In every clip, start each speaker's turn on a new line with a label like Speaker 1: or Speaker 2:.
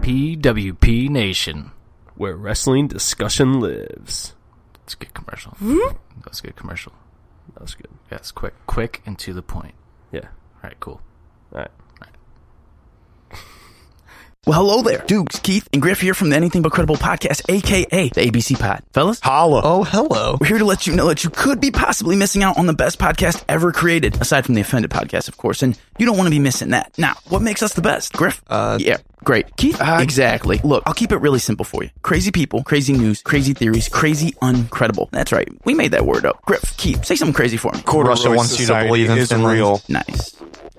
Speaker 1: PWP Nation.
Speaker 2: where wrestling discussion lives.
Speaker 1: That's a good commercial. That was a good commercial.
Speaker 2: That was good.
Speaker 1: Yeah, it's quick, quick and to the point.
Speaker 2: Yeah.
Speaker 1: All right, cool.
Speaker 2: All right.
Speaker 3: Well, hello there. Dukes, Keith, and Griff here from the Anything But Credible podcast, aka the ABC Pod. Fellas,
Speaker 4: Holla. Oh, hello.
Speaker 3: we're here to let you know that you could be possibly missing out on the best podcast ever created, aside from the Offended podcast, of course, and you don't want to be missing that. Now, what makes us the best? Griff? Uh, yeah, great. Keith?
Speaker 4: uh,
Speaker 3: exactly. Look, I'll keep it really simple for you. Crazy people, crazy news, crazy theories, crazy uncredible. That's right. We made that word up. Griff, Keith, say something crazy for me.
Speaker 4: Corduroy Russia wants you to believe in
Speaker 5: is
Speaker 4: Finland.
Speaker 5: real.
Speaker 3: Nice.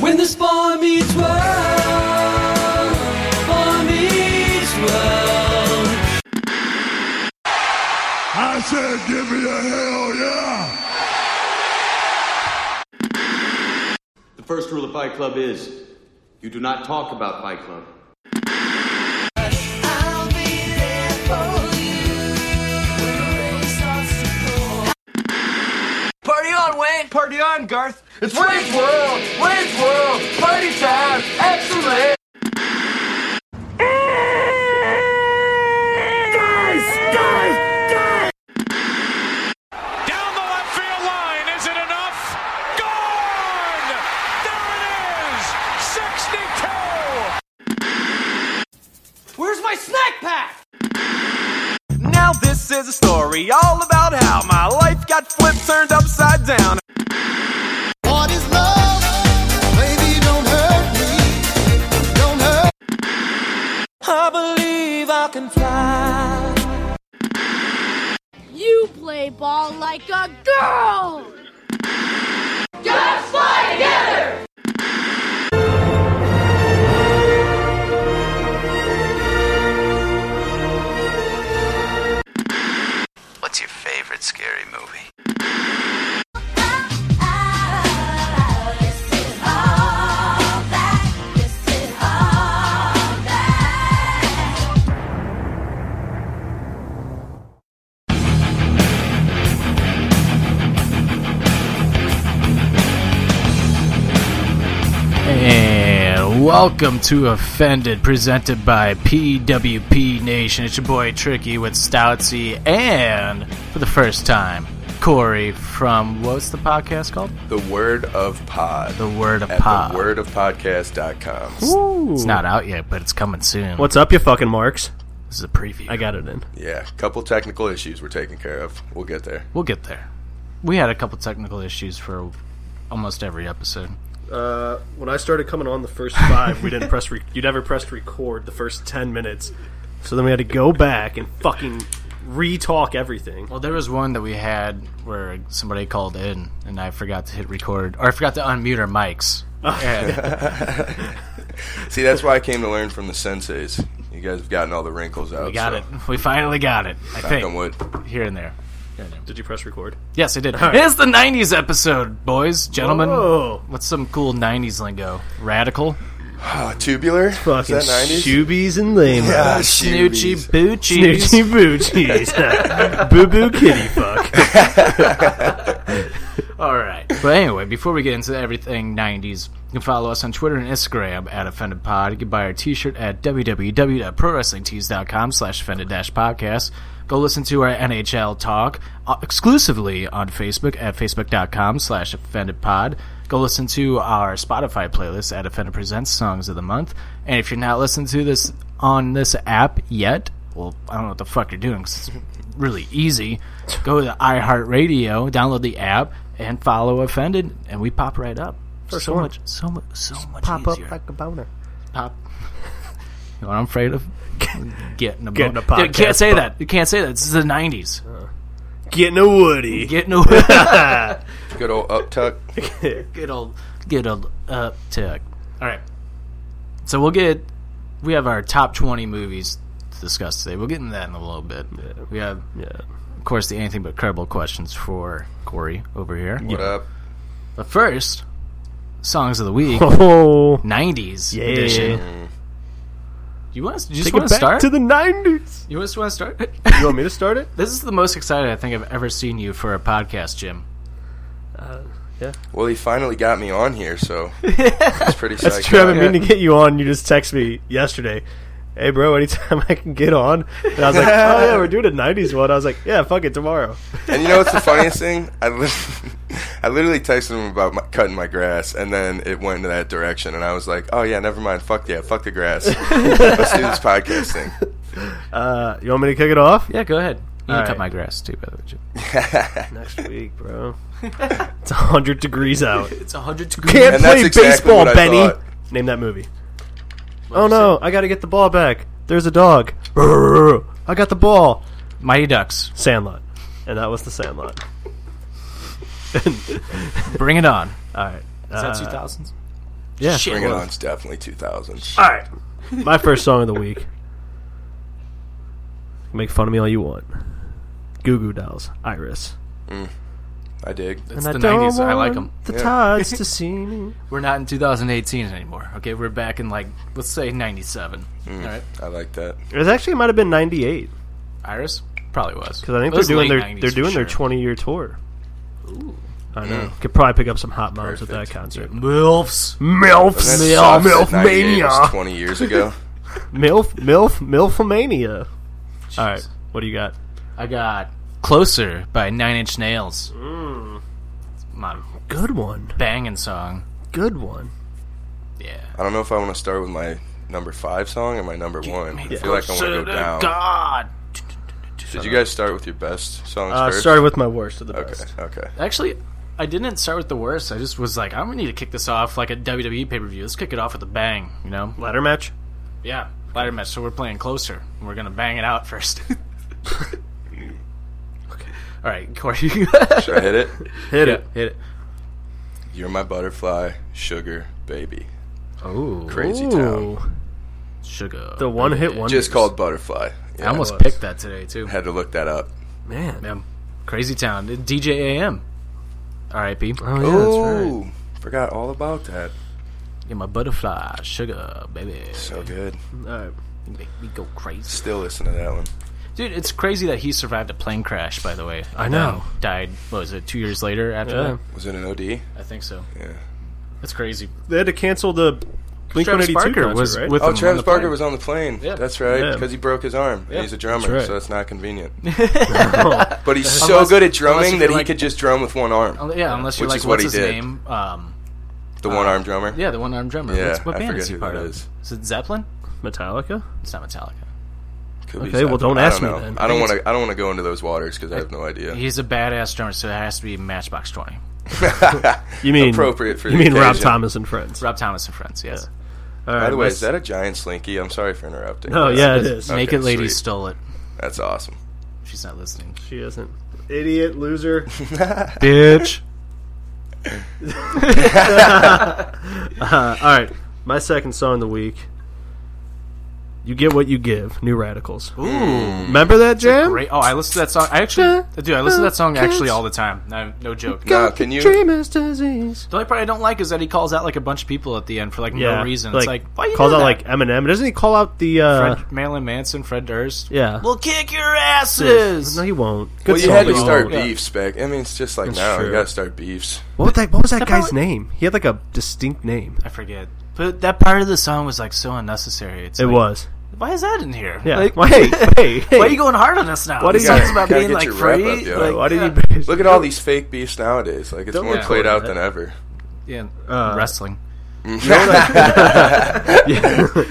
Speaker 6: When the spar meets world, spar meets world.
Speaker 7: I said, give me a hell yeah!
Speaker 8: The first rule of Fight Club is you do not talk about Fight Club.
Speaker 9: I'll be there for you when the race starts to roar.
Speaker 6: Party on, Wayne! Party on, Garth! It's Wayne's World! Wayne's World! Party time! Excellent!
Speaker 10: Down the left field line. Is it enough? Gone! There it is! 62!
Speaker 6: Where's my snack pack?
Speaker 10: Now this is a story all about how my life got flipped, turned upside down.
Speaker 9: What is love? Baby, don't hurt me. Don't hurt
Speaker 6: I believe I can fly.
Speaker 11: You play ball like a girl! Just fly together!
Speaker 3: What's your favorite scary movie?
Speaker 9: This is all that. This is all that.
Speaker 1: And welcome to Offended, presented by PWP Nation. It's your boy Tricky with Stoutsy, and for the first time, Corey from what's the podcast called?
Speaker 5: The word of pod.
Speaker 1: The Word of
Speaker 5: at
Speaker 1: Pod.
Speaker 5: the word of podcast.com.
Speaker 1: It's not out yet, but it's coming soon.
Speaker 2: What's up, you fucking marks?
Speaker 1: This is a preview.
Speaker 2: I got it in.
Speaker 5: Yeah, couple technical issues we're taking care of. We'll get there.
Speaker 1: We'll get there. We had a couple technical issues for almost every episode.
Speaker 2: When I started coming on the first five, we didn't press. Re- you never pressed record the first ten minutes, so then we had to go back and fucking re-talk everything.
Speaker 1: Well, there was one that we had where somebody called in and I forgot to hit record, or I forgot to unmute our mics. And
Speaker 5: See, that's why I came to learn from the senseis. You guys have gotten all the wrinkles out.
Speaker 1: we got
Speaker 5: so
Speaker 1: it. We finally got it. I
Speaker 5: Knock on
Speaker 1: think
Speaker 5: wood.
Speaker 1: here and there.
Speaker 2: Did you press record?
Speaker 1: Yes, I did. It's the '90s episode, boys, gentlemen.
Speaker 2: Whoa.
Speaker 1: What's some cool '90s lingo? Radical,
Speaker 5: Ah, tubular?
Speaker 2: Fucking
Speaker 5: Is that 90s?
Speaker 2: shoobies and lame.
Speaker 5: Ah,
Speaker 1: snoochie,
Speaker 5: shoobies.
Speaker 1: boochies.
Speaker 2: Snoochie boochies. Boo boo kitty fuck.
Speaker 1: All right. But anyway, before we get into everything 90s, you can follow us on Twitter and Instagram at OffendedPod. You can buy our t-shirt at www.prowrestlingtees.com slash offended-podcast. Go listen to our NHL talk uh, exclusively on Facebook at facebook.com slash offendedpod. Go listen to our Spotify playlist at Offended Presents Songs of the Month. And if you're not listening to this on this app yet, well, I don't know what the fuck you're doing 'cause it's really easy. Go to iHeartRadio, download the app, and follow Offended, and we pop right up. so much, so much, so much pop easier. Up like a boner. Pop. you know what I'm afraid of? Getting a Oh.
Speaker 2: Getting
Speaker 1: boner. Dude,
Speaker 2: a
Speaker 1: You can't
Speaker 2: podcast
Speaker 1: say
Speaker 2: bu-
Speaker 1: that. You can't say that. This is the '90s.
Speaker 2: Getting a Woody.
Speaker 1: Getting a
Speaker 5: Good old uptuck.
Speaker 1: good old, good old up tick. All right. So we'll get. We have our top 20 movies to discuss today. We'll get into that in a little bit. We have, of course, the anything but credible questions for Corey over here.
Speaker 5: What up?
Speaker 1: But first, songs of the week,
Speaker 2: Oh.
Speaker 1: nineties
Speaker 2: Yeah.
Speaker 1: edition. You want? To, you just
Speaker 2: Take
Speaker 1: want
Speaker 2: it
Speaker 1: to
Speaker 2: back
Speaker 1: start
Speaker 2: to the nineties.
Speaker 1: You just want to start?
Speaker 2: You want me to start it?
Speaker 1: This is the most excited I think I've ever seen you for a podcast, Jim.
Speaker 5: Well, he finally got me on here, so it's pretty.
Speaker 2: That's
Speaker 5: psyched
Speaker 2: true. I've
Speaker 5: out.
Speaker 2: been meaning to get you on. You just text me yesterday. Hey, bro, anytime I can get on. And I was like, oh, yeah, we're doing a 90s one. I was like, yeah, fuck it, tomorrow.
Speaker 5: And you know what's the funniest thing? I li- I literally texted him about my, cutting my grass, and then it went in that direction, and I was like, "Oh yeah, never mind. Fuck yeah, fuck the grass. Let's do this podcast thing."
Speaker 2: Uh, you want me to kick it off?
Speaker 1: Yeah, go ahead. You
Speaker 2: All
Speaker 1: can cut
Speaker 2: right.
Speaker 1: my grass too, by the way. Jim.
Speaker 2: Next week, bro. It's 100 degrees out.
Speaker 1: It's hundred
Speaker 2: Can't
Speaker 5: And that's
Speaker 2: play
Speaker 5: exactly
Speaker 2: baseball,
Speaker 5: what I
Speaker 2: Benny.
Speaker 5: thought.
Speaker 2: Name that movie. Oh, no, I got to get the ball back. There's a dog. I got the ball.
Speaker 1: Mighty Ducks,
Speaker 2: Sandlot. And that was the Sandlot.
Speaker 1: bring it on. Uh,
Speaker 2: All right.
Speaker 1: Is that two thousands?
Speaker 2: Yeah.
Speaker 5: Bring it on. It's definitely 2000.
Speaker 2: All right. My first song of the week. Make fun of me all you want. Goo Goo Dolls, Iris.
Speaker 5: I dig.
Speaker 1: It's the nineties. I like them.
Speaker 2: The
Speaker 5: Yeah.
Speaker 2: tides to see me.
Speaker 1: We're not in 2018 anymore. Okay, we're back in like let's say 97.
Speaker 2: Hmm.
Speaker 1: All right,
Speaker 5: I like that.
Speaker 2: It was actually it might have been '98
Speaker 1: Iris probably was
Speaker 2: because I think
Speaker 1: It was
Speaker 2: they're doing
Speaker 1: late
Speaker 2: their
Speaker 1: 90s
Speaker 2: they're
Speaker 1: for
Speaker 2: doing their
Speaker 1: sure.
Speaker 2: 20 year tour. I know. Could probably pick up some hot moms at that
Speaker 5: Perfect.
Speaker 2: concert.
Speaker 1: milfs.
Speaker 2: Milf,
Speaker 5: Isn't that sucks that 98 was 20 years ago.
Speaker 2: milf, milf, milfomania. All right, what do you got?
Speaker 1: I got closer by Nine Inch Nails.
Speaker 2: Mm.
Speaker 1: My
Speaker 2: Good one,
Speaker 1: banging song.
Speaker 2: good one.
Speaker 1: Yeah.
Speaker 5: I don't know if I want to start with my number five song or my number one. I feel like I want to go
Speaker 1: Closer to
Speaker 5: down.
Speaker 1: God.
Speaker 5: Did you guys start with your best songs
Speaker 2: Uh,
Speaker 5: first?
Speaker 2: started with my worst of the
Speaker 5: okay,
Speaker 2: best.
Speaker 5: okay.
Speaker 1: Actually, I didn't start with the worst. I just was like, I'm gonna need to kick this off like a WWE pay per view. Let's kick it off with a bang. You know?
Speaker 2: Ladder match.
Speaker 1: Yeah. Ladder match. So we're playing closer. and We're gonna bang it out first. okay. All right, Corey.
Speaker 5: Should I hit it?
Speaker 1: Hit it. Hit it.
Speaker 5: You're my butterfly, sugar baby,
Speaker 1: Oh,
Speaker 5: crazy
Speaker 2: Ooh,
Speaker 5: town.
Speaker 1: sugar.
Speaker 2: the one hit one.
Speaker 5: Just called butterfly. Yeah,
Speaker 1: I almost
Speaker 2: was.
Speaker 1: picked that today too.
Speaker 5: had to look that up.
Speaker 2: man.
Speaker 1: Man, Crazy Town. DJ AM. R.I.P.
Speaker 2: Oh, yeah, that's right.
Speaker 5: Ooh, forgot all about that.
Speaker 1: Get my butterfly, sugar, baby.
Speaker 5: So good.
Speaker 2: Alright.
Speaker 1: Make me go crazy.
Speaker 5: Still listen to that one.
Speaker 1: Dude, it's crazy that he survived a plane crash, by the way.
Speaker 2: I
Speaker 1: And
Speaker 2: know.
Speaker 1: then Died, what was it, two years later after
Speaker 2: Yeah.
Speaker 5: Was it an Oh, OD?
Speaker 1: that? I think so.
Speaker 5: Yeah.
Speaker 1: That's crazy.
Speaker 2: They had to cancel the Blink
Speaker 1: Travis
Speaker 2: 182
Speaker 1: Barker
Speaker 2: concert,
Speaker 1: was
Speaker 2: right?
Speaker 1: with him
Speaker 5: Oh,
Speaker 1: on
Speaker 5: Travis
Speaker 1: the plane.
Speaker 5: Barker was on the plane.
Speaker 1: Yeah.
Speaker 5: That's right,
Speaker 2: Yeah.
Speaker 5: because he broke his arm. and He's a drummer,
Speaker 2: That's right.
Speaker 5: so that's not convenient.
Speaker 2: Oh,
Speaker 5: But he's so good at drumming
Speaker 1: you're
Speaker 5: that he
Speaker 1: like-
Speaker 5: could just drum with one arm.
Speaker 1: Oh, Yeah, unless you're
Speaker 5: Which
Speaker 1: like,
Speaker 5: is what
Speaker 1: what's
Speaker 5: he
Speaker 1: his
Speaker 5: did.
Speaker 1: name? Um,
Speaker 5: The one arm drummer.
Speaker 1: yeah, the one armed drummer.
Speaker 5: Yeah,
Speaker 1: What's- what
Speaker 5: I
Speaker 1: band
Speaker 5: forget
Speaker 1: is he
Speaker 5: who
Speaker 1: part
Speaker 5: that
Speaker 1: of?
Speaker 5: is.
Speaker 1: Is it Zeppelin?
Speaker 2: Metallica?
Speaker 1: It's not Metallica.
Speaker 5: Could be
Speaker 2: Okay, well,
Speaker 5: Zeppelin.
Speaker 2: don't
Speaker 5: I
Speaker 2: ask me
Speaker 5: know.
Speaker 2: then.
Speaker 5: I don't want to. I don't want to go into those waters because I have no idea.
Speaker 1: He's a badass drummer, so it has to be Matchbox 20.
Speaker 2: You mean
Speaker 5: Appropriate for
Speaker 2: You
Speaker 5: the
Speaker 2: mean Rob
Speaker 5: occasion.
Speaker 2: Thomas and friends?
Speaker 1: Rob Thomas and Friends, yes.
Speaker 2: All right,
Speaker 5: By the way,
Speaker 2: let's-
Speaker 5: is that a giant slinky? I'm sorry for interrupting.
Speaker 2: Oh, yeah, it is.
Speaker 1: Naked
Speaker 5: Okay,
Speaker 1: Lady
Speaker 5: sweet.
Speaker 1: stole it.
Speaker 5: that's awesome.
Speaker 1: She's not listening.
Speaker 2: She isn't. Idiot, loser.
Speaker 1: Bitch.
Speaker 2: Uh, all right, my second song of the week. You get what you give. New Radicals. Ooh,
Speaker 5: Hmm.
Speaker 2: remember that jam?
Speaker 1: Great. Oh, I listen to that song. I actually, dude, I listen to that song actually all the time. No, no joke. The
Speaker 5: Now, Uh, can you?
Speaker 2: Dreamer's disease.
Speaker 1: only part I don't like is that he calls out like a bunch of people at the end for like no reason. it's like why you
Speaker 2: calls
Speaker 1: do
Speaker 2: out
Speaker 1: that?
Speaker 2: like Eminem. Doesn't he call out the? Uh,
Speaker 1: Fred, Marilyn Manson, Fred Durst.
Speaker 2: Yeah.
Speaker 1: we'll kick your asses.
Speaker 2: No, he won't. Good
Speaker 5: Well, you
Speaker 2: song,
Speaker 5: had
Speaker 2: but
Speaker 5: to
Speaker 2: he
Speaker 5: start
Speaker 2: won't.
Speaker 5: beefs back. I mean, it's just like
Speaker 2: That's
Speaker 5: now
Speaker 2: true.
Speaker 5: you gotta start beefs.
Speaker 2: What was that, what was that guy's
Speaker 1: part-
Speaker 2: name? He had like a distinct name.
Speaker 1: I forget, but that part of the song was like so unnecessary. It's
Speaker 2: It
Speaker 1: like,
Speaker 2: was.
Speaker 1: Why is that in here?
Speaker 2: Yeah.
Speaker 1: Like,
Speaker 2: Why- hey, hey, hey.
Speaker 1: why are you going hard on us now?
Speaker 2: Why
Speaker 1: What
Speaker 2: do
Speaker 1: is
Speaker 2: you-
Speaker 1: songs about
Speaker 5: Gotta
Speaker 1: being
Speaker 5: get
Speaker 1: like
Speaker 5: your rap
Speaker 1: free?
Speaker 5: up, yo.
Speaker 1: Like,
Speaker 2: Why did
Speaker 1: yeah.
Speaker 2: he? bitch?
Speaker 5: Look at all these fake beefs nowadays. Like it's
Speaker 2: Don't
Speaker 5: more
Speaker 2: get
Speaker 5: played
Speaker 2: caught
Speaker 5: out
Speaker 2: in
Speaker 5: than ever.
Speaker 1: Yeah,
Speaker 2: Uh,
Speaker 1: wrestling.
Speaker 2: Yeah.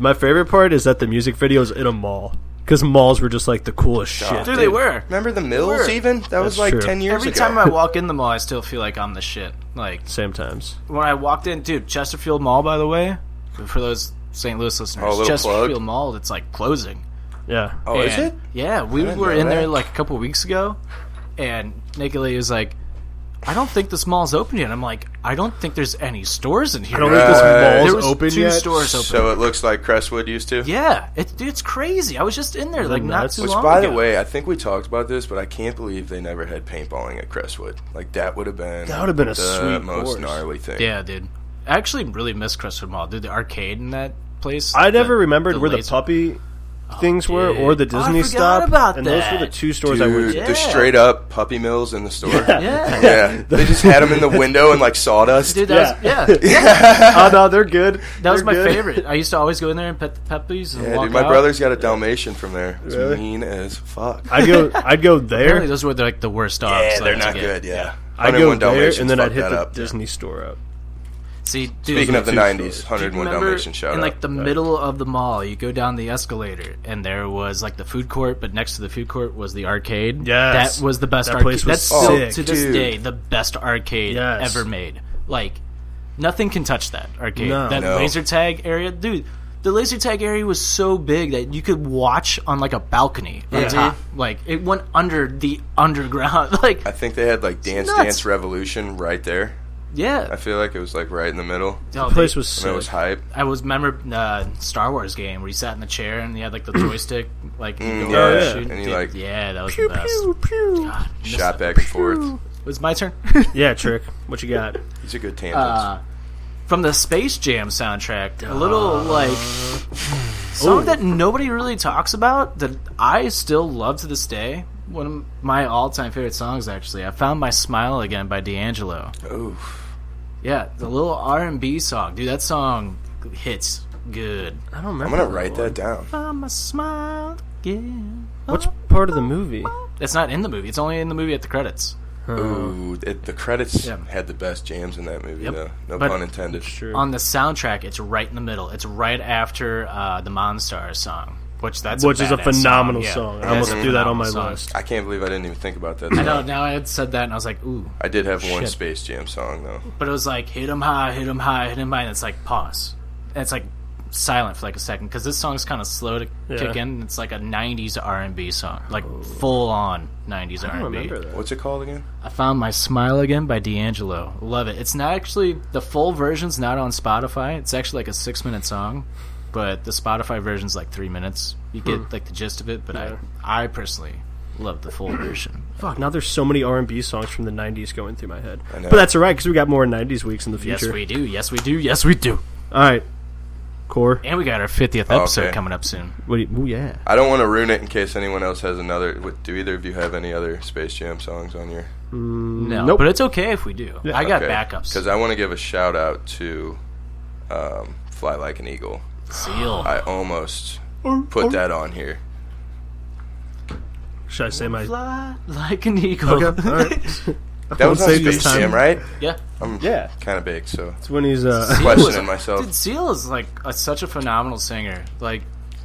Speaker 2: My favorite part is that the music video is in a mall because malls were just like the coolest shit.
Speaker 1: Dude, they were.
Speaker 5: Remember the Mills?
Speaker 1: Sure.
Speaker 5: Even that was
Speaker 2: That's
Speaker 5: like
Speaker 2: true.
Speaker 5: ten years
Speaker 1: Every
Speaker 5: ago.
Speaker 1: time I walk in the mall, I still feel like I'm the shit. Like
Speaker 2: Same times.
Speaker 1: when I walked in, dude, Chesterfield Mall, by the way, for those St. Louis listeners,
Speaker 5: Oh, a little
Speaker 1: Chesterfield
Speaker 5: plug.
Speaker 1: Mall, it's like closing.
Speaker 2: Yeah.
Speaker 5: oh, is
Speaker 1: And-
Speaker 5: it?
Speaker 1: Yeah, we
Speaker 5: didn't
Speaker 1: were
Speaker 5: know
Speaker 1: in there
Speaker 5: that.
Speaker 1: like a couple weeks ago, and Nikki Lee was like, I don't think this mall's open yet. I'm like, I don't think there's any stores in here.
Speaker 5: don't think this Right. mall's
Speaker 1: There was
Speaker 5: open
Speaker 1: two
Speaker 5: yet?
Speaker 1: stores open.
Speaker 5: So it looks like Crestwood used to.
Speaker 1: yeah, it, it's crazy. I was just in there like not too
Speaker 5: Which,
Speaker 1: long
Speaker 5: by
Speaker 1: ago.
Speaker 5: the way, I think we talked about this, but I can't believe they never had paintballing at Crestwood. Like that would have been
Speaker 1: That would have been a
Speaker 5: the
Speaker 1: sweet
Speaker 5: most
Speaker 1: course.
Speaker 5: gnarly thing.
Speaker 1: Yeah, dude. I actually really miss Crestwood Mall. Dude, the arcade in that place.
Speaker 2: I
Speaker 1: the-
Speaker 2: never remembered where
Speaker 1: laser-
Speaker 2: the puppy things were or the
Speaker 1: dude. Oh, I
Speaker 2: Disney
Speaker 1: forgot
Speaker 2: stop.
Speaker 1: about
Speaker 2: and
Speaker 1: that.
Speaker 2: those were the two stores I went
Speaker 5: Dude,
Speaker 2: to.
Speaker 5: the straight up puppy mills in the store. Yeah.
Speaker 2: Yeah.
Speaker 5: They just had them in the window and like sawdust.
Speaker 1: Dude, that
Speaker 2: Yeah.
Speaker 1: was, yeah.
Speaker 2: oh no, they're good.
Speaker 1: That was
Speaker 2: They're
Speaker 1: my
Speaker 2: good.
Speaker 1: favorite. I used to always go in there and pet the puppies and
Speaker 5: Yeah,
Speaker 1: walk
Speaker 5: dude, my
Speaker 1: out.
Speaker 5: brother's got a Dalmatian from there. It's
Speaker 1: Really?
Speaker 5: mean as fuck.
Speaker 2: I'd go. I'd go there.
Speaker 1: Apparently those were like the worst dogs.
Speaker 5: Yeah,
Speaker 1: like,
Speaker 5: they're
Speaker 1: to
Speaker 5: not
Speaker 1: get.
Speaker 5: good, yeah.
Speaker 2: I'd
Speaker 5: 101
Speaker 2: go there,
Speaker 5: Dalmatians
Speaker 2: and then I'd
Speaker 5: fucked
Speaker 2: hit
Speaker 5: that
Speaker 2: the
Speaker 5: up.
Speaker 2: Disney store up.
Speaker 1: See, dude,
Speaker 5: Speaking of the
Speaker 1: dude,
Speaker 5: 90s,
Speaker 1: dude,
Speaker 5: 101
Speaker 1: remember
Speaker 5: Dalmatian shout
Speaker 1: In
Speaker 5: out.
Speaker 1: like the middle of the mall, you go down the escalator, and there was like the food court, but next to the food court was the arcade.
Speaker 2: Yes.
Speaker 1: that was the best
Speaker 2: That
Speaker 1: arcade.
Speaker 2: place was
Speaker 1: That's still
Speaker 2: sick,
Speaker 1: to this
Speaker 2: dude.
Speaker 1: day the best arcade
Speaker 2: Yes.
Speaker 1: ever made. Like nothing can touch that arcade.
Speaker 2: No.
Speaker 1: That
Speaker 2: No.
Speaker 1: laser tag area, dude. The laser tag area was so big that you could watch on like a balcony. on
Speaker 5: Yeah.
Speaker 1: top. Like it went under the underground. Like
Speaker 5: I think they had like Dance
Speaker 1: nuts.
Speaker 5: Dance Revolution right there.
Speaker 1: Yeah.
Speaker 5: I feel like it was like right in the middle.
Speaker 1: Oh, The place dude.
Speaker 2: was
Speaker 5: And it was
Speaker 1: sick.
Speaker 5: hype.
Speaker 1: I was remember uh, Star Wars game where you sat in the chair and you had like the joystick, like you
Speaker 5: Mm,
Speaker 1: go out
Speaker 5: yeah.
Speaker 1: shoot.
Speaker 5: And you,
Speaker 1: Dude,
Speaker 5: like,
Speaker 1: yeah, that was
Speaker 5: pew,
Speaker 1: the best.
Speaker 5: pew,
Speaker 1: God, missed
Speaker 5: Shot
Speaker 1: it.
Speaker 5: back and forth.
Speaker 1: It was my turn.
Speaker 2: Yeah, trick. What you got?
Speaker 5: These are good tangents.
Speaker 1: Uh, from the Space Jam soundtrack, a little like song
Speaker 2: Ooh.
Speaker 1: that nobody really talks about that I still love to this day. One of my all-time favorite songs, actually. I found my smile again by D'Angelo.
Speaker 5: Oof.
Speaker 1: Yeah, the little R and B song, dude. That song hits good.
Speaker 2: I don't
Speaker 5: I'm gonna write that down.
Speaker 1: I'm a smile again.
Speaker 2: What's part of the movie?
Speaker 1: It's not in the movie. It's only in the movie at the credits.
Speaker 5: Ooh, it, the credits
Speaker 1: Uh, Yeah.
Speaker 5: had the best jams in that movie,
Speaker 1: Yep.
Speaker 5: though. No
Speaker 1: But-
Speaker 5: pun intended.
Speaker 1: On the soundtrack, it's right in the middle. It's right after uh, the Monstars song, which that's
Speaker 2: Which is a
Speaker 1: badass
Speaker 2: phenomenal
Speaker 1: Yeah.
Speaker 2: song. I
Speaker 1: That's
Speaker 2: almost
Speaker 1: a
Speaker 2: threw that on my
Speaker 1: phenomenal song.
Speaker 2: list.
Speaker 5: I can't believe I didn't even think about that.
Speaker 1: I
Speaker 5: song.
Speaker 1: know. Now I had said that, and I was like, "Ooh,"
Speaker 5: I did have one
Speaker 1: Shit.
Speaker 5: Space Jam song though.
Speaker 1: but it was like, "Hit 'em high, hit 'em high, hit 'em high," and it's like pause. And it's like silent for like a second because this song is kind of slow to
Speaker 5: Yeah.
Speaker 1: kick in. and It's like a '90s R&B song, like full on '90s R&B.
Speaker 5: What's it called again?
Speaker 1: I found my smile again by D'Angelo. Love it. It's not actually the full version's not on Spotify. It's actually like a six minute song, but the Spotify version's like three minutes. You get
Speaker 2: Hmm.
Speaker 1: like the gist of it, but
Speaker 2: Yeah.
Speaker 1: I I personally love the full version.
Speaker 2: Fuck. Now there's so many R and B songs from the '90s going through my head.
Speaker 1: know.
Speaker 2: But that's all right because we got more '90s weeks in the future.
Speaker 1: Yes, we do. Yes, we do. Yes, we do.
Speaker 2: All right. Core.
Speaker 1: And we got our fiftieth
Speaker 5: Oh, okay.
Speaker 1: episode coming up soon.
Speaker 2: What? Do you, ooh, yeah.
Speaker 5: I don't want to ruin it in case anyone else has another. What, do either of you have any other Space Jam songs on your?
Speaker 1: No, but it's okay if we do. I got backups.
Speaker 5: Because I want to give a shout out to um, "Fly Like an Eagle."
Speaker 1: Seal.
Speaker 5: I almost put that on here.
Speaker 2: Should I say my?
Speaker 1: Fly like an eagle.
Speaker 2: Okay, all right.
Speaker 5: That was on
Speaker 2: save this
Speaker 5: Space
Speaker 2: time.
Speaker 5: Jam, right?
Speaker 1: Yeah.
Speaker 5: I'm
Speaker 2: Yeah.
Speaker 5: kind of big, so
Speaker 2: It's when he's uh.
Speaker 1: Seal
Speaker 5: questioning
Speaker 1: is-
Speaker 5: myself.
Speaker 1: Dude, Seal is like a, such a phenomenal singer. Like,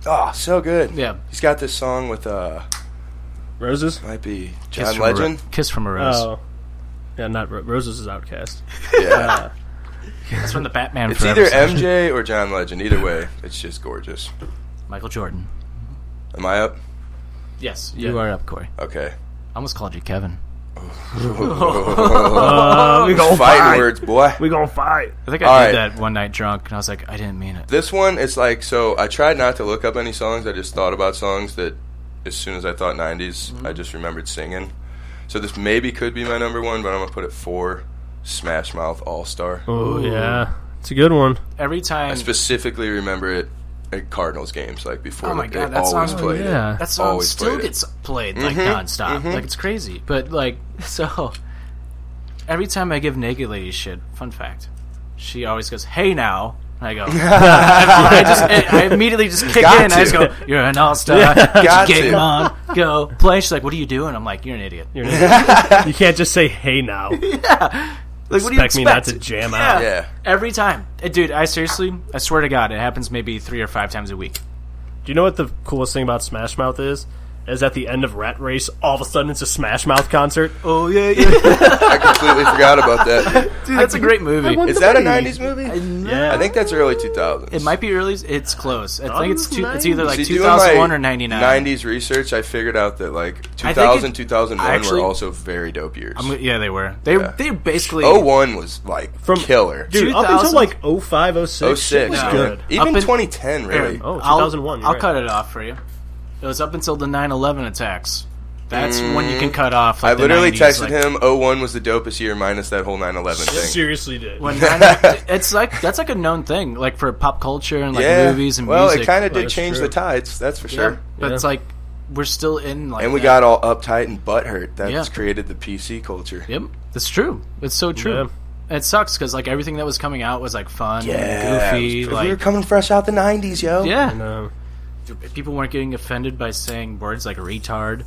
Speaker 5: Oh, so good.
Speaker 1: Yeah.
Speaker 5: He's got this song with uh
Speaker 2: Roses?
Speaker 5: Might be
Speaker 1: Kiss
Speaker 5: John
Speaker 1: from a Ro-
Speaker 5: Legend.
Speaker 1: Kiss from a Rose.
Speaker 2: Oh. Yeah, not Ro- Roses is Outcast.
Speaker 5: Yeah.
Speaker 1: That's from the Batman.
Speaker 5: it's
Speaker 1: Forever
Speaker 5: either
Speaker 1: session.
Speaker 5: MJ or John Legend. Either way, it's just gorgeous.
Speaker 1: Michael Jordan.
Speaker 5: Am I up?
Speaker 1: Yes, you are up, Corey.
Speaker 5: Okay.
Speaker 1: I almost called you Kevin. Oh,
Speaker 2: Uh, we gonna
Speaker 5: Fight
Speaker 2: fight.
Speaker 5: words, boy.
Speaker 2: We gonna fight.
Speaker 1: I think I
Speaker 5: All
Speaker 1: did
Speaker 5: right.
Speaker 1: that one night drunk, and I was like, I didn't mean it.
Speaker 5: This one, it's like so. I tried not to look up any songs. I just thought about songs that, as soon as I thought '90s,
Speaker 1: Mm-hmm.
Speaker 5: I just remembered singing. So this maybe could be my number one, but I'm gonna put it four. Smash Mouth All Star.
Speaker 2: Oh yeah, it's a good one.
Speaker 1: Every time.
Speaker 5: I specifically remember it at Cardinals games, like before.
Speaker 1: oh my
Speaker 5: they
Speaker 1: god, that
Speaker 5: always
Speaker 1: song.
Speaker 5: played it.
Speaker 2: yeah.
Speaker 1: uh, That song
Speaker 5: Always
Speaker 1: still
Speaker 5: played it.
Speaker 1: gets played like
Speaker 5: Mhm,
Speaker 1: nonstop.
Speaker 5: mhm.
Speaker 1: Like it's crazy. But like, so every time I give naked lady shit, fun fact, she always goes, "Hey now." And I go. I just, I immediately just kick
Speaker 5: Got
Speaker 1: in. I just
Speaker 5: to.
Speaker 1: go, "You're an all star.
Speaker 5: Got
Speaker 1: Get
Speaker 5: to.
Speaker 1: on, go play." She's like, "What are you doing?" I'm like, "You're an idiot."
Speaker 2: You're an- you can't just say hey now.
Speaker 1: Like, what do you
Speaker 2: Expect me not
Speaker 1: expect?
Speaker 2: to jam
Speaker 1: Yeah.
Speaker 2: out.
Speaker 5: Yeah.
Speaker 1: Every time. Uh, Dude, I seriously, I swear to God, it happens maybe three or five times a week.
Speaker 2: Do you know what the coolest thing about Smash Mouth is? is at the end of Rat Race, all of a sudden it's a Smash Mouth concert.
Speaker 1: Oh yeah, yeah.
Speaker 5: I completely forgot about that.
Speaker 1: Dude, that's a great movie.
Speaker 5: Is that a '90s movie?
Speaker 1: Yeah.
Speaker 5: I think that's early 2000s.
Speaker 1: It might be early. It's close. I think it's two, it's either like
Speaker 5: See, doing
Speaker 1: 2001
Speaker 5: my
Speaker 1: or 99.
Speaker 5: 90s research, I figured out that like
Speaker 1: I think it-
Speaker 5: 2000, 2001
Speaker 1: actually-
Speaker 5: were also very dope years.
Speaker 1: I'm, yeah, they were. They they basically.
Speaker 5: Oh one 01 was like
Speaker 2: From-
Speaker 5: killer.
Speaker 2: Dude, up until
Speaker 1: 2000?
Speaker 2: like 05, 06,
Speaker 5: 06
Speaker 2: it was
Speaker 5: yeah.
Speaker 2: good.
Speaker 1: Up
Speaker 5: Even
Speaker 1: in-
Speaker 5: 2010, really.
Speaker 2: Oh,
Speaker 1: I'll-
Speaker 2: 2001.
Speaker 1: I'll, cut it off for you. It was up until the 9/11 attacks. That's when you can cut off. Like,
Speaker 5: Mm. I
Speaker 1: the
Speaker 5: literally
Speaker 1: 90s, like-
Speaker 5: texted him. 01 was the dopest year, minus that whole 9/11 thing.
Speaker 2: Seriously, did.
Speaker 1: When 9/11 it's like that's like a known thing, like for pop culture and like
Speaker 5: yeah.
Speaker 1: movies and
Speaker 5: well,
Speaker 1: music.
Speaker 5: it kind of
Speaker 1: Like,
Speaker 5: did change the tides. That's for
Speaker 1: yeah,
Speaker 5: sure.
Speaker 1: But it's like we're still in like.
Speaker 5: and we
Speaker 1: that.
Speaker 5: got all uptight and butthurt. That's
Speaker 1: Yeah.
Speaker 5: created the PC culture.
Speaker 1: Yep, that's true. It's so true. It sucks because like everything that was coming out was like fun,
Speaker 5: Yeah,
Speaker 1: yeah, goofy.
Speaker 5: 'cause we were
Speaker 1: Like
Speaker 5: coming fresh out the '90s, yo.
Speaker 1: yeah,
Speaker 2: No.
Speaker 1: people weren't getting offended by saying words like retard.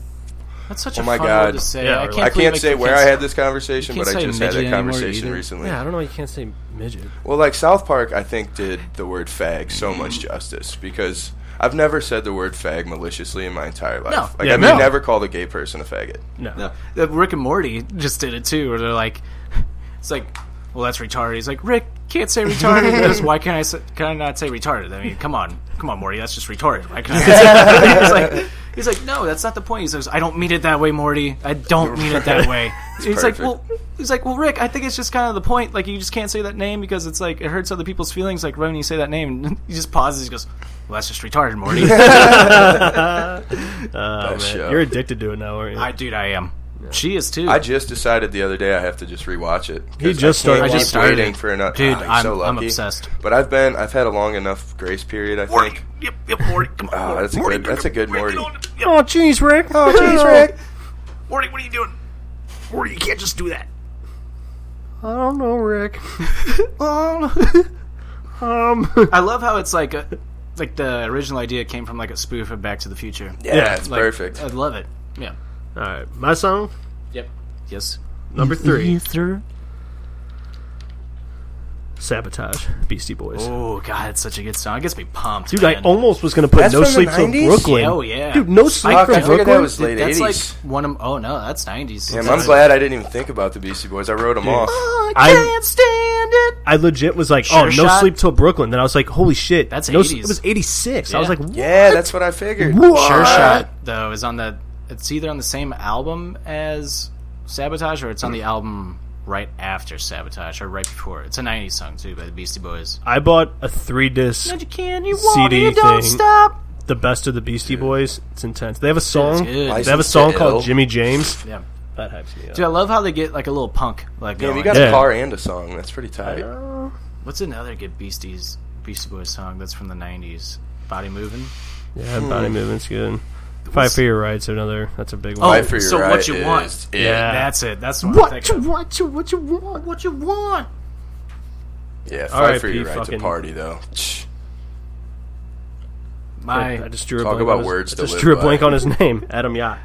Speaker 1: That's such
Speaker 5: Oh
Speaker 1: a
Speaker 5: my
Speaker 1: fun
Speaker 5: God.
Speaker 1: word to say.
Speaker 2: Yeah,
Speaker 1: I
Speaker 2: or
Speaker 1: can't,
Speaker 2: like-
Speaker 5: I
Speaker 1: believe
Speaker 5: can't
Speaker 1: it
Speaker 5: say where
Speaker 1: gets-
Speaker 5: I had this conversation,
Speaker 1: you can't
Speaker 5: but I
Speaker 1: say
Speaker 5: just had that
Speaker 1: midget anymore
Speaker 5: conversation
Speaker 1: either.
Speaker 5: recently.
Speaker 2: Yeah, I don't know. why You can't say midget.
Speaker 5: Well, like South Park, I think did the word fag so
Speaker 1: Mm-hmm.
Speaker 5: much justice because I've never said the word fag maliciously in my entire life.
Speaker 1: No.
Speaker 5: Like
Speaker 2: Yeah,
Speaker 5: I've
Speaker 2: no.
Speaker 5: never called a gay person a faggot.
Speaker 2: No.
Speaker 1: No, Uh, Rick and Morty just did it too. Where they're like, it's like, well, that's retarded. He's like, Rick can't say retarded. He goes, Why can't I? Say, can I not say retarded? I mean, come on, come on, Morty, that's just retarded. Why can't I say that?" he's like, he's like, no, that's not the point. He says, I don't mean it that way, Morty. I don't mean it that way. he's like, well.
Speaker 5: perfect.
Speaker 1: He's like, well, Rick. I think it's just kind of the point. Like, you just can't say that name because it's like it hurts other people's feelings. Like when you say that name, he just pauses. He goes, "Well, that's just retarded, Morty."
Speaker 2: Oh, man.
Speaker 5: show.
Speaker 2: You're addicted to it now, aren't you?
Speaker 1: I, dude, I am. She is too.
Speaker 5: I just decided the other day I have to just rewatch it. 'cause
Speaker 2: He just started
Speaker 5: I,
Speaker 1: I
Speaker 5: can't
Speaker 1: just
Speaker 5: keep
Speaker 1: started
Speaker 5: waiting
Speaker 1: it.
Speaker 5: for another.
Speaker 1: Dude,
Speaker 5: Ah,
Speaker 1: I'm-
Speaker 5: so
Speaker 1: I'm
Speaker 5: lucky.
Speaker 1: obsessed.
Speaker 5: But I've been I've had a long enough grace period. I think.
Speaker 1: Yep, yep, Morty. Come on,
Speaker 5: Ah, that's a good. That's a good Morty.
Speaker 2: oh, jeez, Rick. Oh,
Speaker 5: Jeez, Rick.
Speaker 1: Morty, what are you doing? Morty, you can't just do that.
Speaker 2: I don't know, Rick. Um,
Speaker 1: I love how it's like, a, like the original idea came from like a spoof of Back to the Future.
Speaker 5: Yeah, it's
Speaker 1: Like, uh,
Speaker 5: perfect. Oh,
Speaker 1: I love it. Yeah.
Speaker 2: All right, my song
Speaker 1: Yep. Yes.
Speaker 2: number three. Sabotage, Beastie Boys.
Speaker 1: Oh god, it's such a good song. It gets me pumped.
Speaker 2: Dude, I
Speaker 1: man.
Speaker 2: almost was gonna put
Speaker 5: That's
Speaker 2: No
Speaker 5: from the
Speaker 2: Sleep Till
Speaker 5: 90s?
Speaker 2: Brooklyn.
Speaker 1: Oh, yeah.
Speaker 2: dude, No Sleep
Speaker 5: Fuck, I
Speaker 2: from
Speaker 5: figured that
Speaker 2: Brooklyn.
Speaker 5: was late
Speaker 1: that's
Speaker 5: 80s.
Speaker 1: like one of oh no, that's nineties.
Speaker 5: Damn, I'm glad I didn't even think about the Beastie Boys. I wrote them off.
Speaker 2: I-
Speaker 1: stand it.
Speaker 2: I legit was like,
Speaker 1: Sure
Speaker 2: oh, No
Speaker 1: Shot?
Speaker 2: Sleep Till Brooklyn. Then I was like, holy shit,
Speaker 1: That's
Speaker 2: no,
Speaker 1: 80s.
Speaker 2: It was eighty six. I was
Speaker 1: Yeah.
Speaker 2: like, what?
Speaker 5: Yeah, that's what I figured.
Speaker 1: Sure Shot though is on the it's either on the same album as Sabotage or it's on the album right after Sabotage or right before. It's a 90s song too by the Beastie Boys.
Speaker 2: I bought a three disc,
Speaker 1: you can, you
Speaker 2: want, CD you don't thing.
Speaker 1: stop.
Speaker 2: the best of the Beastie Boys. It's intense. They have a song.
Speaker 1: good.
Speaker 2: They have a
Speaker 5: License
Speaker 2: song
Speaker 5: to Ill.
Speaker 2: called Jimmy James.
Speaker 1: Yeah.
Speaker 2: That hypes me up.
Speaker 1: Dude, I love how they get like a little punk like
Speaker 5: Damn,
Speaker 1: going.
Speaker 5: you got
Speaker 2: Yeah.
Speaker 5: a car and a song. That's pretty tight.
Speaker 1: What's another good Beasties Beastie Boys song that's from the 90s? Body moving.
Speaker 2: Yeah,
Speaker 1: Hmm.
Speaker 2: body movement's good. Fight for your rights. Another. That's a big one.
Speaker 5: Fight for your
Speaker 1: so
Speaker 5: right
Speaker 1: what you want?
Speaker 5: is it.
Speaker 2: Yeah.
Speaker 1: That's it. That's what, I'm
Speaker 2: What you
Speaker 1: thinking. of.
Speaker 2: want? You what you want? What you want?
Speaker 5: Yeah, fight
Speaker 2: R.I.P.
Speaker 5: for your right to
Speaker 2: fucking-
Speaker 5: party, though. Shh.
Speaker 1: My
Speaker 2: I just drew a
Speaker 5: Talk
Speaker 2: blank
Speaker 5: about
Speaker 2: on his,
Speaker 5: words to
Speaker 2: I just
Speaker 5: live
Speaker 2: drew a
Speaker 5: by.
Speaker 2: blank on his name, Adam Yacht.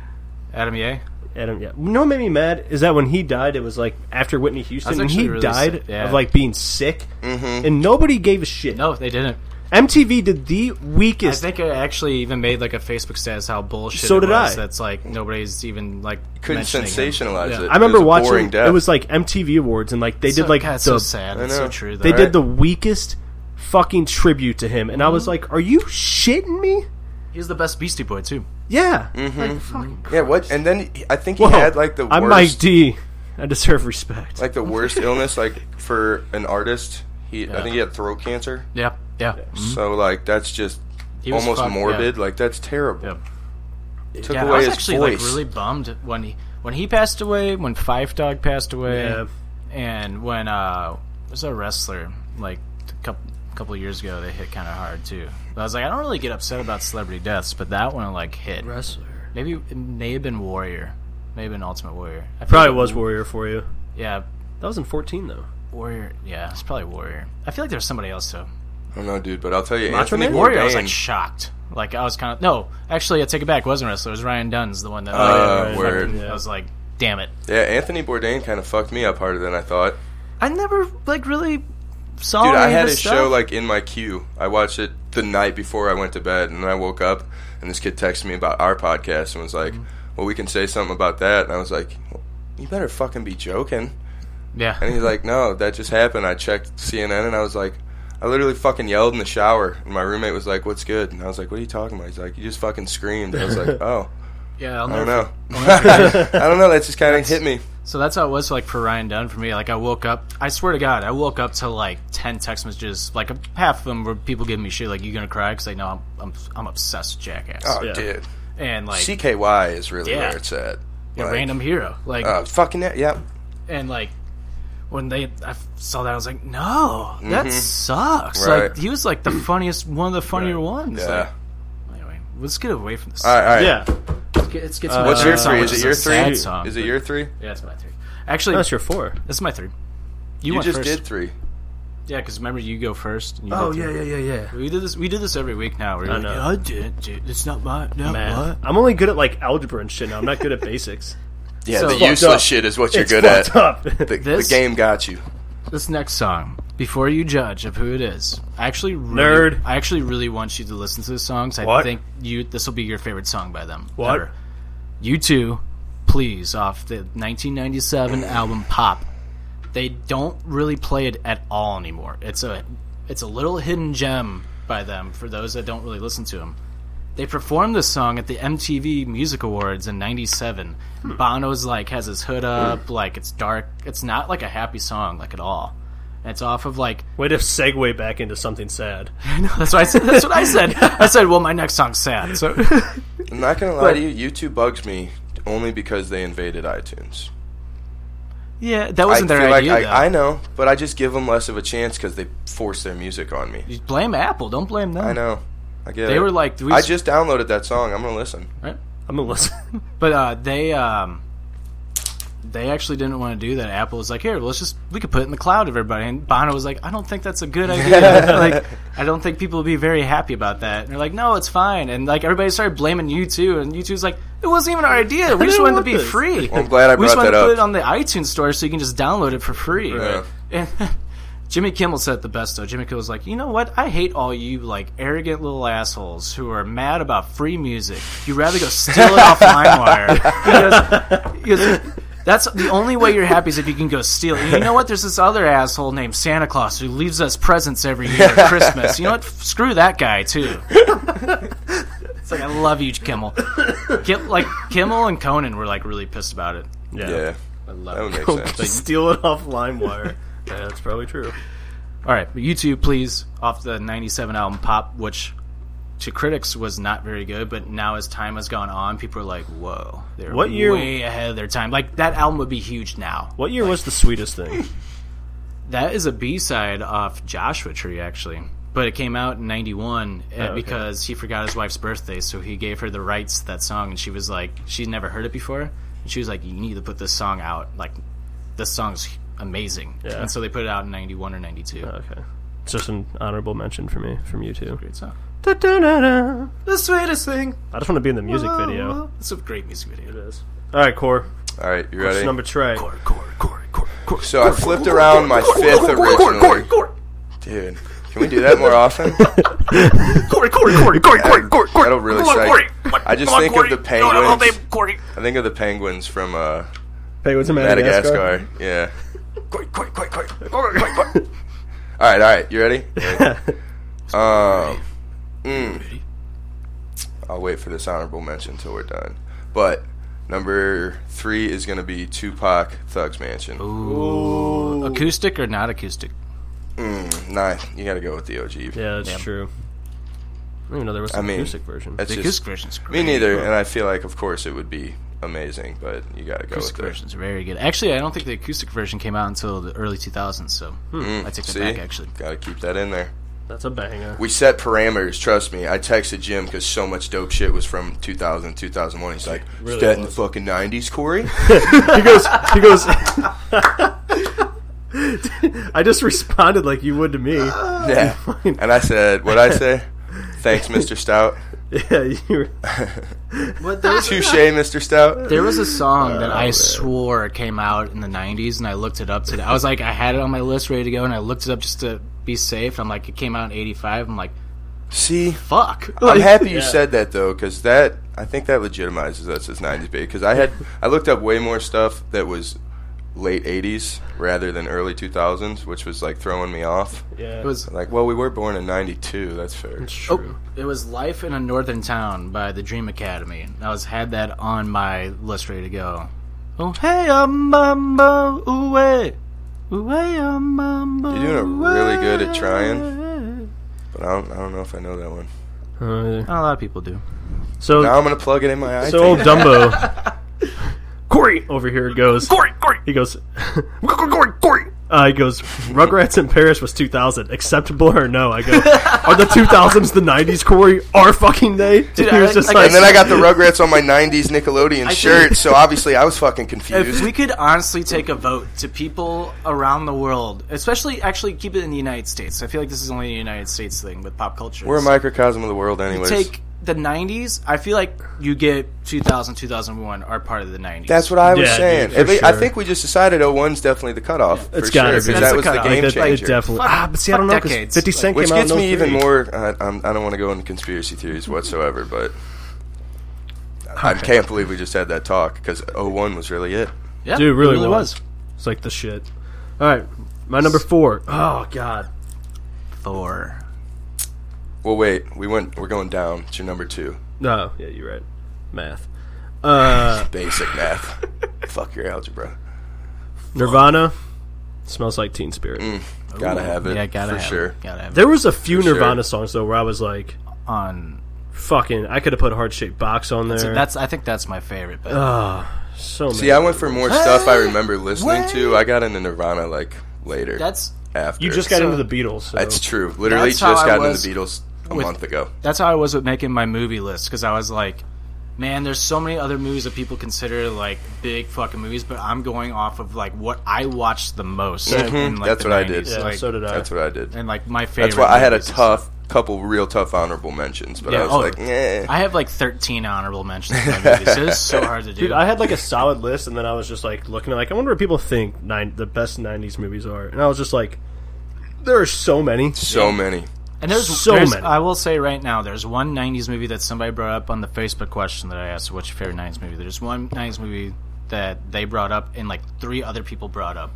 Speaker 1: Adam Yeh.
Speaker 2: Adam Yacht. You know what made me mad is that when he died, it was like after Whitney Houston,
Speaker 1: That's
Speaker 2: and he
Speaker 1: actually really
Speaker 2: died
Speaker 1: sick, yeah.
Speaker 2: of like being sick,
Speaker 5: Mm-hmm.
Speaker 2: and nobody gave a shit.
Speaker 1: No, they didn't.
Speaker 2: MTV did the
Speaker 1: I
Speaker 2: weakest.
Speaker 1: think I actually even made like a Facebook status how bullshit.
Speaker 2: So
Speaker 1: it
Speaker 2: did
Speaker 1: was.
Speaker 2: I.
Speaker 1: That's like nobody's even like
Speaker 5: Couldn't
Speaker 1: mentioning
Speaker 5: sensationalize
Speaker 1: Yeah.
Speaker 5: it.
Speaker 2: I remember
Speaker 5: it was a
Speaker 2: watching.
Speaker 5: boring death.
Speaker 2: It was like MTV Awards, and like they
Speaker 1: So-
Speaker 2: did like
Speaker 1: God, it's so
Speaker 2: the
Speaker 1: sad.
Speaker 5: I
Speaker 1: It's so
Speaker 5: know.
Speaker 1: true. Though.
Speaker 2: They
Speaker 5: Alright.
Speaker 2: did the weakest fucking tribute to him, and I
Speaker 1: Mm-hmm.
Speaker 2: was like, "Are you shitting me?"
Speaker 1: He's the best Beastie Boy too.
Speaker 2: Yeah, like fucking.
Speaker 5: yeah, what? And then he- I think Mm, he
Speaker 2: Whoa.
Speaker 5: had like the
Speaker 2: I'm Mike
Speaker 5: worst,
Speaker 2: D. I deserve respect.
Speaker 5: like the worst illness, like for an artist. He, I think he had throat cancer.
Speaker 1: Yeah, yeah,
Speaker 2: Mm-hmm.
Speaker 5: So like that's just
Speaker 1: He was
Speaker 5: almost
Speaker 1: fucked,
Speaker 5: morbid. Like that's terrible.
Speaker 1: Yep.
Speaker 5: It took
Speaker 1: yeah. I
Speaker 5: away
Speaker 1: was
Speaker 5: his
Speaker 1: actually
Speaker 5: voice.
Speaker 1: like really bummed when he when he passed away, when Five Dog passed away,
Speaker 2: Yeah.
Speaker 1: and when uh there's a wrestler like a couple couple years ago they hit kind of hard too. But I was like, I don't really get upset about celebrity deaths, but that one like hit.
Speaker 2: wrestler.
Speaker 1: Maybe it may have been Warrior, maybe been Ultimate Warrior. I feel
Speaker 2: Probably
Speaker 1: like-
Speaker 2: was Warrior for you.
Speaker 1: Yeah,
Speaker 2: That was in 14 though.
Speaker 1: Warrior. Yeah, it's probably Warrior. I feel like there's somebody else though.
Speaker 5: I don't know, dude, but I'll tell you,
Speaker 2: Macho
Speaker 5: Anthony
Speaker 2: Man?
Speaker 1: Warrior, I was
Speaker 5: Bourdain-
Speaker 1: like shocked. Like I was kind of no. Actually, I take it back. It wasn't wrestler. It was Ryan Dunn's the one that.
Speaker 5: Uh,
Speaker 1: like,
Speaker 5: word.
Speaker 1: fucking- I was like, damn it.
Speaker 5: yeah, Anthony Bourdain kind of fucked me up harder than I thought.
Speaker 1: I never like really sorry.
Speaker 5: Dude, I had
Speaker 1: this
Speaker 5: his
Speaker 1: stuff.
Speaker 5: show like in my queue. I watched it the night before I went to bed, and I woke up and this kid texted me about our podcast and was like,
Speaker 1: Mm.
Speaker 5: "Well, we can say something about that." And I was like, "You better fucking be joking."
Speaker 1: Yeah.
Speaker 5: And he's like, "No, that just happened." I checked CNN and I was like, "I literally fucking yelled in the shower." And my roommate was like, "What's good?" And I was like, "What are you talking about?" He's like, "You just fucking screamed." I was like, "Oh."
Speaker 1: Yeah, I'll
Speaker 5: I don't
Speaker 1: never-
Speaker 5: know. I don't know. That just kind of
Speaker 1: That's-
Speaker 5: hit me.
Speaker 1: So that's how it was like for Ryan Dunn for me. Like I woke up, I swear to God, I woke up to like ten text messages. Like half of them were people giving me shit, like "You gonna cry?" Because they know I'm, I'm I'm obsessed with Jackass.
Speaker 5: Oh, dude.
Speaker 1: And like
Speaker 5: CKY is really
Speaker 1: Yeah.
Speaker 5: where it's at.
Speaker 1: Yeah,
Speaker 5: Like,
Speaker 1: random hero. Like
Speaker 5: uh, fucking it. Yep.
Speaker 1: and like when they I saw that, I was like, no, that
Speaker 5: Mhm.
Speaker 1: sucks.
Speaker 5: Right.
Speaker 1: Like he was like the funniest, one of the funnier ones.
Speaker 5: Yeah.
Speaker 1: Like, anyway, let's get away from this.
Speaker 5: All right, all right. Yeah.
Speaker 1: Let's get, let's get to
Speaker 5: What's
Speaker 1: the
Speaker 5: your
Speaker 1: uh, song, Oh,
Speaker 5: three?
Speaker 1: which
Speaker 5: Is it your
Speaker 1: a sad
Speaker 5: three?
Speaker 1: song,
Speaker 5: Is it
Speaker 1: but-
Speaker 5: your three?
Speaker 1: Yeah, it's my three. Actually,
Speaker 2: That's your four.
Speaker 1: This is my three.
Speaker 5: You,
Speaker 1: went
Speaker 5: just
Speaker 1: first.
Speaker 5: did three.
Speaker 1: Yeah, because remember you go first. And you
Speaker 2: Oh,
Speaker 1: did
Speaker 2: yeah,
Speaker 1: three.
Speaker 2: yeah, yeah, yeah.
Speaker 1: We do this. We do this every week now. We're
Speaker 2: I
Speaker 1: like,
Speaker 2: know.
Speaker 1: "Yeah, I did, dude. It's not my. No,
Speaker 2: Man,
Speaker 1: what?
Speaker 2: I'm only good at like algebra and shit. Now. I'm not good at basics.
Speaker 5: Yeah,
Speaker 1: So-
Speaker 5: the
Speaker 1: Fucked
Speaker 5: useless
Speaker 1: up.
Speaker 5: shit is what you're
Speaker 2: It's
Speaker 5: good at.
Speaker 2: fucked up.
Speaker 5: The, the
Speaker 1: This-
Speaker 5: game got you.
Speaker 1: This next song, before you judge of who it is, I actually really,
Speaker 2: Nerd.
Speaker 1: I actually really want you to listen to this song. 'cause I
Speaker 2: What?
Speaker 1: think you this will be your favorite song by them.
Speaker 2: What?
Speaker 1: Ever. You two, please, off the 1997 album Pop. They don't really play it at all anymore. It's a it's a little hidden gem by them for those that don't really listen to them. They performed this song at the MTV Music Awards in '97. Bono's like has his hood up, like it's dark. It's not like a happy song, like at all. And it's off of like
Speaker 2: Way to segue back into something sad.
Speaker 1: that's what I said. That's what I said. I said, well, my next song's sad. So
Speaker 5: I'm not gonna lie to you. YouTube bugs me only because they invaded iTunes.
Speaker 1: yeah, that wasn't
Speaker 5: I
Speaker 1: their
Speaker 5: feel
Speaker 1: idea.
Speaker 5: Like
Speaker 1: though.
Speaker 5: I, I know, but I just give them less of a chance because they force their music on me.
Speaker 1: You blame Apple. Don't blame them.
Speaker 5: I know. I get
Speaker 1: They
Speaker 5: it.
Speaker 1: were like, we-
Speaker 5: I just downloaded that song. I'm gonna listen.
Speaker 1: Right?
Speaker 2: I'm gonna listen.
Speaker 1: But uh, they um, they actually didn't want to do that. Apple was like, here, let's just we could put it in the cloud, everybody. And Bono was like, I don't think that's a good idea. like, I don't think people will be very happy about that. And they're like, no, it's fine. And like everybody started blaming you too, and you two's like, it wasn't even our idea. We just wanted to
Speaker 2: didn't want
Speaker 1: be
Speaker 2: this."
Speaker 1: free.
Speaker 5: Well, I'm glad I
Speaker 1: we just
Speaker 5: brought
Speaker 1: wanted
Speaker 5: that
Speaker 1: to put
Speaker 5: up.
Speaker 1: it on the iTunes store so you can just download it for free.
Speaker 5: Yeah.
Speaker 1: And Jimmy Kimmel said it the best though. Jimmy Kimmel was like, you know what? I hate all you like arrogant little assholes who are mad about free music. You'd rather go steal it off LimeWire. He goes, he goes, that's the only way you're happy is if you can go steal. it." And you know what? There's this other asshole named Santa Claus who leaves us presents every year at Christmas. You know what? Screw that guy too. It's like I love you, Kimmel. Kim, like Kimmel and Conan were like really pissed about it.
Speaker 5: Yeah,
Speaker 1: I
Speaker 5: that would
Speaker 1: love it.
Speaker 5: make sense.
Speaker 2: Just steal it off LimeWire. yeah, that's probably true.
Speaker 1: All right, but you two, please, off the '97 album Pop, which to critics was not very good, but now as time has gone on, people are like, "Whoa, they're
Speaker 2: What year-
Speaker 1: way ahead of their time." Like that album would be huge now.
Speaker 2: What year was the sweetest thing?
Speaker 1: That is a B side off Joshua Tree, actually, but it came out in '91 uh,
Speaker 2: Oh, okay.
Speaker 1: because he forgot his wife's birthday, so he gave her the rights to that song, and she was like, she'd never heard it before, and she was like, "You need to put this song out. Like, this song's amazing."
Speaker 2: Yeah. Oh,
Speaker 1: And so they put it out in '91 or '92.
Speaker 2: Okay, it's just an honorable mention for me from you two.
Speaker 1: Great song.
Speaker 2: Da-da-da-da.
Speaker 1: The sweetest thing.
Speaker 2: I just want to be in the music video.
Speaker 1: It's a great music video.
Speaker 2: All right, Core.
Speaker 5: All right, you
Speaker 2: What's
Speaker 5: ready?
Speaker 2: number tray?
Speaker 5: So I flipped around my fifth originally. Dude, can we do that more often?
Speaker 1: Corey, Corey, Corey, Corey, Corey, Corey, Corey.
Speaker 5: That'll really
Speaker 1: Come on,
Speaker 5: psych-
Speaker 1: Corey.
Speaker 5: I just
Speaker 1: Come on,
Speaker 5: think
Speaker 1: Corey.
Speaker 5: of the
Speaker 1: No, no, no,
Speaker 5: penguins.
Speaker 1: babe, Corey.
Speaker 5: I think of the penguins from uh,
Speaker 2: Penguins of Madagascar.
Speaker 5: Madagascar. Yeah. All right, all right. You ready? um, mm. I'll wait for this honorable mention till we're done. But number three is going to be Tupac Thug's Mansion.
Speaker 1: Acoustic or not acoustic?
Speaker 5: Mm, nah, you got to go with the OG.
Speaker 2: Yeah, that's true. I didn't even know there was
Speaker 5: I
Speaker 2: an
Speaker 5: mean,
Speaker 2: acoustic version.
Speaker 5: That's
Speaker 1: The
Speaker 5: just,
Speaker 1: acoustic version's great.
Speaker 5: me neither, and I feel like, of course, it would be amazing, but you got to go
Speaker 1: Acoustic
Speaker 5: with it.
Speaker 1: version's very good. Actually, I don't think the acoustic version came out until the early 2000s, so I take that
Speaker 5: Hmm. See,
Speaker 1: back, actually.
Speaker 5: got to keep that in there.
Speaker 2: That's a banger.
Speaker 5: We set parameters, trust me. I texted Jim because so much dope shit was from 2000, 2001. He's like, is that in the fucking 90s, Corey?
Speaker 2: he goes. He goes. I just responded like you would to me.
Speaker 5: yeah. And I said, what'd I say? Thanks, Mr. Stout.
Speaker 2: Yeah, you were.
Speaker 5: Touche, Mr. Stout.
Speaker 1: There was a song that I swore came out in the '90s, and I looked it up today. I was like, I had it on my list ready to go, and I looked it up just to be safe. I'm like, it came out in '85. I'm like,
Speaker 5: see,
Speaker 1: fuck.
Speaker 5: I'm
Speaker 1: Like,
Speaker 5: happy you
Speaker 1: yeah.
Speaker 5: said that though, because that I think that legitimizes us as '90s baby. Because I had I looked up way more stuff that was late '80s rather than early 2000s, which was like throwing me off.
Speaker 1: Yeah. It was-
Speaker 5: like, well, we were born in '92. That's fair.
Speaker 1: Oh, it was "Life in a Northern Town" by the Dream Academy. And I was had that on my list ready to go. Oh, hey, um, mumbo, ooh, way, ooh, way, um, mumbo.
Speaker 5: You're doing really good at trying, but I don't, I don't know if I know that one.
Speaker 1: Not a lot of people do.
Speaker 2: So
Speaker 5: now I'm gonna plug it in my iPad.
Speaker 2: So old Dumbo, Corey over here goes. Corey, Corey. He goes. Corey, Corey, Corey. Uh, he goes. Rugrats in Paris was 2000. Acceptable or no? I go. Are the 2000s the 90s, Corey? Our fucking day.
Speaker 5: Dude,
Speaker 2: He was
Speaker 5: I-
Speaker 2: just
Speaker 5: I-
Speaker 2: like-
Speaker 5: and then I got the Rugrats on my '90s Nickelodeon
Speaker 1: think-
Speaker 5: shirt, so obviously I was fucking confused.
Speaker 1: If we could honestly take a vote to people around the world, especially actually keep it in the United States. I feel like this is only a United States thing with pop culture.
Speaker 5: We're a microcosm of the world, anyways.
Speaker 1: Take the 90s. I feel like you get 2000, 2001 are part of the 90s.
Speaker 5: That's what I was
Speaker 1: Yeah,
Speaker 5: saying.
Speaker 1: dude,
Speaker 5: At
Speaker 1: for
Speaker 5: least- I
Speaker 1: sure.
Speaker 5: think we just decided 01's definitely the cutoff.
Speaker 1: it's
Speaker 5: for
Speaker 1: gotta
Speaker 5: sure,
Speaker 1: be. That's
Speaker 5: 'cause that
Speaker 1: the
Speaker 5: was the
Speaker 1: cutoff.
Speaker 5: game
Speaker 1: Like, that- it
Speaker 5: changer.
Speaker 1: definitely- Fuck- Ah, but see, I don't fuck know, 'cause decades. 50 Cent
Speaker 5: Which
Speaker 1: came out in
Speaker 5: gets me even
Speaker 1: 03.
Speaker 5: more. I, I'm, I don't want to go into conspiracy theories whatsoever, but I
Speaker 2: Okay.
Speaker 5: can't believe we just had that talk because 01 was really it.
Speaker 2: Dude, really, was. It's like the shit. All right, my number four. Oh God,
Speaker 1: Thor.
Speaker 5: Well, wait. We went. We're going down. It's your number two.
Speaker 2: No, yeah, you're right. Math. Uh,
Speaker 5: Basic math. Fuck your algebra.
Speaker 2: Nirvana smells like Teen Spirit.
Speaker 5: gotta Ooh. have it, Yeah, gotta for have it. sure. Gotta have it.
Speaker 2: there was a few
Speaker 5: For sure.
Speaker 2: Nirvana songs though where I was like,
Speaker 1: on
Speaker 2: fucking, I could have put Heart Shaped Box on there.
Speaker 1: That's, that's- I think that's my favorite. But
Speaker 2: Ugh, so
Speaker 5: See, I went for more stuff I remember listening to. I got into Nirvana like later.
Speaker 1: That's-
Speaker 5: after
Speaker 2: You just got into the Beatles, so-
Speaker 5: That's true. Literally
Speaker 1: That's how I
Speaker 5: just got into
Speaker 1: was
Speaker 5: the Beatles a
Speaker 1: with-
Speaker 5: month ago.
Speaker 1: That's how I was with making my movie list because I was like, man, there's so many other movies that people consider like big fucking movies, but I'm going off of like what I watched the most.
Speaker 5: Mhm.
Speaker 1: in, like,
Speaker 5: That's
Speaker 1: the
Speaker 5: what I
Speaker 1: 90s.
Speaker 5: did.
Speaker 1: Like,
Speaker 5: That's what I did.
Speaker 1: And like my favorite.
Speaker 5: That's why I had a
Speaker 1: movies.
Speaker 5: tough couple, real tough honorable mentions, but I was
Speaker 1: oh,
Speaker 5: like, eh.
Speaker 1: I have like 13 honorable mentions. in my movies. It is so hard to do.
Speaker 2: Dude, I had like a solid list, and then I was just like looking at like, I wonder what people think nine, the best '90s movies are, and I was just like, there are so many,
Speaker 5: so many.
Speaker 1: And there's
Speaker 2: so
Speaker 1: there's-
Speaker 2: many.
Speaker 1: I will say right now, there's one '90s movie that somebody brought up on the Facebook question that I asked, "What's your favorite '90s movie?" There's one '90s movie that they brought up, and like three other people brought up,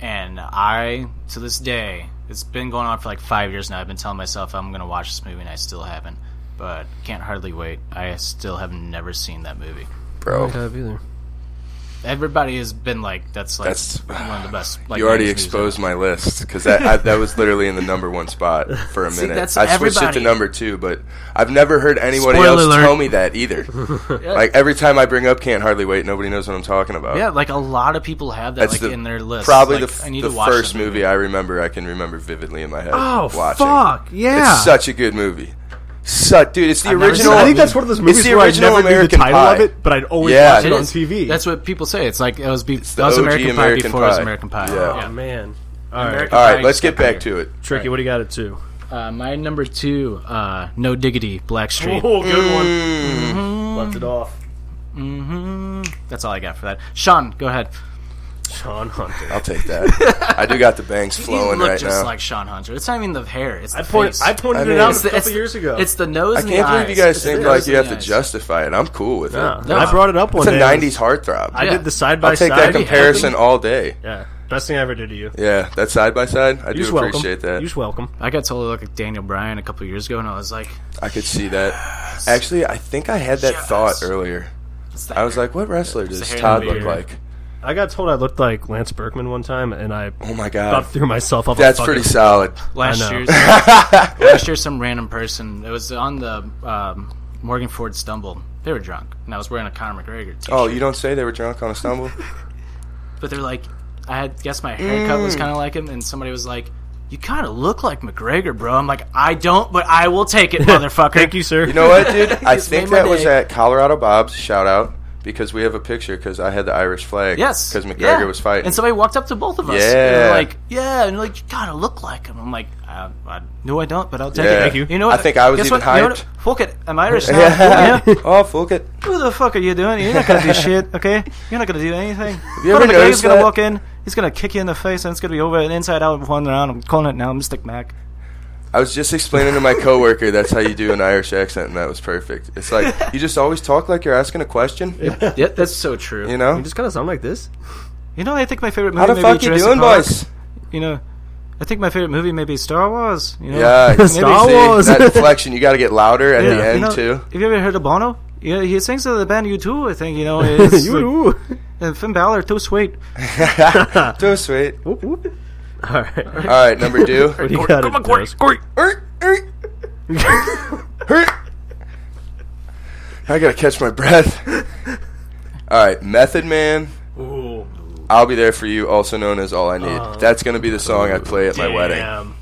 Speaker 1: and I, to this day, it's been going on for like five years now. I've been telling myself I'm gonna watch this movie, and I still haven't. But can't hardly wait. I still have never seen that movie.
Speaker 5: bro.
Speaker 1: Everybody has been like, "That's like one of the best." Like,
Speaker 5: you already
Speaker 1: 90s movies
Speaker 5: exposed my list because that I, that was literally in the number one spot for a
Speaker 1: See,
Speaker 5: minute.
Speaker 1: that's
Speaker 5: I switched it to
Speaker 1: everybody.
Speaker 5: number two, but I've never heard anybody
Speaker 1: Spoiler
Speaker 5: else
Speaker 1: alert.
Speaker 5: tell me that either.
Speaker 1: Yeah.
Speaker 5: Like every time I bring up "Can't Hardly Wait," nobody knows what I'm talking about.
Speaker 1: Yeah, like a lot of people have that
Speaker 5: That's
Speaker 1: like
Speaker 5: the,
Speaker 1: in their list.
Speaker 5: Probably
Speaker 1: Like,
Speaker 5: the,
Speaker 1: I need
Speaker 5: the
Speaker 1: to watch
Speaker 5: first
Speaker 1: them.
Speaker 5: movie I remember. I can remember vividly in my head.
Speaker 1: Oh,
Speaker 5: watching.
Speaker 1: fuck, yeah.
Speaker 5: It's such a good movie. Suck, dude. It's the
Speaker 1: I've never seen
Speaker 5: original.
Speaker 1: it. I think
Speaker 2: that's one of those movies
Speaker 5: it's the
Speaker 2: where I
Speaker 5: original
Speaker 2: never knew the
Speaker 5: American
Speaker 2: title
Speaker 5: Pie.
Speaker 2: of it, but I'd always
Speaker 5: yeah,
Speaker 2: watch it
Speaker 5: dude.
Speaker 2: on TV.
Speaker 1: That's what people say. It's like it was, be- that
Speaker 5: the
Speaker 1: was
Speaker 5: OG
Speaker 1: American, Pie
Speaker 5: American
Speaker 1: before it was
Speaker 5: Pie.
Speaker 1: American Pie.
Speaker 5: Yeah.
Speaker 2: Oh, man.
Speaker 1: All right.
Speaker 5: All right, let's get back to it.
Speaker 2: Tricky, what do you got at two?
Speaker 1: Uh, my number two, uh, No Diggity, Blackstreet.
Speaker 2: Oh, good one.
Speaker 5: Mm,
Speaker 2: Left it off.
Speaker 1: hmm That's all I got for that. Sean, go ahead.
Speaker 2: Sean Hunter.
Speaker 5: I'll take that. I do got the bangs
Speaker 1: you
Speaker 5: flowing
Speaker 1: look
Speaker 5: right
Speaker 1: just
Speaker 5: now.
Speaker 1: like Sean Hunter. It's not even the hair. It's the
Speaker 2: I point-
Speaker 1: face.
Speaker 2: I pointed I it mean- out
Speaker 1: It's
Speaker 2: a
Speaker 1: the- it's-
Speaker 2: couple years ago.
Speaker 1: It's the nose.
Speaker 5: I
Speaker 1: and
Speaker 5: can't
Speaker 1: the
Speaker 5: believe you
Speaker 1: eyes.
Speaker 5: guys
Speaker 1: It's
Speaker 5: think
Speaker 1: the
Speaker 5: like
Speaker 1: nose
Speaker 5: you
Speaker 1: and
Speaker 5: have
Speaker 1: the
Speaker 5: to
Speaker 1: eyes.
Speaker 5: justify it. I'm cool with
Speaker 2: Nah,
Speaker 5: it.
Speaker 2: no. I brought it up one
Speaker 5: It's
Speaker 2: day.
Speaker 5: a '90s heartthrob.
Speaker 2: I did the side by
Speaker 5: I'll take
Speaker 2: side.
Speaker 5: that comparison all day.
Speaker 2: Yeah, best thing I ever did to you.
Speaker 5: Yeah, that side by side. I
Speaker 2: You's
Speaker 5: do
Speaker 2: welcome.
Speaker 5: appreciate that.
Speaker 2: You's welcome.
Speaker 1: I got told to look like Daniel Bryan a couple years ago, and I was like,
Speaker 5: I could see that. Actually, I think I had that thought earlier. I was like, "What wrestler
Speaker 2: the
Speaker 5: does
Speaker 2: hair
Speaker 5: Todd
Speaker 2: in the
Speaker 5: look
Speaker 2: beard.
Speaker 5: like?"
Speaker 2: I got told I looked like Lance Berkman one time, and I
Speaker 5: oh my god,
Speaker 2: about threw myself off. a
Speaker 5: That's
Speaker 2: fucking-
Speaker 5: pretty solid.
Speaker 1: last
Speaker 2: I know.
Speaker 1: year's last year some random person it was on the um, Morgan Ford stumble they were drunk and I was wearing a Conor McGregor t-
Speaker 5: Oh, you don't say they were drunk on a stumble?
Speaker 1: but they're like I had guess my haircut was
Speaker 5: Mm.
Speaker 1: kind of like him and somebody was like you kind of look like McGregor bro I'm like I don't but I will take it motherfucker
Speaker 2: Thank you, sir.
Speaker 5: You know what, dude? I
Speaker 1: Just
Speaker 5: think
Speaker 1: made my
Speaker 5: that was
Speaker 1: day.
Speaker 5: at Colorado Bob's. Shout out because we have a picture because I had the Irish flag.
Speaker 1: Yes,
Speaker 5: because McGregor
Speaker 1: yeah.
Speaker 5: was fighting.
Speaker 1: and somebody walked up to both of us. and
Speaker 5: Yeah.
Speaker 1: were like yeah, and like you kind of look like him. I'm like, uh, I, no, I don't, but I'll take it.
Speaker 5: Yeah. Thank you.
Speaker 1: know what?
Speaker 5: I think I was
Speaker 1: Guess
Speaker 5: even
Speaker 1: what? You know
Speaker 5: hyped.
Speaker 1: what? Fuck it, I'm Irish now.
Speaker 5: Yeah.
Speaker 1: You know?
Speaker 5: oh, fuck it.
Speaker 1: Who the fuck are you doing? You're not gonna do shit, okay? You're not gonna do anything.
Speaker 5: you
Speaker 1: Conor
Speaker 5: ever
Speaker 1: McGregor's
Speaker 5: noticed
Speaker 1: gonna
Speaker 5: that?
Speaker 1: walk in. He's gonna kick you in the face, and it's gonna be over. An inside out one round. I'm calling it now. Mystic Mac.
Speaker 5: I was just explaining to my coworker that's how you do an Irish accent, and that was perfect. It's like you just always talk like you're asking a question.
Speaker 1: Yeah, yeah that's so true.
Speaker 5: You know,
Speaker 2: You just kind of sound like this.
Speaker 1: You know, I think my favorite movie.
Speaker 5: How the
Speaker 1: may
Speaker 5: fuck
Speaker 1: be
Speaker 5: you
Speaker 1: Jurassic
Speaker 5: doing,
Speaker 1: Park.
Speaker 5: boys?
Speaker 1: You know, I think my favorite movie may be Star Wars. You know?
Speaker 5: yeah,
Speaker 1: Maybe-
Speaker 5: see, that inflection. You got to get louder at
Speaker 1: Yeah,
Speaker 5: the end
Speaker 1: you know,
Speaker 5: too.
Speaker 1: Have you ever heard of Bono? Yeah, he sings to the band You Too. I think you know. It's
Speaker 2: U2.
Speaker 1: like- and Finn Balor, too sweet.
Speaker 5: too sweet.
Speaker 2: Whoop, whoop. All right. All
Speaker 5: right, number two.
Speaker 2: what do you got? Come on, Corey.
Speaker 5: I gotta catch my breath. All right, Method Man. I'll be there for you, also known as All I Need.
Speaker 2: Oh.
Speaker 5: That's gonna be the song I play at my wedding.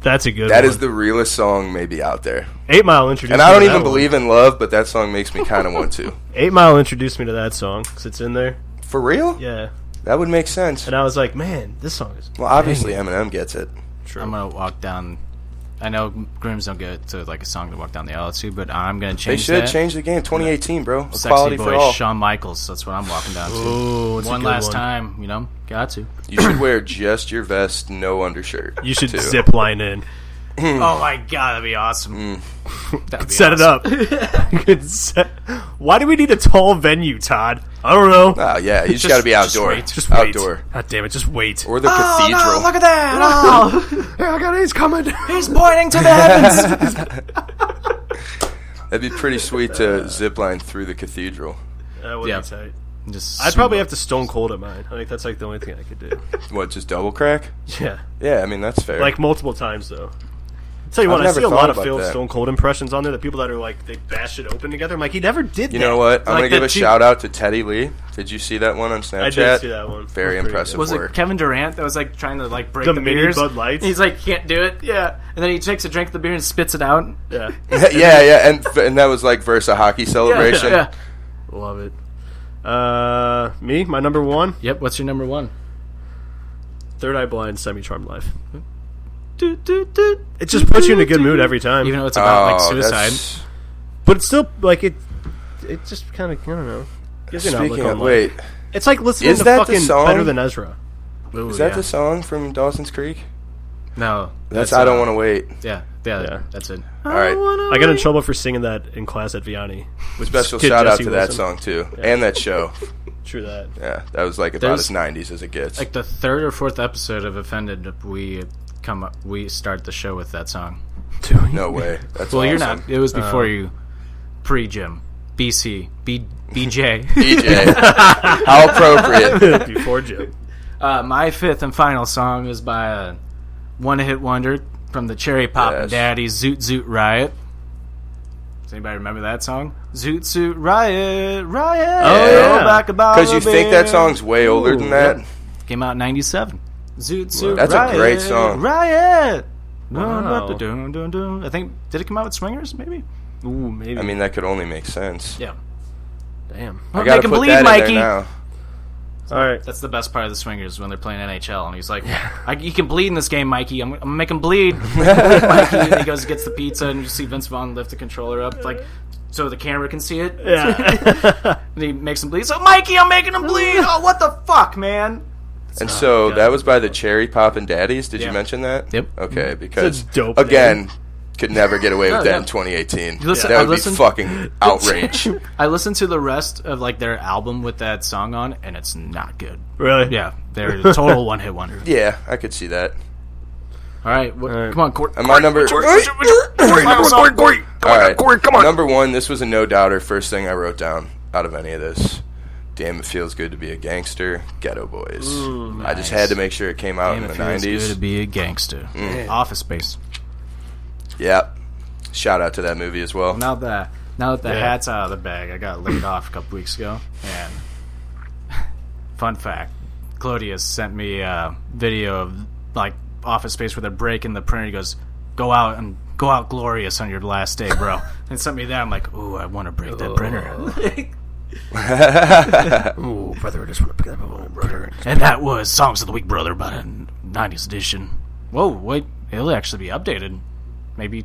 Speaker 2: That's a good.
Speaker 5: That
Speaker 2: one.
Speaker 5: is the realest song maybe out there.
Speaker 2: Eight Mile introduced.
Speaker 5: And I
Speaker 2: me
Speaker 5: don't
Speaker 2: to
Speaker 5: even
Speaker 2: that one.
Speaker 5: believe in love, but that song makes me kind of want to.
Speaker 2: Eight Mile introduced me to that song because it's in there.
Speaker 5: For real?
Speaker 2: Yeah,
Speaker 5: That would make sense.
Speaker 2: and I was like, man, this song is
Speaker 5: Well, obviously Eminem gets it.
Speaker 1: I'm gonna walk down. I know grooms don't get to like a song to walk down the aisle to, but I'm gonna
Speaker 5: They
Speaker 1: change.
Speaker 5: should
Speaker 1: that.
Speaker 5: change the game. 2018, bro.
Speaker 1: Sexy
Speaker 5: Equality
Speaker 1: boy,
Speaker 5: for all.
Speaker 1: Shawn Michaels. That's what I'm walking down to.
Speaker 2: Ooh, it's a
Speaker 1: one
Speaker 2: good
Speaker 1: last
Speaker 2: one.
Speaker 1: time, you know. Got to.
Speaker 5: You should wear just your vest, no undershirt.
Speaker 2: You should
Speaker 5: too.
Speaker 2: zip line in. Hmm.
Speaker 1: Oh my god, that'd be awesome. That'd be
Speaker 2: Set
Speaker 1: awesome.
Speaker 2: it up. You could set- Why do we need a tall venue, Todd? I don't know.
Speaker 5: Oh yeah, you just,
Speaker 1: Just-
Speaker 5: got to be
Speaker 1: just
Speaker 5: outdoor.
Speaker 1: wait,
Speaker 2: Just wait.
Speaker 5: outdoor
Speaker 2: God damn it, just wait.
Speaker 5: or the cathedral.
Speaker 1: Oh, Look at that! Oh,
Speaker 2: Hey, I got it, he's coming.
Speaker 1: he's pointing to the heavens.
Speaker 5: That'd be pretty sweet to zip line through the cathedral.
Speaker 2: That would
Speaker 1: Yeah.
Speaker 2: be tight.
Speaker 1: Just
Speaker 2: I'd probably have to stone cold at mine. I think that's like the only thing I could do.
Speaker 5: What? Just double crack?
Speaker 2: Yeah,
Speaker 5: Yeah, I mean that's fair.
Speaker 2: like multiple times though. Tell you what,
Speaker 5: I've
Speaker 2: I
Speaker 5: never
Speaker 2: see a
Speaker 5: thought
Speaker 2: lot of
Speaker 5: about
Speaker 2: Phil
Speaker 5: that.
Speaker 2: Stone Cold impressions on there. The people that are like they bash it open together. I'm like, he never did.
Speaker 5: you
Speaker 2: that.
Speaker 5: know what? I'm
Speaker 2: Like
Speaker 5: gonna give
Speaker 2: the
Speaker 5: a
Speaker 2: two-
Speaker 5: shout out to Teddy Lee. Did you see that one on Snapchat?
Speaker 2: I did see that one. It
Speaker 5: Very
Speaker 2: was pretty
Speaker 5: impressive
Speaker 1: was
Speaker 5: work.
Speaker 1: it Kevin Durant that was like trying to like break
Speaker 2: The
Speaker 1: the,
Speaker 2: mini
Speaker 1: beers?
Speaker 2: Bud Lights?
Speaker 1: And he's like, can't do it. Yeah, and then he takes a drink of the beer and spits it out.
Speaker 2: Yeah,
Speaker 5: yeah, yeah, and and that was like versus a hockey celebration.
Speaker 1: Yeah.
Speaker 2: love it. Uh, me, my number one,
Speaker 1: Yep. What's your number one?
Speaker 2: Third Eye Blind, Semi Charmed Life.
Speaker 1: Do, do, do.
Speaker 2: It just puts you in a good mood every time.
Speaker 1: Even though it's about like
Speaker 5: Oh,
Speaker 1: suicide.
Speaker 5: that's-
Speaker 2: but it's still like it. It just kind of I don't know. Gives you an
Speaker 5: Speaking
Speaker 2: outlook
Speaker 5: of,
Speaker 2: on life.
Speaker 5: wait,
Speaker 2: it's like listening
Speaker 5: Is
Speaker 2: to
Speaker 5: that the
Speaker 2: fucking
Speaker 5: song?
Speaker 2: better than Ezra.
Speaker 1: Ooh,
Speaker 5: is that
Speaker 1: yeah.
Speaker 5: the song from Dawson's Creek?
Speaker 1: No.
Speaker 5: That's, I don't want to wait.
Speaker 1: Yeah, yeah,
Speaker 2: Yeah.
Speaker 1: that's it.
Speaker 5: All right,
Speaker 2: I got in trouble for singing that in class at Vianney. With
Speaker 5: special
Speaker 2: Kid
Speaker 5: shout out
Speaker 2: Jesse
Speaker 5: to that
Speaker 2: Wilson.
Speaker 5: song too, and that show.
Speaker 2: True that.
Speaker 5: Yeah, that was like about
Speaker 1: There's-
Speaker 5: as '90s as it gets.
Speaker 1: Like the third or fourth episode of Offended, we come up, we start the show with that song.
Speaker 5: no way. That's
Speaker 1: Well, you're
Speaker 5: awesome.
Speaker 1: not. It was before you, pre Jim, BC, B, BJ.
Speaker 5: DJ. How appropriate.
Speaker 2: Before Jim.
Speaker 1: uh, my fifth and final song is by a one-hit wonder from the Cherry Pop
Speaker 5: Yes.
Speaker 1: and Daddy Zoot Zoot Riot. Does anybody remember that song? Zoot Zoot Riot, Riot.
Speaker 2: Oh,
Speaker 1: roll
Speaker 2: yeah.
Speaker 1: back a bottle
Speaker 5: Because you
Speaker 1: of
Speaker 5: think
Speaker 1: beer.
Speaker 5: that song's way older than that.
Speaker 1: Came out in 97. Zoot Zoot
Speaker 5: That's a
Speaker 1: Riot,
Speaker 5: great song.
Speaker 1: Riot! Dun,
Speaker 2: Wow.
Speaker 1: dun, dun, dun, dun. I think, did it come out with Swingers, maybe?
Speaker 2: Ooh, maybe.
Speaker 5: I mean, that could only make sense.
Speaker 1: Yeah.
Speaker 2: damn.
Speaker 5: I gotta
Speaker 1: Make 'em
Speaker 5: put
Speaker 1: bleed,
Speaker 5: that
Speaker 1: Mikey.
Speaker 5: in there now.
Speaker 2: All right.
Speaker 1: That's the best part of the Swingers when they're playing NHL, and he's like, I, "You can bleed in this game, Mikey. I'm, I'm gonna make him bleed." Mikey, and he goes and gets the pizza, and you see Vince Vaughn lift the controller up, like, so the camera can see it.
Speaker 2: Yeah.
Speaker 1: And he makes him bleed. So, Mikey, I'm making him bleed. Oh, what the fuck, man?
Speaker 5: And so that was by the Cherry Pop and Daddies. Did
Speaker 1: Yeah.
Speaker 5: you mention that?
Speaker 1: Yep.
Speaker 5: Okay, because
Speaker 2: dope
Speaker 5: again, could never get away with
Speaker 1: No,
Speaker 5: that
Speaker 1: yeah.
Speaker 5: in 2018.
Speaker 1: Listen,
Speaker 5: that
Speaker 1: I
Speaker 5: would
Speaker 1: listened-
Speaker 5: be fucking outrage.
Speaker 1: I listened to the rest of like their album with that song on, and it's not good.
Speaker 2: really?
Speaker 1: Yeah, they're a total one hit wonder.
Speaker 5: yeah, I could see that.
Speaker 1: All right, wh- come on, Court.
Speaker 5: And my number. All right, come on. Number one, this was a no doubter. First thing I wrote down out of any of this. Damn, it feels good to be a gangster. Ghetto Boys. I just had to make sure it came out in the
Speaker 1: feels good to
Speaker 5: 90s.
Speaker 1: be a gangster. Office Space.
Speaker 5: Yeah. Shout out to that movie as well.
Speaker 1: Now that now that the
Speaker 2: Yeah.
Speaker 1: hat's out of the bag, I got laid off a couple weeks ago. And fun fact, Claudius sent me a video of like Office Space where they're breaking the printer. He goes, "Go out and go out glorious on your last day, bro." and sent me that. I'm like, "Ooh, I want to break that printer." Ooh, brother, I just want to pick up a brother. And that was Songs of the Week, brother, but in 90s edition. Whoa, wait, it'll actually be updated. Maybe.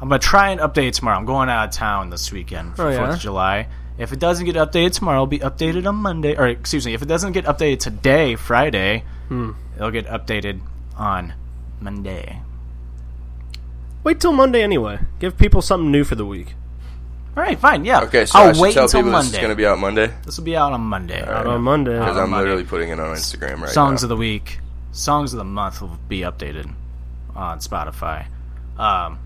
Speaker 1: I'm going to try and update it tomorrow. I'm going out of town this weekend for
Speaker 2: Oh,
Speaker 1: 4th
Speaker 2: yeah?
Speaker 1: of July. If it doesn't get updated tomorrow, it'll be updated on Monday. Or, excuse me, if it doesn't get updated today, Friday,
Speaker 2: Hmm.
Speaker 1: it'll get updated on Monday.
Speaker 2: Wait till Monday anyway. Give people something new for the week.
Speaker 1: All right, fine, yeah.
Speaker 5: Okay, so
Speaker 1: I'll
Speaker 5: I should
Speaker 1: Oh, wait
Speaker 5: tell
Speaker 1: until
Speaker 5: people this
Speaker 1: Monday.
Speaker 5: is going to be out Monday.
Speaker 1: This will be out on Monday.
Speaker 5: Out on
Speaker 2: Monday.
Speaker 5: Because
Speaker 1: Out on
Speaker 5: I'm
Speaker 1: Monday.
Speaker 5: literally putting it on Instagram right
Speaker 1: songs
Speaker 5: now.
Speaker 1: of the week, songs of the month will be updated on Spotify. Um,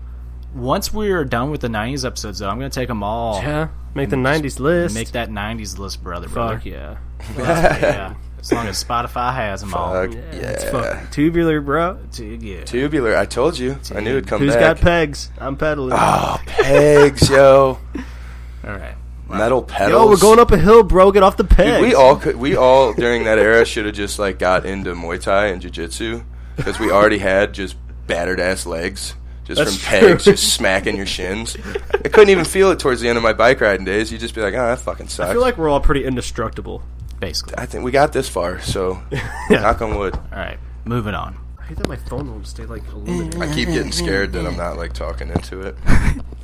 Speaker 1: once we're done with the '90s episodes, though, I'm gonna take them all.
Speaker 2: Yeah, make the
Speaker 1: and just
Speaker 2: 90s list.
Speaker 1: Make that '90s list, brother. brother.
Speaker 2: Fuck yeah.
Speaker 1: yeah. As long as Spotify has them all.
Speaker 5: Fuck Uh, yeah.
Speaker 2: It's fucking tubular, bro.
Speaker 1: Dude, yeah.
Speaker 5: Tubular, I told you. I knew it'd come
Speaker 2: Who's
Speaker 5: back.
Speaker 2: got pegs? I'm pedaling.
Speaker 5: Oh, pegs, yo.
Speaker 1: All right.
Speaker 5: Metal pedals.
Speaker 2: Yo, we're going up a hill, bro. Get off the
Speaker 5: Dude,
Speaker 2: pegs.
Speaker 5: we all could. We all during that era should have just like got into Muay Thai and Jiu Jitsu because we already had just battered ass legs just
Speaker 2: That's
Speaker 5: from
Speaker 2: true.
Speaker 5: pegs just smacking your shins. I couldn't even feel it towards the end of my bike riding days. You'd just be like, "Ah, that fucking sucks."
Speaker 2: I feel like we're all pretty indestructible.
Speaker 1: Basically.
Speaker 5: I think we got this far, so knock on wood.
Speaker 1: All right. Moving on.
Speaker 2: I hate that my phone won't stay like illuminated.
Speaker 5: I keep getting scared that I'm not like talking into it.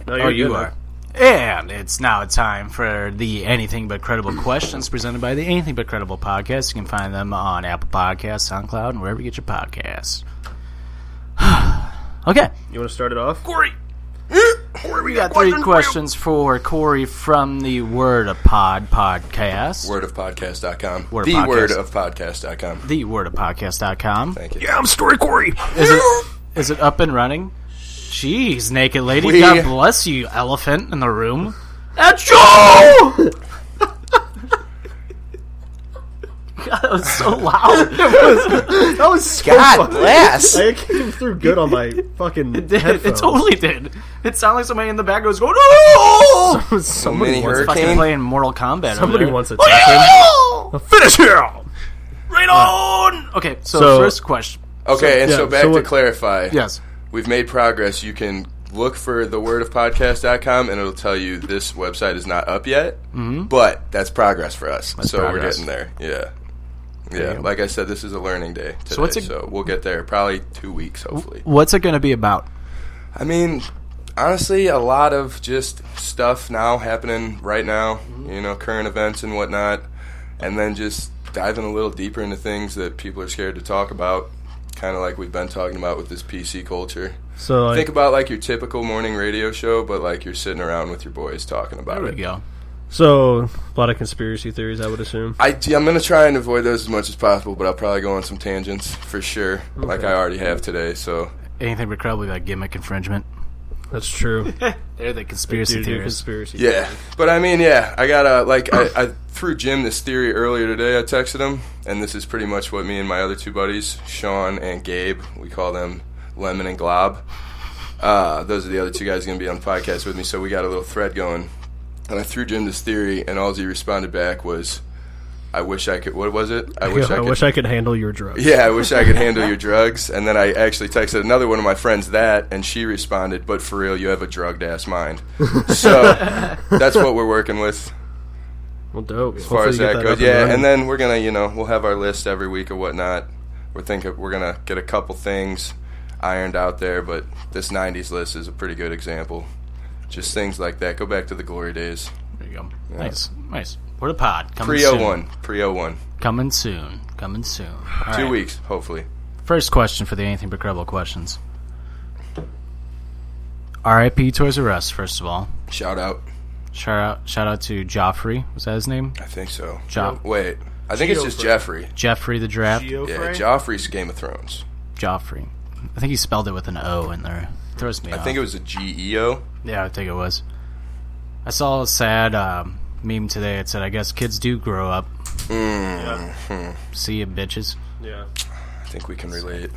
Speaker 2: No,
Speaker 1: Oh, you
Speaker 2: good,
Speaker 1: are. And it's now time for the Anything But Credible questions presented by the Anything But Credible podcast. You can find them on Apple Podcasts, SoundCloud, and wherever you get your podcasts. okay.
Speaker 2: You want to start it off?
Speaker 1: We got three questions for Corey from the Word of Pod podcast.
Speaker 5: Wordofpodcast.com.
Speaker 1: Word of
Speaker 5: the
Speaker 1: podcast.
Speaker 5: word of podcast.com.
Speaker 1: The Word of Podcast.com.
Speaker 5: Thank you.
Speaker 2: I'm Story Corey.
Speaker 1: Is it, is it up and running? Jeez, naked lady.
Speaker 5: We-
Speaker 1: God bless you, elephant in the room. That's you! God, that was so loud.
Speaker 2: That was so
Speaker 4: God
Speaker 2: fucking-
Speaker 4: bless.
Speaker 2: I came through good on my fucking.
Speaker 1: It, did. it
Speaker 2: headphones.
Speaker 1: totally did. It sounded like somebody in the back was going, "Oh!"
Speaker 2: Somebody
Speaker 5: many
Speaker 2: wants,
Speaker 5: hurricanes.
Speaker 1: Fucking
Speaker 5: Kane?
Speaker 1: playing Mortal Kombat. over
Speaker 2: somebody
Speaker 1: there.
Speaker 2: wants a tackle. Finish him.
Speaker 1: Right on. Okay, so,
Speaker 2: So-
Speaker 1: first question.
Speaker 5: Okay, and
Speaker 2: yeah,
Speaker 5: so back
Speaker 2: so
Speaker 5: to
Speaker 2: what-
Speaker 5: clarify.
Speaker 1: Yes.
Speaker 5: We've made progress. You can look for the word of podcast.com and it'll tell you this website is not up yet, but that's progress for us. so we're
Speaker 1: Mm-hmm. progress.
Speaker 5: getting there. Yeah. Yeah. Like I said, this is a learning day today. So,
Speaker 1: what's a-
Speaker 5: we'll get there probably two weeks, hopefully.
Speaker 1: What's it going to be about?
Speaker 5: I mean, honestly, a lot of just stuff now happening right now,
Speaker 1: Mm-hmm.
Speaker 5: you know, current events and whatnot, and then just diving a little deeper into things that people are scared to talk about, kind of like we've been talking about with this PC culture.
Speaker 2: So like,
Speaker 5: Think about like your typical morning radio show, but like you're sitting around with your boys talking about
Speaker 1: There we
Speaker 5: it.
Speaker 1: go.
Speaker 2: so a lot of conspiracy theories, I would assume.
Speaker 5: I, am going to try and avoid those as much as possible, but I'll probably go on some tangents for sure, like I already have today. So
Speaker 1: Anything but credible about gimmick infringement?
Speaker 2: That's true.
Speaker 1: They're the conspiracy
Speaker 2: Due to
Speaker 1: theorists.
Speaker 2: conspiracy.
Speaker 5: Yeah, but I mean, yeah, I gotta like I, I threw Jim this theory earlier today. I texted him, and this is pretty much what me and my other two buddies, Sean and Gabe, we call them Lemon and Glob. Uh, those are the other two guys gonna be on the podcast with me, so we got a little thread going. And I threw Jim this theory, and all he responded back was, "I wish I could." What was it? I
Speaker 2: Yo, I, wish I could handle your drugs.
Speaker 5: yeah, I wish I could handle your drugs. And then I actually texted another one of my friends that, and she responded, "But for real, you have a drugged ass mind." So that's what we're working with
Speaker 2: Well, dope.
Speaker 5: as far as that goes. Yeah, and then we're gonna, you know, we'll have our list every week or whatnot. We're thinking we're gonna get a couple things ironed out there, but this '90s list is a pretty good example. Just things like that. Go back to the glory days.
Speaker 1: There you go. Nice, nice. We're the pod. Coming
Speaker 5: Pre
Speaker 1: soon.
Speaker 5: 01, pre 01.
Speaker 1: Coming soon. Coming soon. All
Speaker 5: Two
Speaker 1: right.
Speaker 5: weeks, hopefully.
Speaker 1: First question for the Anything But Credible questions. R.I.P. Toys R Us. First of all,
Speaker 5: Shout out.
Speaker 1: shout out shout out to Joffrey. Was that his name?
Speaker 5: I think so.
Speaker 1: Jo-
Speaker 5: Wait, I think it's just Jeffrey.
Speaker 1: Jeffrey the Draft.
Speaker 5: Yeah, Joffrey's Game of Thrones.
Speaker 1: Joffrey. I think he spelled it with an O in there. Throws me
Speaker 5: I
Speaker 1: off.
Speaker 5: think it was a E GEO.
Speaker 1: yeah, I think it was. I saw a sad um, meme today. It said, "I guess kids do grow up."
Speaker 5: Mm-hmm.
Speaker 1: See ya, bitches.
Speaker 2: yeah.
Speaker 5: I think we can relate.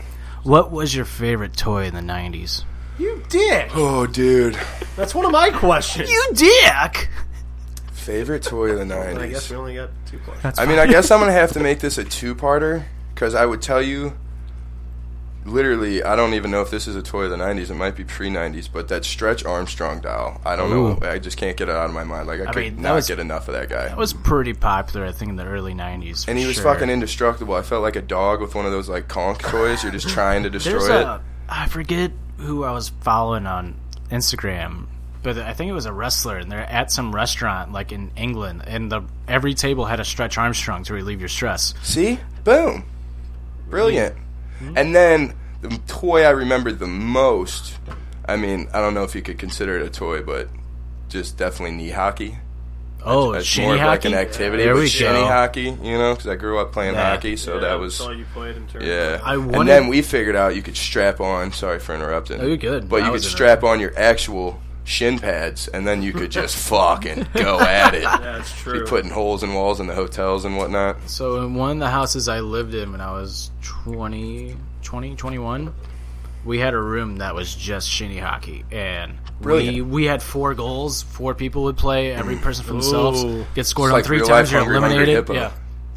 Speaker 1: What was your favorite toy in the '90s?
Speaker 2: You dick.
Speaker 5: Oh, dude.
Speaker 2: That's one of my questions.
Speaker 1: You dick.
Speaker 5: Favorite toy of the 90s.
Speaker 2: I guess we only got two questions.
Speaker 5: I mean, I guess I'm gonna have to make this a two-parter because I would tell you literally, I don't even know if this is a toy of the '90s. It might be pre-'90s, but that Stretch Armstrong doll. I don't
Speaker 1: Ooh.
Speaker 5: know. I just can't get it out of my mind. Like I,
Speaker 1: I
Speaker 5: could
Speaker 1: mean, that
Speaker 5: not
Speaker 1: was-
Speaker 5: get enough of that guy.
Speaker 1: That was pretty popular, I think, in the early '90s. for
Speaker 5: and he was
Speaker 1: sure.
Speaker 5: fucking indestructible. I felt like a dog with one of those like conch toys. You're just trying to destroy
Speaker 1: There's
Speaker 5: it.
Speaker 1: a, I forget who I was following on Instagram, but I think it was a wrestler, and they're at some restaurant like in England, and the every table had a Stretch Armstrong to relieve your stress.
Speaker 5: See, boom, brilliant.
Speaker 1: Mm-hmm.
Speaker 5: And then the toy I remember the most. I mean, I don't know if you could consider it a toy, but just definitely knee hockey.
Speaker 1: Oh,
Speaker 5: That's
Speaker 1: shinny
Speaker 5: more of like
Speaker 1: hockey.
Speaker 5: an activity.
Speaker 1: There
Speaker 5: but
Speaker 1: we
Speaker 5: shinny
Speaker 1: go.
Speaker 5: hockey, you know, because I grew up playing
Speaker 1: Yeah.
Speaker 5: hockey, so
Speaker 1: Yeah,
Speaker 5: that
Speaker 1: that's
Speaker 5: was
Speaker 1: all you
Speaker 2: played in terms
Speaker 5: Yeah,
Speaker 2: of- I
Speaker 5: and
Speaker 2: wanted-
Speaker 5: then we figured out you could strap on. Sorry for interrupting.
Speaker 1: No, you're good.
Speaker 5: But
Speaker 1: I
Speaker 5: you could
Speaker 1: was
Speaker 5: strap on your actual shin pads, and then you could just fucking go at it.
Speaker 1: That's true.
Speaker 5: Be putting holes in walls in the hotels and whatnot.
Speaker 1: So in one of the houses I lived in when I was 20, 20 21, we had a room that was just shinny hockey, and we
Speaker 5: Brilliant.
Speaker 1: we had four goals. Four people would play, every person for themselves.
Speaker 2: Ooh.
Speaker 1: Get scored
Speaker 5: It's
Speaker 1: on
Speaker 5: like
Speaker 1: three
Speaker 5: real
Speaker 1: times,
Speaker 5: life
Speaker 1: you're
Speaker 5: Hungry Hungry
Speaker 1: eliminated.
Speaker 5: Hippo.
Speaker 1: Yeah,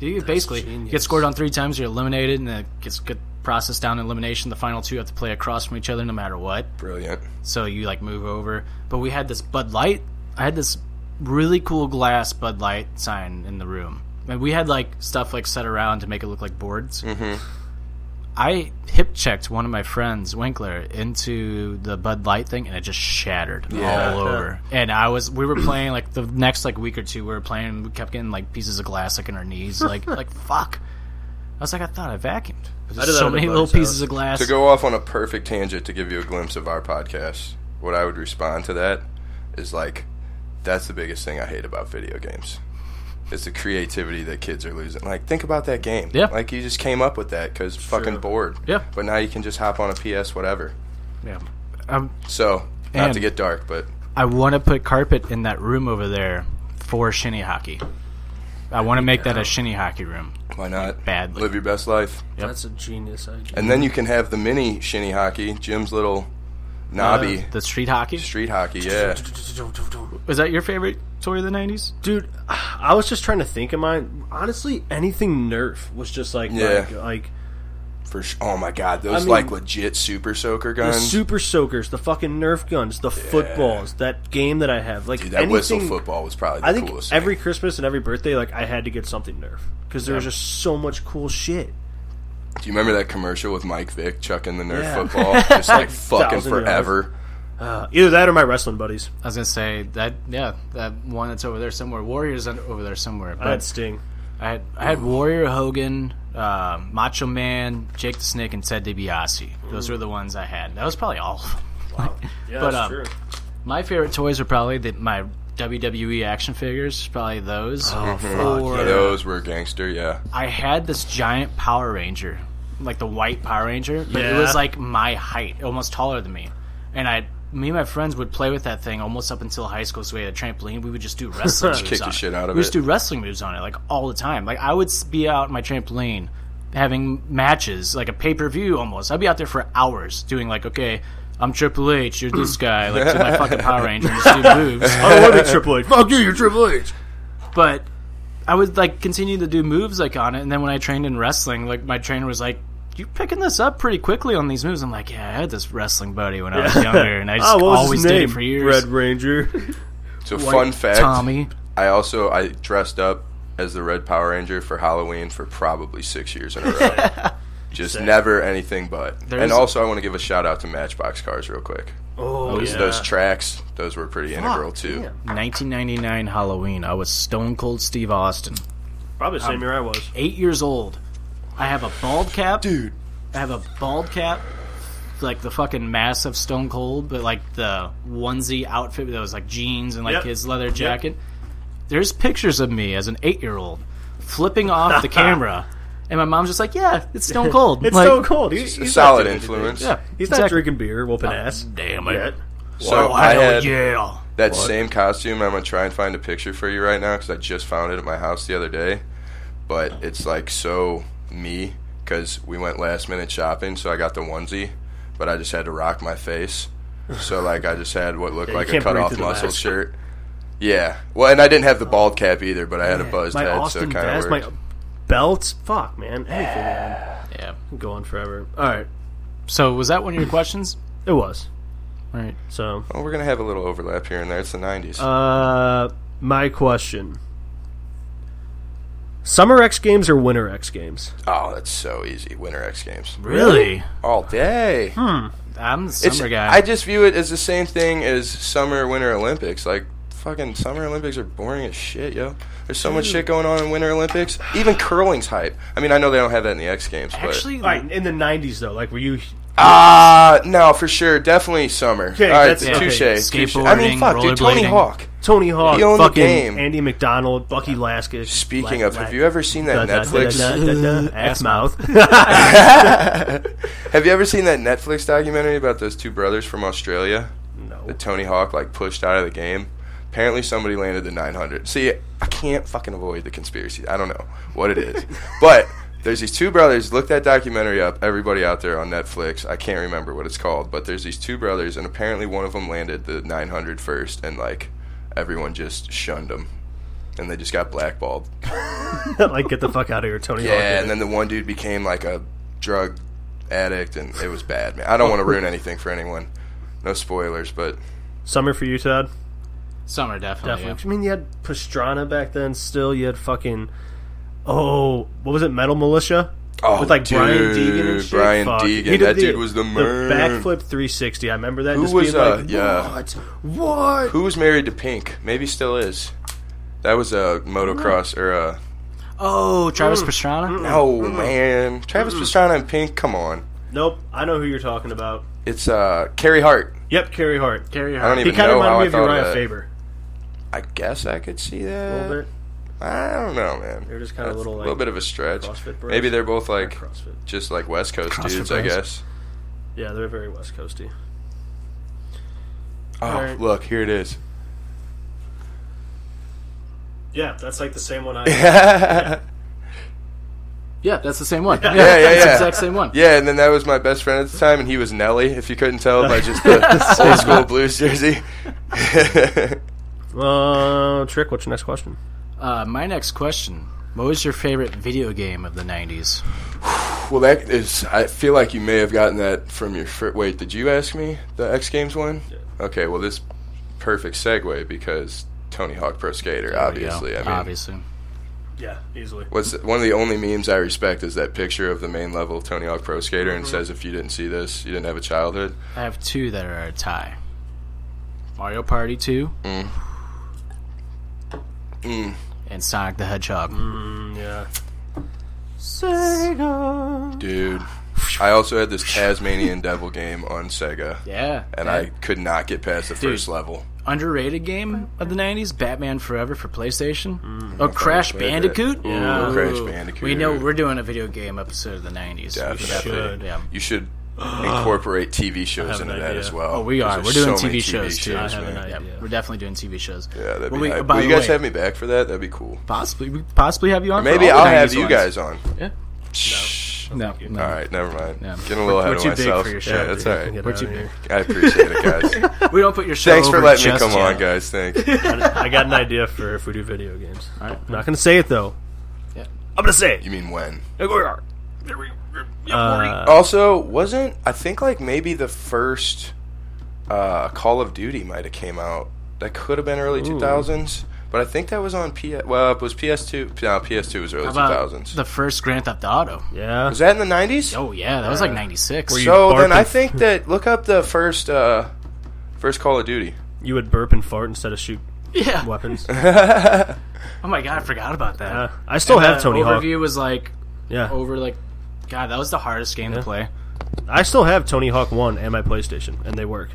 Speaker 1: you basically get scored on three times, you're eliminated, and it gets good process down in elimination. The final two have to play across from each other, no matter what.
Speaker 5: Brilliant.
Speaker 1: So you like move over. But we had this Bud Light. I had this really cool glass Bud Light sign in the room. And we had like stuff like set around to make it look like boards. Mm-hmm. I hip checked one of my friends, Winkler, into the Bud Light thing and it just shattered
Speaker 5: Yeah.
Speaker 1: all over. And I was we were playing like the next like week or two we were playing we kept getting like pieces of glass like in our knees. Like like fuck. I was like, I thought I vacuumed. But
Speaker 2: did
Speaker 1: There's
Speaker 2: that
Speaker 1: so
Speaker 2: at my
Speaker 1: many little
Speaker 2: buddy's house.
Speaker 1: pieces of glass.
Speaker 5: To go off on a perfect tangent to give you a glimpse of our podcast, what I would respond to that is like, that's the biggest thing I hate about video games. It's the creativity that kids are losing. Like, think about that game.
Speaker 1: Yeah.
Speaker 5: Like, you just came up with that because fucking bored.
Speaker 1: Yeah.
Speaker 5: But now you can just hop on a PS, whatever.
Speaker 1: Yeah. Um,
Speaker 5: So, not
Speaker 1: And-
Speaker 5: to get dark, but
Speaker 1: I want to put carpet in that room over there for shinny hockey. I want to make that a shinny hockey room.
Speaker 5: why not?
Speaker 1: Badly.
Speaker 5: Live your best life.
Speaker 2: That's a genius idea.
Speaker 5: And then you can have the mini shinny hockey, Jim's little
Speaker 1: Uh,
Speaker 5: knobby
Speaker 1: The street hockey?
Speaker 5: street hockey. Yeah.
Speaker 1: Was that your favorite toy of the 90s?
Speaker 2: dude i was just trying to think of mine honestly anything nerf was just like
Speaker 5: Yeah.
Speaker 2: like, like
Speaker 5: For sh- oh my god, those
Speaker 2: mean-
Speaker 5: like legit super soaker
Speaker 2: the
Speaker 5: guns.
Speaker 2: super soakers the fucking nerf guns the footballs that game that i have like
Speaker 5: Dude, that whistle
Speaker 2: anything-
Speaker 5: football was probably the
Speaker 2: i think
Speaker 5: coolest. thing.
Speaker 2: every christmas and every birthday like i had to get something nerf because there was just so much cool shit
Speaker 5: Do you remember that commercial with Mike Vick chucking the Nerf
Speaker 2: Yeah.
Speaker 5: football? Just like fucking
Speaker 2: Thousand yards.
Speaker 5: forever.
Speaker 2: uh, either that or my wrestling buddies
Speaker 1: I was going to say that, yeah, that one that's over there somewhere. Warrior's un- over there somewhere.
Speaker 2: i had
Speaker 1: But
Speaker 2: sting
Speaker 1: I had, I had Warrior Hogan, uh, Macho Man, Jake the Snake, and Ted DiBiase. Those were the ones I had. That was probably all of them.
Speaker 2: yeah
Speaker 1: But, that's um, true. My favorite toys were probably the, my WWE action figures, probably those. Oh,
Speaker 5: Yeah, Those were gangster, yeah.
Speaker 1: I had this giant Power Ranger, like the white Power Ranger, but it
Speaker 2: Yeah.
Speaker 1: was like my height, almost taller than me. And I, me and my friends would play with that thing almost up until high school. So we had a trampoline. We would just do wrestling moves
Speaker 5: kick the
Speaker 1: on it.
Speaker 5: shit out of
Speaker 1: we just
Speaker 5: it.
Speaker 1: do wrestling moves on it like all the time. Like I would s- be out on my trampoline having matches, like a pay per view almost. I'd be out there for hours doing like, okay, I'm Triple H, you're this guy, like to my fucking Power Ranger and just do moves.
Speaker 2: i don't want to be triple h fuck you you're triple h
Speaker 1: but I would like continue to do moves like on it, and then when I trained in wrestling, like my trainer was like, "You're picking this up pretty quickly on these moves." I'm like, "Yeah, I had this wrestling buddy when I was younger, and I just
Speaker 2: oh what was
Speaker 1: always
Speaker 2: his name
Speaker 1: did it for years."
Speaker 2: red ranger
Speaker 5: So fun fact
Speaker 1: Tommy,
Speaker 5: I also I dressed up as the Red Power Ranger for Halloween for probably six years in a row. Just never anything but.
Speaker 1: There's-
Speaker 5: and also I want to give a shout out to Matchbox Cars real quick.
Speaker 2: oh
Speaker 5: Those,
Speaker 2: yeah.
Speaker 5: those tracks, those were pretty integral too.
Speaker 1: 1999 Halloween. I was Stone Cold Steve Austin,
Speaker 2: probably the same year i was
Speaker 1: eight years old. I have a bald cap, dude. I have a bald cap, like the fucking massive Stone Cold, but like the onesie outfit that was like jeans and like
Speaker 2: Yep.
Speaker 1: his leather jacket. There's pictures of me as an eight year old flipping off the camera, and my mom's just like, "Yeah, it's Stone Cold.
Speaker 2: it's
Speaker 1: Like,
Speaker 2: so cold He- he's
Speaker 5: A
Speaker 2: not
Speaker 5: solid
Speaker 2: doing anything.
Speaker 5: influence.
Speaker 1: Yeah,
Speaker 2: He's not
Speaker 1: exactly.
Speaker 2: drinking beer, whooping ass.
Speaker 1: Damn
Speaker 2: Yet.
Speaker 1: it!
Speaker 5: So
Speaker 1: Oh,
Speaker 5: I
Speaker 1: hell
Speaker 5: had
Speaker 1: yeah.
Speaker 5: That same costume, I'm gonna try and find a picture for you right now because I just found it at my house the other day. But it's like so me because we went last minute shopping, so I got the onesie, but I just had to rock my face. So like I just had what looked
Speaker 2: you
Speaker 5: like a
Speaker 2: can't breathe
Speaker 5: cut off
Speaker 2: through the
Speaker 5: muscle
Speaker 2: mask.
Speaker 5: shirt. Yeah. Well, and I didn't have the bald cap either, but I had a buzzed
Speaker 2: My
Speaker 5: head, so
Speaker 2: Austin
Speaker 5: it kind
Speaker 2: vest,
Speaker 5: of
Speaker 2: my
Speaker 5: worked.
Speaker 2: belts. Fuck, man. Anything, man.
Speaker 1: Yeah,
Speaker 2: Go on forever. All right.
Speaker 1: So was that one of your questions?
Speaker 2: It was.
Speaker 1: All right.
Speaker 2: So
Speaker 5: Well, we're gonna have a little overlap here and there. It's the '90s.
Speaker 2: Uh, my question: Summer X Games or Winter X Games?
Speaker 5: oh, that's so easy. Winter X Games.
Speaker 2: Really?
Speaker 5: All day.
Speaker 1: Hmm. I'm the
Speaker 5: It's-
Speaker 1: summer guy.
Speaker 5: I just view it as the same thing as summer, winter Olympics. Like fucking summer Olympics are boring as shit, yo. There's so much
Speaker 2: Dude.
Speaker 5: shit going on in winter Olympics. Even curling's hype. I mean, I know they don't have that in the X Games, but
Speaker 2: Actually, like in the '90s though, like were you?
Speaker 5: ah, no, for sure, definitely summer.
Speaker 2: Okay,
Speaker 5: All right,
Speaker 2: that's okay.
Speaker 5: touche. touche. I mean, fuck, dude, Tony Hawk.
Speaker 2: Tony Hawk,
Speaker 5: He owned the
Speaker 2: fucking
Speaker 5: game.
Speaker 2: Andy McDonald, Bucky Laskis.
Speaker 5: Speaking of, have you ever seen that Netflix?
Speaker 2: ass mouth?
Speaker 5: Have you ever seen that Netflix documentary about those two brothers from Australia? No. That Tony Hawk like pushed out of the game. Apparently somebody landed the 900. See, I can't fucking avoid the conspiracy. I don't know what it is, but there's these two brothers. Look that documentary up. Everybody out there on Netflix. I can't remember what it's called, but there's these two brothers, and apparently one of them landed the 900 first, and like everyone just shunned them, and they just got blackballed.
Speaker 2: like get the fuck out of here, Tony Hawk.
Speaker 5: Yeah, and then the one dude became like a drug addict, and it was bad, man. I don't want to ruin anything for anyone. No spoilers, but
Speaker 2: Summer for you, Todd.
Speaker 1: Summer definitely.
Speaker 2: Definitely. Oh, I mean, you had Pastrana back then. Still, you had fucking oh, what was it? Metal Militia.
Speaker 5: Oh,
Speaker 2: With like Brian
Speaker 5: dude,
Speaker 2: Deegan and shit.
Speaker 5: Brian
Speaker 2: Fuck.
Speaker 5: Deegan,
Speaker 2: He did
Speaker 5: that dude was the man.
Speaker 2: backflip 360. I remember that.
Speaker 5: who
Speaker 2: just
Speaker 5: was
Speaker 2: being
Speaker 5: uh
Speaker 2: like,
Speaker 5: yeah?
Speaker 2: What? What?
Speaker 5: Who was married to Pink? Maybe still is. That was a motocross or a
Speaker 1: Oh, Travis
Speaker 2: Mm.
Speaker 1: Pastrana.
Speaker 2: Mm-hmm.
Speaker 5: no man. Travis Pastrana and Pink. Come on,
Speaker 2: Nope. I know who you're talking about.
Speaker 5: it's uh Carrie Hart.
Speaker 2: Yep, Carrie Hart. Carrie
Speaker 5: Hart. I don't even
Speaker 2: he kind
Speaker 5: know
Speaker 2: of reminded
Speaker 5: how I
Speaker 2: me of
Speaker 5: thought of
Speaker 2: Uriah
Speaker 5: that.
Speaker 2: Faber.
Speaker 5: I guess I could see
Speaker 2: A
Speaker 5: that.
Speaker 2: little bit.
Speaker 5: I don't know, man.
Speaker 2: They're just kinda
Speaker 5: That's
Speaker 2: little,
Speaker 5: a little
Speaker 2: like,
Speaker 5: bit of a stretch.
Speaker 2: CrossFit bros.
Speaker 5: Maybe they're both like
Speaker 2: CrossFit.
Speaker 5: just like West Coast
Speaker 2: CrossFit
Speaker 5: dudes, I
Speaker 2: bros.
Speaker 5: guess.
Speaker 2: Yeah, they're very West Coasty.
Speaker 5: Oh,
Speaker 2: Alright.
Speaker 5: look, here it is.
Speaker 2: Yeah, that's like the same one I.
Speaker 5: yeah,
Speaker 1: Yeah, that's the same one. Yeah,
Speaker 5: yeah, yeah.
Speaker 1: That's the exact same one.
Speaker 5: Yeah, and then that was my best friend at the time, and he was Nelly, if you couldn't tell by just the old school blues jersey.
Speaker 2: Uh, Trick, what's your next question?
Speaker 1: Uh, my next question: What was your favorite video game of the '90s?
Speaker 5: well, that is. I feel like you may have gotten that from your. Fr- Wait, did you ask me the X Games one? Okay, well, this perfect segue because Tony Hawk Pro Skater, obviously.
Speaker 1: Yeah,
Speaker 5: I mean,
Speaker 1: obviously.
Speaker 2: Yeah, easily.
Speaker 5: What's one of the only memes I respect is that picture of the main level of Tony Hawk Pro Skater and says, "If you didn't see this, you didn't have a childhood."
Speaker 1: I have two that are a tie. Mario Party 2
Speaker 5: Mm. Mm.
Speaker 1: and Sonic the Hedgehog.
Speaker 2: Mm, yeah. Sega.
Speaker 5: Dude, I also had this Tasmanian Devil game on Sega.
Speaker 1: Yeah,
Speaker 5: and
Speaker 1: that-
Speaker 5: I could not get past the
Speaker 1: Dude.
Speaker 5: first level.
Speaker 1: Underrated game of the '90s: Batman Forever for PlayStation. oh,
Speaker 5: I've
Speaker 1: Crash
Speaker 5: never played it.
Speaker 1: Bandicoot.
Speaker 5: Ooh,
Speaker 1: Yeah.
Speaker 5: Mm. Crash Bandicoot.
Speaker 1: We know we're doing a video game episode of the '90s. We
Speaker 5: Definitely.
Speaker 1: should, Yeah.
Speaker 5: You should incorporate TV shows
Speaker 1: an
Speaker 5: into that
Speaker 1: idea.
Speaker 5: as well.
Speaker 1: Oh, we are. We're
Speaker 5: Because
Speaker 1: doing
Speaker 5: there's so
Speaker 1: TV,
Speaker 5: many
Speaker 1: shows, too.
Speaker 5: man.
Speaker 1: Yeah, we're definitely doing TV shows.
Speaker 5: Yeah, that'd be
Speaker 1: Will we- uh,
Speaker 5: hype.
Speaker 1: by
Speaker 5: Will you
Speaker 1: the
Speaker 5: guys
Speaker 1: way-
Speaker 5: have me back for that? That'd be cool.
Speaker 1: Possibly, we could possibly have you on.
Speaker 5: Or
Speaker 1: for
Speaker 5: maybe
Speaker 1: all the
Speaker 5: I'll have
Speaker 1: 90s
Speaker 5: you
Speaker 1: ones.
Speaker 5: guys on.
Speaker 1: Yeah. No. No.
Speaker 5: All right, never mind.
Speaker 1: Yeah.
Speaker 5: Getting a
Speaker 1: We're-
Speaker 5: little ahead
Speaker 1: we're
Speaker 5: of
Speaker 1: too big
Speaker 5: myself.
Speaker 1: for your
Speaker 5: yeah,
Speaker 1: show,
Speaker 5: that's
Speaker 1: dude.
Speaker 5: all right.
Speaker 1: We're too big.
Speaker 5: I appreciate it, guys.
Speaker 1: We don't put your show
Speaker 5: Thanks for
Speaker 1: over
Speaker 5: letting me
Speaker 1: just
Speaker 5: come
Speaker 1: yet.
Speaker 5: on, guys. Thanks.
Speaker 2: I got an idea for if we do video games.
Speaker 1: All right.
Speaker 2: not gonna say it though.
Speaker 1: Yeah.
Speaker 2: I'm gonna say it.
Speaker 5: You mean when?
Speaker 2: Uh,
Speaker 5: also, wasn't I think like maybe the first uh, Call of Duty might have came out. That could have been early
Speaker 1: Ooh.
Speaker 5: two thousands, but I think that was on PS. Well, it was PS two. No, PS two was early
Speaker 1: How
Speaker 5: two
Speaker 1: about
Speaker 5: thousands.
Speaker 1: the first Grand Theft Auto?
Speaker 2: Yeah.
Speaker 5: Was that in the nineties?
Speaker 1: Oh yeah, that was like '96.
Speaker 5: So then I think that look up the first uh, first Call of Duty.
Speaker 2: you would burp and fart instead of shoot
Speaker 1: Yeah.
Speaker 2: weapons.
Speaker 1: Oh my god, I forgot about that.
Speaker 2: Yeah. I still
Speaker 1: And
Speaker 2: have
Speaker 1: that
Speaker 2: Tony Hawk.
Speaker 1: overview was like
Speaker 2: Yeah.
Speaker 1: over like God, that was the hardest game to play.
Speaker 2: I still have Tony Hawk One and my PlayStation, and they work.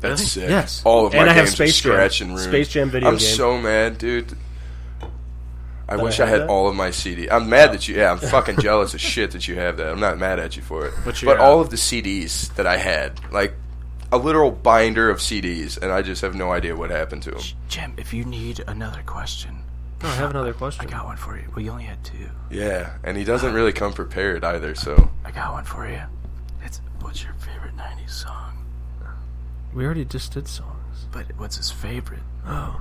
Speaker 5: That's
Speaker 1: Really?
Speaker 5: sick.
Speaker 2: Yes.
Speaker 5: All of
Speaker 2: And
Speaker 5: my
Speaker 2: I have
Speaker 5: games
Speaker 2: Space
Speaker 5: are
Speaker 2: Jam.
Speaker 5: scratch and ruin.
Speaker 2: Space Jam video
Speaker 5: I'm
Speaker 2: game.
Speaker 5: so mad, dude. I
Speaker 2: That
Speaker 5: wish
Speaker 2: I
Speaker 5: I
Speaker 2: had
Speaker 5: had
Speaker 2: that?
Speaker 5: all of my CD. I'm mad that you. Yeah, I'm fucking jealous as shit that you have that. I'm not mad at you for it.
Speaker 1: But
Speaker 5: But,
Speaker 1: you got-
Speaker 5: all of the CDs that I had, like a literal binder of CDs, and I just have no idea what happened to them.
Speaker 1: Jim, if you need another question,
Speaker 2: No, I have another question.
Speaker 1: I got one for you. Well, you only had two.
Speaker 5: Yeah, and he doesn't really come prepared either. So
Speaker 1: I got one for you. It's what's your favorite '90s song?
Speaker 2: We already just did songs.
Speaker 1: But what's his favorite?
Speaker 2: Oh.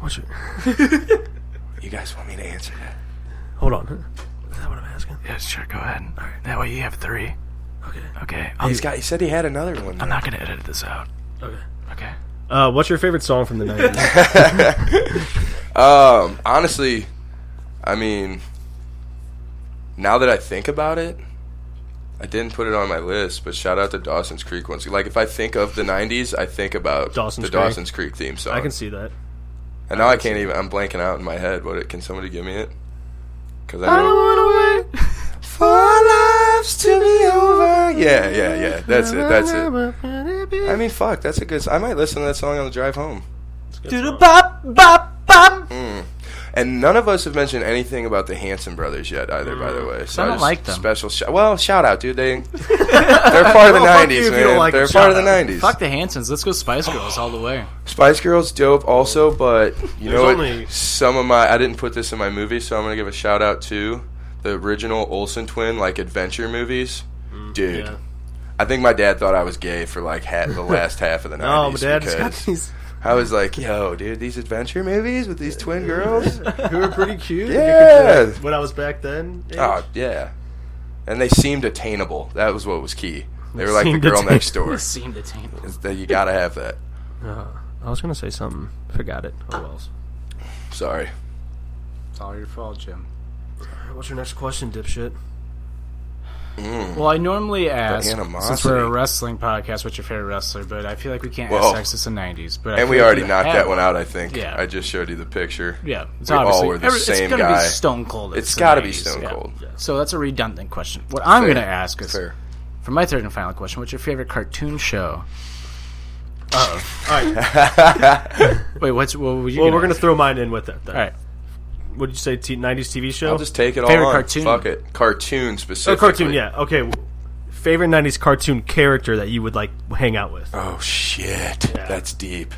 Speaker 2: What's your?
Speaker 5: you guys want me to answer that?
Speaker 2: Hold on. Is that what I'm asking?
Speaker 1: Yeah, sure. Go ahead. That way you have three. Okay.
Speaker 5: He's got. He said he had another one.
Speaker 1: I'm not gonna edit this out.
Speaker 2: Okay.
Speaker 1: Okay.
Speaker 2: Uh, what's your favorite song from the 90s?
Speaker 5: Um, honestly, I mean, now that I think about it, I didn't put it on my list, but shout out to Dawson's Creek once. Like, if I think of the '90s, I think about
Speaker 2: Dawson's
Speaker 5: the
Speaker 2: Creek.
Speaker 5: Dawson's Creek theme song.
Speaker 2: I can see that.
Speaker 5: and now I can't even. I'm blanking out in my head. What? It, can somebody give me it? Because I,
Speaker 1: I
Speaker 5: know.
Speaker 1: don't wanna wait.
Speaker 5: For lives to be over. Yeah, yeah, yeah. That's it. That's it. I mean, fuck. That's a good. s- I might listen to that song on the drive home.
Speaker 1: Do the bop bop bop.
Speaker 5: Mm. And none of us have mentioned anything about the Hanson brothers yet, either. By the way,
Speaker 1: Mm.
Speaker 5: so
Speaker 1: I don't
Speaker 5: just-
Speaker 1: like them.
Speaker 5: Special sh- well, shout out, dude. They they're part of the '90s, man. they're part of the '90s.
Speaker 1: Fuck the Hansons. Let's go Spice Girls all the way.
Speaker 5: Spice Girls, dope. Also, but you know what?
Speaker 2: only-
Speaker 5: Some of my I didn't put this in my movie, so I'm gonna give a shout out to the original Olsen twin like adventure movies, dude.
Speaker 2: Mm, yeah.
Speaker 5: I think my dad thought I was gay for like ha the last half of the
Speaker 2: Oh, my
Speaker 5: nineties.
Speaker 2: dad's got these.
Speaker 5: I was like, "Yo, dude, these adventure movies with these twin girls."
Speaker 2: Who are pretty cute.
Speaker 5: Yeah.
Speaker 2: When I was back then.
Speaker 5: Oh yeah, and they seemed attainable. That was what was key. They were like the
Speaker 2: Seemed
Speaker 5: girl
Speaker 2: attainable.
Speaker 5: next door.
Speaker 1: Seem to taint.
Speaker 5: It's that you gotta have that.
Speaker 2: Uh, I was gonna say something. Forgot it. Oh well.
Speaker 5: Sorry.
Speaker 1: It's all your fault, Jim.
Speaker 2: What's your next question, dipshit?
Speaker 1: Well, I normally ask
Speaker 5: animosity.
Speaker 1: since we're a wrestling podcast, what's your favorite wrestler? But I feel like we can't
Speaker 5: Whoa.
Speaker 1: ask sexist in '90s. But I
Speaker 5: And
Speaker 1: feel
Speaker 5: we
Speaker 1: like
Speaker 5: already
Speaker 1: you
Speaker 5: knocked
Speaker 1: have
Speaker 5: that one out. I think.
Speaker 1: Yeah.
Speaker 5: I just showed you the picture.
Speaker 1: Yeah, it's
Speaker 5: We all
Speaker 1: obviously
Speaker 5: were the
Speaker 1: every-
Speaker 5: same
Speaker 1: it's gonna
Speaker 5: guy.
Speaker 1: Be Stone Cold.
Speaker 5: It's
Speaker 1: the
Speaker 5: gotta be
Speaker 1: 90s,
Speaker 5: Stone
Speaker 1: yeah.
Speaker 5: Cold.
Speaker 1: So that's a redundant question. What I'm
Speaker 5: Fair.
Speaker 1: going to ask is,
Speaker 5: Fair.
Speaker 1: for my third and final question, what's your favorite cartoon show? Oh, all right. Wait, what's what were you?
Speaker 2: Well,
Speaker 1: gonna
Speaker 2: we're gonna
Speaker 1: ask?
Speaker 2: throw mine in with it. Then.
Speaker 1: All right.
Speaker 2: What did you say? T- 90s TV show?
Speaker 5: I'll just take it
Speaker 1: Favorite
Speaker 5: all on.
Speaker 1: cartoon.
Speaker 5: Fuck it. Cartoon
Speaker 2: oh,
Speaker 5: specifically.
Speaker 2: cartoon. Yeah. Okay. w- Favorite 90s cartoon character that you would like hang out with?
Speaker 5: Oh shit. That's deep.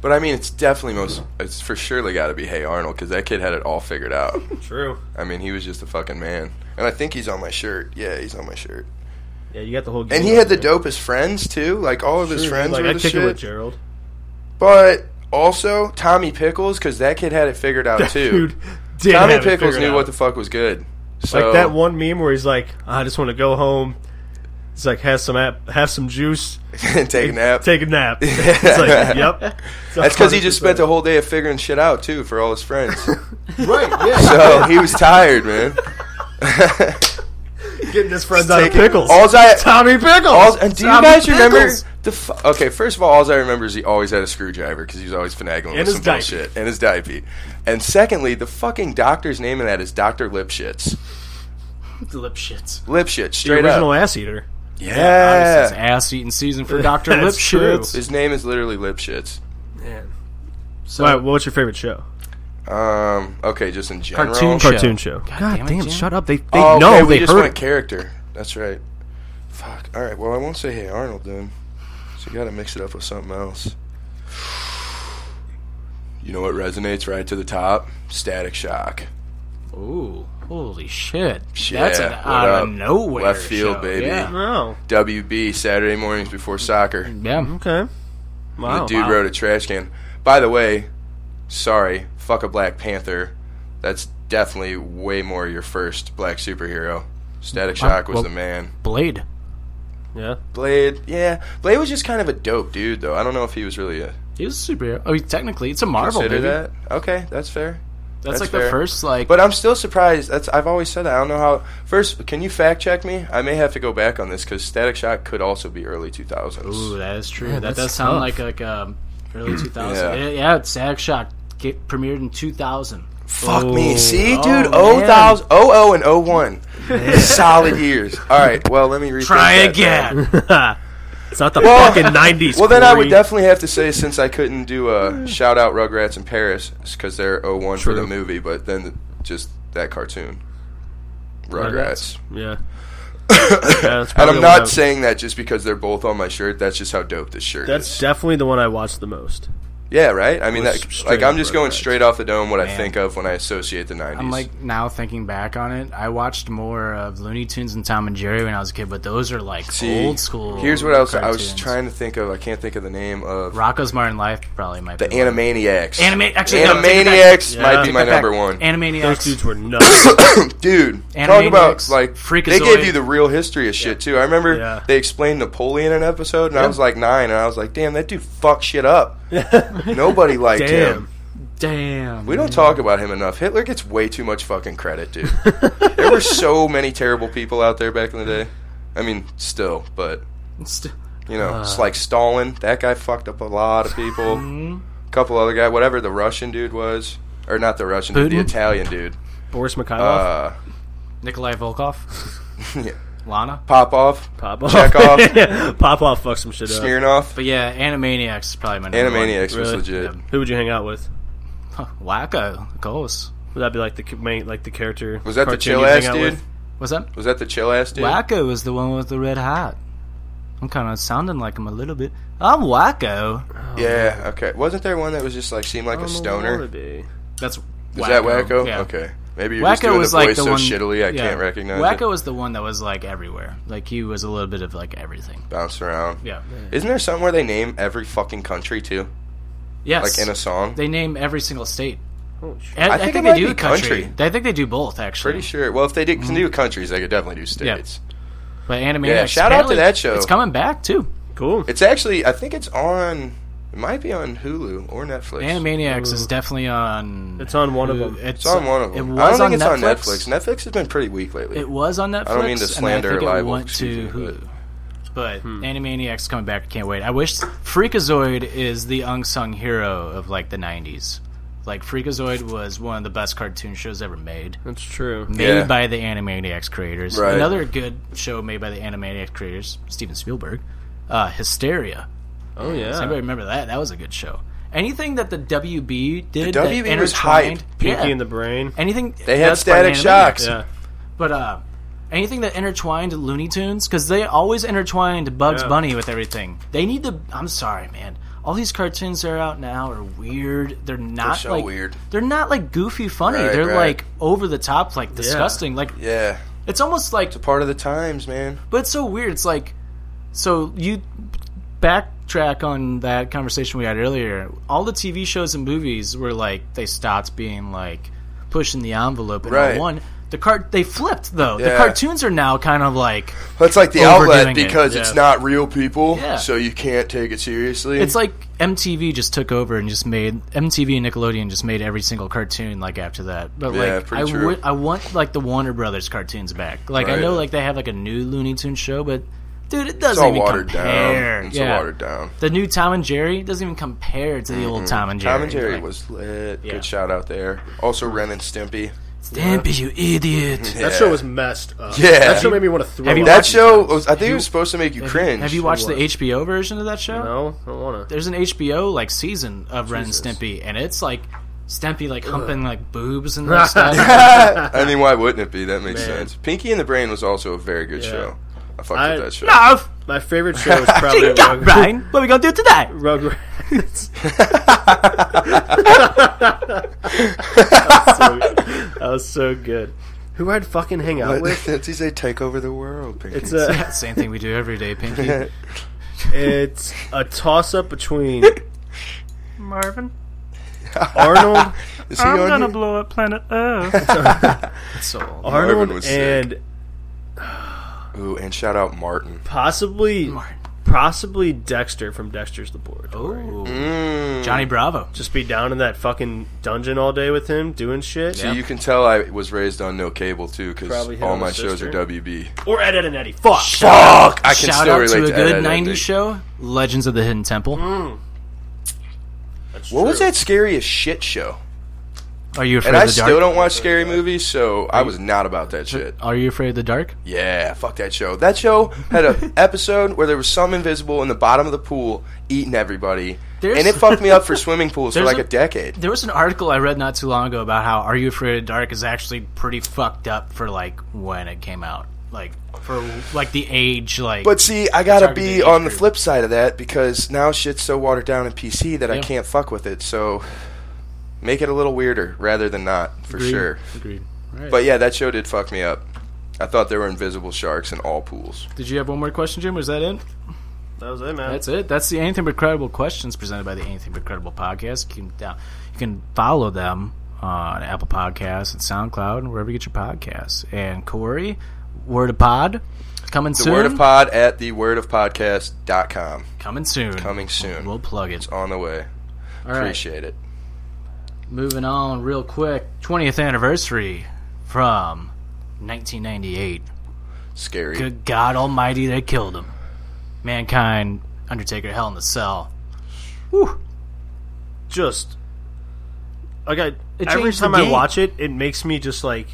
Speaker 5: But I mean, it's definitely most. It's for surely got to be Hey Arnold because that kid had it all figured out.
Speaker 2: True.
Speaker 5: I mean, he was just a fucking man. And I think he's on my shirt. Yeah, he's on my shirt.
Speaker 2: Yeah, you got the whole. game
Speaker 5: And he had the
Speaker 2: right there.
Speaker 5: dopest friends too. Like all of his friends
Speaker 2: Like
Speaker 5: were
Speaker 2: I
Speaker 5: the
Speaker 2: kick it with
Speaker 5: shit.
Speaker 2: Gerald.
Speaker 5: But also Tommy Pickles, because that kid had it figured out too.
Speaker 2: Dude, did
Speaker 5: Tommy
Speaker 2: have it
Speaker 5: Pickles
Speaker 2: figured out.
Speaker 5: knew what the fuck was good. So,
Speaker 2: Like that one meme where he's like, "I just want to go home." It's like have some app, have some juice,
Speaker 5: take a nap.
Speaker 2: take a nap. it's like, yep.
Speaker 5: That's because he just spent the whole day of figuring shit out too for all his friends.
Speaker 2: right. Yeah,
Speaker 5: so he was tired, man.
Speaker 2: getting his friends out of
Speaker 5: Taking-
Speaker 2: pickles.
Speaker 5: All's I,
Speaker 2: Tommy Pickles.
Speaker 5: all's- and do you
Speaker 2: Tommy
Speaker 5: guys remember
Speaker 2: Pickles.
Speaker 5: the? F- okay, first of all, all I remember is he always had a screwdriver because he was always finagling with
Speaker 2: his
Speaker 5: some
Speaker 2: diaper.
Speaker 5: bullshit and his diaper. And secondly, the fucking doctor's name in that is Doctor Lipshits.
Speaker 1: Lip shits.
Speaker 5: Lipshits,
Speaker 2: the
Speaker 5: straight
Speaker 2: original
Speaker 5: up.
Speaker 2: ass eater?
Speaker 1: It's
Speaker 5: Yeah.
Speaker 1: ass eating season for Doctor Lip
Speaker 2: That's true.
Speaker 1: shits.
Speaker 5: His name is literally Lipshits.
Speaker 2: So, All right, well, what's your favorite show?
Speaker 5: Um. Okay, just in general.
Speaker 1: Cartoon show.
Speaker 2: Cartoon show. God,
Speaker 1: damn it, Jim.
Speaker 2: up! They they
Speaker 5: Oh, okay, we
Speaker 2: they
Speaker 5: just
Speaker 2: heard
Speaker 5: went character. That's right. Fuck. All right. Well, I won't say Hey Arnold then. So you got to mix it up with something else. You know what resonates right to the top? Static Shock.
Speaker 1: Ooh, holy shit!
Speaker 5: Shit,
Speaker 1: That's an
Speaker 5: what
Speaker 1: out
Speaker 5: up?
Speaker 1: of nowhere
Speaker 5: Left field,
Speaker 1: show.
Speaker 5: baby.
Speaker 1: Yeah.
Speaker 2: Oh,
Speaker 5: WB Saturday mornings before soccer. And
Speaker 1: yeah.
Speaker 2: okay. Wow.
Speaker 5: the dude
Speaker 1: Mm, wow.
Speaker 5: rode a trash can. By the way, sorry. Fuck a Black Panther. That's definitely way more your first black superhero. Static Shock was
Speaker 1: well-
Speaker 5: the man.
Speaker 1: Blade.
Speaker 2: Yeah.
Speaker 5: Blade, yeah. Blade was just kind of a dope dude, though. I don't know if he was really a
Speaker 1: He was a superhero. Oh, he- technically, it's a Marvel.
Speaker 5: consider
Speaker 1: Baby.
Speaker 5: that. Okay, that's fair.
Speaker 1: That's, like
Speaker 5: That's
Speaker 1: the
Speaker 5: fair.
Speaker 1: first like.
Speaker 5: But I'm still surprised. That's I've always said that. I don't know how. First, can you fact check me? I may have to go back on this because Static Shock could also be early 2000s.
Speaker 1: Ooh, that is true. that does sound like like um, early 2000s.
Speaker 5: Yeah.
Speaker 1: Yeah, yeah it's Sag Shock get premiered in 2000.
Speaker 5: Fuck me. See, dude,
Speaker 1: oh,
Speaker 5: 0000 00 and 01. Solid years. All right, well, let me rethink
Speaker 1: Try
Speaker 5: that,
Speaker 1: again.
Speaker 2: It's not the
Speaker 5: Well-
Speaker 2: fucking nineties.
Speaker 5: Well, then I would definitely have to say, since I couldn't do a shout out Rugrats in Paris because they're 01 for the
Speaker 2: True.
Speaker 5: movie, but then the, just that cartoon. Rugrats.
Speaker 2: Yeah. Yeah, that's
Speaker 5: And
Speaker 2: probably
Speaker 5: I'm
Speaker 2: the one I-
Speaker 5: not saying that just because they're both on my shirt. That's just how dope this shirt
Speaker 2: that's
Speaker 5: is.
Speaker 2: definitely the one I watched the most.
Speaker 5: Yeah, right. I mean,
Speaker 1: It was
Speaker 5: that,
Speaker 1: straight
Speaker 5: like I'm
Speaker 1: up
Speaker 5: just going
Speaker 1: Rugrats.
Speaker 5: straight off the dome what I
Speaker 1: Man.
Speaker 5: think of when I associate the '90s.
Speaker 1: I'm like now thinking back on it. I watched more of Looney Tunes and Tom and Jerry when I was a kid, but those are like
Speaker 5: See,
Speaker 1: old school.
Speaker 5: Here's what else I was
Speaker 1: cartoons.
Speaker 5: trying to think of. I can't think of the name of
Speaker 1: Rocco's Modern Life probably might
Speaker 5: the
Speaker 1: be one.
Speaker 5: Animaniacs.
Speaker 1: Anima- actually, no, take it back.
Speaker 5: Animaniacs might be
Speaker 1: Take
Speaker 5: my
Speaker 1: it back.
Speaker 5: number one.
Speaker 1: Animaniacs.
Speaker 2: Those dudes were nuts.
Speaker 5: dude. Talk
Speaker 1: Animaniacs,
Speaker 5: about like they
Speaker 1: Freakazoid.
Speaker 5: gave you the real history of shit too. I remember
Speaker 2: Yeah.
Speaker 5: they explained Napoleon in an episode, and I
Speaker 2: Yeah.
Speaker 5: was like nine, and I was like, damn, that dude fucked shit up. Nobody liked him.
Speaker 2: Damn.
Speaker 1: Damn.
Speaker 5: We don't talk about him enough. Hitler gets way too much fucking credit, dude. there were so many terrible people out there back in the day. I mean, still, but
Speaker 1: St-
Speaker 5: you know, it's
Speaker 1: Uh.
Speaker 5: like Stalin. That guy fucked up a lot of people.
Speaker 2: Hmm?
Speaker 1: Mhm.
Speaker 5: couple other guy, whatever the Russian dude was, or not the Russian, dude, the
Speaker 1: Putin?
Speaker 5: Italian dude.
Speaker 2: Boris Mikhailov.
Speaker 5: Uh,
Speaker 1: Nikolai Volkov,
Speaker 5: yeah.
Speaker 1: Lana.
Speaker 5: Popov,
Speaker 2: Pop off.
Speaker 5: Chekhov,
Speaker 2: Pop off. Fuck some shit up.
Speaker 5: Smirnoff.
Speaker 1: But yeah, Animaniacs is probably my number
Speaker 5: Animaniacs was
Speaker 2: Really?
Speaker 5: legit.
Speaker 2: Who would you hang out with?
Speaker 1: one. Wacko, of course.
Speaker 2: Would that be like the c- main, like the character?
Speaker 5: Was that the
Speaker 2: cartoon
Speaker 5: chill
Speaker 2: you'd hang
Speaker 5: ass
Speaker 2: out
Speaker 5: dude?
Speaker 2: with?
Speaker 1: What's that?
Speaker 5: Was that the chill ass dude?
Speaker 1: Wacko is the one with the red hat. I'm kind of sounding like him a little bit. I'm Wacko.
Speaker 5: Yeah.
Speaker 2: Oh.
Speaker 5: Okay. Wasn't there one that was just like seemed like a
Speaker 2: I'm
Speaker 5: stoner? Is
Speaker 2: wannabe.
Speaker 1: That's
Speaker 5: that Wacko?
Speaker 1: Yeah.
Speaker 5: Okay. Maybe you're just
Speaker 1: Wacko
Speaker 5: doing
Speaker 1: was
Speaker 5: the
Speaker 1: like
Speaker 5: voice
Speaker 1: the
Speaker 5: so
Speaker 1: one
Speaker 5: shittily I
Speaker 1: yeah.
Speaker 5: can't recognize
Speaker 1: Wacko
Speaker 5: it.
Speaker 1: was the one that was like everywhere. Like he was a little bit of like everything.
Speaker 5: Bounce around.
Speaker 1: Yeah.
Speaker 5: Isn't there something where they name every fucking country too,
Speaker 1: Yes.
Speaker 5: like in a song?
Speaker 1: they name every single state.
Speaker 2: Oh, shit.
Speaker 1: I, I
Speaker 5: think
Speaker 1: think,
Speaker 5: it might
Speaker 1: they do
Speaker 5: be
Speaker 1: country.
Speaker 5: country.
Speaker 1: I think they do both actually.
Speaker 5: Pretty sure. Well, if they did new countries, they could definitely do
Speaker 1: Yeah.
Speaker 5: states.
Speaker 1: But Animaniacs.
Speaker 5: Yeah, shout out to
Speaker 1: apparently,
Speaker 5: that show.
Speaker 1: It's coming back too.
Speaker 2: Cool.
Speaker 5: It's actually, I think it's on. It might be on Hulu or Netflix.
Speaker 1: Animaniacs is definitely on.
Speaker 2: It's on one of them.
Speaker 1: It's,
Speaker 5: It's on one of
Speaker 1: It
Speaker 5: them.
Speaker 1: was
Speaker 5: I don't
Speaker 1: on
Speaker 5: think it's
Speaker 1: Netflix.
Speaker 5: on Netflix. Netflix has been pretty weak lately.
Speaker 1: It was on Netflix.
Speaker 5: I don't mean to
Speaker 1: and I
Speaker 5: slander or
Speaker 1: think
Speaker 5: libel,
Speaker 1: It went to
Speaker 5: excuse me,
Speaker 1: Hulu. But
Speaker 2: Hmm.
Speaker 1: Animaniacs coming back. Can't wait. I wish Freakazoid is the unsung hero of like the '90s. Like Freakazoid was one of the best cartoon shows ever made,
Speaker 2: That's true.
Speaker 1: made
Speaker 5: Yeah.
Speaker 1: by the Animaniacs creators.
Speaker 5: Right.
Speaker 1: Another good show made by the Animaniacs creators, Steven Spielberg, uh, Hysteria.
Speaker 2: Oh
Speaker 1: Does
Speaker 2: yeah.
Speaker 1: anybody remember that? That was a good show. Anything that the WB did,
Speaker 5: The
Speaker 1: that
Speaker 5: WB was
Speaker 1: intertwined-
Speaker 5: hype.
Speaker 2: Pinky
Speaker 1: yeah.
Speaker 2: in the brain.
Speaker 1: anything
Speaker 5: they had
Speaker 1: that's by
Speaker 5: static
Speaker 1: Animaniacs.
Speaker 5: shocks.
Speaker 2: Yeah.
Speaker 1: But uh, anything that intertwined Looney Tunes, because they always intertwined Bugs
Speaker 2: Yeah.
Speaker 1: Bunny with everything. They need to. I'm sorry, man. All these cartoons that are out now are weird. They're not
Speaker 5: so
Speaker 1: like
Speaker 5: weird.
Speaker 1: They're not like goofy funny.
Speaker 5: Right,
Speaker 1: they're
Speaker 5: right.
Speaker 1: like over the top, like disgusting. Like
Speaker 5: Yeah.
Speaker 1: it's almost like,
Speaker 5: Part of the times, man.
Speaker 1: but it's so weird. It's like so you backtrack on that conversation we had earlier. All the TV shows and movies were like they stopped being like pushing the envelope and
Speaker 5: Right.
Speaker 1: all one. The cart they flipped though. The
Speaker 5: Yeah.
Speaker 1: cartoons are now kind of like
Speaker 5: That's like the
Speaker 1: Overdoing
Speaker 5: outlet
Speaker 1: it,
Speaker 5: because
Speaker 1: yeah.
Speaker 5: it's not real people,
Speaker 1: Yeah.
Speaker 5: so you can't take it seriously.
Speaker 1: it's like MTV just took over and just made MTV and Nickelodeon just made every single cartoon like after that. But
Speaker 5: Yeah,
Speaker 1: like I
Speaker 5: pretty true.
Speaker 1: would- I want like the Warner Brothers cartoons back. Like I
Speaker 5: Right.
Speaker 1: know like they have like a new Looney Tunes show, but dude, it doesn't
Speaker 5: it's all
Speaker 1: even
Speaker 5: watered
Speaker 1: compare.
Speaker 5: down. It's
Speaker 1: yeah.
Speaker 5: all watered down.
Speaker 1: The new Tom and Jerry doesn't even compare to the old Tom and Jerry.
Speaker 5: Tom and Jerry
Speaker 1: Like,
Speaker 5: was lit.
Speaker 1: Yeah.
Speaker 5: Good shout out there. Also, Ren and Stimpy.
Speaker 1: Stampy, you idiot.
Speaker 2: That show was messed up.
Speaker 5: Yeah.
Speaker 2: That show made me want to throw
Speaker 1: Have you
Speaker 2: up.
Speaker 5: That show, was, I think it was supposed to make you
Speaker 1: Have you-
Speaker 5: cringe.
Speaker 1: Have you watched the HBO version of that show?
Speaker 2: No, I don't want to.
Speaker 1: There's an HBO like season of Ren and
Speaker 2: Jesus.
Speaker 1: Stimpy, and it's like Stimpy like humping like boobs and stuff.
Speaker 5: I mean, why wouldn't it be? That makes
Speaker 2: Man.
Speaker 5: sense. Pinky and the Brain was also a very good
Speaker 2: Yeah.
Speaker 5: show. I fucked
Speaker 2: I-
Speaker 5: with that show.
Speaker 1: Love.
Speaker 2: My favorite show is probably
Speaker 1: God,
Speaker 2: Rug-
Speaker 1: Brian, what are we gonna do today?
Speaker 2: Rugrats. that, was so, that was so good. Who I'd fucking hang out with?
Speaker 5: That's easy. Take over the world, Pinky.
Speaker 2: It's a
Speaker 1: Same thing we do every day, Pinky.
Speaker 2: it's a toss up between Marvin, Arnold,
Speaker 5: Is he on here?
Speaker 2: blow up planet Earth.
Speaker 1: It's so old.
Speaker 2: Arnold
Speaker 5: was sick.
Speaker 2: and
Speaker 5: Ooh, and shout out Martin.
Speaker 2: possibly
Speaker 1: Martin.
Speaker 2: possibly Dexter from Dexter's
Speaker 5: Oh.
Speaker 2: Laboratory.
Speaker 1: Ooh.
Speaker 5: Hmm.
Speaker 1: Johnny Bravo.
Speaker 2: Just be down in that fucking dungeon all day with him doing shit.
Speaker 5: So you can tell I was raised on no cable too, because
Speaker 2: Probably him
Speaker 5: all
Speaker 2: and
Speaker 5: my
Speaker 2: his
Speaker 5: shows are
Speaker 2: sister.
Speaker 5: WB.
Speaker 2: Or Ed, Ed and Eddie. Fuck.
Speaker 5: Fuck! I can
Speaker 1: Shout
Speaker 5: still
Speaker 1: out
Speaker 5: relate
Speaker 1: to a good
Speaker 5: Ed, Ed, Ed, Ed.
Speaker 1: '90s show, Legends of the Hidden Temple.
Speaker 2: That's
Speaker 5: What was
Speaker 2: true.
Speaker 5: that scariest shit show?
Speaker 1: Are you afraid
Speaker 5: And I
Speaker 1: of the dark?
Speaker 5: still don't watch scary movies, so I was not about that shit.
Speaker 1: Are you afraid of the dark?
Speaker 5: Yeah, fuck that show. That show had an episode where there was some invisible in the bottom of the pool eating everybody,
Speaker 1: There's-
Speaker 5: and it fucked me up for swimming pools for
Speaker 1: There's
Speaker 5: like a,
Speaker 1: a-
Speaker 5: decade.
Speaker 1: There was an article I read not too long ago about how Are You Afraid of the Dark is actually pretty fucked up for like when it came out. like for like the age like
Speaker 5: But see, I gotta
Speaker 1: targeted
Speaker 5: be
Speaker 1: age
Speaker 5: on the
Speaker 1: group.
Speaker 5: flip side of that because now shit's so watered down in PC that I
Speaker 1: Yeah.
Speaker 5: can't fuck with it. So make it a little weirder rather than not, for
Speaker 1: Agreed.
Speaker 5: sure.
Speaker 1: Agreed. Alright.
Speaker 5: But yeah, that show did fuck me up. I thought there were invisible sharks in all pools.
Speaker 1: Did you have one more question, Jim? Was that it?
Speaker 2: That was it, man.
Speaker 1: That's it. That's the Anything But Credible questions presented by the Anything But Credible podcast. You can, down, you can follow them uh, on Apple Podcasts and SoundCloud and wherever you get your podcasts. And Corey, Word of Pod, coming
Speaker 5: The
Speaker 1: soon.
Speaker 5: word of pod at the word of podcast.com.
Speaker 1: Coming soon.
Speaker 5: Coming soon.
Speaker 1: We'll plug it.
Speaker 5: It's on the way.
Speaker 1: All right.
Speaker 5: Appreciate it.
Speaker 1: Moving on real quick. 20th anniversary from 1998.
Speaker 5: Scary.
Speaker 1: Good God Almighty, they killed him. Mankind, Undertaker, Hell in the Cell.
Speaker 2: just like I
Speaker 1: It
Speaker 2: every
Speaker 1: changed the
Speaker 2: time I
Speaker 1: game.
Speaker 2: watch it, it makes me just like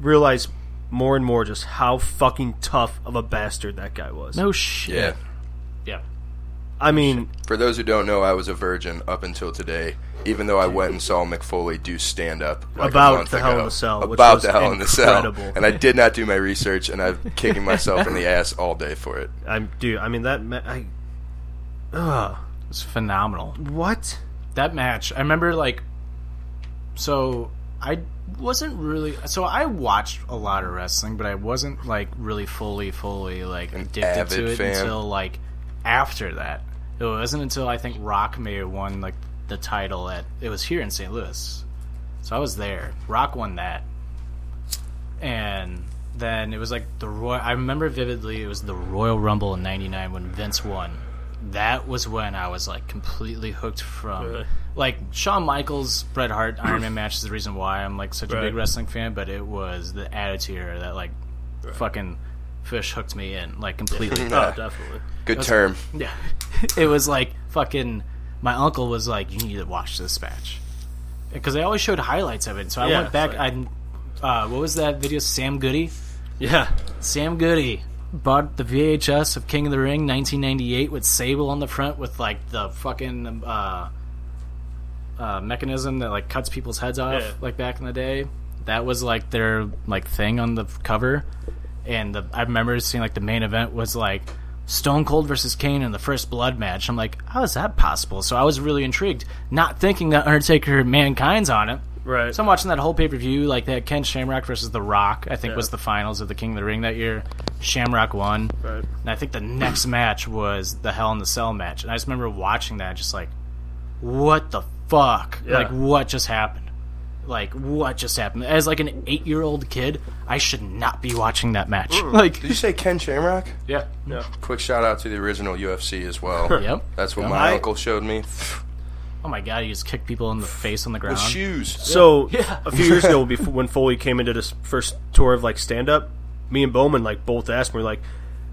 Speaker 2: realize more and more just how fucking tough of a bastard that guy was.
Speaker 1: No shit.
Speaker 5: Yeah.
Speaker 1: Yeah.
Speaker 2: I mean,
Speaker 5: For those who don't know, I was a virgin up until today, even though I went and saw McFoley do stand up like
Speaker 2: About
Speaker 5: a month
Speaker 2: the
Speaker 5: ago.
Speaker 2: Hell in a Cell, which
Speaker 5: About
Speaker 2: was
Speaker 5: the Hell in the
Speaker 2: incredible.
Speaker 5: Cell, and I did not do my research, and I'm kicking myself in the ass all day for it.
Speaker 2: I'm dude. I mean that. ma- I, ugh.
Speaker 1: It's phenomenal.
Speaker 2: What?
Speaker 1: That match, I remember like so I wasn't really so I watched a lot of wrestling, but I wasn't like really fully fully like addicted to
Speaker 5: avid
Speaker 1: it
Speaker 5: fan.
Speaker 1: until like after that. It wasn't until I think Rock may have won like the title at it was here in St. Louis. So I was there. Rock won that. And then it was like the Royal I remember vividly it was the Royal Rumble in 99 when Vince won. That was when I was like completely hooked from
Speaker 2: Really?
Speaker 1: like Shawn Michaels, Bret Hart, Iron Man match is the reason why I'm like such a
Speaker 2: Right.
Speaker 1: big wrestling fan, but it was the attitude era that like fucking fish hooked me in like completely.
Speaker 2: Oh, definitely.
Speaker 5: Good term.
Speaker 1: Yeah. It was like fucking my uncle was like, You need to watch this match. Because they always showed highlights of it. So I
Speaker 2: Yeah,
Speaker 1: went back
Speaker 2: it's
Speaker 1: I uh, what was that video? Sam Goody?
Speaker 2: Yeah.
Speaker 1: Sam Goody bought the VHS of King of the Ring 1998 with Sable on the front with like the fucking uh, uh, mechanism that like cuts people's heads off
Speaker 2: Yeah.
Speaker 1: like back in the day. That was like their like thing on the f- cover, and the, I remember seeing like the main event was like Stone Cold versus Kane in the first blood match. I'm like, how is that possible? So I was really intrigued, not thinking that Undertaker Mankind's on it.
Speaker 2: Right.
Speaker 1: So I'm watching that whole pay per view, like that Ken Shamrock versus The Rock, I think was the finals of the King of the Ring that year. Shamrock won.
Speaker 2: Right.
Speaker 1: And I think the next match was the Hell in the Cell match. And I just remember watching that, just like, what the fuck?
Speaker 2: Yeah.
Speaker 1: Like, what just happened? Like, what just happened? As like an eight year old kid, I should not be watching that match. Like,
Speaker 5: Did you say Ken Shamrock?
Speaker 1: yeah.
Speaker 5: Quick shout out to the original UFC as well.
Speaker 1: Yep.
Speaker 5: That's what
Speaker 1: Yeah.
Speaker 5: my
Speaker 2: I-
Speaker 5: uncle showed me.
Speaker 1: Oh my god, he just kicked people in the face on the ground.
Speaker 5: With shoes.
Speaker 2: So
Speaker 1: Yeah.
Speaker 2: a few years ago, before when Foley came into this first tour of like stand up, me and Bowman like both asked me like,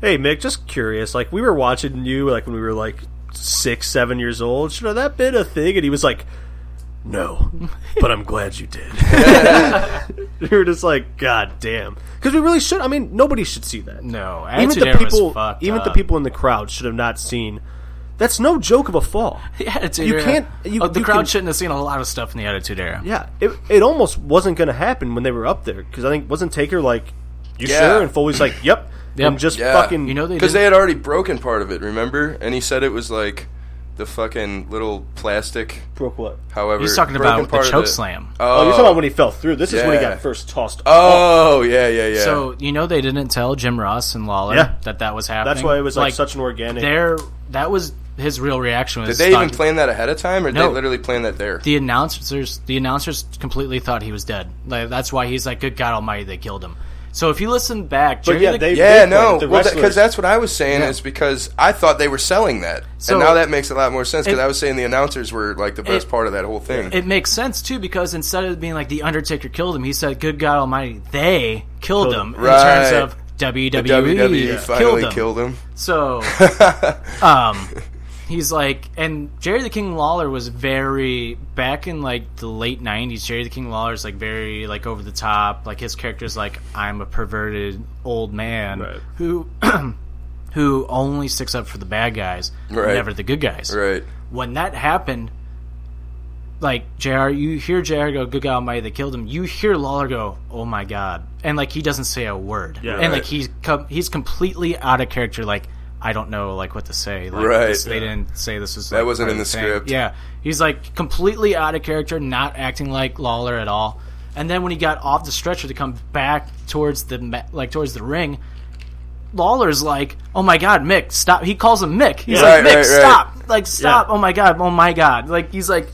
Speaker 2: "Hey Mick, just curious, like we were watching you like when we were like six, seven years old. Should have that been a thing?" And he was like, "No, but I'm glad you did." we were just like, "God damn," because we really should. I mean, nobody should see that.
Speaker 1: No,
Speaker 2: even the
Speaker 1: Attitude Era was
Speaker 2: people,
Speaker 1: fucked
Speaker 2: even the
Speaker 1: up.
Speaker 2: people in the crowd should have not seen. That's no joke of a fall.
Speaker 1: The attitude
Speaker 2: You
Speaker 1: era.
Speaker 2: can't- you-
Speaker 1: oh, the
Speaker 2: you
Speaker 1: crowd
Speaker 2: can-
Speaker 1: shouldn't have seen a lot of stuff in the Attitude Era.
Speaker 2: Yeah, it, it almost wasn't going to happen when they were up there because I think wasn't Taker like, you
Speaker 5: Yeah.
Speaker 2: sure? And Foley's like, yep.
Speaker 1: Yep.
Speaker 2: I'm just
Speaker 5: Yeah.
Speaker 2: fucking.
Speaker 1: You know they
Speaker 5: Because
Speaker 1: didn't-
Speaker 5: they had already broken part of it, remember? And he said it was like the fucking little plastic,
Speaker 2: broke what?
Speaker 5: however.
Speaker 1: He's talking
Speaker 5: broken
Speaker 1: about the
Speaker 5: part of
Speaker 1: choke slam.
Speaker 2: Oh, you're talking about when he fell through. This is when he
Speaker 5: Yeah.
Speaker 2: got first tossed. off.
Speaker 5: Oh, yeah, yeah, yeah.
Speaker 1: So you know they didn't tell Jim Ross and Lawler
Speaker 2: Yeah.
Speaker 1: that that was happening.
Speaker 2: that's why it was like, such an organic.
Speaker 1: Their that was his real reaction.
Speaker 5: Did
Speaker 1: Was
Speaker 5: they even
Speaker 1: thought-
Speaker 5: plan that ahead of time, or did
Speaker 1: No.
Speaker 5: they literally plan that there?
Speaker 1: the announcers? The announcers completely thought he was dead. Like, that's why he's like, "Good God Almighty, they killed him." So if you listen back, Jerry
Speaker 2: yeah,
Speaker 1: the-
Speaker 2: they-
Speaker 5: yeah,
Speaker 2: played
Speaker 5: no,
Speaker 2: the
Speaker 5: because
Speaker 2: wrestlers.
Speaker 5: that's what I was saying is because I thought they were selling that,
Speaker 1: So-
Speaker 5: and now that makes a lot more sense because
Speaker 1: It-
Speaker 5: I was saying the announcers were like the best
Speaker 1: It-
Speaker 5: part of that whole thing.
Speaker 1: it makes sense too because instead of being like the Undertaker killed him, he said, "Good God Almighty, they killed him." In
Speaker 5: Right.
Speaker 1: terms of WWE,
Speaker 5: The WWE finally
Speaker 1: E killed him.
Speaker 5: killed him.
Speaker 1: So, um, he's like, and Jerry the King Lawler was very back in like the late '90s. Jerry the King Lawler's like very like over the top. Like his character's like I'm a perverted old man
Speaker 2: Right.
Speaker 1: who who only sticks up for the bad guys,
Speaker 5: Right.
Speaker 1: never the good guys
Speaker 5: Right.
Speaker 1: when that happened, like JR, you hear JR go, "Good God Almighty, they killed him." You hear Lawler go, "Oh my God," and like he doesn't say a word,
Speaker 2: Yeah.
Speaker 1: and
Speaker 2: Right.
Speaker 1: like he's com- he's completely out of character. Like I don't know like what to say. Like,
Speaker 5: Right.
Speaker 1: this- they didn't say this was
Speaker 5: That
Speaker 1: like,
Speaker 5: wasn't
Speaker 1: part
Speaker 5: in
Speaker 1: of
Speaker 5: the
Speaker 1: thing.
Speaker 5: script.
Speaker 1: Yeah, he's like completely out of character, not acting like Lawler at all. And then when he got off the stretcher to come back towards the ma- like towards the ring, Lawler's like, "Oh my God, Mick, stop!" He calls him Mick. He's
Speaker 5: Yeah.
Speaker 1: like,
Speaker 5: Right,
Speaker 1: "Mick,
Speaker 5: right, right.
Speaker 1: stop!" Like, stop! Oh my God! Oh my God! Like, he's like,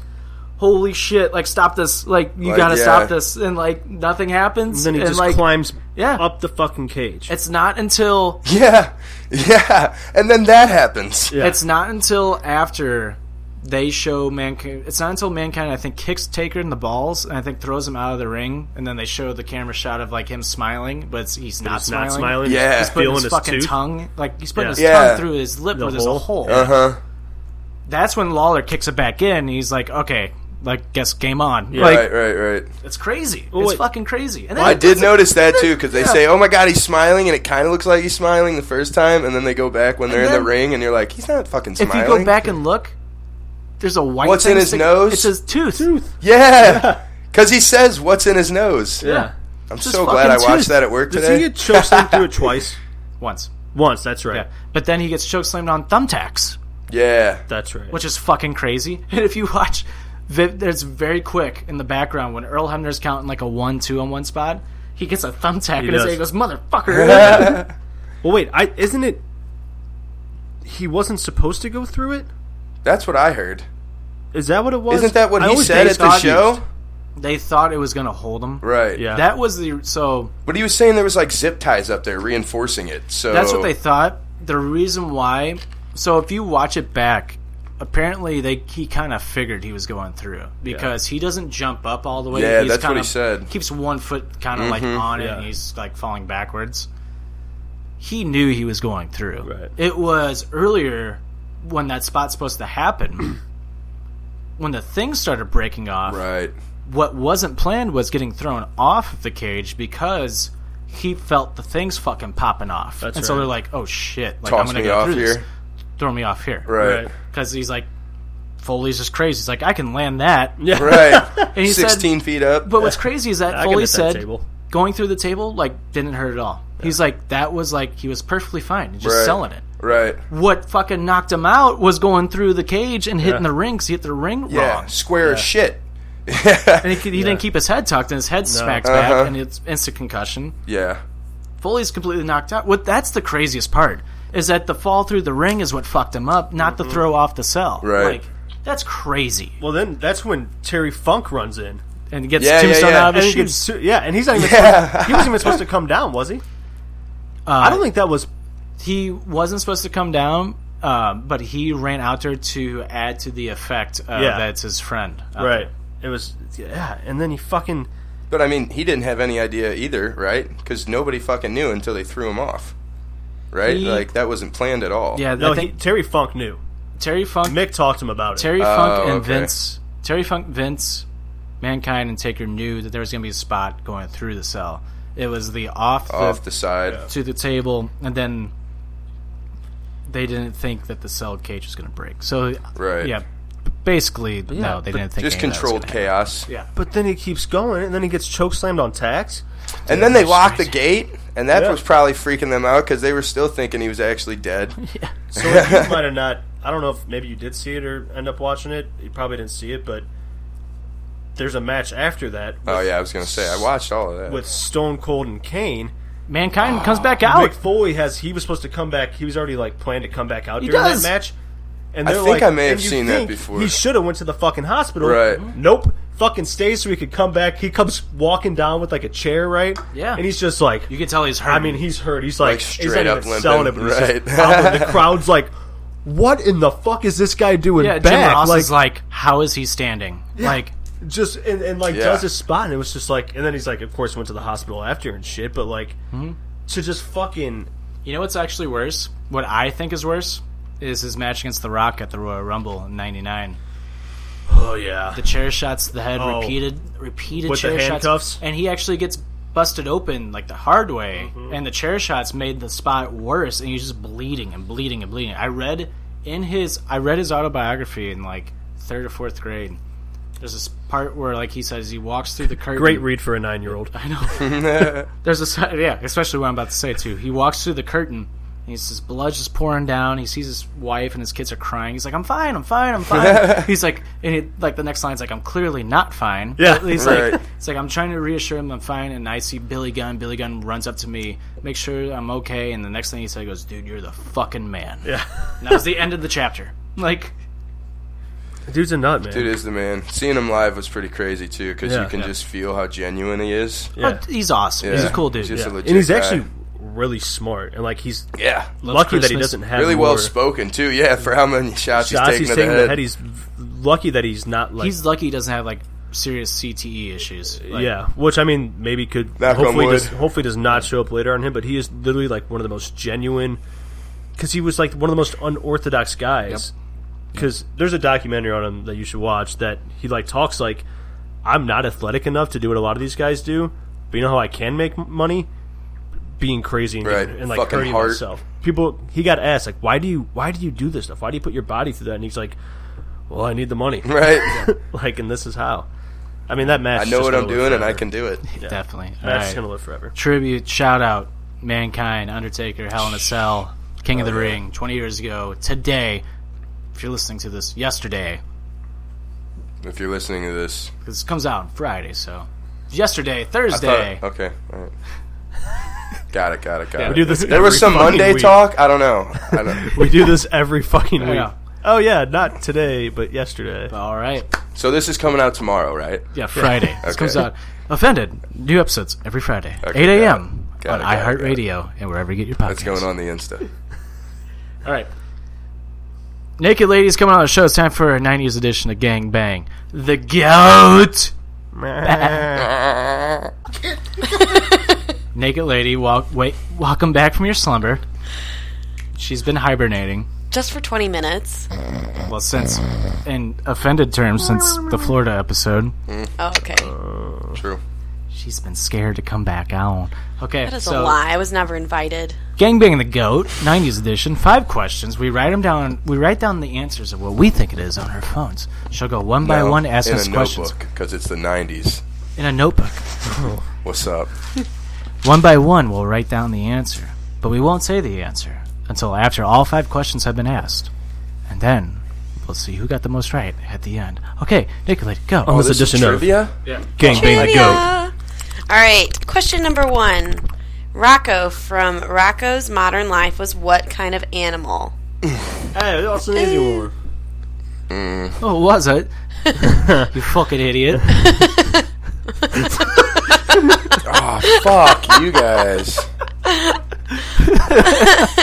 Speaker 1: "Holy shit!" Like, stop this! Like, you
Speaker 2: Like,
Speaker 1: gotta
Speaker 2: yeah.
Speaker 1: stop this! And like, nothing happens.
Speaker 2: then he just
Speaker 1: like,
Speaker 2: climbs
Speaker 1: yeah.
Speaker 2: up the fucking cage.
Speaker 1: It's not until
Speaker 5: yeah, yeah, and then that happens.
Speaker 1: It's not until after they show mankind. It's not until mankind, I think, kicks Taker in the balls and I think throws him out of the ring, and then they show the camera shot of like him smiling, but it's, he's not
Speaker 2: he's
Speaker 1: smiling.
Speaker 2: not smiling, Yeah.
Speaker 1: he's
Speaker 2: he's
Speaker 1: putting
Speaker 2: feeling
Speaker 1: his,
Speaker 2: his
Speaker 1: fucking
Speaker 2: tooth.
Speaker 1: tongue, like he's putting
Speaker 2: Yeah.
Speaker 1: his
Speaker 2: Yeah.
Speaker 1: tongue through his lip
Speaker 2: The
Speaker 1: where there's a
Speaker 2: hole.
Speaker 1: hole.
Speaker 2: Uh-huh.
Speaker 1: That's when Lawler kicks it back in. And he's like, okay, like guess game on.
Speaker 5: Yeah.
Speaker 1: Like,
Speaker 5: right, right, right.
Speaker 1: It's crazy.
Speaker 2: Oh,
Speaker 1: it's
Speaker 2: wait.
Speaker 1: fucking crazy. And then
Speaker 5: I
Speaker 1: it
Speaker 5: did
Speaker 1: doesn't-
Speaker 5: notice that too because they
Speaker 1: Yeah.
Speaker 5: say, "Oh my god, he's smiling," and it kind of looks like he's smiling the first time, and then they go back when they're in
Speaker 1: then-
Speaker 5: the ring, and you're like, "He's not fucking
Speaker 1: If
Speaker 5: smiling."
Speaker 1: you go back and look, there's a white.
Speaker 5: What's
Speaker 1: thing
Speaker 5: in his
Speaker 1: stick-
Speaker 5: nose?
Speaker 1: It's his tooth. Tooth.
Speaker 5: yeah, because he says, "What's in his nose?"
Speaker 1: Yeah.
Speaker 5: I'm
Speaker 1: It's his
Speaker 5: so glad I
Speaker 1: fucking
Speaker 5: watched
Speaker 1: tooth.
Speaker 5: that at work
Speaker 2: Does
Speaker 5: today.
Speaker 2: he get chokeslammed through it twice?
Speaker 1: Once.
Speaker 2: Once, that's right.
Speaker 1: But then he gets chokeslammed on thumbtacks.
Speaker 5: Yeah,
Speaker 2: That's right.
Speaker 1: which is fucking crazy. And if you watch, vi- there's very quick in the background when Earl Hebner's counting like a one, two on one spot. He gets a thumbtack
Speaker 2: He
Speaker 1: in his
Speaker 2: does.
Speaker 1: head. He goes, "Motherfucker!"
Speaker 2: Well, wait, I isn't it? He wasn't supposed to go through it.
Speaker 5: That's what I heard.
Speaker 2: Is that what it was?
Speaker 5: Isn't that what
Speaker 2: I
Speaker 5: he
Speaker 2: always
Speaker 5: said
Speaker 2: get
Speaker 5: at the
Speaker 2: confused.
Speaker 5: show?
Speaker 1: they thought it was gonna hold him.
Speaker 5: Right.
Speaker 2: Yeah.
Speaker 1: That was the so.
Speaker 5: But he was saying there was like zip ties up there reinforcing it. So
Speaker 1: That's what they thought. The reason why. So if you watch it back, apparently they he kind of figured he was going through because he doesn't jump up all the way.
Speaker 5: Yeah,
Speaker 1: He's
Speaker 5: that's what
Speaker 1: kinda-
Speaker 5: he said.
Speaker 1: Keeps one foot kind of like
Speaker 5: Mhm.
Speaker 1: on it, and
Speaker 2: Yeah.
Speaker 1: he's like falling backwards. He knew he was going through. It was earlier when that spot's supposed to happen. when the thing started breaking off,
Speaker 5: Right.
Speaker 1: what wasn't planned was getting thrown off of the cage because he felt the things fucking popping off.
Speaker 2: That's
Speaker 1: and so
Speaker 2: right.
Speaker 1: they're like, oh shit, like,
Speaker 5: Toss
Speaker 1: I'm going to
Speaker 5: me
Speaker 1: go
Speaker 5: off
Speaker 1: through this.
Speaker 5: here.
Speaker 1: Throw me off here.
Speaker 5: Right. Right.
Speaker 1: Because he's like, Foley's just crazy. He's like, I can land that.
Speaker 2: Yeah.
Speaker 5: Right.
Speaker 1: And he said-
Speaker 5: 16 feet up.
Speaker 1: But what's crazy is that
Speaker 2: I get
Speaker 1: Foley
Speaker 2: that
Speaker 1: said
Speaker 2: table.
Speaker 1: going through the table like didn't hurt at all. He's like that was like he was perfectly fine, just
Speaker 5: Right.
Speaker 1: selling it.
Speaker 5: Right.
Speaker 1: What fucking knocked him out was going through the cage and hitting the ring. 'cause He hit the ring
Speaker 5: Yeah.
Speaker 1: wrong,
Speaker 5: Square as shit.
Speaker 1: and he, could- he didn't keep his head tucked, and his head smacks
Speaker 5: Uh-huh.
Speaker 1: back, and it's instant concussion.
Speaker 5: Yeah.
Speaker 1: Foley's completely knocked out. What that's the craziest part is that the fall through the ring is what fucked him up, not the throw off the cell.
Speaker 5: Mm-hmm. Right.
Speaker 1: Like that's crazy.
Speaker 2: Well, then that's when Terry Funk runs in.
Speaker 1: And gets
Speaker 5: Yeah, yeah,
Speaker 1: Tombstone
Speaker 5: yeah.
Speaker 1: out of
Speaker 2: And
Speaker 1: his
Speaker 2: he
Speaker 1: shoes.
Speaker 2: gets, su- yeah, and he's not even.
Speaker 5: Yeah.
Speaker 2: Supposed, he wasn't even supposed to come down, was he?
Speaker 1: Uh,
Speaker 2: I don't think that was.
Speaker 1: he wasn't supposed to come down, um, but he ran out there to add to the effect uh,
Speaker 2: Yeah.
Speaker 1: that's his friend. Uh, out
Speaker 2: Right. It was. Yeah, and then he fucking.
Speaker 5: But I mean, he didn't have any idea either, right? Because nobody fucking knew until they threw him off. Right?
Speaker 1: He-
Speaker 5: like, that wasn't planned at all.
Speaker 1: there. Yeah,
Speaker 2: No,
Speaker 1: I think
Speaker 2: he, Terry Funk knew.
Speaker 1: Terry Funk,
Speaker 2: Mick talked to him about it.
Speaker 1: Terry
Speaker 5: Oh,
Speaker 1: Funk, and
Speaker 5: okay.
Speaker 1: Vince, Terry Funk, Vince, Mankind, and Taker knew that there was going to be a spot going through the cell. It was the off the,
Speaker 5: Off the side.
Speaker 1: to the table, and then they didn't think that the cell cage was going to break. So
Speaker 5: Right.
Speaker 1: yeah, basically
Speaker 2: yeah,
Speaker 1: no, they
Speaker 2: but
Speaker 1: didn't think
Speaker 5: Just
Speaker 1: any of that was
Speaker 5: controlled
Speaker 1: gonna happen.
Speaker 5: chaos.
Speaker 1: Yeah.
Speaker 2: But then he keeps going, and then he gets choke slammed on tax.
Speaker 5: And then they locked the gate, and that
Speaker 2: Yeah.
Speaker 5: was probably freaking them out because they were still thinking he was actually dead.
Speaker 2: So you might have not. I don't know if maybe you did see it or end up watching it. You probably didn't see it, but there's a match after that. With,
Speaker 5: oh, yeah, I was going to say, I watched all of that.
Speaker 2: With Stone Cold and Kane,
Speaker 1: Mankind comes back
Speaker 2: Mick
Speaker 1: out.
Speaker 2: Foley has he was supposed to come back. He was already like planned to come back out
Speaker 1: He
Speaker 2: during
Speaker 1: does.
Speaker 2: that match. And
Speaker 5: I
Speaker 2: they're
Speaker 5: think
Speaker 2: like,
Speaker 5: I may
Speaker 2: and
Speaker 5: have
Speaker 2: you
Speaker 5: seen that
Speaker 2: think
Speaker 5: before.
Speaker 2: He should have went to the fucking hospital. Mm-hmm.
Speaker 5: Right.
Speaker 2: Nope. Fucking stays so he could come back. He comes walking down with like a chair, right?
Speaker 1: Yeah.
Speaker 2: And he's just like,
Speaker 1: You can tell he's hurt.
Speaker 2: I mean, he's hurt. He's like,
Speaker 5: Like,
Speaker 2: he's
Speaker 5: straight
Speaker 2: not
Speaker 5: up
Speaker 2: even
Speaker 5: limping.
Speaker 2: selling it, but he's
Speaker 5: Right.
Speaker 2: just pounding. The crowd's like, what in the fuck is this guy doing
Speaker 1: yeah, Jim
Speaker 2: back?
Speaker 1: Ross
Speaker 2: like,
Speaker 1: is like, how is he standing? Like,
Speaker 2: just and, and like
Speaker 5: Yeah.
Speaker 2: does his spot, and it was just like, and then he's like, of course, went to the hospital after and shit, but like,
Speaker 1: Mm-hmm.
Speaker 2: to just fucking
Speaker 1: you know what's actually worse? What I think is worse is his match against The Rock at the Royal Rumble in '99.
Speaker 2: oh yeah,
Speaker 1: The chair shots to the head,
Speaker 2: Oh.
Speaker 1: repeated, repeated
Speaker 2: With the
Speaker 1: chair
Speaker 2: handcuffs?
Speaker 1: shots, and he actually gets busted open like the hard way.
Speaker 2: Mm-hmm.
Speaker 1: And the chair shots made the spot worse, and he's just bleeding and bleeding and bleeding. I read in his, I read his autobiography in like third or fourth grade, There's this part where, like he says, he walks through the curtain.
Speaker 2: Great read for a nine-year-old.
Speaker 1: I know. There's this, yeah, especially what I'm about to say too. He walks through the curtain. And he's his blood's just pouring down. He sees his wife and his kids are crying. He's like, "I'm fine, I'm fine, I'm fine." he's like, and he, like the next line's like, "I'm clearly not fine."
Speaker 2: Yeah,
Speaker 1: he's
Speaker 2: right.
Speaker 1: like, it's like I'm trying to reassure him I'm fine, and I see Billy Gunn. Billy Gunn runs up to me, make sure I'm okay, and the next thing he said goes, "Dude, you're the fucking man."
Speaker 2: Yeah.
Speaker 1: and that was the end of the chapter. Like,
Speaker 2: Dude's a nut, man.
Speaker 5: Dude is the man. Seeing him live was pretty crazy too, because
Speaker 2: Yeah.
Speaker 5: you can
Speaker 2: Yeah.
Speaker 5: just feel how genuine he is.
Speaker 1: Oh,
Speaker 2: Yeah.
Speaker 1: he's awesome. He's a cool dude.
Speaker 5: just a
Speaker 1: Yeah.
Speaker 5: legit
Speaker 2: and he's
Speaker 5: guy.
Speaker 2: actually really smart and like he's
Speaker 5: yeah
Speaker 2: lucky that he doesn't have
Speaker 5: really
Speaker 2: more
Speaker 5: well spoken too. Yeah, for how many shots,
Speaker 2: shots
Speaker 5: he's taking to the head.
Speaker 2: He's v- lucky that he's not like
Speaker 1: he's lucky he doesn't have like serious CTE issues. Like,
Speaker 2: yeah, which I mean maybe could
Speaker 5: Knock on
Speaker 2: hopefully
Speaker 5: wood.
Speaker 2: does, hopefully does not show up later on him, but he is literally like one of the most genuine because he was like one of the most unorthodox guys. Because there's a documentary on him that you should watch that he like talks like I'm not athletic enough to do what a lot of these guys do, but you know how I can make m- money being crazy and,
Speaker 5: Right,
Speaker 2: and like
Speaker 5: fucking
Speaker 2: hurting
Speaker 5: heart.
Speaker 2: myself. People he got asked like why do you why do you do this stuff? Why do you put your body through that? And he's like, well, I need the money,
Speaker 5: Right.
Speaker 2: like, and this is how. I mean, that match.
Speaker 5: I
Speaker 2: is
Speaker 5: know
Speaker 2: just
Speaker 5: what
Speaker 2: gonna
Speaker 5: I'm
Speaker 2: live
Speaker 5: doing, and I
Speaker 2: forever.
Speaker 5: can do it.
Speaker 1: Definitely.
Speaker 2: That's
Speaker 1: All
Speaker 2: gonna live forever.
Speaker 1: Tribute, shout out, Mankind, Undertaker, Hell in a Cell, King of
Speaker 5: Oh,
Speaker 1: the Ring, 20 years ago, today. If you're listening to this, yesterday,
Speaker 5: If you're listening to this,
Speaker 1: because this comes out on Friday, so. Yesterday,
Speaker 5: I
Speaker 1: Thursday.
Speaker 5: Thought, okay. All right. Got it. Got it. Got
Speaker 1: Yeah.
Speaker 5: it.
Speaker 1: We do this
Speaker 5: there was
Speaker 1: every
Speaker 5: some
Speaker 1: fucking
Speaker 5: Monday
Speaker 1: week.
Speaker 5: talk. I don't know. I don't.
Speaker 2: We do this every fucking
Speaker 1: I
Speaker 2: week.
Speaker 1: know.
Speaker 2: Oh yeah, not today, but yesterday.
Speaker 1: All right.
Speaker 5: So this is coming out tomorrow, right?
Speaker 1: Yeah, Friday. This
Speaker 5: Okay.
Speaker 1: comes out. Offended, new episodes every Friday,
Speaker 5: Okay,
Speaker 1: 8
Speaker 5: got
Speaker 1: a.m.
Speaker 5: it.
Speaker 1: on
Speaker 5: Got it, got it,
Speaker 1: iHeartRadio and wherever you get your podcasts.
Speaker 5: That's going on the Insta.
Speaker 1: All right. Naked Ladies coming on the show. It's time for a 90s edition of Gang Bang. The GOAT! Naked Lady, walk, wait, welcome back from your slumber. She's been hibernating.
Speaker 12: Just for 20 minutes.
Speaker 1: Well, since, in offended terms, since the Florida episode.
Speaker 12: Oh, okay.
Speaker 5: True.
Speaker 1: She's been scared to come back out. Okay,
Speaker 12: That is
Speaker 1: so
Speaker 12: a lie. I was never invited.
Speaker 1: Gangbang the Goat, 90s edition, five questions. We write 'em down. We write down the answers of what we think it is on our phones. She'll go one by one, ask
Speaker 5: in
Speaker 1: us
Speaker 5: a
Speaker 1: questions
Speaker 5: notebook because it's the '90s.
Speaker 1: in a notebook.
Speaker 5: What's up?
Speaker 1: One by one, we'll write down the answer, but we won't say the answer until after all five questions have been asked. And then we'll see who got the most right at the end. Okay, Nicolette, go.
Speaker 2: On this Oh, this is edition of trivia?
Speaker 1: yeah.
Speaker 2: Gang Bang the Goat.
Speaker 12: All right. Question number one Rocco from Rocco's Modern Life was what kind of animal?
Speaker 2: Hey, that's an easy one.
Speaker 5: Mm.
Speaker 1: Oh, was it? you fucking idiot.
Speaker 5: oh, fuck you guys.
Speaker 2: Why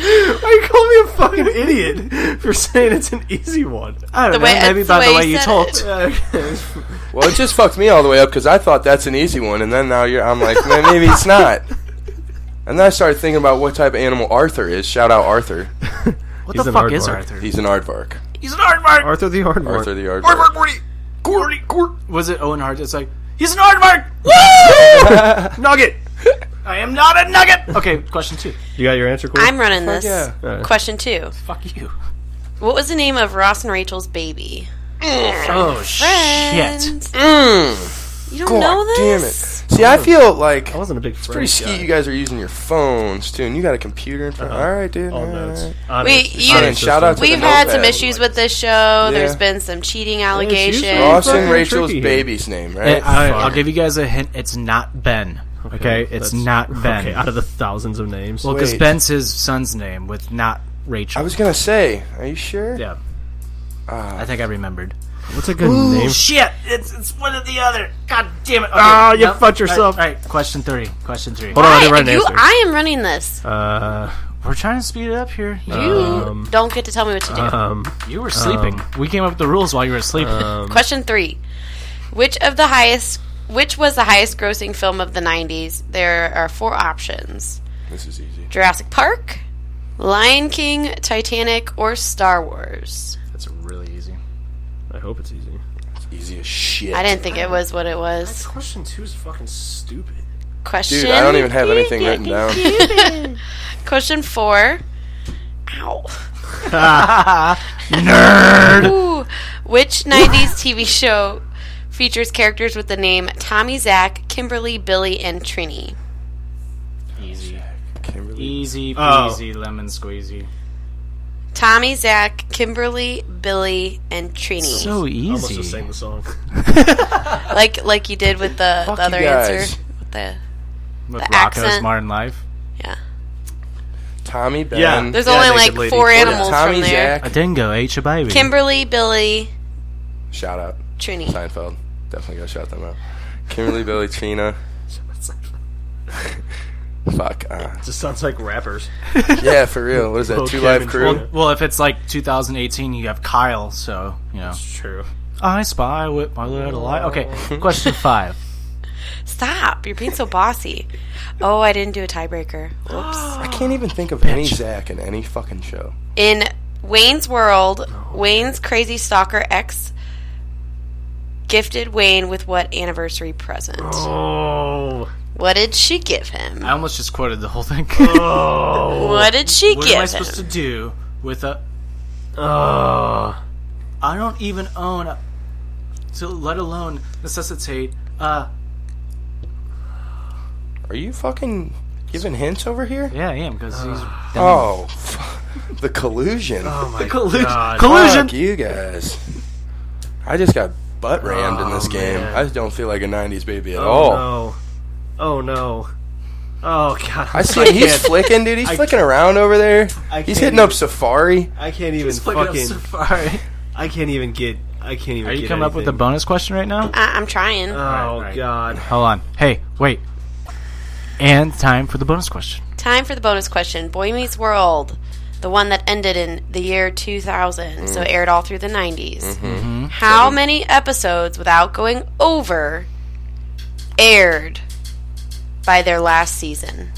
Speaker 2: you call me a fucking idiot for saying it's an easy one?
Speaker 1: I don't
Speaker 12: The
Speaker 1: know.
Speaker 12: way-
Speaker 1: maybe
Speaker 12: it's
Speaker 1: by
Speaker 12: the
Speaker 1: the
Speaker 12: way
Speaker 1: way
Speaker 12: he
Speaker 1: you
Speaker 12: said
Speaker 1: talked.
Speaker 5: Well, it just fucked me all the way up because I thought that's an easy one, and then now you're, I'm like, man, maybe it's not. And then I started thinking about what type of animal Arthur is. Shout out Arthur.
Speaker 1: What
Speaker 2: He's
Speaker 1: the
Speaker 2: an
Speaker 1: fuck is
Speaker 2: aardvark.
Speaker 1: Arthur?
Speaker 5: He's an aardvark.
Speaker 1: He's an aardvark!
Speaker 2: Arthur the Aardvark.
Speaker 5: Arthur the aardvark.
Speaker 1: Gordy, Gordy. Was it Owen Hart? It's like, he's an aardvark! Woo! nugget! I am not a nugget! Okay, question two.
Speaker 2: You got your answer, Corey?
Speaker 12: I'm running this.
Speaker 5: yeah.
Speaker 2: Alright.
Speaker 12: Question two
Speaker 1: Fuck you.
Speaker 12: What was the name of Ross and Rachel's baby?
Speaker 1: Oh, shit.
Speaker 12: Friends.
Speaker 5: Mm.
Speaker 12: You don't
Speaker 5: God
Speaker 12: know
Speaker 5: damn it.
Speaker 12: this?
Speaker 5: See, I feel like
Speaker 2: I wasn't a big
Speaker 5: it's
Speaker 2: friend.
Speaker 5: pretty skeet you guys are using your phones, too, and you got a computer in front. All right, dude.
Speaker 2: All
Speaker 5: all
Speaker 2: notes.
Speaker 5: right.
Speaker 12: Wait, you-
Speaker 5: Honest shout out to the
Speaker 12: We've had
Speaker 5: notepad.
Speaker 12: some issues with this show. There's
Speaker 5: Yeah.
Speaker 12: been some cheating
Speaker 2: she's
Speaker 12: allegations.
Speaker 5: Ross
Speaker 2: Fucking
Speaker 5: and Rachel's
Speaker 2: tricky here.
Speaker 5: baby's name,
Speaker 1: Eh,
Speaker 5: right?
Speaker 1: I,
Speaker 5: Fuck.
Speaker 1: I'll give you guys a hint. It's not Ben. Okay, it's not Ben.
Speaker 2: Okay, out of the thousands of names.
Speaker 1: well, because
Speaker 5: Wait.
Speaker 1: Ben's his son's name with not Rachel.
Speaker 5: I was gonna say, are you sure?
Speaker 1: yeah,
Speaker 5: Ah.
Speaker 1: I think I remembered.
Speaker 2: What's a good name?
Speaker 1: shit! It's, it's one or the other. God damn it! Okay,
Speaker 2: Ah, you fucked yourself.
Speaker 1: All right, all right, question three. Question three.
Speaker 2: Hold on, Oh, I didn't
Speaker 12: Why?
Speaker 2: write an
Speaker 12: You,
Speaker 2: answer.
Speaker 12: I am running this.
Speaker 2: Uh,
Speaker 1: We're trying to speed it up here.
Speaker 12: You don't get to tell me what to do.
Speaker 2: um,
Speaker 1: You were sleeping. we came up with the rules while you were asleep.
Speaker 12: Question three: Which of the highest? Which was the highest-grossing film of the '90s? There are four options:
Speaker 5: This is easy.
Speaker 12: Jurassic Park, Lion King, Titanic, or Star Wars.
Speaker 1: That's really easy.
Speaker 2: I hope it's easy.
Speaker 5: It's easy as shit.
Speaker 12: I didn't think it was what it was.
Speaker 2: Question two is fucking stupid.
Speaker 12: Question.
Speaker 5: Dude, I don't even have anything written down.
Speaker 12: Question four. Ow. Ooh. Which 90s TV show features characters with the name Tommy, Zach, Kimberly, Billy, and Trini?
Speaker 1: Easy. Easy
Speaker 12: Oh.
Speaker 1: peasy lemon squeezy.
Speaker 12: Tommy, Zach, Kimberly, Billy, and Trini.
Speaker 1: So easy.
Speaker 2: Almost just sang the song.
Speaker 12: like like you did with the, the other
Speaker 1: you guys.
Speaker 12: answer. With the
Speaker 1: With
Speaker 12: the
Speaker 1: Rocco's
Speaker 12: accent.
Speaker 1: Modern Life.
Speaker 12: Yeah.
Speaker 5: Tommy Ben.
Speaker 1: Yeah.
Speaker 12: There's only like four animals from there.
Speaker 1: A dingo ate your baby.
Speaker 12: Kimberly, Billy,
Speaker 5: Shout out.
Speaker 12: Trini.
Speaker 5: Seinfeld. Definitely gotta shout them out. Kimberly, Billy, Trina. Fuck. Uh,
Speaker 2: Just sounds like rappers.
Speaker 5: yeah, for real. What is that?
Speaker 1: Little
Speaker 5: Two
Speaker 1: Kim
Speaker 5: Live
Speaker 1: and
Speaker 5: Crew.
Speaker 1: Well, well, if it's like 2018, you have Kyle, so you know.
Speaker 2: That's true.
Speaker 1: I spy with my little eye. Okay, question five.
Speaker 12: Stop! You're being so bossy. Oh, I didn't do a tiebreaker. Whoops.
Speaker 5: I
Speaker 1: Oh.
Speaker 5: can't even think of any Zach in any fucking show.
Speaker 12: In Wayne's World, Wayne's crazy stalker ex gifted Wayne with what anniversary present?
Speaker 2: Oh.
Speaker 12: What did she give him?
Speaker 1: I almost just quoted the whole thing.
Speaker 12: Oh. What did she
Speaker 1: What
Speaker 12: give
Speaker 1: am I
Speaker 12: him?
Speaker 1: supposed to do with a?
Speaker 2: Oh.
Speaker 1: I don't even own, a, so let alone necessitate. Uh,
Speaker 5: Are you fucking giving hints over here?
Speaker 1: Yeah, I am because he's.
Speaker 5: Oh, the collusion. Oh
Speaker 1: my The collusion- God. collusion!
Speaker 5: Fuck you guys. I just got butt rammed in this
Speaker 2: Oh,
Speaker 5: game.
Speaker 2: man.
Speaker 5: I don't feel like a '90s baby at
Speaker 2: oh,
Speaker 5: all.
Speaker 2: no. Oh, no. Oh, God.
Speaker 5: I see him. He's flicking, dude. He's
Speaker 2: I
Speaker 5: flicking around over there.
Speaker 2: I
Speaker 5: He's
Speaker 2: can't
Speaker 5: hitting up Safari.
Speaker 2: I can't even
Speaker 1: flicking up
Speaker 2: fucking.
Speaker 1: Safari.
Speaker 2: I can't even get. I can't even.
Speaker 1: Are you
Speaker 2: get
Speaker 1: coming up with a
Speaker 2: anything.
Speaker 1: bonus question right now?
Speaker 12: I- I'm trying.
Speaker 1: Uh.
Speaker 2: Oh God!
Speaker 1: Hold on. Hey, wait. And time for the bonus question.
Speaker 12: Time for the bonus question. Boy Meets World, the one that ended in the year 2000, so
Speaker 1: Mm.
Speaker 12: aired all through the 90s.
Speaker 1: Mhm.
Speaker 12: How many episodes, without going over, aired by their last season?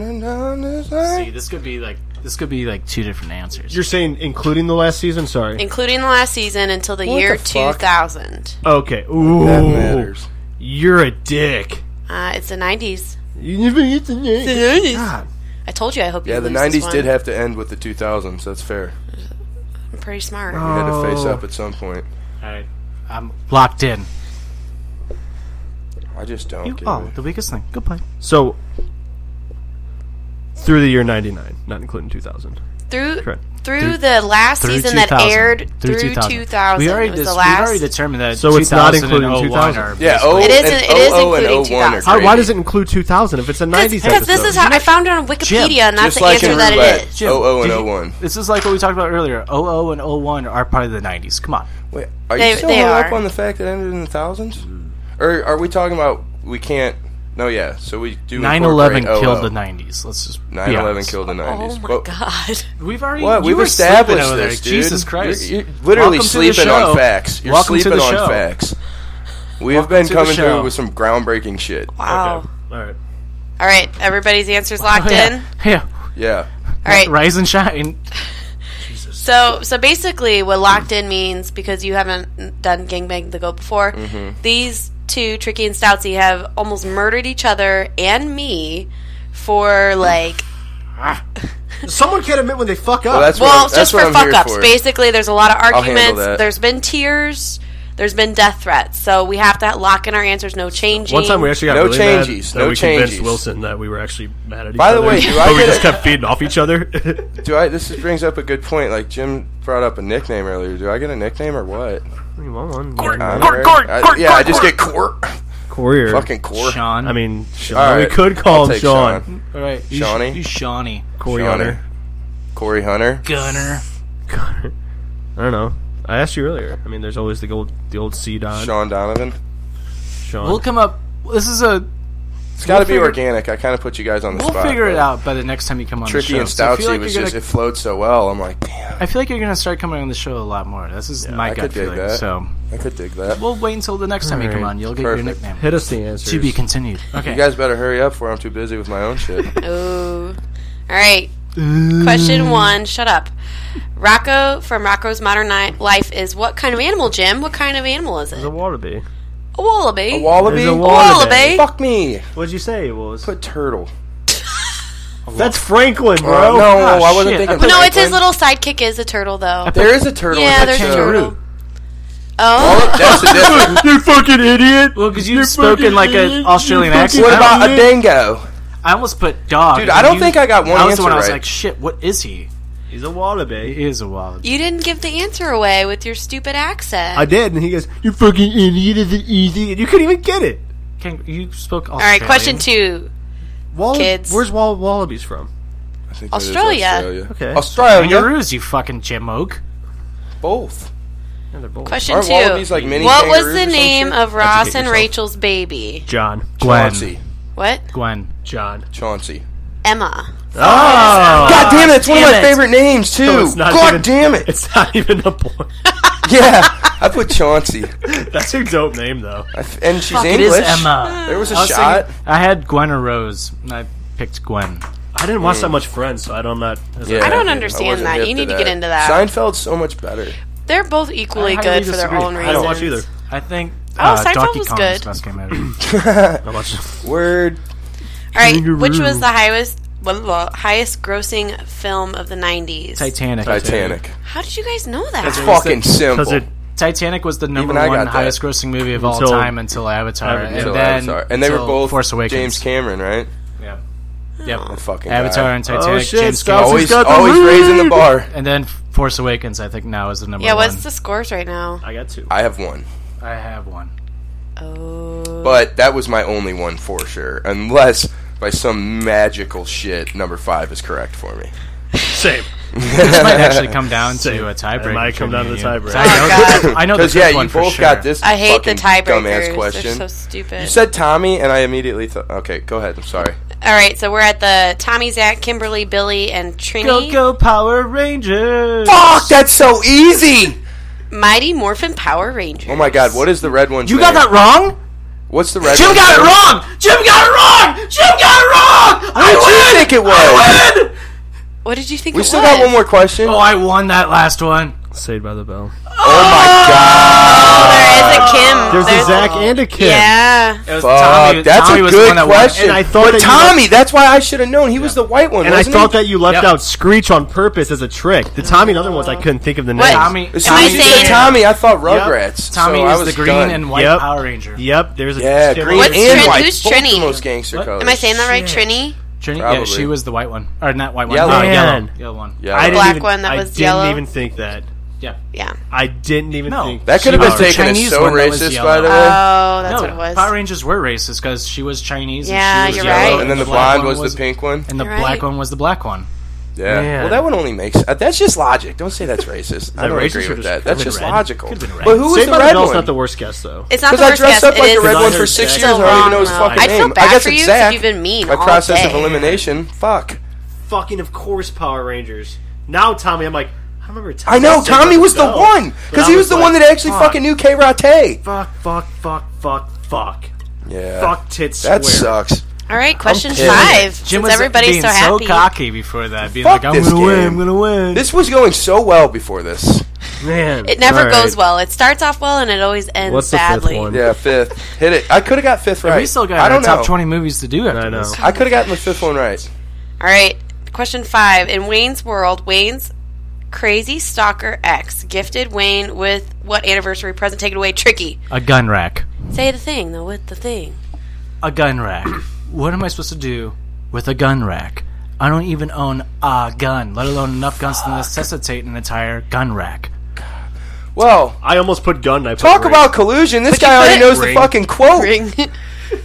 Speaker 1: See, this could be like this could be like two different answers.
Speaker 2: You're saying including the last season? Sorry.
Speaker 12: Including the last season until the
Speaker 2: What
Speaker 12: year
Speaker 2: the fuck?
Speaker 12: 2000.
Speaker 2: okay. Ooh.
Speaker 5: matters.
Speaker 2: You're a dick.
Speaker 12: Uh, it's the 90s.
Speaker 2: You never get the
Speaker 12: It's the 90s. I told you I hope you
Speaker 5: Yeah, the
Speaker 12: lose this
Speaker 5: '90s did
Speaker 12: one.
Speaker 5: have to end with the 2000s. That's fair.
Speaker 12: I'm pretty smart.
Speaker 5: We had to face
Speaker 1: Oh.
Speaker 5: up at some point.
Speaker 1: All right. I'm locked in.
Speaker 5: I just don't.
Speaker 1: You
Speaker 5: get
Speaker 1: are
Speaker 5: it.
Speaker 1: the weakest link. Goodbye.
Speaker 2: So through the year '99, not including 2000.
Speaker 12: Through
Speaker 2: Correct.
Speaker 12: through,
Speaker 2: Through-
Speaker 12: the last
Speaker 1: through
Speaker 12: season that
Speaker 1: 2000.
Speaker 12: aired
Speaker 1: Through
Speaker 12: through,
Speaker 1: 2000.
Speaker 12: 2000.
Speaker 1: We already
Speaker 12: it was
Speaker 1: dis-
Speaker 12: the
Speaker 1: we've
Speaker 12: last.
Speaker 1: already determined that
Speaker 2: So it's not
Speaker 1: 2000 and
Speaker 2: including
Speaker 1: 01 are
Speaker 2: 2000.
Speaker 5: Yeah, oh,
Speaker 12: It is-
Speaker 5: and
Speaker 12: it is
Speaker 5: oh, and
Speaker 12: including
Speaker 5: 01 are
Speaker 12: 2000.
Speaker 2: How, why
Speaker 5: great.
Speaker 2: does it include 2000 if it's a '90s episode?
Speaker 12: Because this is how I found it on Wikipedia, and that's
Speaker 5: Just
Speaker 12: the
Speaker 5: like
Speaker 12: answer
Speaker 5: in
Speaker 12: that
Speaker 5: roulette.
Speaker 12: it is.
Speaker 1: Jim,
Speaker 5: Oh, oh, and
Speaker 1: did you-
Speaker 5: oh, one.
Speaker 1: This is like what we talked about earlier. 00 and 01 are part of the 90s. Come on.
Speaker 5: Wait, are
Speaker 12: They-
Speaker 5: you still
Speaker 12: they
Speaker 5: hung
Speaker 12: are.
Speaker 5: up on the fact that it ended in the thousands? Or are we talking about we can't? No, yeah. So we do.
Speaker 1: 9/11
Speaker 5: incorporate
Speaker 1: killed
Speaker 5: 00.
Speaker 1: the 90s. Let's just be
Speaker 5: 9/11
Speaker 1: honest.
Speaker 5: oh. killed the 90s.
Speaker 12: Oh my
Speaker 5: But-
Speaker 12: god!
Speaker 1: We've already
Speaker 5: What?
Speaker 1: you
Speaker 5: We've
Speaker 1: were sleeping
Speaker 5: established
Speaker 1: over there.
Speaker 5: this, dude.
Speaker 1: Jesus Christ.
Speaker 5: You're, you're
Speaker 1: Welcome
Speaker 5: literally
Speaker 1: to the
Speaker 5: sleeping on
Speaker 1: show.
Speaker 5: facts. You're
Speaker 1: Welcome to
Speaker 5: sleeping
Speaker 1: the
Speaker 5: on
Speaker 1: show.
Speaker 5: facts. We have
Speaker 1: Welcome
Speaker 5: been
Speaker 1: to the
Speaker 5: coming
Speaker 1: show.
Speaker 5: through with some groundbreaking shit.
Speaker 12: Wow.
Speaker 2: All right.
Speaker 12: Oh. All right, everybody's answers locked
Speaker 1: Oh, yeah.
Speaker 12: in.
Speaker 1: Yeah.
Speaker 5: Yeah.
Speaker 12: All right.
Speaker 1: Rise and shine.
Speaker 12: So, so basically, what locked in means because you haven't done gangbang the go before.
Speaker 5: Mm-hmm.
Speaker 12: These two, Tricky and Stoutsy, have almost murdered each other and me for like
Speaker 2: Someone can't admit when they fuck up.
Speaker 5: Well, that's
Speaker 12: well,
Speaker 5: what I'm,
Speaker 12: just
Speaker 5: that's
Speaker 12: for
Speaker 5: what I'm
Speaker 12: fuck
Speaker 5: here
Speaker 12: ups.
Speaker 5: for.
Speaker 12: Basically, there's a lot of
Speaker 5: handle
Speaker 12: arguments.
Speaker 5: that.
Speaker 12: There's been tears. There's been death threats. So we have to lock in our answers. No changing.
Speaker 2: One time we actually got
Speaker 5: No
Speaker 2: really
Speaker 5: changes,
Speaker 2: mad that
Speaker 5: no
Speaker 2: we convinced
Speaker 5: changes.
Speaker 2: Wilson that we were actually mad at each
Speaker 5: By the
Speaker 2: other.
Speaker 5: way, do I
Speaker 2: but we
Speaker 5: get
Speaker 2: just
Speaker 5: it?
Speaker 2: kept feeding off each other.
Speaker 5: Do I? This is- brings up a good point. Like Jim brought up a nickname earlier. Do I get a nickname or what?
Speaker 2: Corey,
Speaker 5: Honorary? I- yeah, I just get court.
Speaker 2: Corey,
Speaker 5: Fucking court.
Speaker 1: Sean.
Speaker 2: I mean, Sean.
Speaker 5: All right,
Speaker 2: we could call
Speaker 5: I'll
Speaker 2: him
Speaker 5: take
Speaker 2: Sean.
Speaker 5: Sean.
Speaker 1: All right. You
Speaker 5: Shawnee?
Speaker 1: Sh- you Shawney.
Speaker 2: Corey
Speaker 5: Shawnee.
Speaker 2: Hunter.
Speaker 5: Corey Hunter.
Speaker 1: Gunner.
Speaker 2: I don't know. I asked you earlier. I mean, there's always the old the old C Don Sean.
Speaker 5: Sean Donovan.
Speaker 1: We'll come up. This is a.
Speaker 5: It's got to be
Speaker 1: figure-
Speaker 5: organic. I kind of put you guys on the
Speaker 1: We'll
Speaker 5: spot.
Speaker 1: figure it
Speaker 5: but
Speaker 1: out by the next time you come on
Speaker 5: Tricky
Speaker 1: the show.
Speaker 5: and
Speaker 1: So I
Speaker 5: Stoutsy
Speaker 1: feel like
Speaker 5: was
Speaker 1: you're
Speaker 5: just
Speaker 1: gonna-
Speaker 5: it flowed so well. I'm like, damn,
Speaker 1: I feel like you're gonna start coming on the show a lot more. This is my
Speaker 5: I
Speaker 1: gut
Speaker 5: could dig
Speaker 1: feeling.
Speaker 5: that.
Speaker 1: So
Speaker 5: I could dig that.
Speaker 1: we'll wait until the next time you come
Speaker 2: Alright.
Speaker 1: on. You'll get your
Speaker 5: Perfect.
Speaker 1: nickname.
Speaker 2: Hit us the answers.
Speaker 1: To be continued. Okay.
Speaker 5: You guys better hurry up, for I'm too busy with my own shit.
Speaker 12: Ooh. All right. Question one. Shut up. Rocco from Rocco's Modern Ni- Life is what kind of animal, Jim? What kind of animal is
Speaker 2: It's a
Speaker 12: it?
Speaker 2: water bee.
Speaker 12: A wallaby.
Speaker 5: A wallaby?
Speaker 2: There's a
Speaker 5: A
Speaker 2: wallaby.
Speaker 12: wallaby.
Speaker 5: Fuck me.
Speaker 2: What'd you say it was? Put
Speaker 5: turtle.
Speaker 2: That's Franklin, bro.
Speaker 5: Uh, no,
Speaker 1: ah,
Speaker 5: no, I wasn't thinking
Speaker 12: no, it's his little sidekick is a turtle though.
Speaker 5: There is a turtle
Speaker 12: Yeah,
Speaker 5: in
Speaker 12: there's a
Speaker 5: Pixar.
Speaker 12: turtle. Oh,
Speaker 5: That's the difference.
Speaker 2: you fucking idiot.
Speaker 1: Well, because you spoke in like an Australian accent.
Speaker 5: What about a dingo?
Speaker 1: I almost put dog.
Speaker 5: Dude,
Speaker 1: and
Speaker 5: I don't
Speaker 1: you-
Speaker 5: think I got one
Speaker 1: That was the
Speaker 5: answer
Speaker 1: one I was
Speaker 5: right.
Speaker 1: like, shit, what is he?
Speaker 2: He's a wallaby.
Speaker 1: He is a wallaby.
Speaker 12: you didn't give the answer away with your stupid accent.
Speaker 2: I did, and he goes, "You E. fucking idiot! Is it easy?" And you couldn't even get it.
Speaker 1: Can, you spoke
Speaker 12: All right, question two.
Speaker 2: Wall-
Speaker 12: Kids.
Speaker 2: Where's Wall- Wallabies from?
Speaker 5: I think
Speaker 12: that is Australia. Australia.
Speaker 2: Okay.
Speaker 5: Australia.
Speaker 1: Kangaroos, you fucking jamoke.
Speaker 5: Both.
Speaker 2: Yeah, they're both.
Speaker 12: Question
Speaker 5: Aren't
Speaker 12: two.
Speaker 5: wallabies like mini
Speaker 12: what was
Speaker 5: kangaroos
Speaker 12: the
Speaker 5: or some
Speaker 12: name
Speaker 5: shit?
Speaker 12: of
Speaker 5: Educate
Speaker 12: Ross and
Speaker 5: yourself.
Speaker 12: Rachel's baby?
Speaker 2: John.
Speaker 1: Gwen.
Speaker 5: Chauncey.
Speaker 12: What?
Speaker 1: Gwen.
Speaker 2: John. Ah!
Speaker 5: Chauncey.
Speaker 12: Emma.
Speaker 5: God damn it! It's one of my
Speaker 1: Damn it.
Speaker 5: favorite names too.
Speaker 2: So it's not
Speaker 5: God
Speaker 2: even-
Speaker 5: damn it!
Speaker 2: It's not even a point.
Speaker 5: yeah, I put Chauncey,
Speaker 2: That's a dope name, though.
Speaker 5: I f- and she's
Speaker 1: Fuck, it
Speaker 5: English.
Speaker 1: is Emma.
Speaker 5: There was a
Speaker 1: I was
Speaker 5: shot.
Speaker 1: thinking- I had Gwen or Rose, and I picked Gwen.
Speaker 2: I didn't watch that much Friends, so I don't not. as a-
Speaker 5: Yeah,
Speaker 12: I don't
Speaker 5: dude,
Speaker 12: understand
Speaker 5: wasn't
Speaker 12: that.
Speaker 5: hip
Speaker 12: You
Speaker 5: to
Speaker 12: need to get into that.
Speaker 5: Seinfeld's so much better.
Speaker 12: They're both equally
Speaker 1: I highly
Speaker 12: good for their
Speaker 1: disagree.
Speaker 12: own reasons.
Speaker 2: I don't watch either.
Speaker 1: I think
Speaker 12: Oh,
Speaker 1: uh,
Speaker 12: Seinfeld
Speaker 1: Donkey
Speaker 12: was
Speaker 1: Kong
Speaker 12: good.
Speaker 1: was best game ever.
Speaker 2: I watched-
Speaker 5: Word.
Speaker 12: All right, which was the highest blah, blah, highest grossing film of the 90s?
Speaker 1: Titanic.
Speaker 5: Titanic.
Speaker 12: How did you guys know that?
Speaker 5: It's fucking simple.
Speaker 2: Because it
Speaker 1: Titanic was the number
Speaker 5: Even I
Speaker 1: one
Speaker 5: got that.
Speaker 1: highest grossing movie of all
Speaker 2: Until-
Speaker 1: time until Avatar,
Speaker 2: Avatar.
Speaker 1: and
Speaker 5: So,
Speaker 1: then
Speaker 5: Avatar. and they were
Speaker 1: until
Speaker 5: both
Speaker 1: Force Awakens.
Speaker 5: James Oh, Cameron, right?
Speaker 1: Yeah. Yep.
Speaker 5: The fucking
Speaker 1: Avatar
Speaker 5: guy.
Speaker 1: and Titanic.
Speaker 2: Oh, shit,
Speaker 1: James
Speaker 2: stop.
Speaker 1: Cameron.
Speaker 5: Always,
Speaker 2: got the
Speaker 5: always raising the bar.
Speaker 1: And then Force Awakens, I think now is the number
Speaker 12: yeah,
Speaker 1: one.
Speaker 12: what's the scores right now?
Speaker 2: I got two.
Speaker 5: I have one,
Speaker 1: I have one.
Speaker 12: Oh.
Speaker 5: but that was my only one for sure, unless by some magical shit number five is correct for me.
Speaker 2: Same.
Speaker 1: This might actually come down
Speaker 2: Same.
Speaker 1: to a tiebreaker.
Speaker 2: It might
Speaker 1: between
Speaker 2: come down
Speaker 1: me
Speaker 2: to the
Speaker 1: and you.
Speaker 2: tiebreaker.
Speaker 1: 'Cause
Speaker 5: Oh,
Speaker 1: I know, I know the
Speaker 5: Because yeah,
Speaker 1: one
Speaker 5: you
Speaker 1: for
Speaker 5: both
Speaker 1: sure.
Speaker 5: got this.
Speaker 12: Oh I hate the
Speaker 5: fucking
Speaker 12: tiebreakers.
Speaker 5: Dumbass question.
Speaker 12: They're so stupid.
Speaker 5: you said Tommy, and I immediately thought. Okay, go ahead. I'm sorry.
Speaker 12: All right, so we're at the Tommy, Zach, Kimberly, Billy, and Trini.
Speaker 1: Go Go Power Rangers.
Speaker 5: Fuck, that's so easy.
Speaker 12: Mighty Morphin Power Rangers.
Speaker 5: Oh my god, what is the red one?
Speaker 1: You got that wrong.
Speaker 5: What's the red?
Speaker 1: Jim
Speaker 5: one?
Speaker 1: got it wrong. Jim got it wrong. Jim got it wrong. I
Speaker 5: What did you think it was?
Speaker 1: win.
Speaker 12: What did you think?
Speaker 5: We
Speaker 12: it
Speaker 5: still
Speaker 12: was?
Speaker 5: got one more question.
Speaker 1: Oh, I won that last one.
Speaker 2: Saved by the Bell.
Speaker 5: Oh my god.
Speaker 12: There is a Kim.
Speaker 2: There's a Zach and a Kim.
Speaker 12: Yeah.
Speaker 1: It was
Speaker 5: Fuck,
Speaker 1: Tommy.
Speaker 5: that's
Speaker 1: Tommy
Speaker 5: a
Speaker 1: was the
Speaker 5: good
Speaker 1: one that
Speaker 5: question.
Speaker 1: Won.
Speaker 2: And I thought
Speaker 5: But
Speaker 2: that you-
Speaker 5: Tommy, that's why I should have known. He was the white one,
Speaker 2: And I
Speaker 5: wasn't
Speaker 2: thought
Speaker 5: he?
Speaker 2: that you left
Speaker 1: Yep.
Speaker 2: out Screech on purpose as a trick. The Tommy and other ones I couldn't think of the
Speaker 12: What?
Speaker 2: names.
Speaker 1: Tommy.
Speaker 5: As soon
Speaker 12: Am I
Speaker 5: as you said
Speaker 12: saying-
Speaker 5: Tommy, I thought Rugrats.
Speaker 1: Tommy
Speaker 5: so I
Speaker 1: is
Speaker 5: was
Speaker 1: the green
Speaker 5: done.
Speaker 1: and white
Speaker 2: Yep.
Speaker 1: Power Ranger.
Speaker 2: Yep, there's a
Speaker 5: yeah, green
Speaker 12: What's
Speaker 5: and
Speaker 12: Trin-
Speaker 5: white.
Speaker 12: who's
Speaker 5: both
Speaker 12: Trini?
Speaker 5: the most gangster
Speaker 1: What?
Speaker 5: colors.
Speaker 12: Am I saying that right, Trini?
Speaker 1: Trini, yeah,
Speaker 5: Probably.
Speaker 1: she was the white one, or not white one,
Speaker 5: Yellow.
Speaker 1: uh,
Speaker 2: Man.
Speaker 1: yellow, yellow one.
Speaker 5: Yeah,
Speaker 2: I didn't
Speaker 12: Black
Speaker 2: even,
Speaker 12: one that
Speaker 2: I
Speaker 12: was
Speaker 2: didn't
Speaker 12: yellow?
Speaker 2: even think that.
Speaker 1: yeah.
Speaker 12: Yeah.
Speaker 2: I didn't even
Speaker 1: No.
Speaker 2: think
Speaker 5: that could have
Speaker 1: She
Speaker 5: been
Speaker 1: was the
Speaker 5: taken as
Speaker 1: Chinese
Speaker 5: so
Speaker 1: one that was
Speaker 5: racist,
Speaker 1: yellow.
Speaker 5: by the way.
Speaker 12: Oh, that's
Speaker 1: Uh, no,
Speaker 12: what it was.
Speaker 1: Power Rangers were racist because she was Chinese.
Speaker 12: Yeah,
Speaker 1: and she was
Speaker 12: you're
Speaker 1: yellow,
Speaker 12: right.
Speaker 5: and then the
Speaker 1: black
Speaker 5: blonde
Speaker 1: one
Speaker 5: was, the pink one.
Speaker 1: and the
Speaker 12: You're
Speaker 1: black
Speaker 12: right.
Speaker 1: one was the black one.
Speaker 5: Yeah.
Speaker 2: Man.
Speaker 5: Well, that one only makes uh, that's just logic. Don't say that's racist. I
Speaker 2: that
Speaker 5: don't
Speaker 2: racist
Speaker 5: agree
Speaker 2: or
Speaker 5: with
Speaker 2: just
Speaker 5: that.
Speaker 2: could've
Speaker 5: That's
Speaker 2: been
Speaker 5: just
Speaker 2: red?
Speaker 5: logical.
Speaker 1: Could've been red.
Speaker 5: But who was
Speaker 2: Saved
Speaker 5: the
Speaker 2: by the
Speaker 5: red
Speaker 2: Bell's
Speaker 5: one?
Speaker 2: not the worst guess though.
Speaker 12: It's not
Speaker 5: Because
Speaker 12: the
Speaker 5: I
Speaker 12: worst
Speaker 5: dressed
Speaker 12: guess.
Speaker 5: up like
Speaker 12: it
Speaker 5: the
Speaker 12: is
Speaker 5: red one for
Speaker 2: It's
Speaker 5: six
Speaker 12: so
Speaker 5: years. I don't
Speaker 12: wrong,
Speaker 5: even know his
Speaker 12: though.
Speaker 5: fucking
Speaker 12: I
Speaker 5: name.
Speaker 12: feel bad
Speaker 5: I guess
Speaker 12: for
Speaker 5: it's
Speaker 12: you 'cause
Speaker 5: Zach.
Speaker 12: you've been mean
Speaker 5: My
Speaker 12: all
Speaker 5: process of
Speaker 12: day.
Speaker 5: elimination. Fuck.
Speaker 2: Fucking of course Power Rangers. Now Tommy, I'm like, I remember Tommy.
Speaker 5: I know
Speaker 2: said
Speaker 5: Tommy
Speaker 2: that
Speaker 5: was the
Speaker 2: bell.
Speaker 5: one
Speaker 2: But
Speaker 5: because
Speaker 2: I
Speaker 5: he was the
Speaker 2: like,
Speaker 5: one that actually
Speaker 2: fuck,
Speaker 5: fucking knew karate.
Speaker 2: Fuck, fuck, fuck, fuck, fuck.
Speaker 5: Yeah.
Speaker 2: Fuck tits.
Speaker 5: That
Speaker 2: square.
Speaker 5: sucks.
Speaker 12: All right, question
Speaker 5: kidding.
Speaker 12: five.
Speaker 1: Jim
Speaker 12: Since
Speaker 1: was
Speaker 12: everybody's
Speaker 1: being
Speaker 12: so happy.
Speaker 1: cocky before that, being like,
Speaker 5: Fuck
Speaker 1: "I'm
Speaker 5: this
Speaker 1: gonna win,
Speaker 5: game.
Speaker 1: I'm gonna win."
Speaker 5: This was going so well before this.
Speaker 2: Man,
Speaker 12: it never
Speaker 2: all
Speaker 12: goes
Speaker 2: right.
Speaker 12: well. It starts off well and it always ends
Speaker 2: What's the fifth
Speaker 12: badly.
Speaker 2: one?
Speaker 5: Yeah, fifth. Hit it. I could have got fifth
Speaker 1: And
Speaker 5: right.
Speaker 1: We still got
Speaker 5: I
Speaker 1: our
Speaker 5: don't
Speaker 1: top
Speaker 5: know.
Speaker 1: twenty movies to do. After
Speaker 2: I know.
Speaker 1: This.
Speaker 5: I could have gotten the fifth one right.
Speaker 12: All right, question five. In Wayne's World, Wayne's crazy stalker ex gifted Wayne with what anniversary present taken away? Tricky.
Speaker 1: A gun rack.
Speaker 12: Say the thing though. With the thing.
Speaker 1: A gun rack. what am I supposed to do with a gun rack? I don't even own a gun, let alone enough guns to necessitate an entire gun rack.
Speaker 5: Well,
Speaker 2: I almost put gun. I put
Speaker 5: talk
Speaker 2: ring.
Speaker 5: about collusion. This
Speaker 12: But you
Speaker 5: guy
Speaker 12: put
Speaker 5: already
Speaker 12: it-
Speaker 5: knows
Speaker 2: Ring.
Speaker 5: the fucking quote.
Speaker 12: Ring.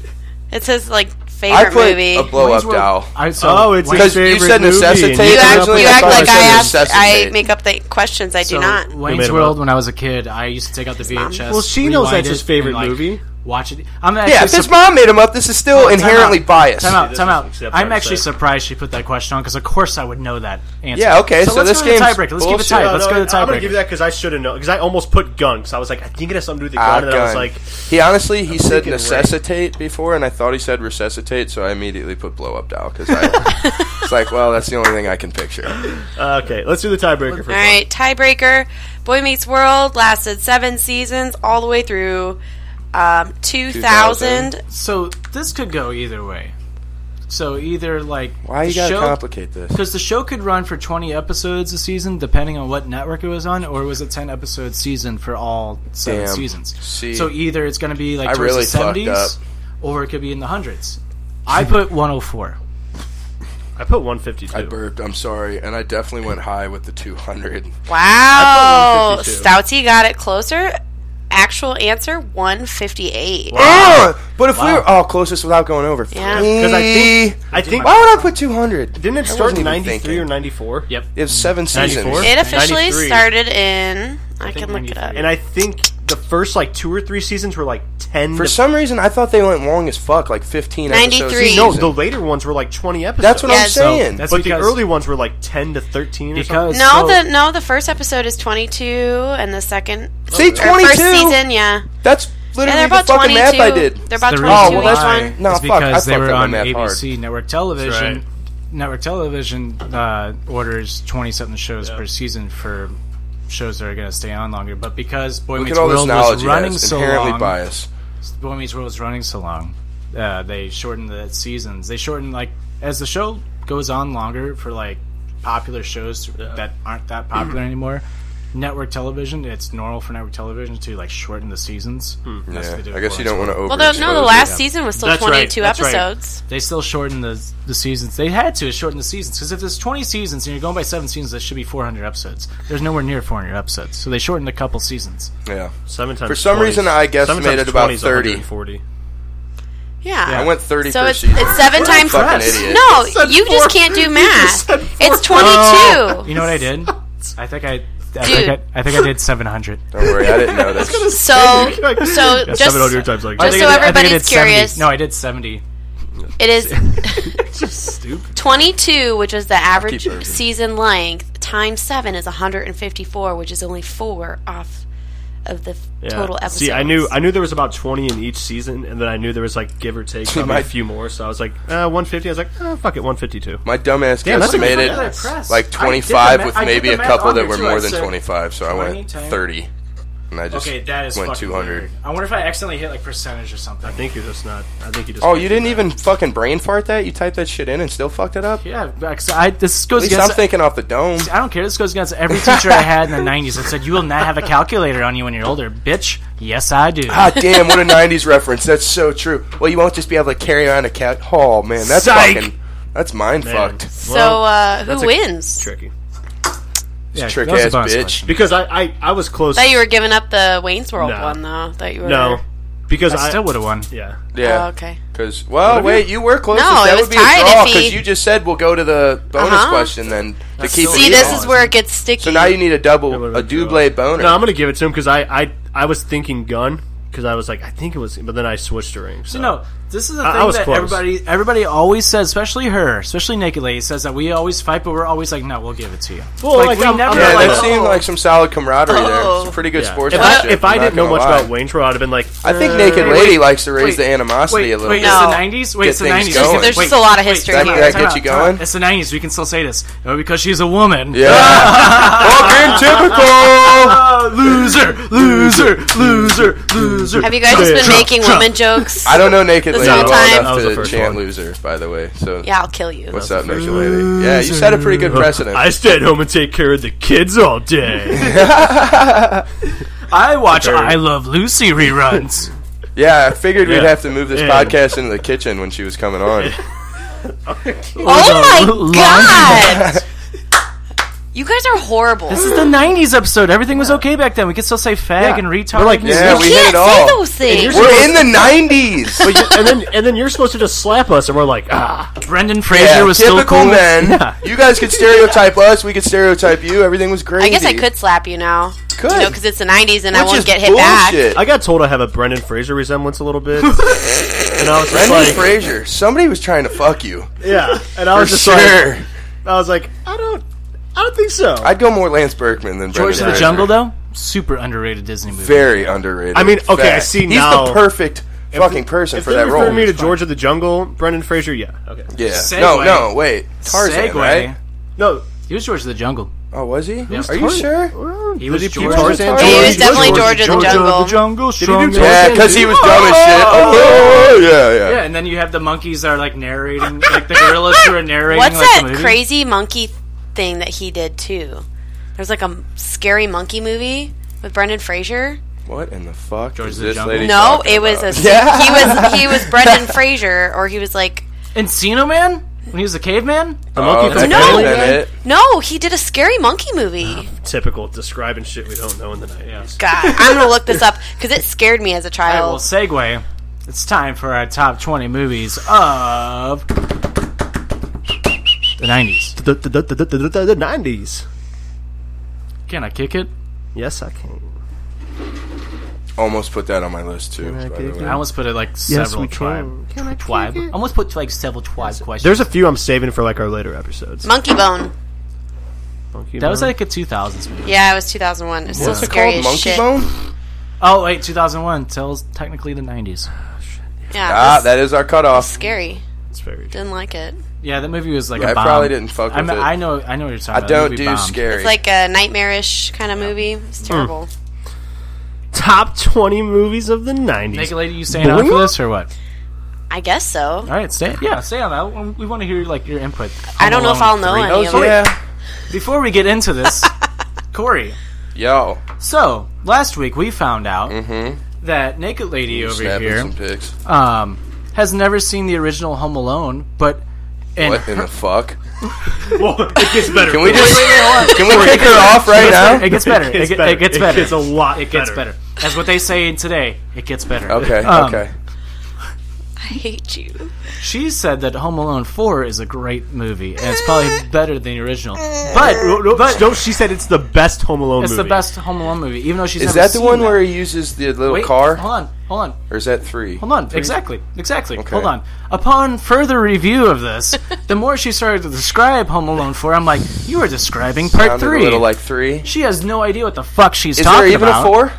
Speaker 12: it says like
Speaker 5: I
Speaker 12: favorite
Speaker 5: put
Speaker 12: movie.
Speaker 5: a blow up doll.
Speaker 1: I, so
Speaker 2: Oh, it's
Speaker 1: Wayne-
Speaker 2: his
Speaker 5: Because you
Speaker 2: favorite
Speaker 5: said
Speaker 2: movie.
Speaker 5: necessitate.
Speaker 2: and
Speaker 12: you
Speaker 2: he
Speaker 5: Originally,
Speaker 12: act,
Speaker 2: comes up
Speaker 5: actually-
Speaker 12: you
Speaker 2: with-
Speaker 12: act like
Speaker 5: I thought I
Speaker 12: I
Speaker 5: said
Speaker 12: asked. I
Speaker 5: necessitate.
Speaker 12: make up the questions. I do
Speaker 1: so
Speaker 12: not.
Speaker 1: Wayne's
Speaker 2: made him
Speaker 1: World.
Speaker 2: up?
Speaker 1: When I was a kid, I used to take out the VHS.
Speaker 2: Well, she knows
Speaker 1: rewind
Speaker 2: that's his
Speaker 1: it,
Speaker 2: favorite
Speaker 1: and, like,
Speaker 2: movie.
Speaker 1: Watch it. I'm actually
Speaker 5: Yeah, if his mom made him up, this is still
Speaker 1: Time
Speaker 5: inherently
Speaker 1: out.
Speaker 5: biased.
Speaker 1: Time out.
Speaker 2: this
Speaker 1: Time
Speaker 2: is
Speaker 1: out.
Speaker 2: except
Speaker 1: I'm
Speaker 2: for
Speaker 1: actually
Speaker 2: the-
Speaker 1: surprised she put that question on because, of course, I would know that answer.
Speaker 5: Yeah, okay, so
Speaker 1: let's
Speaker 5: this
Speaker 1: go to the
Speaker 5: game's
Speaker 1: tiebreaker. Let's keep it
Speaker 5: bullshit.
Speaker 1: tight.
Speaker 2: No,
Speaker 1: Let's
Speaker 2: no,
Speaker 1: go to the
Speaker 2: I'm gonna give you
Speaker 1: tiebreaker.
Speaker 2: that because I should have known. Because I almost put gun. Because I was like, I think it has something to do with the gun.
Speaker 5: Ah,
Speaker 2: and then I was
Speaker 5: gun.
Speaker 2: like,
Speaker 5: he honestly he said
Speaker 2: thinking ring.
Speaker 5: necessitate before, and I thought he said resuscitate, so I immediately put blow up doll because I it's like, well, that's the only thing I can picture.
Speaker 2: uh, okay, let's do the tiebreaker for
Speaker 12: All right, tiebreaker. Boy Meets World lasted seven seasons, all the way through um, 2000.
Speaker 1: So this could go either way. So either like
Speaker 5: Why you gotta complicate this?
Speaker 1: Because the show could run for twenty episodes a season, depending on what network it was on, or was it ten episode season for all seven
Speaker 5: Damn.
Speaker 1: seasons?
Speaker 5: See,
Speaker 1: so either it's going to be like
Speaker 5: I
Speaker 1: towards
Speaker 5: really
Speaker 1: the
Speaker 5: fucked up.
Speaker 1: seventies, or it could be in the hundreds. I put one hundred four.
Speaker 2: I put 152.
Speaker 5: I burped. I'm sorry, and I definitely went high with the 200.
Speaker 12: Wow.
Speaker 5: I put 152.
Speaker 12: Stoutsy got it closer. Actual answer 158.
Speaker 5: Ah! But if we were oh closest without going over,
Speaker 12: Yeah.
Speaker 2: 'Cause I think- I think-
Speaker 5: why would I put 200?
Speaker 2: Didn't it
Speaker 5: I
Speaker 2: start in
Speaker 5: wasn't even
Speaker 2: 93 or
Speaker 5: thinking.
Speaker 2: 94? Yep.
Speaker 5: It was seven seasons.
Speaker 2: 94?
Speaker 12: It officially
Speaker 2: 93.
Speaker 12: started in. I, can look it up.
Speaker 2: And I think the first like two or three seasons were like 10
Speaker 5: For
Speaker 2: to-
Speaker 5: some reason, I thought they went long as fuck, like 15 episodes. a
Speaker 2: See, no,
Speaker 5: season.
Speaker 2: the later ones were like 20 episodes.
Speaker 5: That's what I'm Yes. saying.
Speaker 2: But
Speaker 5: That's
Speaker 2: the
Speaker 5: because-
Speaker 2: early ones were like 10 to 13 or something.
Speaker 12: no, the no, the first episode is 22, and the second
Speaker 5: See,
Speaker 12: or
Speaker 5: 22?
Speaker 12: first season, yeah,
Speaker 5: That's literally
Speaker 12: Yeah, they're
Speaker 5: the
Speaker 12: about
Speaker 5: fucking math I
Speaker 12: 22.
Speaker 5: did.
Speaker 12: They're about
Speaker 5: oh,
Speaker 1: The
Speaker 5: well,
Speaker 1: reason
Speaker 5: that's
Speaker 1: why
Speaker 5: fine. No,
Speaker 1: is
Speaker 5: fuck. I
Speaker 1: because
Speaker 5: fucked
Speaker 1: they were
Speaker 5: up on
Speaker 1: on
Speaker 5: math hard.
Speaker 1: ABC network television.
Speaker 2: right.
Speaker 1: Network television uh, orders twenty something shows per season for shows that are going to stay on longer. But because Boy
Speaker 5: Look at
Speaker 1: Meets
Speaker 5: all this
Speaker 1: World
Speaker 5: knowledge.
Speaker 1: was
Speaker 5: you have.
Speaker 1: running
Speaker 5: It's
Speaker 1: so
Speaker 5: inherently
Speaker 1: long,
Speaker 5: biased.
Speaker 1: Boy Meets World was running so long, uh, they shortened the seasons. They shortened like as the show goes on longer for like popular shows that aren't that popular anymore. Network television, it's normal for network television to like shorten the seasons. That's what
Speaker 5: Yeah,
Speaker 1: they did
Speaker 5: I
Speaker 1: with
Speaker 5: guess you don't
Speaker 1: Boy Meets
Speaker 5: wanna
Speaker 1: World.
Speaker 12: Well, the- no, the overexpose last it. season was still 22 episodes.
Speaker 1: They still shortened the the seasons. They had to shorten the seasons because if there's 20 seasons and you're going by seven seasons, that should be 400 episodes. There's nowhere near 400 episodes, so they shortened a couple seasons.
Speaker 5: Yeah.
Speaker 2: Seven times
Speaker 5: For some
Speaker 2: 20
Speaker 5: reason, I guess
Speaker 2: seven
Speaker 5: made
Speaker 2: times
Speaker 5: it about
Speaker 2: 20 is
Speaker 5: 30.
Speaker 2: 140.
Speaker 12: yeah.
Speaker 5: I went 30
Speaker 12: So
Speaker 5: per
Speaker 12: it's,
Speaker 5: season.
Speaker 12: it's seven
Speaker 5: What a
Speaker 12: times.
Speaker 5: fucking idiot.
Speaker 12: No,
Speaker 1: You said
Speaker 12: you
Speaker 1: four.
Speaker 12: just can't do
Speaker 1: You
Speaker 12: math.
Speaker 1: just
Speaker 12: It's 22.
Speaker 1: Oh, you know what I did? I think I, I think I, I think I did 700.
Speaker 5: Don't worry, I didn't know this.
Speaker 12: So, so
Speaker 1: Yeah,
Speaker 12: just,
Speaker 1: 700 times like- I think I did- I
Speaker 12: just so
Speaker 1: think I
Speaker 12: everybody's
Speaker 1: did 70.
Speaker 12: curious,
Speaker 1: No, I did 70.
Speaker 12: it is 22, which is the average
Speaker 1: burping.
Speaker 12: season length, times 7 is 154, which is only 4 off of the f-
Speaker 2: Yeah.
Speaker 12: total episode.
Speaker 2: See, I knew I knew there was about 20 in each season, and then I knew there was like give or take
Speaker 5: See,
Speaker 2: probably
Speaker 5: my-
Speaker 2: a few more. So I was like, uh, 150. I was like, oh, fuck it, 152.
Speaker 5: My dumbass
Speaker 2: Damn, that's a good
Speaker 5: guesstimated
Speaker 2: fucking press. I
Speaker 5: like
Speaker 2: did the
Speaker 5: 25
Speaker 2: ma-
Speaker 5: with
Speaker 2: I did
Speaker 5: maybe
Speaker 2: the
Speaker 5: a
Speaker 2: math
Speaker 5: couple
Speaker 2: on
Speaker 5: that
Speaker 2: it,
Speaker 5: were
Speaker 2: too.
Speaker 5: more
Speaker 2: I
Speaker 5: than
Speaker 2: said
Speaker 5: 25, so I
Speaker 1: 20
Speaker 5: went
Speaker 1: times-
Speaker 5: 30. And I just
Speaker 1: Okay, that is
Speaker 5: went
Speaker 1: fucking
Speaker 5: 200.
Speaker 1: I wonder if I accidentally hit like percentage or something. I
Speaker 2: think you're just not. I think you just.
Speaker 5: Oh, you didn't even fucking brain fart that? You typed that shit in and still fucked it up?
Speaker 1: Yeah, because I this goes
Speaker 5: At least
Speaker 1: against.
Speaker 5: I'm thinking off the dome.
Speaker 1: I don't care. This goes against every teacher I had in the '90s that said you will not have a calculator on you when you're older, bitch. Yes, I do.
Speaker 5: Ah, damn! What a '90s reference. That's so true. Well, you won't just be able to carry on a cat. Oh man, that's
Speaker 1: Psych!
Speaker 5: fucking. That's mind fucked.
Speaker 12: So, uh, who wins?
Speaker 2: Tricky.
Speaker 5: Yeah, trick that was ass a bonus bitch. question.
Speaker 2: Because I, I, I was close.
Speaker 12: thought you were giving up the Wayne's World
Speaker 2: No.
Speaker 12: one, though. Thought you were
Speaker 2: No, because
Speaker 1: I
Speaker 2: I,
Speaker 1: still would have won.
Speaker 2: Yeah.
Speaker 5: Yeah.
Speaker 12: Oh, okay.
Speaker 5: Because well,
Speaker 2: Whatever.
Speaker 5: wait, you were close.
Speaker 12: No, it
Speaker 5: that
Speaker 12: was
Speaker 5: would be
Speaker 12: tied
Speaker 5: a draw
Speaker 12: if he-
Speaker 5: because you just said we'll go to the bonus
Speaker 12: Uh-huh.
Speaker 5: question then to
Speaker 12: That's
Speaker 5: keep
Speaker 12: still
Speaker 5: it
Speaker 12: See, this
Speaker 5: even.
Speaker 12: is where it gets sticky.
Speaker 5: So now you need a double, a double boner.
Speaker 2: No, I'm gonna give it to him because I, I, I was thinking gun because I was like, I think it was, but then I switched to ring. So,
Speaker 1: So no, this is the
Speaker 2: I- I
Speaker 1: thing
Speaker 2: was
Speaker 1: that
Speaker 2: close.
Speaker 1: everybody everybody always says, especially her, especially Naked Lady says that we always fight, but we're always like, no, we'll give it to you.
Speaker 2: Well, like,
Speaker 1: we
Speaker 2: I'm-
Speaker 1: never
Speaker 5: yeah,
Speaker 1: like,
Speaker 5: that seemed like some solid camaraderie
Speaker 12: Oh.
Speaker 5: there. It's pretty good
Speaker 2: Yeah.
Speaker 5: sports.
Speaker 2: If I, if I didn't know much about Wayne's World, I'd have been like,
Speaker 5: I think
Speaker 2: uh,
Speaker 5: Naked Lady
Speaker 2: wait,
Speaker 5: likes to raise
Speaker 2: wait,
Speaker 5: the animosity
Speaker 1: wait,
Speaker 5: a little
Speaker 1: wait,
Speaker 5: bit.
Speaker 1: it's the '90s. Wait,
Speaker 5: Get
Speaker 1: it's the
Speaker 5: things
Speaker 1: '90s.
Speaker 5: going.
Speaker 12: There's just a lot of history
Speaker 5: That-
Speaker 12: here.
Speaker 5: that
Speaker 12: Time
Speaker 5: gets you
Speaker 1: Time out.
Speaker 5: going?
Speaker 1: It's the '90s. We can still say this Uh, because she's a woman.
Speaker 5: Yeah. Fucking Oh,
Speaker 1: typical. Loser, loser, loser, loser.
Speaker 12: Have you guys just been making women jokes?
Speaker 5: I don't know Naked
Speaker 12: This
Speaker 5: Lady
Speaker 12: whole time?
Speaker 5: well
Speaker 2: That was the
Speaker 5: enough to
Speaker 2: first
Speaker 5: chant
Speaker 2: one.
Speaker 5: loser, by the way. So
Speaker 12: Yeah, I'll kill you.
Speaker 5: What's up, Naked Lady? Yeah, you set a pretty good precedent.
Speaker 2: I stay at home and take care of the kids all day.
Speaker 1: I watch I Love Lucy reruns.
Speaker 5: Yeah, I figured we'd
Speaker 2: Yeah.
Speaker 5: have to move this
Speaker 2: Yeah.
Speaker 5: podcast into the kitchen when she was coming on.
Speaker 12: Oh my god! you guys are horrible.
Speaker 1: This is the '90s episode. Everything was okay back then. We could still say fag and retard.
Speaker 2: We're like,
Speaker 1: and
Speaker 5: Yeah, we hit
Speaker 12: can't
Speaker 5: it
Speaker 12: say
Speaker 5: all.
Speaker 12: those things.
Speaker 5: We're in the nineties.
Speaker 2: But you- and then and then you're supposed to just slap us, and we're like, ah,
Speaker 1: Brendan Fraser
Speaker 5: Yeah,
Speaker 1: was still
Speaker 5: typical
Speaker 1: cool.
Speaker 5: men.
Speaker 1: Yeah.
Speaker 5: You guys could stereotype us. We could stereotype you. Everything was great.
Speaker 12: I guess I could slap you now.
Speaker 5: Could.
Speaker 12: You know, because it's the 90s and I
Speaker 5: Which
Speaker 12: won't
Speaker 5: is
Speaker 12: get hit
Speaker 5: bullshit.
Speaker 12: back.
Speaker 2: I got told I have a Brendan Fraser resemblance a little bit, and I was just
Speaker 5: Brendan
Speaker 2: like,
Speaker 5: Fraser. Somebody was trying to fuck you.
Speaker 2: yeah, and I was
Speaker 5: For
Speaker 2: just
Speaker 5: sure.
Speaker 2: like, I was like, I don't, I don't think so.
Speaker 5: I'd go more Lance Berkman than
Speaker 1: George of
Speaker 5: Brendan
Speaker 1: the
Speaker 5: Fraser.
Speaker 1: Jungle, though, super underrated Disney movie.
Speaker 5: Very underrated.
Speaker 2: I mean, okay, I
Speaker 5: Fact.
Speaker 2: see
Speaker 5: He's
Speaker 2: now-
Speaker 5: the perfect fucking person
Speaker 2: if
Speaker 5: for
Speaker 2: they
Speaker 5: that
Speaker 2: refer
Speaker 5: role.
Speaker 2: me to George of the Jungle, Brendan Fraser, yeah, okay,
Speaker 5: yeah.
Speaker 1: Segway.
Speaker 5: No, no, wait. Tarzan,
Speaker 1: Segway.
Speaker 5: right?
Speaker 2: no,
Speaker 1: He was George of the Jungle.
Speaker 5: Oh, was he?
Speaker 1: Yep.
Speaker 5: Are you
Speaker 1: Tarzan?
Speaker 5: sure?
Speaker 1: He was
Speaker 5: Did he
Speaker 1: George.
Speaker 5: play Tarzan?
Speaker 1: He was
Speaker 12: definitely George of the Jungle.
Speaker 1: Did he do Tarzan
Speaker 5: Yeah, because he
Speaker 1: too?
Speaker 5: was dumb as shit. Oh, yeah, yeah.
Speaker 1: Yeah, and then you have the monkeys that are like narrating, like the gorillas who are narrating.
Speaker 12: What's
Speaker 1: like, the
Speaker 12: that
Speaker 1: movie.
Speaker 12: crazy monkey thing that he did too? There's like a m- scary monkey movie with Brendan Fraser.
Speaker 5: What in the fuck is
Speaker 1: the
Speaker 5: this
Speaker 1: Jungle?
Speaker 5: lady?
Speaker 12: No,
Speaker 5: talking
Speaker 12: it was a
Speaker 5: about?
Speaker 12: he was he was Brendan Fraser or he was like
Speaker 1: Encino Man when he was a caveman.
Speaker 2: The monkey
Speaker 5: that's
Speaker 2: thing.
Speaker 5: better than it.
Speaker 12: no, he did a scary monkey movie.
Speaker 2: Oh. Typical describing shit we don't know in the 90s.
Speaker 12: God, I'm gonna look this up because it scared me as a
Speaker 1: All right, well,
Speaker 12: child.
Speaker 1: segue. It's time for our top twenty movies of the nineties.
Speaker 2: The, the, the, the, the, the, the 90s.
Speaker 1: Can I kick it?
Speaker 2: Yes, I can.
Speaker 5: Almost put that on my list too. by the way.
Speaker 1: I almost put it like
Speaker 2: Yes,
Speaker 1: several
Speaker 2: we
Speaker 1: times. Twibe. I almost put like several twibe questions.
Speaker 2: There's a few I'm saving for like our later episodes.
Speaker 12: Monkey Bone.
Speaker 2: Monkey
Speaker 1: that was
Speaker 2: Bone.
Speaker 1: like a two thousands movie.
Speaker 12: Yeah, it was 2001. It was
Speaker 5: What's
Speaker 12: so
Speaker 5: it
Speaker 12: scary
Speaker 5: called?
Speaker 12: as
Speaker 5: Monkey
Speaker 12: shit.
Speaker 5: Bone?
Speaker 1: Oh wait, two thousand one tells technically the nineties.
Speaker 12: Yeah, it
Speaker 5: Ah,
Speaker 12: was
Speaker 5: that is our cutoff.
Speaker 12: scary.
Speaker 2: It's very
Speaker 12: Didn't like it.
Speaker 1: Yeah, that movie was like
Speaker 5: Yeah,
Speaker 1: a
Speaker 5: I
Speaker 1: bomb.
Speaker 5: probably didn't fuck
Speaker 1: I
Speaker 5: with
Speaker 1: mean,
Speaker 5: it.
Speaker 1: I know, I know what you're
Speaker 5: I
Speaker 1: talking about.
Speaker 5: don't
Speaker 1: That
Speaker 5: do
Speaker 1: movie bombed.
Speaker 5: scary.
Speaker 12: It's like a nightmarish kind of movie. It's terrible.
Speaker 5: Hmm.
Speaker 2: top 20 movies of the 90s.
Speaker 1: Naked lady, you staying on
Speaker 2: Boing.
Speaker 1: for this or what?
Speaker 12: I guess so.
Speaker 1: All right, stay. Yeah, stay on that. We want to hear like your input.
Speaker 12: I don't know if I'll
Speaker 1: Home
Speaker 12: know
Speaker 1: Alone
Speaker 12: any of
Speaker 1: three.
Speaker 12: them.
Speaker 5: Oh, yeah.
Speaker 1: Before we get into this, Corey.
Speaker 5: Yo.
Speaker 1: So last week we found out
Speaker 5: Mm-hmm.
Speaker 1: that naked lady over
Speaker 5: Snapping
Speaker 1: here
Speaker 5: some pics.
Speaker 1: um, has never seen the original Home Alone, but and
Speaker 5: What in the fuck?
Speaker 2: Well, it gets better.
Speaker 5: Can we just can we kick her off right now?
Speaker 1: it gets better. It, get- it gets better.
Speaker 2: It gets a lot
Speaker 1: It gets better. That's what they say today. It gets better.
Speaker 5: Okay.
Speaker 1: Um,
Speaker 5: Okay.
Speaker 12: I hate you.
Speaker 1: She said that Home Alone 4 is a great movie, and it's probably better than the original. But,
Speaker 2: No,
Speaker 1: but
Speaker 2: no, she said it's the best Home Alone
Speaker 1: it's
Speaker 2: movie.
Speaker 1: the best Home Alone movie, even though she's
Speaker 5: Is
Speaker 1: never
Speaker 5: that the
Speaker 1: seen
Speaker 5: one where he uses the little
Speaker 1: Wait,
Speaker 5: car,
Speaker 1: Hold on, hold on,
Speaker 5: or is that three?
Speaker 1: hold on. Exactly, exactly.
Speaker 5: Okay.
Speaker 1: Hold on. Upon further review of this, the more she started to describe Home Alone 4, I'm like, you are describing part
Speaker 5: Sounded
Speaker 1: 3.
Speaker 5: A little like three.
Speaker 1: she has no idea what the fuck she's
Speaker 5: Is
Speaker 1: talking
Speaker 5: there even
Speaker 1: about.
Speaker 5: a four?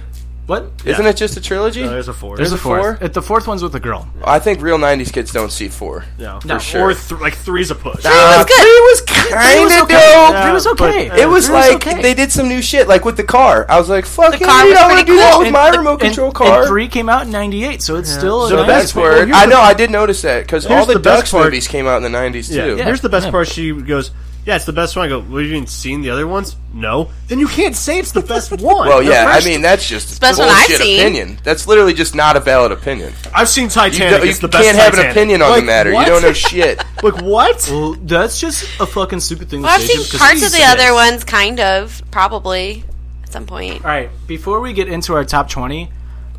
Speaker 1: What?
Speaker 5: Isn't it just a trilogy?
Speaker 2: No, there's a four.
Speaker 1: There's,
Speaker 5: a
Speaker 1: a fourth.
Speaker 5: four?
Speaker 1: Uh, The fourth one's with a girl.
Speaker 5: I think real '90s kids don't see four.
Speaker 2: no,
Speaker 1: No.
Speaker 2: or
Speaker 5: sure.
Speaker 2: th- like three's a push.
Speaker 5: Uh,
Speaker 12: good.
Speaker 5: Three was
Speaker 1: It
Speaker 5: kind
Speaker 1: was
Speaker 5: of
Speaker 1: okay.
Speaker 5: dope.
Speaker 1: It was okay.
Speaker 5: It was
Speaker 1: It was
Speaker 5: like
Speaker 1: okay.
Speaker 5: they did some new shit, like with the car. I was like, "Fuck yeah,
Speaker 12: car was
Speaker 5: I want to
Speaker 12: pretty
Speaker 5: do that
Speaker 12: cool.
Speaker 5: with
Speaker 1: And-
Speaker 5: my remote
Speaker 1: and-
Speaker 5: control
Speaker 1: and
Speaker 5: car."
Speaker 1: three came out in '98, so it's still
Speaker 5: so
Speaker 1: a
Speaker 5: that's
Speaker 1: 90s movie.
Speaker 5: where I know I did notice that because all
Speaker 2: here's
Speaker 5: the,
Speaker 2: the best
Speaker 5: Ducks
Speaker 2: part.
Speaker 5: movies came out in the '90s
Speaker 2: Yeah.
Speaker 5: too.
Speaker 2: Here's the best
Speaker 1: Yeah.
Speaker 2: part. She goes, "Yeah, it's the best one." I go, "Well, you haven't seen the other ones? No. Then you can't say it's the best one."
Speaker 5: Well, yeah,
Speaker 2: The
Speaker 5: I
Speaker 2: first-
Speaker 5: mean that's just
Speaker 12: the best one I've
Speaker 5: bullshit
Speaker 12: seen.
Speaker 5: opinion. That's literally just not a valid opinion.
Speaker 2: I've seen
Speaker 5: You,
Speaker 2: Titanic.
Speaker 5: don't- you
Speaker 2: it's the best
Speaker 5: can't have an
Speaker 2: Titanic.
Speaker 5: opinion on
Speaker 2: Like,
Speaker 5: the matter.
Speaker 2: what?
Speaker 5: You don't know shit.
Speaker 2: Like what?
Speaker 1: Well, that's just a fucking stupid thing.
Speaker 12: Well,
Speaker 1: to
Speaker 12: I've
Speaker 1: say
Speaker 12: seen
Speaker 1: just 'cause
Speaker 12: parts
Speaker 1: she
Speaker 12: of the
Speaker 1: said
Speaker 12: other
Speaker 1: it.
Speaker 12: ones, kind of, probably, at some point.
Speaker 1: All right, before we get into our top twenty,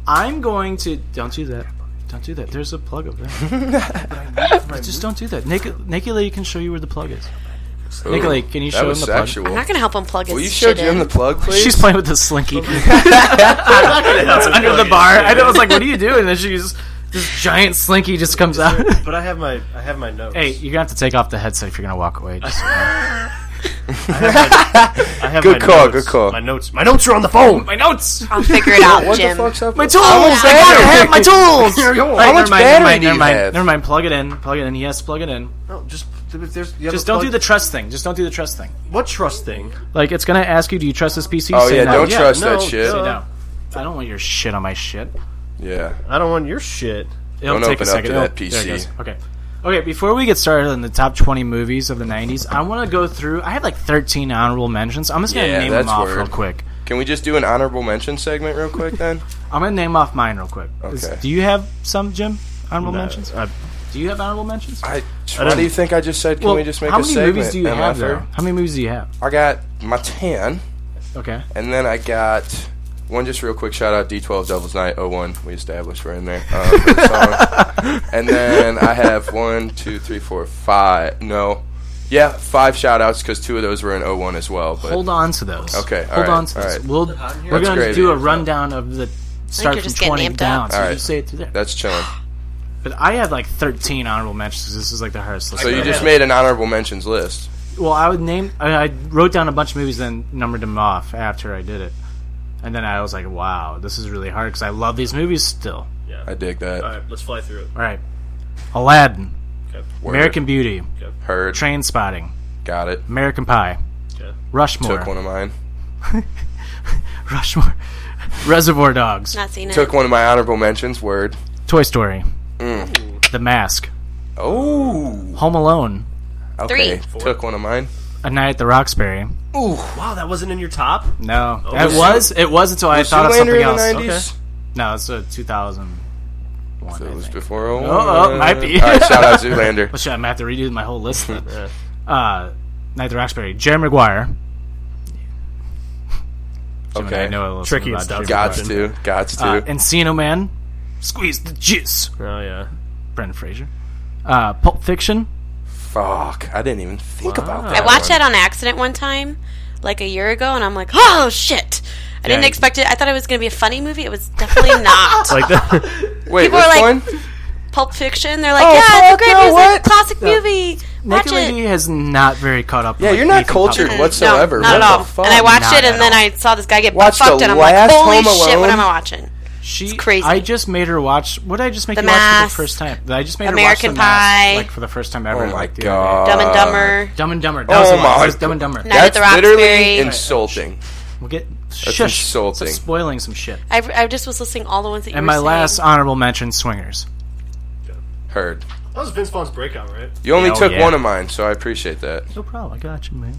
Speaker 1: I'm going to don't do that. Don't do that. There's a plug over there. Just don't do that. Naked, Naked Lady can show you where the plug is. Nicolai,
Speaker 5: Ooh,
Speaker 1: can you
Speaker 5: that
Speaker 1: show
Speaker 5: was
Speaker 1: him the plug?
Speaker 5: sexual.
Speaker 12: I'm not gonna help him plug his
Speaker 5: Will you show
Speaker 12: shit
Speaker 5: Jim
Speaker 12: in.
Speaker 5: the plug, please?
Speaker 1: She's playing with the slinky. It's under the bar. I was like, "What are you doing?" And she's this giant slinky just comes out.
Speaker 2: But I have my I have my notes.
Speaker 1: hey, you're gonna have to take off the headset if you're gonna walk away. Just-
Speaker 2: I have
Speaker 5: Good
Speaker 2: my
Speaker 5: call,
Speaker 2: notes.
Speaker 5: good call.
Speaker 2: My notes. My notes are on the phone.
Speaker 1: my notes.
Speaker 12: I'll figure it out,
Speaker 5: what
Speaker 12: Jim.
Speaker 5: the fuck's up?
Speaker 1: My
Speaker 5: with-
Speaker 1: tools!
Speaker 5: How much
Speaker 1: I gotta
Speaker 5: battery?
Speaker 1: have my tools!
Speaker 5: How much
Speaker 1: never mind,
Speaker 5: battery
Speaker 1: never mind,
Speaker 5: do you
Speaker 1: never mind,
Speaker 5: have?
Speaker 1: never mind. Plug it in. Plug it in. Yes, plug it in.
Speaker 2: No, just there's,
Speaker 1: Just don't do the trust thing. Just don't do the trust thing.
Speaker 2: what trust thing.
Speaker 1: Like it's gonna ask you, do you trust this PC?
Speaker 5: Oh
Speaker 1: Say
Speaker 5: yeah,
Speaker 1: no.
Speaker 5: don't
Speaker 1: yeah,
Speaker 5: trust
Speaker 2: no,
Speaker 5: that shit.
Speaker 1: Say
Speaker 2: no.
Speaker 1: no. I don't want your shit on my shit.
Speaker 5: Yeah.
Speaker 2: I don't want your shit.
Speaker 1: It'll
Speaker 5: Don't
Speaker 1: take a
Speaker 5: open up
Speaker 1: second.
Speaker 5: to that
Speaker 1: It'll- there it
Speaker 5: PC.
Speaker 1: goes. Okay. Okay, before we get started on the top 20 movies of the 90s, I want to go through. I have like 13 honorable mentions. I'm just going to
Speaker 5: Yeah,
Speaker 1: name them
Speaker 5: that's
Speaker 1: off
Speaker 5: word.
Speaker 1: real quick.
Speaker 5: Can we just do an honorable mention segment real quick then?
Speaker 1: I'm going to name off mine real quick. Is-
Speaker 5: Okay.
Speaker 1: do you have some, Jim? Honorable
Speaker 2: No,
Speaker 1: mentions?
Speaker 2: I-
Speaker 1: Do you have honorable mentions?
Speaker 5: I,
Speaker 2: I
Speaker 5: why
Speaker 2: don't-
Speaker 5: do you think I just said? Can
Speaker 1: Well,
Speaker 5: we just make
Speaker 1: how
Speaker 5: a
Speaker 1: many
Speaker 5: segment?
Speaker 1: movies do you
Speaker 5: Am I
Speaker 1: have
Speaker 5: fair?
Speaker 1: though? How many movies do you have?
Speaker 5: I got my tan,
Speaker 1: Okay.
Speaker 5: and then I got one just real quick shout out D12 Devil's Night 01. We established we're in there. Um, for the song. and then I have one, two, three, four, five. No, yeah, five shout outs because two of those were in 01 as well. But
Speaker 1: Hold on to those.
Speaker 5: Uh, Okay, all
Speaker 1: Hold
Speaker 5: right,
Speaker 1: on to
Speaker 5: all
Speaker 1: those.
Speaker 5: right.
Speaker 1: We'll we're
Speaker 5: That's
Speaker 1: going to
Speaker 5: great.
Speaker 1: do a rundown of the start
Speaker 12: you're
Speaker 1: from
Speaker 12: just getting
Speaker 1: 20
Speaker 12: amped up.
Speaker 1: down. So
Speaker 5: All right.
Speaker 1: you say it through there.
Speaker 5: that's chilling.
Speaker 1: But I have like 13 honorable mentions. This is like the hardest list.
Speaker 5: So
Speaker 1: I've
Speaker 5: you
Speaker 1: ever
Speaker 5: just
Speaker 1: had.
Speaker 5: made an honorable mentions list.
Speaker 1: Well, I would name. I, I wrote down a bunch of movies, then numbered them off after I did it, and then I was like, "Wow, this is really hard because I love these movies still."
Speaker 5: I dig that.
Speaker 1: Uh,
Speaker 2: All right, let's fly through it.
Speaker 1: All right, Aladdin,
Speaker 5: Word.
Speaker 1: American Beauty,
Speaker 5: heard,
Speaker 1: Train Spotting,
Speaker 5: got it.
Speaker 1: American Pie, Rushmore.
Speaker 5: Took one of mine.
Speaker 1: Rushmore. Reservoir Dogs.
Speaker 12: Not seen it.
Speaker 5: Took one of my honorable mentions. Word.
Speaker 1: Toy Story.
Speaker 5: Mm.
Speaker 1: The Mask.
Speaker 5: Oh.
Speaker 1: Home Alone.
Speaker 5: Okay. Took one of mine.
Speaker 1: A Night at the Roxbury.
Speaker 2: Ooh, wow, that wasn't in your top.
Speaker 1: No,
Speaker 2: Oh,
Speaker 1: it
Speaker 2: was
Speaker 1: was.
Speaker 2: Zool-
Speaker 1: It was until I
Speaker 2: was
Speaker 1: thought of something
Speaker 2: Zoolander in the
Speaker 1: else.
Speaker 2: 90s?
Speaker 1: Okay. No, it's a 2001.
Speaker 5: So it was before. Oh,
Speaker 1: Oh, oh, might be.
Speaker 5: All right, shout out Zoolander.
Speaker 1: well, shit, I'm gonna have to redo my whole list. Then. uh, Night of the Roxbury. Jerry Maguire. Jim and
Speaker 5: Okay.
Speaker 1: I know a little
Speaker 5: Tricky
Speaker 1: something
Speaker 5: stuff.
Speaker 1: about
Speaker 5: Gots
Speaker 1: Jerry
Speaker 5: to. Gots
Speaker 1: Maguire.
Speaker 5: to.
Speaker 1: Uh, Encino Man. Squeeze the jizz.
Speaker 2: Oh yeah.
Speaker 1: Brendan Fraser. Uh, Pulp Fiction.
Speaker 5: Fuck, I didn't even think about
Speaker 12: I watched that on accident one time, like a year ago, and I'm like, oh shit! I didn't
Speaker 5: Yeah.
Speaker 12: expect it. I thought it was going to be a funny movie. It was definitely not.
Speaker 2: Like that.
Speaker 5: Wait,
Speaker 12: People
Speaker 5: which
Speaker 12: are like,
Speaker 5: one?
Speaker 12: Pulp Fiction. They're like,
Speaker 5: Oh,
Speaker 12: yeah, it's a great
Speaker 5: fuck, no,
Speaker 12: music,
Speaker 5: what?
Speaker 12: classic movie. Watch
Speaker 1: Nicky
Speaker 12: it. Mm,
Speaker 1: Lee has not very caught up.
Speaker 5: Yeah,
Speaker 1: with
Speaker 5: you're not
Speaker 1: Nathan
Speaker 5: cultured
Speaker 1: Popper.
Speaker 5: whatsoever.
Speaker 12: Not
Speaker 5: What
Speaker 12: at
Speaker 5: the
Speaker 12: all.
Speaker 5: fuck?
Speaker 12: And I watched
Speaker 1: Not
Speaker 12: it,
Speaker 1: at
Speaker 12: and then
Speaker 1: all.
Speaker 12: I saw this guy get
Speaker 5: Watched
Speaker 12: fucked,
Speaker 5: the
Speaker 12: and I'm like,
Speaker 5: last
Speaker 12: holy
Speaker 5: Home
Speaker 12: shit, what
Speaker 5: Alone?
Speaker 12: am I watching?
Speaker 1: She,
Speaker 12: crazy.
Speaker 1: I just made her watch. What did I just make
Speaker 12: The
Speaker 1: you watch
Speaker 12: Mask.
Speaker 1: for the first time? I just made
Speaker 12: American
Speaker 1: her watch The Mask,
Speaker 12: Pie.
Speaker 1: like for the first time ever.
Speaker 5: Oh my
Speaker 1: like, the
Speaker 5: God.
Speaker 1: other
Speaker 12: Dumb and
Speaker 1: day.
Speaker 12: Dumber.
Speaker 1: Dumb and Dumber. That was
Speaker 5: Oh
Speaker 1: the one. It
Speaker 5: my.
Speaker 1: was Dumb and Dumber.
Speaker 12: Night at
Speaker 5: That's
Speaker 12: the
Speaker 5: literally
Speaker 12: Roxbury.
Speaker 5: insulting.
Speaker 1: We'll get
Speaker 5: That's
Speaker 1: shush.
Speaker 5: insulting.
Speaker 1: Stop spoiling some shit.
Speaker 12: I, I just was listing all the ones that you
Speaker 1: And
Speaker 12: were
Speaker 1: my
Speaker 12: saying. Oh,
Speaker 1: last honorable mention: Swingers.
Speaker 5: Heard.
Speaker 2: That was Vince Vaughn's breakout, right?
Speaker 5: You only
Speaker 1: Oh,
Speaker 5: took
Speaker 1: yeah.
Speaker 5: one of mine, so I appreciate that.
Speaker 1: No problem. I got you, man.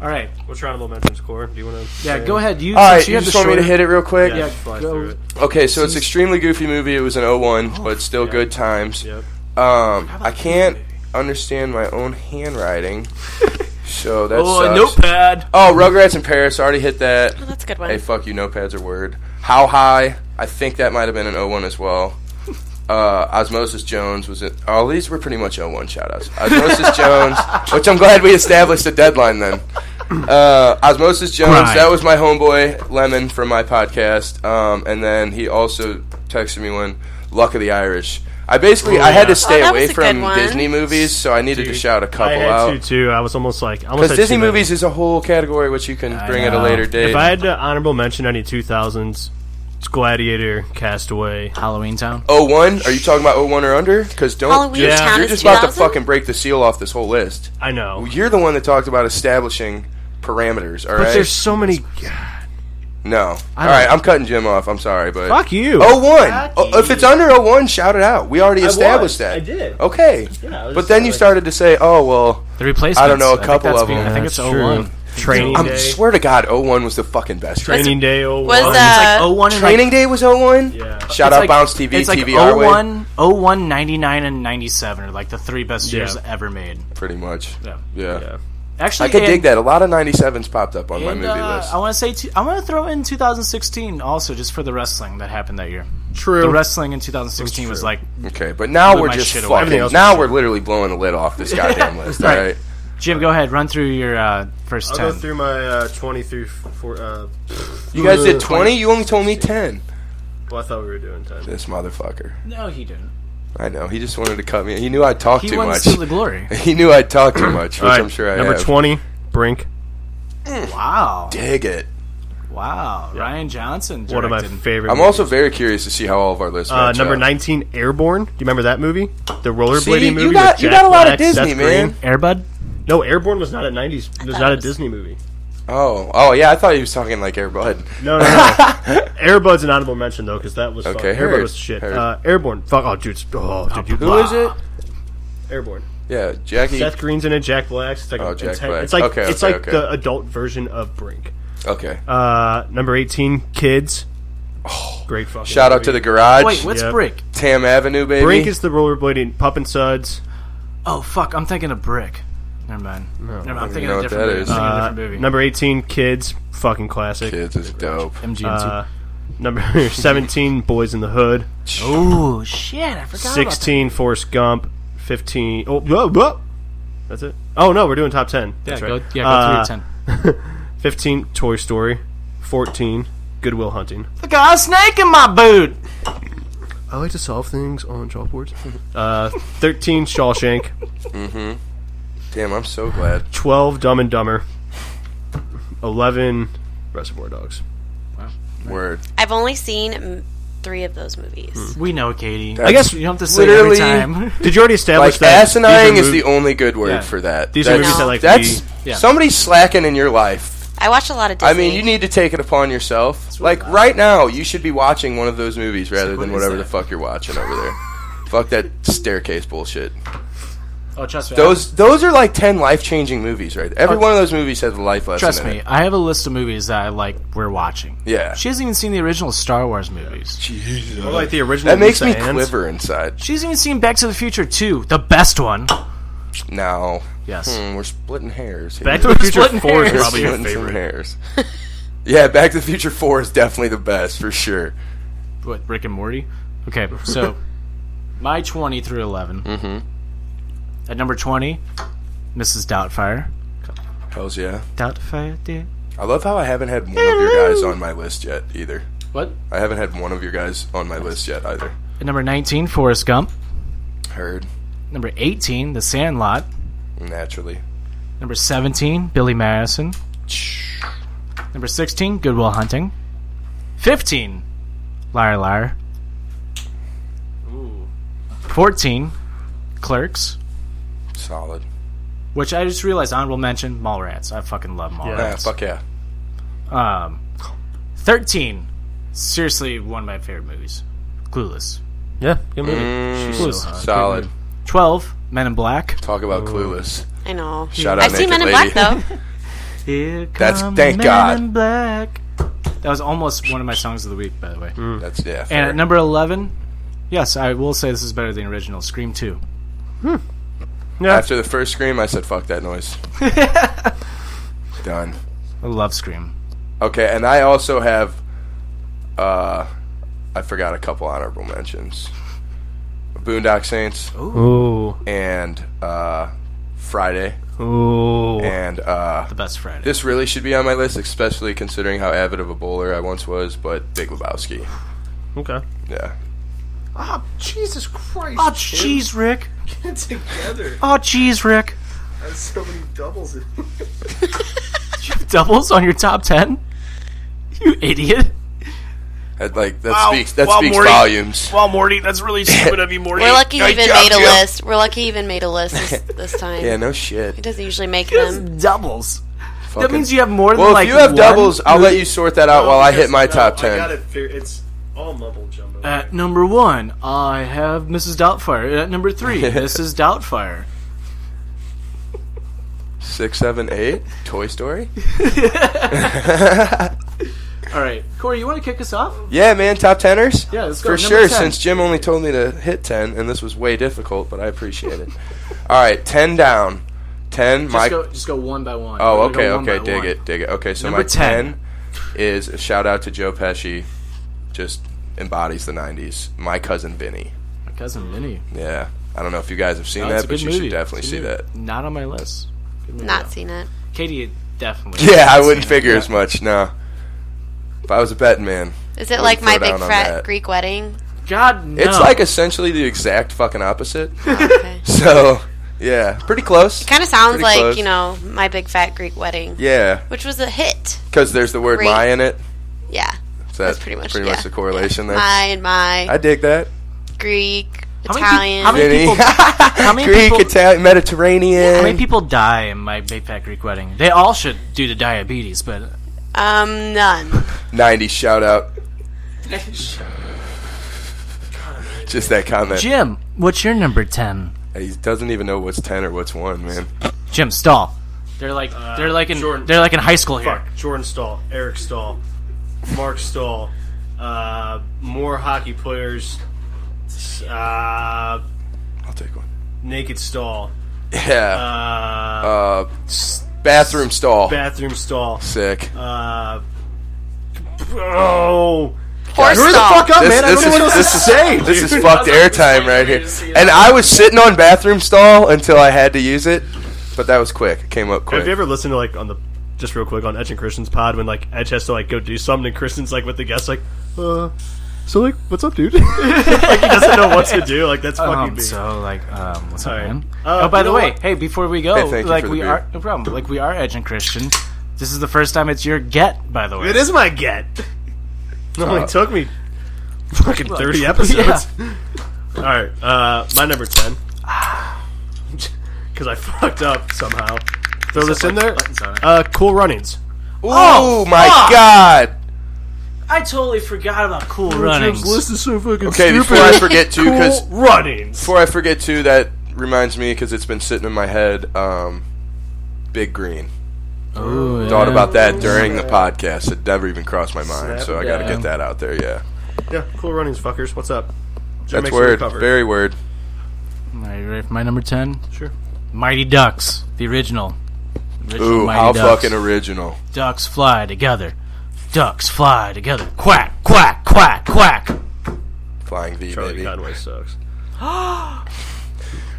Speaker 1: All right.
Speaker 2: What's your honorable mentions, Core? Do you want to?
Speaker 1: Yeah, go ahead. You.
Speaker 5: All right,
Speaker 1: since you,
Speaker 5: you
Speaker 1: have
Speaker 5: just
Speaker 1: the
Speaker 5: want me to
Speaker 1: shorter-
Speaker 5: hit it real quick?
Speaker 1: Yeah.
Speaker 2: fly
Speaker 1: go.
Speaker 2: through it.
Speaker 5: Okay, so it's extremely goofy movie. It was an 01,
Speaker 1: Oh,
Speaker 5: but still good times.
Speaker 2: Yep.
Speaker 5: Um, I can't understand my own handwriting, so that's
Speaker 1: Oh, a notepad.
Speaker 5: Oh, Rugrats in Paris. I already hit that.
Speaker 12: Oh, that's a good one.
Speaker 5: Hey, fuck you, notepads are word. How high? I think that might have been an 01 as well. Uh, Osmosis Jones was it? All these were pretty much 01 shoutouts. Osmosis Jones, which I'm glad we established a deadline then. Uh, Osmosis Jones,
Speaker 1: Grind.
Speaker 5: that was my homeboy Lemon from my podcast, um, and then he also texted me one Luck of the Irish. I basically I had to stay
Speaker 12: Oh, that
Speaker 5: away
Speaker 12: was a good
Speaker 5: from
Speaker 12: one.
Speaker 5: Disney movies, so I needed to shout a
Speaker 2: I
Speaker 5: couple
Speaker 2: had two
Speaker 5: out
Speaker 2: too. I was almost like, I almost
Speaker 5: because
Speaker 2: had
Speaker 5: Disney
Speaker 2: two men.
Speaker 5: movies is a whole category which you can bring at a
Speaker 1: know.
Speaker 5: later date.
Speaker 2: If I had to honorable mention any 2000s, it's Gladiator, Castaway.
Speaker 1: Halloween Town.
Speaker 5: 01? Are you talking about 01 or under? Because don't.
Speaker 12: Halloween
Speaker 5: just,
Speaker 12: Town
Speaker 5: you're
Speaker 12: is
Speaker 5: just about to
Speaker 12: 2000?
Speaker 5: fucking break the seal off this whole list.
Speaker 2: I know,
Speaker 5: You're the one that talked about establishing parameters, all
Speaker 2: but
Speaker 5: right?
Speaker 2: there's so many.
Speaker 5: no.
Speaker 1: I
Speaker 5: All right,
Speaker 1: don't-
Speaker 5: I'm cutting Jim off. I'm sorry, but.
Speaker 2: Fuck you.
Speaker 5: 01! Oh, if it's under 01, shout it out. We already established that.
Speaker 2: I did.
Speaker 5: Okay.
Speaker 2: Yeah, I was
Speaker 5: but
Speaker 2: just
Speaker 5: then you
Speaker 2: like-
Speaker 5: started to say, oh, well.
Speaker 1: The replacement.
Speaker 5: I don't know, a couple of
Speaker 1: I
Speaker 5: them.
Speaker 1: think it's
Speaker 2: That's
Speaker 1: 01.
Speaker 2: true. oh Training
Speaker 5: I
Speaker 2: day.
Speaker 5: um, swear to God, 01 was the fucking best.
Speaker 2: Training day. Oh,
Speaker 12: Was
Speaker 2: one.
Speaker 12: that-
Speaker 1: It's like
Speaker 12: Uh,
Speaker 1: 01 and like
Speaker 5: Training Day was 01?
Speaker 2: Yeah.
Speaker 5: Shout
Speaker 1: It's
Speaker 5: out
Speaker 1: like-
Speaker 5: Bounce TV,
Speaker 1: It's like
Speaker 5: TV our
Speaker 2: oh
Speaker 5: way.
Speaker 1: 01, 01, 99, and 97 are like the three best years
Speaker 2: Yeah.
Speaker 1: ever made.
Speaker 5: Pretty much.
Speaker 1: Yeah.
Speaker 5: Yeah.
Speaker 2: Yeah.
Speaker 1: Actually,
Speaker 5: I could
Speaker 1: and-
Speaker 5: dig that. A lot of 97s popped up on my
Speaker 1: and,
Speaker 5: movie
Speaker 1: uh,
Speaker 5: list.
Speaker 1: I want to say, two, I want to throw in 2016 also just for the wrestling that happened that year.
Speaker 2: True.
Speaker 1: The wrestling in 2016 was,
Speaker 2: That's
Speaker 1: like
Speaker 5: Okay, but now
Speaker 1: Blew
Speaker 5: we're
Speaker 1: my
Speaker 5: just
Speaker 1: shit away.
Speaker 5: fucking.
Speaker 2: Everything else
Speaker 5: Now we're literally blowing the lid off this goddamn list. All
Speaker 1: Right.
Speaker 5: right.
Speaker 1: Jim. Go ahead, run through your uh, 1st
Speaker 2: I'll
Speaker 1: ten.
Speaker 2: go through my uh, 20 through four. Uh,
Speaker 5: You guys did twenty. You only told me ten.
Speaker 2: well, I thought we were doing 10.
Speaker 5: This motherfucker.
Speaker 1: no, he didn't.
Speaker 5: I know. He just wanted to cut me. He knew I'd talk
Speaker 1: He
Speaker 5: too
Speaker 1: won
Speaker 5: much.
Speaker 1: Steal the Glory.
Speaker 5: He knew I'd talk too much, which
Speaker 2: All right,
Speaker 5: I'm sure I
Speaker 2: number
Speaker 5: have.
Speaker 2: 20, Brink.
Speaker 1: Wow,
Speaker 5: Dig it.
Speaker 1: wow. Ryan Johnson. Directed.
Speaker 2: One of my favorite.
Speaker 5: I'm
Speaker 2: movies.
Speaker 5: also very curious to see how all of our lists.
Speaker 2: Uh,
Speaker 5: match
Speaker 2: number
Speaker 5: up.
Speaker 2: 19, Airborne. Do you remember that movie? The rollerblading
Speaker 5: See, you
Speaker 2: movie.
Speaker 5: got-
Speaker 2: with
Speaker 5: you
Speaker 2: Jack
Speaker 5: got a lot of
Speaker 2: Black, Seth
Speaker 5: Disney,
Speaker 2: Green.
Speaker 5: man.
Speaker 1: Airbud.
Speaker 2: No, Airborne was not a 90s. It was
Speaker 12: thought
Speaker 2: not
Speaker 12: it
Speaker 2: a
Speaker 12: was-
Speaker 2: Disney movie.
Speaker 5: Oh, oh yeah. I thought he was talking like Air Bud.
Speaker 2: No, no, no. Airbud's an honorable mention though, because that was fuck.
Speaker 5: Okay,
Speaker 2: Airbud
Speaker 5: heard,
Speaker 2: was shit.
Speaker 5: heard.
Speaker 2: Uh, Airborne, fuck. Oh, dude, it's- oh, dude, you
Speaker 5: Who is it?
Speaker 2: Airborne.
Speaker 5: Yeah, Jackie.
Speaker 2: Seth Green's in it. Jack Black's. It's like
Speaker 5: Oh,
Speaker 2: a
Speaker 5: Jack
Speaker 2: inten-
Speaker 5: Black.
Speaker 2: It's like
Speaker 5: Okay,
Speaker 2: it's
Speaker 5: okay,
Speaker 2: like
Speaker 5: okay.
Speaker 2: the adult version of Brink.
Speaker 5: Okay.
Speaker 2: Uh, number eighteen, Kids. Great fucking.
Speaker 5: Oh. Shout out
Speaker 2: movie.
Speaker 5: to the garage.
Speaker 1: Wait, what's
Speaker 2: Yep.
Speaker 1: Brick?
Speaker 5: Tam Avenue, baby.
Speaker 2: Brink is the rollerblading Pup and Suds.
Speaker 1: Oh fuck, I'm thinking of Brick. Never mind. Never mind. I'm
Speaker 5: don't
Speaker 1: thinking
Speaker 5: know
Speaker 1: of
Speaker 5: what
Speaker 1: a different
Speaker 5: that
Speaker 1: movie.
Speaker 5: is.
Speaker 1: I'm
Speaker 2: Uh,
Speaker 1: thinking of a different movie.
Speaker 2: number eighteen, Kids. Fucking classic.
Speaker 5: Kids is dope.
Speaker 1: MGM2.
Speaker 2: Uh, number seventeen, Boys in the Hood.
Speaker 1: oh shit, I forgot. about that.
Speaker 2: 16 Forrest Gump, 15 Oh, whoa, whoa. That's it. Oh no, we're doing top 10. That's
Speaker 1: Yeah,
Speaker 2: right.
Speaker 1: go, yeah, go
Speaker 2: Uh,
Speaker 1: through your 10.
Speaker 2: 15 Toy Story, 14 Goodwill Hunting.
Speaker 1: I got a snake in my boot.
Speaker 2: I like to solve things on chalkboards. uh 13 Shawshank,
Speaker 5: Damn, I'm so glad.
Speaker 2: 12 Dumb and Dumber, 11 Reservoir Dogs.
Speaker 5: Word.
Speaker 12: I've only seen mm, three of those movies.
Speaker 5: Hmm.
Speaker 1: We know, Katie.
Speaker 5: That's
Speaker 1: I guess you don't have to say it every
Speaker 5: literally-
Speaker 1: time.
Speaker 2: Did you already establish
Speaker 5: like,
Speaker 2: that?
Speaker 5: Asinine
Speaker 2: these are
Speaker 5: is the
Speaker 2: mov-
Speaker 5: only good word
Speaker 2: Yeah.
Speaker 5: for that.
Speaker 2: These are
Speaker 5: that's,
Speaker 2: movies that like
Speaker 5: that's
Speaker 2: we- Yeah.
Speaker 5: somebody's slacking in your life.
Speaker 12: I watch a lot of Disney.
Speaker 5: I mean, you need to take it upon yourself. Like right now, you should be watching one of those movies rather
Speaker 1: what
Speaker 5: than
Speaker 1: is
Speaker 5: whatever the
Speaker 1: that?
Speaker 5: fuck you're watching over there. Fuck that staircase bullshit.
Speaker 1: Oh, trust me.
Speaker 5: Those those are like ten life changing movies, right? Every
Speaker 1: Oh.
Speaker 5: one of those movies has a life lesson.
Speaker 1: Trust
Speaker 5: in
Speaker 1: me,
Speaker 5: it.
Speaker 1: I have a list of movies that I like. We're watching.
Speaker 5: Yeah.
Speaker 1: She hasn't even seen the original Star Wars movies.
Speaker 2: Or like the original.
Speaker 5: That makes me
Speaker 2: Lisa Ann's.
Speaker 5: quiver inside.
Speaker 1: She's even seen Back to the Future 2, the best one.
Speaker 5: No.
Speaker 1: Yes.
Speaker 5: Hmm, we're splitting hairs. here.
Speaker 2: Back to the Future
Speaker 1: Splitting
Speaker 2: Four is
Speaker 1: hairs.
Speaker 2: probably your
Speaker 5: Splitting some
Speaker 2: favorite.
Speaker 5: hairs. yeah, Back to the Future Four is definitely the best for sure.
Speaker 1: What, Rick and Morty? Okay, so my 20 through 11.
Speaker 5: Mhm.
Speaker 2: Mm-hmm.
Speaker 1: At number 20, Mrs. Doubtfire.
Speaker 5: Hells yeah.
Speaker 1: Doubtfire, dear.
Speaker 5: I love how I haven't had one of your guys on my list yet either.
Speaker 1: What?
Speaker 5: I haven't had one of your guys on my list yet either.
Speaker 1: At number 19, Forrest Gump.
Speaker 5: Heard
Speaker 1: Number 18, The Sandlot.
Speaker 5: naturally.
Speaker 1: Number 17, Billy Madison. Number 16, Goodwill Hunting. 15, Liar Liar. 14, Clerks.
Speaker 5: Solid. Ah,
Speaker 1: Which I just realized honorable mention, Mallrats. I fucking love
Speaker 5: Yeah,
Speaker 1: Mallrats.
Speaker 5: fuck yeah.
Speaker 1: Um, 13, seriously one of my favorite movies, Clueless.
Speaker 2: Yeah, good movie.
Speaker 5: Mm,
Speaker 2: Clueless.
Speaker 5: solid.
Speaker 1: 12, Men in Black.
Speaker 5: Talk about clueless.
Speaker 1: Hmm.
Speaker 12: I know.
Speaker 5: Shout out
Speaker 12: I've seen Men
Speaker 5: Naked
Speaker 12: in
Speaker 5: Lady.
Speaker 12: Black though.
Speaker 1: Here
Speaker 5: That's-
Speaker 1: come
Speaker 5: thank
Speaker 1: Men
Speaker 5: God.
Speaker 1: in Black. That was almost one of my songs of the week, by the way.
Speaker 5: That's yeah.
Speaker 1: And at
Speaker 5: Fair.
Speaker 1: number 11, yes, I will say this is better than the original Scream 2.
Speaker 2: Yeah,
Speaker 5: After the first scream, I said, "Fuck that noise." Done.
Speaker 1: I love Scream.
Speaker 5: Okay, and I also have. Uh, I forgot a couple honorable mentions. Boondock Saints
Speaker 2: Ooh.
Speaker 5: and uh, Friday
Speaker 2: Ooh.
Speaker 5: and uh,
Speaker 1: The best Friday.
Speaker 5: This really should be on my list, especially considering how avid of a bowler I once was, but Big Lebowski.
Speaker 2: Okay.
Speaker 5: Yeah.
Speaker 13: Oh, Jesus Christ.
Speaker 1: oh, jeez, Rick.
Speaker 13: Get together.
Speaker 1: Oh, jeez, Rick.
Speaker 13: That's so many doubles. in-
Speaker 1: Doubles on your top 10? You idiot.
Speaker 5: That like that
Speaker 1: Wow.
Speaker 5: speaks that
Speaker 1: Wow,
Speaker 5: speaks
Speaker 1: Morty.
Speaker 5: volumes.
Speaker 1: Wow, Morty, that's really stupid of you, Morty.
Speaker 12: We're lucky he
Speaker 5: Nice
Speaker 12: even
Speaker 5: job,
Speaker 12: made a
Speaker 5: Jill.
Speaker 12: list. We're lucky he even made a list this, this time.
Speaker 5: Yeah, no
Speaker 12: He
Speaker 5: shit.
Speaker 12: doesn't usually make them.
Speaker 1: doubles.
Speaker 5: Fucking-
Speaker 1: That means you have more than
Speaker 5: Well,
Speaker 1: like
Speaker 5: if you have
Speaker 1: one
Speaker 5: doubles, I'll let
Speaker 1: movie-
Speaker 5: you sort that out
Speaker 13: No,
Speaker 5: while I
Speaker 13: because-
Speaker 5: hit
Speaker 1: uh,
Speaker 5: my
Speaker 13: no,
Speaker 5: top
Speaker 13: Oh, I
Speaker 5: ten.
Speaker 13: got it. fig- It's all mumble jumbo.
Speaker 2: Uh,
Speaker 1: At Uh, number one, I have Mrs. Doubtfire. At number three, Mrs. Doubtfire.
Speaker 5: Six, seven, eight. Toy Story.
Speaker 1: All right, Corey, you want to kick us off?
Speaker 5: Yeah, man, top teners.
Speaker 1: Yeah, let's go.
Speaker 5: for
Speaker 1: Number 10.
Speaker 5: sure. Since Jim only told me to hit ten, and this was way difficult, but I appreciate it. All right, ten down. Ten.
Speaker 1: Just
Speaker 5: my
Speaker 1: go, just go one by one. We're
Speaker 5: Oh,
Speaker 1: gonna
Speaker 5: okay,
Speaker 1: go one
Speaker 5: okay,
Speaker 1: by
Speaker 5: dig
Speaker 1: one.
Speaker 5: it, dig it. Okay, so
Speaker 1: Number
Speaker 5: my
Speaker 1: 10.
Speaker 5: 10. is a shout out to Joe Pesci. Just embodies the 90s. My cousin Vinny.
Speaker 1: My cousin Minnie.
Speaker 5: Yeah. I don't know if you guys have seen
Speaker 1: Oh, it's
Speaker 5: that,
Speaker 1: a
Speaker 5: but
Speaker 1: good
Speaker 5: you
Speaker 1: movie.
Speaker 5: should definitely
Speaker 1: It's a
Speaker 5: see
Speaker 1: good
Speaker 5: that.
Speaker 1: movie. Not on my list. Good movie,
Speaker 12: Not
Speaker 1: though.
Speaker 12: seen it.
Speaker 1: Katie it definitely.
Speaker 5: Yeah, I
Speaker 1: hasn't
Speaker 5: wouldn't
Speaker 1: seen it.
Speaker 5: figure as much, no. If I was a betting man.
Speaker 12: Is
Speaker 5: I
Speaker 12: it
Speaker 5: would
Speaker 12: like
Speaker 5: throw
Speaker 12: my big
Speaker 5: down on
Speaker 12: fat
Speaker 5: that.
Speaker 12: Greek wedding?
Speaker 1: God, no.
Speaker 5: It's like essentially the exact fucking opposite.
Speaker 12: Okay.
Speaker 5: so, yeah, pretty close.
Speaker 12: kind of sounds
Speaker 5: Pretty
Speaker 12: like
Speaker 5: close.
Speaker 12: you know my big fat Greek wedding,
Speaker 5: Yeah,
Speaker 12: which was a hit.
Speaker 5: because there's the word
Speaker 12: Great.
Speaker 5: my in it.
Speaker 12: Yeah,
Speaker 5: So
Speaker 12: That's pretty much-
Speaker 5: pretty
Speaker 12: yeah,
Speaker 5: much the correlation there.
Speaker 12: my and my
Speaker 5: I dig that.
Speaker 12: Greek
Speaker 1: How many peop-
Speaker 12: Italian.
Speaker 1: how many
Speaker 5: Vinny.
Speaker 1: people- how many
Speaker 5: Greek,
Speaker 1: people-
Speaker 5: Italian, Mediterranean.
Speaker 1: How many people die in my Big Fat Greek wedding? They all should due to diabetes, but
Speaker 12: um, none.
Speaker 5: 90 shout out. Just that comment.
Speaker 1: Jim, what's your number ten?
Speaker 5: He doesn't even know what's 10 or what's 1, man.
Speaker 1: Jim Stahl. They're like they're like in
Speaker 2: Uh, Jordan.
Speaker 1: they're like in high school here.
Speaker 2: Fuck. Jordan Stahl, Eric Stahl, Mark Stahl, uh, more hockey players, uh,
Speaker 5: I'll take one.
Speaker 2: Naked Stahl,
Speaker 5: Yeah. Uh,
Speaker 2: uh,
Speaker 5: bathroom stall.
Speaker 2: Bathroom Stahl,
Speaker 5: Sick.
Speaker 2: uh, oh,
Speaker 12: Horse
Speaker 2: hurry the
Speaker 12: stall.
Speaker 2: fuck up,
Speaker 5: This-
Speaker 2: man! I
Speaker 5: this
Speaker 2: don't know
Speaker 5: is-
Speaker 2: what else to
Speaker 5: this is-
Speaker 2: say.
Speaker 5: This is
Speaker 2: dude.
Speaker 5: fucked airtime right here. And I was sitting on bathroom stall until I had to use it, but that was quick. It came up
Speaker 2: Have you
Speaker 5: quick.
Speaker 2: ever listened to like on the just real quick on Edge and Christian's pod when like Edge has to like go do something and Christian's like with the guests like, uh, so like what's up, dude? like he doesn't know what to do. Like that's fucking
Speaker 1: Um,
Speaker 2: me.
Speaker 1: so like um, what's up,
Speaker 2: Sorry.
Speaker 1: man?
Speaker 2: Uh,
Speaker 1: oh, by
Speaker 2: you
Speaker 1: the
Speaker 2: know
Speaker 1: way,
Speaker 2: what?
Speaker 1: hey, before we go,
Speaker 5: Hey, thank you
Speaker 1: like
Speaker 5: for the
Speaker 1: we
Speaker 5: beer.
Speaker 1: are no problem. Like we are Edge and Christian. This is the first time it's your get, by the way.
Speaker 2: It is my get. It only
Speaker 5: Uh,
Speaker 2: took me Fucking 30 episodes. All right, uh, my number 10. Because I fucked up somehow. Throw this in there. Uh, cool Runnings.
Speaker 5: Oh, my
Speaker 1: fuck!
Speaker 5: god!
Speaker 1: I totally forgot about Cool
Speaker 2: Runnings.
Speaker 1: Runnings.
Speaker 2: list is so fucking
Speaker 5: Okay, before I forget too, because
Speaker 2: Runnings.
Speaker 5: Before I forget too, that reminds me because it's been sitting in my head. Um, Big Green.
Speaker 1: Oh,
Speaker 5: Thought
Speaker 1: yeah.
Speaker 5: about that during the podcast. It never even crossed my mind, so I got to
Speaker 2: Yeah.
Speaker 5: get that out there. Yeah,
Speaker 2: Yeah, Cool Runnings, fuckers. What's up? Jim
Speaker 5: that's
Speaker 2: makes a
Speaker 5: word.
Speaker 2: recovery.
Speaker 5: Very word.
Speaker 1: Are you ready for my number 10?
Speaker 2: Sure.
Speaker 1: Mighty Ducks, the original. Original
Speaker 5: Ooh,
Speaker 1: Mighty
Speaker 5: how
Speaker 1: Ducks.
Speaker 5: fucking original!
Speaker 1: Ducks fly together. Ducks fly together. Quack, quack, quack, quack.
Speaker 5: Flying V,
Speaker 2: Charlie
Speaker 5: baby.
Speaker 2: Conway sucks.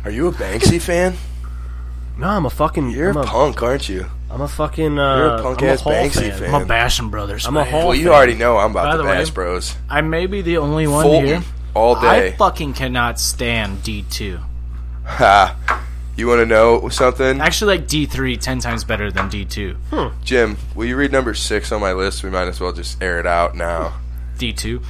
Speaker 5: Are you a Banksy fan?
Speaker 2: No, I'm a fucking.
Speaker 5: You're
Speaker 2: I'm
Speaker 5: a punk, aren't you?
Speaker 2: I'm a fucking. Uh,
Speaker 5: You're a punk
Speaker 2: I'm
Speaker 5: ass
Speaker 2: Hall
Speaker 5: Banksy
Speaker 2: fan.
Speaker 5: fan.
Speaker 1: I'm a Basham Brothers.
Speaker 2: I'm a
Speaker 1: fan.
Speaker 2: Hall
Speaker 5: Well, you
Speaker 2: fan.
Speaker 5: already know I'm about
Speaker 1: By
Speaker 5: the,
Speaker 1: the way,
Speaker 5: Bass Bros.
Speaker 1: I may be the only one
Speaker 5: Fulton,
Speaker 1: here.
Speaker 5: all day.
Speaker 1: I fucking cannot stand D2.
Speaker 5: Ha! You want to know something,
Speaker 1: Actually, like D3 ten times better than D2.
Speaker 5: Jim? Will you read number six on my list? We might as well just air it out now.
Speaker 1: D2.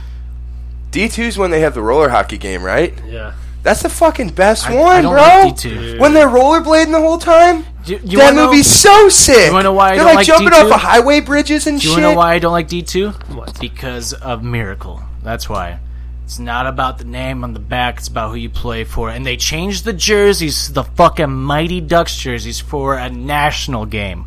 Speaker 5: D 2s when they have the roller hockey game, right?
Speaker 2: Yeah.
Speaker 5: That's the fucking best
Speaker 1: I-
Speaker 5: one,
Speaker 1: I don't
Speaker 5: bro.
Speaker 1: like D2.
Speaker 5: When they're rollerblading the whole time,
Speaker 1: Do- you
Speaker 5: that
Speaker 1: wanna know-
Speaker 5: movie's so sick.
Speaker 1: you wanna know why I
Speaker 5: they're
Speaker 1: don't
Speaker 5: like,
Speaker 1: like
Speaker 5: jumping
Speaker 1: D2?
Speaker 5: off of highway bridges and
Speaker 1: Do you
Speaker 5: shit.
Speaker 1: want to know why I don't like D2? What? Because of Miracle. That's why. It's not about the name on the back, it's about who you play for. And they changed the jerseys, the fucking Mighty Ducks jerseys, for a national game.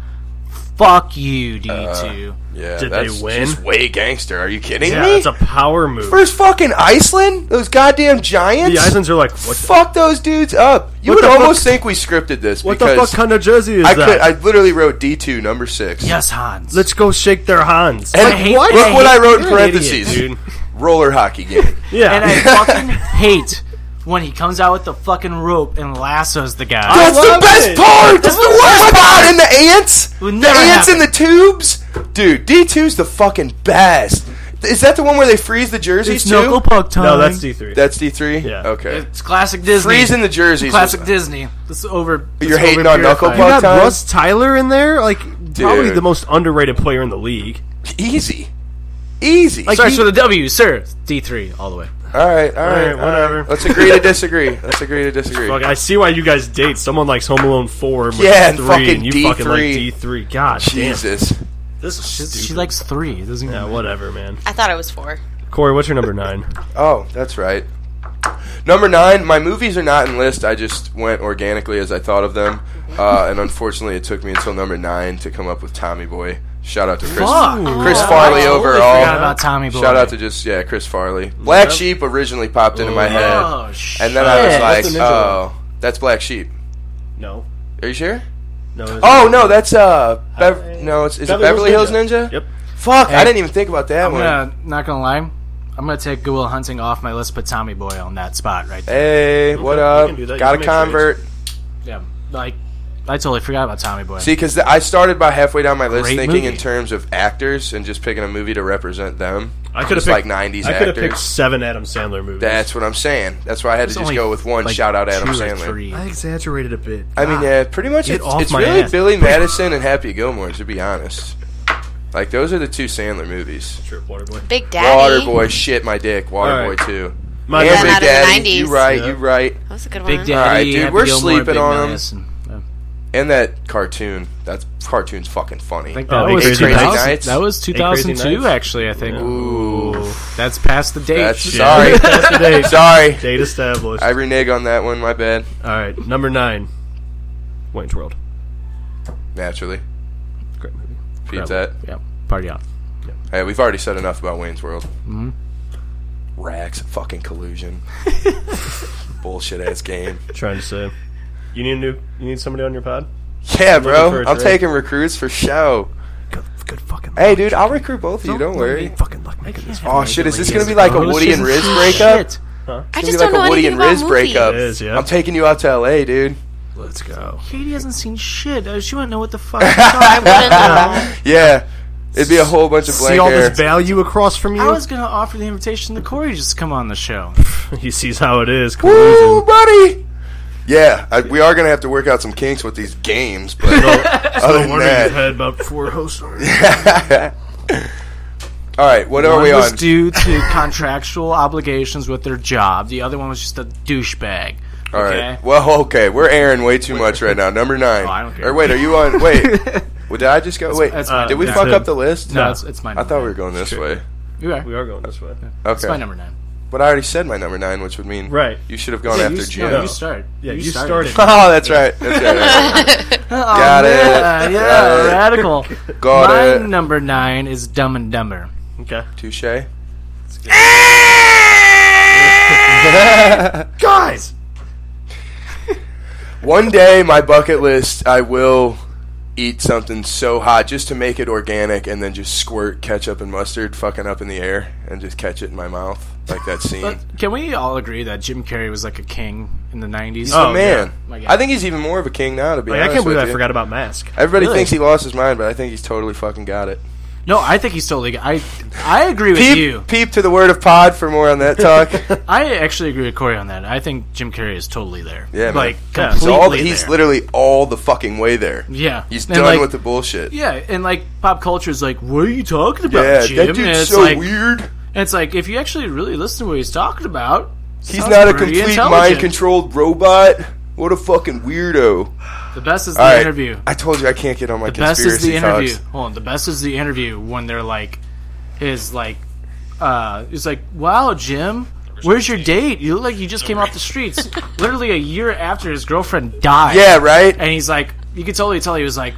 Speaker 1: Fuck you, D2.
Speaker 5: Yeah,
Speaker 2: Did
Speaker 5: that's
Speaker 2: they win?
Speaker 5: just way gangster. Are you kidding
Speaker 2: Yeah,
Speaker 5: me?
Speaker 2: it's a power move.
Speaker 5: First fucking Iceland, those goddamn giants.
Speaker 2: the Islands are like, what? The,
Speaker 5: Fuck those dudes up. You
Speaker 2: What
Speaker 5: would
Speaker 2: the fuck-
Speaker 5: almost think we scripted this
Speaker 2: what the fuck
Speaker 5: because
Speaker 2: kind of jersey is
Speaker 5: I
Speaker 2: that?
Speaker 5: could. I literally wrote D two number six.
Speaker 1: yes, Hans.
Speaker 2: Let's go shake their hands.
Speaker 5: And
Speaker 1: I hate-
Speaker 5: look
Speaker 1: I hate-
Speaker 5: what I wrote in
Speaker 2: You're an idiot,
Speaker 5: parentheses:
Speaker 2: dude.
Speaker 5: roller hockey game.
Speaker 2: Yeah.
Speaker 1: And I fucking hate when he comes out with the fucking rope and lassos the guy.
Speaker 5: That's the
Speaker 2: love
Speaker 5: best
Speaker 2: it.
Speaker 5: part. That's the worst part. And the ants,
Speaker 1: Will
Speaker 5: the
Speaker 1: never
Speaker 5: ants in
Speaker 1: happen.
Speaker 5: the tubes, dude. D 2s the fucking best. Is that the one where they freeze the jerseys
Speaker 1: it's
Speaker 5: too?
Speaker 1: knuckle puck time.
Speaker 2: no, that's D three.
Speaker 5: That's D three.
Speaker 2: Yeah.
Speaker 5: Okay.
Speaker 1: It's classic Disney.
Speaker 5: Freezing the jerseys.
Speaker 1: Classic
Speaker 5: was-
Speaker 1: Disney. This is over. this
Speaker 5: You're
Speaker 1: is
Speaker 5: hating on Knuckle
Speaker 1: overpurified.
Speaker 2: you got
Speaker 5: Time.
Speaker 2: Russ Tyler in there, like probably
Speaker 5: Dude.
Speaker 2: the most underrated player in the league.
Speaker 5: Easy. Easy.
Speaker 1: Starts with a W, sir. D three all the way.
Speaker 5: all right. All right.
Speaker 2: Alright, whatever.
Speaker 5: alright. Let's agree to disagree. Let's agree to disagree.
Speaker 2: Fuck, I see why you guys date. Someone likes Home Alone four, which is
Speaker 5: Yeah, and
Speaker 2: three,
Speaker 5: fucking
Speaker 2: and you
Speaker 5: D3.
Speaker 2: fucking like D three. God
Speaker 5: Jesus.
Speaker 2: damn, this is
Speaker 1: She,
Speaker 2: stupid.
Speaker 1: she likes three. It Doesn't
Speaker 2: yeah, whatever, man.
Speaker 12: I thought it was four.
Speaker 2: Corey, what's your number nine?
Speaker 5: Oh, that's right. Number nine, my movies are not in list. I just went organically as I thought of them, uh, and unfortunately, it took me until number nine to come up with Tommy Boy. Shout out to Chris,
Speaker 1: Fuck.
Speaker 5: Chris Farley
Speaker 1: I totally
Speaker 5: overall.
Speaker 1: forgot about Tommy Boy.
Speaker 5: Shout out to just yeah, Chris Farley. Black Sheep originally popped into my head,
Speaker 1: Oh,
Speaker 5: and then I was
Speaker 1: shit.
Speaker 5: like,
Speaker 2: That's a ninja
Speaker 5: oh, that's Black Sheep.
Speaker 2: No,
Speaker 5: Are you sure?
Speaker 2: no. it's-
Speaker 5: Oh no, that's uh, Bev- no, it's is it Beverly Hills Ninja?
Speaker 2: Yep.
Speaker 5: Fuck, I didn't even think about that
Speaker 1: I'm
Speaker 5: one.
Speaker 1: gonna not gonna lie. I'm gonna take Goodwill Hunting off my list, put Tommy Boy on that spot right there.
Speaker 5: Hey, what
Speaker 2: you
Speaker 5: up?
Speaker 2: can do that. You
Speaker 5: Got
Speaker 2: can
Speaker 5: a
Speaker 2: make trades.
Speaker 5: convert.
Speaker 1: Yeah, like I totally forgot about Tommy Boy.
Speaker 5: See, because I started by halfway down my list
Speaker 1: Great
Speaker 5: thinking in
Speaker 1: movie.
Speaker 5: terms of actors and just picking a movie to represent them.
Speaker 2: I could have
Speaker 5: Just like 90s
Speaker 2: I could have picked
Speaker 5: actors.
Speaker 2: seven Adam Sandler movies.
Speaker 5: That's what I'm saying. That's why I had
Speaker 1: There's
Speaker 5: to just
Speaker 1: only,
Speaker 5: go with one.
Speaker 1: like,
Speaker 5: shout out Adam
Speaker 1: two or
Speaker 5: Sandler.
Speaker 1: three. Ah,
Speaker 2: I exaggerated a bit.
Speaker 5: I mean, yeah, pretty much
Speaker 1: Get
Speaker 5: it's,
Speaker 1: off
Speaker 5: it's
Speaker 1: my
Speaker 5: really
Speaker 1: ass.
Speaker 5: Billy Madison and Happy Gilmore, to be honest. Like, those are the two Sandler movies.
Speaker 2: Sure, Waterboy.
Speaker 12: Big Daddy.
Speaker 5: Waterboy, shit my dick. Waterboy
Speaker 2: Alright.
Speaker 5: 2.
Speaker 2: My
Speaker 5: and
Speaker 2: number-
Speaker 5: Big
Speaker 12: Out of the
Speaker 5: Daddy.
Speaker 12: 90s.
Speaker 5: You right,
Speaker 2: Yeah.
Speaker 5: you right.
Speaker 12: That was a good
Speaker 1: Big
Speaker 12: one.
Speaker 1: Daddy,
Speaker 5: Alright, dude,
Speaker 1: Happy
Speaker 5: we're
Speaker 1: Gilmore,
Speaker 5: sleeping
Speaker 1: Big
Speaker 5: on 'em.
Speaker 1: Madison. Yeah.
Speaker 5: And that cartoon. That cartoon's fucking funny.
Speaker 1: I think
Speaker 2: Oh,
Speaker 1: uh, that,
Speaker 2: Eight
Speaker 1: was
Speaker 2: Crazy
Speaker 1: 2000
Speaker 5: Nights?
Speaker 1: that was
Speaker 2: Crazy
Speaker 1: 2002,
Speaker 2: Nights?
Speaker 1: actually, I think.
Speaker 5: Ooh.
Speaker 1: That's past the date.
Speaker 5: That's,
Speaker 1: Shit.
Speaker 5: sorry.
Speaker 2: date.
Speaker 5: sorry.
Speaker 2: Date established.
Speaker 5: I renege on that one, my bad.
Speaker 2: All right, number nine. Wayne's World.
Speaker 5: Naturally.
Speaker 2: Great movie.
Speaker 5: Beat that.
Speaker 1: Yeah, party on.
Speaker 5: Hey, we've already said enough about Wayne's World. Mm-hmm. Racks, fucking collusion, bullshit ass game.
Speaker 2: Trying to say, you need a new, you need somebody on your pod.
Speaker 5: Yeah,
Speaker 2: for
Speaker 5: bro,
Speaker 2: a
Speaker 5: I'm
Speaker 2: trade.
Speaker 5: taking recruits for show.
Speaker 2: Good, good fucking.
Speaker 5: Hey, dude, I'll recruit both of you. Don't worry.
Speaker 2: Fucking luck making this.
Speaker 5: Oh shit, is this gonna be like a Woody and Riz breakup? It's
Speaker 12: I
Speaker 5: gonna
Speaker 12: just
Speaker 5: be
Speaker 12: don't
Speaker 5: like
Speaker 12: know
Speaker 5: a Woody
Speaker 12: anything
Speaker 5: and
Speaker 12: about
Speaker 5: Riz
Speaker 12: movies.
Speaker 5: breakup.
Speaker 2: It is, yeah.
Speaker 5: I'm taking you out to L.A., dude.
Speaker 2: Let's go.
Speaker 1: Katie hasn't seen shit. Uh, She wouldn't know what the fuck. I
Speaker 12: wouldn't know.
Speaker 5: Yeah, it'd be a whole bunch of blank
Speaker 2: See all
Speaker 5: hair.
Speaker 2: this value across from you.
Speaker 1: I was gonna offer the invitation to Corey just to come on the show.
Speaker 2: he sees how it is.
Speaker 5: Woo,
Speaker 2: Collusion.
Speaker 5: buddy. Yeah, I, we are gonna have to work out some kinks with these games, but other
Speaker 2: No
Speaker 5: than
Speaker 2: wonder you
Speaker 5: that,
Speaker 2: had about four hosts. on it.
Speaker 5: All right, what are
Speaker 1: one
Speaker 5: we
Speaker 1: was
Speaker 5: on?
Speaker 1: due to contractual obligations with their job. The other one was just a douchebag.
Speaker 5: All right.
Speaker 1: okay. Oh,
Speaker 5: Well, okay. We're airing way too much right now. Number nine. I don't care. Or wait, are you on? Wait. well, did I just go?
Speaker 1: That's-
Speaker 5: Wait.
Speaker 1: that's mine.
Speaker 5: did we
Speaker 1: That's
Speaker 5: fuck
Speaker 1: him.
Speaker 5: up the list?
Speaker 1: No, it's- it's mine.
Speaker 5: I thought we were going this way.
Speaker 1: You are.
Speaker 2: We are going this way.
Speaker 5: Okay.
Speaker 1: It's my number nine.
Speaker 5: But I already said my number nine, which would mean
Speaker 2: Right.
Speaker 5: You should have gone
Speaker 1: Yeah, you
Speaker 5: after
Speaker 1: s-
Speaker 5: Jim.
Speaker 1: no, you started.
Speaker 2: Yeah,
Speaker 1: You
Speaker 2: you
Speaker 1: started.
Speaker 2: started.
Speaker 5: oh, that's right. That's right.
Speaker 1: Oh,
Speaker 5: Got it.
Speaker 1: Yeah, yeah,
Speaker 5: Got it.
Speaker 1: radical.
Speaker 5: Got
Speaker 1: my
Speaker 5: it.
Speaker 1: number nine is Dumb and Dumber.
Speaker 2: Okay.
Speaker 5: Touche.
Speaker 2: Guys!
Speaker 5: One day, my bucket list, I will eat something so hot just to make it organic, and then just squirt ketchup and mustard, fucking up in the air, and just catch it in my mouth like that scene.
Speaker 1: But can we all agree that Jim Carrey was like a king in the nineties?
Speaker 2: Oh,
Speaker 5: He's the man. I think he's even more of a king now. To be
Speaker 1: Like, I
Speaker 5: honest,
Speaker 1: can't believe
Speaker 5: with
Speaker 1: I
Speaker 5: you.
Speaker 1: forgot about Mask.
Speaker 5: Everybody
Speaker 1: Really?
Speaker 5: thinks he lost his mind, but I think he's totally fucking got it.
Speaker 1: No, I think he's totally. I I agree with
Speaker 5: peep,
Speaker 1: you.
Speaker 5: peep to the word of pod for more on that talk.
Speaker 1: I actually agree with Corey on that. I think Jim Carrey is totally there.
Speaker 5: yeah, man.
Speaker 1: like
Speaker 5: he's, all the-
Speaker 1: completely
Speaker 5: he's
Speaker 1: there.
Speaker 5: literally all the fucking way there.
Speaker 1: Yeah.
Speaker 5: he's
Speaker 1: And,
Speaker 5: done
Speaker 1: like-
Speaker 5: with the bullshit.
Speaker 1: Yeah, and like pop culture is like, what are you talking about,
Speaker 5: Yeah, that
Speaker 1: Jim?
Speaker 5: dude's
Speaker 1: and it's
Speaker 5: so
Speaker 1: like,
Speaker 5: weird.
Speaker 1: And it's like if you actually really listen to what he's talking about,
Speaker 5: He's
Speaker 1: sounds
Speaker 5: not a
Speaker 1: pretty
Speaker 5: complete
Speaker 1: intelligent.
Speaker 5: mind controlled robot. What a fucking weirdo.
Speaker 1: The best is the
Speaker 5: All right.
Speaker 1: interview.
Speaker 5: I told you I can't get on my
Speaker 1: The best is the
Speaker 5: conspiracy
Speaker 1: interview.
Speaker 5: talks.
Speaker 1: Hold on, the best is the interview when they're like, is like, uh, it's like, wow, Jim, where's your date? You look like you just came off the streets. Literally a year after his girlfriend died.
Speaker 5: Yeah, right?
Speaker 1: And he's like, you could totally tell he was like,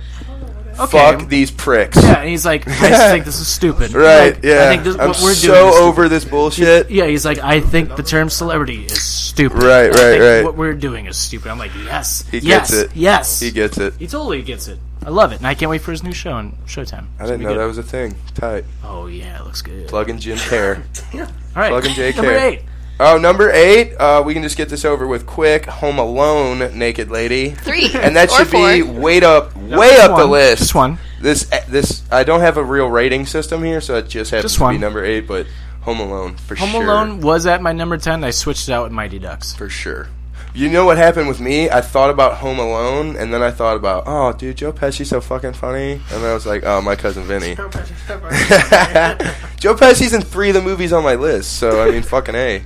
Speaker 1: okay.
Speaker 5: Fuck these pricks.
Speaker 1: Yeah, and he's like, I just think this is stupid.
Speaker 5: Right,
Speaker 1: Like,
Speaker 5: yeah.
Speaker 1: I think this,
Speaker 5: I'm
Speaker 1: what we're
Speaker 5: so
Speaker 1: doing is stupid.
Speaker 5: over this bullshit.
Speaker 1: Yeah, he's like, I think the term celebrity is stupid.
Speaker 5: Right,
Speaker 1: I
Speaker 5: right,
Speaker 1: think
Speaker 5: right.
Speaker 1: What we're doing is stupid. I'm like, yes,
Speaker 5: He
Speaker 1: yes,
Speaker 5: gets it.
Speaker 1: yes.
Speaker 5: He gets it.
Speaker 1: He totally gets it. I love it, and I can't wait for his new show on Showtime.
Speaker 5: I didn't know that was a thing. Tight.
Speaker 1: Oh yeah, it looks good.
Speaker 5: Plugging Jim Care.
Speaker 1: All right,
Speaker 5: Plugging Jake
Speaker 1: number
Speaker 5: Hare.
Speaker 1: eight.
Speaker 5: Oh, number eight. Uh, we can just get this over with quick. Home Alone, Naked Lady.
Speaker 12: Three.
Speaker 5: And that
Speaker 12: Or
Speaker 5: should be
Speaker 12: four.
Speaker 5: way up,
Speaker 1: No,
Speaker 5: way
Speaker 1: just
Speaker 5: up the
Speaker 1: one.
Speaker 5: list.
Speaker 1: Just one.
Speaker 5: This, eh, this. I don't have a real rating system here, so it just happens
Speaker 1: Just
Speaker 5: to be
Speaker 1: one.
Speaker 5: number eight. But Home Alone for
Speaker 1: Home
Speaker 5: sure.
Speaker 1: Alone was at my number ten. I switched it out with Mighty Ducks
Speaker 5: for sure. You know what happened with me? I thought about Home Alone, and then I thought about, oh, dude, Joe Pesci's so fucking funny. And then I was like, oh, my cousin Vinny. Joe Pesci's in three of the movies on my list, so I mean, fucking a.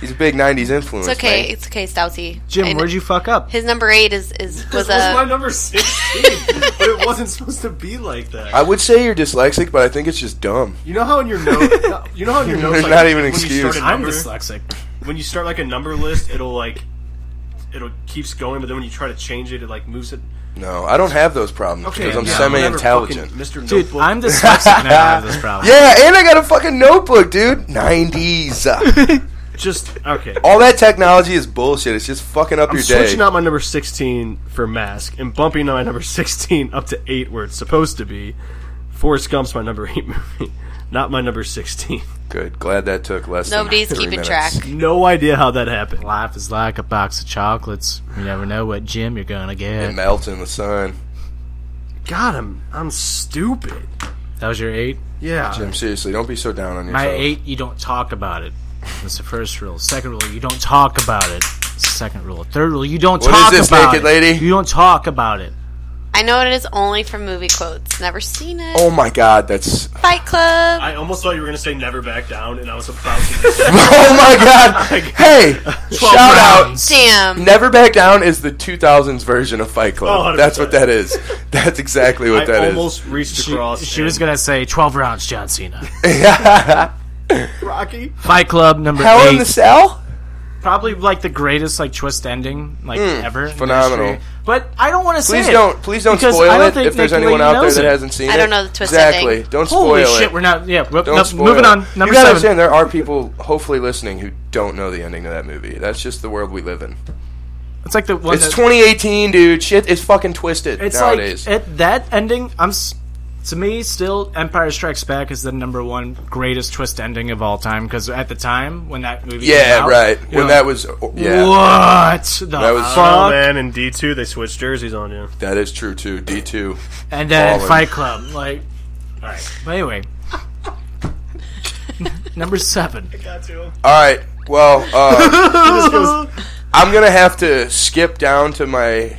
Speaker 5: He's a big '90s influence.
Speaker 12: It's okay.
Speaker 5: man.
Speaker 12: It's okay, Stouty.
Speaker 1: Jim,
Speaker 12: I kn-
Speaker 1: where'd you fuck up?
Speaker 12: His number eight is is was uh,
Speaker 13: This was my
Speaker 12: a.
Speaker 13: number 16, but it wasn't supposed to be like that.
Speaker 5: I would say you're dyslexic, but I think it's just dumb.
Speaker 13: You know how in your note, you know how in your notes,
Speaker 5: There's
Speaker 13: like,
Speaker 5: not even
Speaker 13: when
Speaker 5: an
Speaker 13: You start
Speaker 5: excuse.
Speaker 13: a
Speaker 5: I'm
Speaker 13: number,
Speaker 1: dyslexic.
Speaker 13: When you start like a number list, it'll like it'll keeps going, but then when you try to change it, it like moves it.
Speaker 5: No, I don't have those problems
Speaker 13: Okay,
Speaker 5: because I'm
Speaker 13: yeah,
Speaker 5: semi-intelligent.
Speaker 13: whatever, fucking Mr.
Speaker 1: dude.
Speaker 13: Notebook.
Speaker 1: I'm dyslexic and I don't have this problem.
Speaker 5: Yeah, and I got a fucking notebook, dude. '90s.
Speaker 2: Just, okay.
Speaker 5: All that technology is bullshit. It's just fucking up
Speaker 2: I'm
Speaker 5: your day.
Speaker 2: switching out my number 16 for Mask and bumping my number 16 up to 8 where it's supposed to be. Forrest Gump's my number 8 movie, not my number 16.
Speaker 5: Good. Glad that took less.
Speaker 12: Nobody's
Speaker 5: than three
Speaker 12: keeping
Speaker 5: minutes.
Speaker 12: track.
Speaker 2: No idea how that happened.
Speaker 1: Life is like a box of chocolates. You never know what Jim you're gonna
Speaker 5: It
Speaker 1: get.
Speaker 5: melts in the sun.
Speaker 2: God, I'm, I'm stupid.
Speaker 1: That was your eight.
Speaker 2: Yeah.
Speaker 5: Jim, seriously, don't be so down on yourself.
Speaker 1: My eight, you don't talk about it. That's the first rule. Second rule, you don't talk about it. Second rule. Third rule, you don't
Speaker 5: What
Speaker 1: talk
Speaker 5: is this,
Speaker 1: about
Speaker 5: naked
Speaker 1: it.
Speaker 5: lady?
Speaker 1: You don't talk about it.
Speaker 12: I know it is only from movie quotes. Never seen it.
Speaker 5: Oh my god, that's.
Speaker 12: Fight Club.
Speaker 13: I almost thought you were gonna say never back down, and I was about to.
Speaker 5: Oh my god! Hey, shout out.
Speaker 12: Damn.
Speaker 5: Never Back Down is the 2000s version of Fight Club.
Speaker 2: Oh,
Speaker 5: That's what that is. That's exactly what
Speaker 2: I
Speaker 5: that is.
Speaker 2: almost reached across.
Speaker 1: She was
Speaker 2: and-
Speaker 1: gonna say twelve rounds, John Cena.
Speaker 13: Rocky.
Speaker 1: Fight Club number
Speaker 5: Hell
Speaker 1: eight.
Speaker 5: in the Cell?
Speaker 1: Probably like the greatest like twist ending like ever. in
Speaker 5: Hmm, phenomenal.
Speaker 1: history. But I don't want to say
Speaker 5: Please
Speaker 1: it,
Speaker 5: don't, please don't
Speaker 1: because
Speaker 5: spoil
Speaker 1: I don't
Speaker 5: it.
Speaker 1: think
Speaker 5: If there's
Speaker 1: Naked
Speaker 5: anyone
Speaker 1: Lady
Speaker 5: out there
Speaker 1: knows
Speaker 5: that
Speaker 1: it.
Speaker 5: hasn't seen it,
Speaker 12: I don't know the twist
Speaker 5: Exactly.
Speaker 12: ending.
Speaker 5: Don't spoil
Speaker 1: Holy
Speaker 5: it.
Speaker 1: shit, we're not. Yeah, we're,
Speaker 5: Don't
Speaker 1: no,
Speaker 5: spoil
Speaker 1: moving
Speaker 5: it.
Speaker 1: on. Number
Speaker 5: you gotta
Speaker 1: seven.
Speaker 5: understand there are people hopefully listening who don't know the ending of that movie. That's just the world we live in.
Speaker 1: It's like the one.
Speaker 5: it's
Speaker 1: that-
Speaker 5: 2018, dude. Shit is fucking twisted
Speaker 1: It's
Speaker 5: nowadays.
Speaker 1: like at that ending. I'm s- to me still Empire Strikes Back is the number one greatest twist ending of all time because at the time when that movie came
Speaker 5: yeah,
Speaker 1: out,
Speaker 5: right.
Speaker 1: you
Speaker 5: When
Speaker 1: know,
Speaker 5: that was, oh, yeah,
Speaker 1: what the
Speaker 5: That was-
Speaker 2: Oh,
Speaker 1: fuck?
Speaker 2: man, in D2, they switched jerseys on you.
Speaker 5: that is true too. D two,
Speaker 1: and then
Speaker 5: Fallen.
Speaker 1: Fight Club. Like, all right. But anyway, number seven.
Speaker 5: All right. Well, uh, I'm gonna have to skip down to my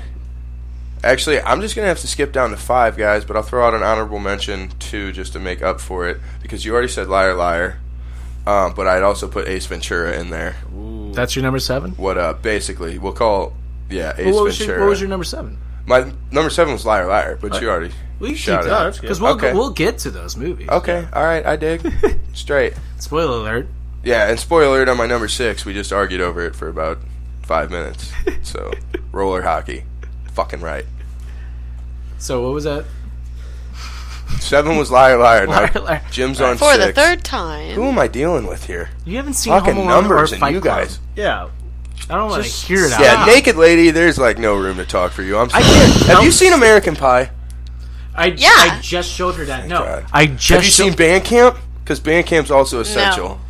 Speaker 5: Actually, I'm just gonna have to skip down to five guys, but I'll throw out an honorable mention two just to make up for it because you already said liar liar. Um, but I'd also put Ace Ventura in there.
Speaker 1: That's your number seven.
Speaker 5: What up? Basically, we'll call yeah Ace
Speaker 1: Well, what, was
Speaker 5: Ventura.
Speaker 1: your, what was your number seven?
Speaker 5: My number seven was liar liar, but you already
Speaker 1: We can
Speaker 5: shouted
Speaker 1: keep
Speaker 5: out.
Speaker 1: that because we'll
Speaker 5: Okay.
Speaker 1: we'll get to those movies.
Speaker 5: Okay, all right, I dig. Straight.
Speaker 1: Spoiler alert.
Speaker 5: Yeah, and spoiler alert on my number six, we just argued over it for about five minutes. So, roller hockey. Fucking right.
Speaker 1: So what was that?
Speaker 5: Seven was liar, liar. Now,
Speaker 1: Liar, liar.
Speaker 5: Jim's
Speaker 1: All
Speaker 5: on
Speaker 1: right.
Speaker 12: For the
Speaker 5: six.
Speaker 12: third time.
Speaker 5: Who am I dealing with here?
Speaker 1: You haven't seen
Speaker 5: Fucking
Speaker 1: Home Alone
Speaker 5: numbers
Speaker 1: or
Speaker 5: and
Speaker 1: Fight
Speaker 5: you
Speaker 1: Club.
Speaker 5: guys.
Speaker 1: Yeah, I don't want to hear it out.
Speaker 5: Yeah,
Speaker 1: loud.
Speaker 5: naked lady. There's like no room to talk for you. I'm sorry. Have you seen American Pie?
Speaker 1: I yeah. I just showed her that. No, I just
Speaker 5: Have you seen Bandcamp? Because Bandcamp's also essential.
Speaker 12: Eh.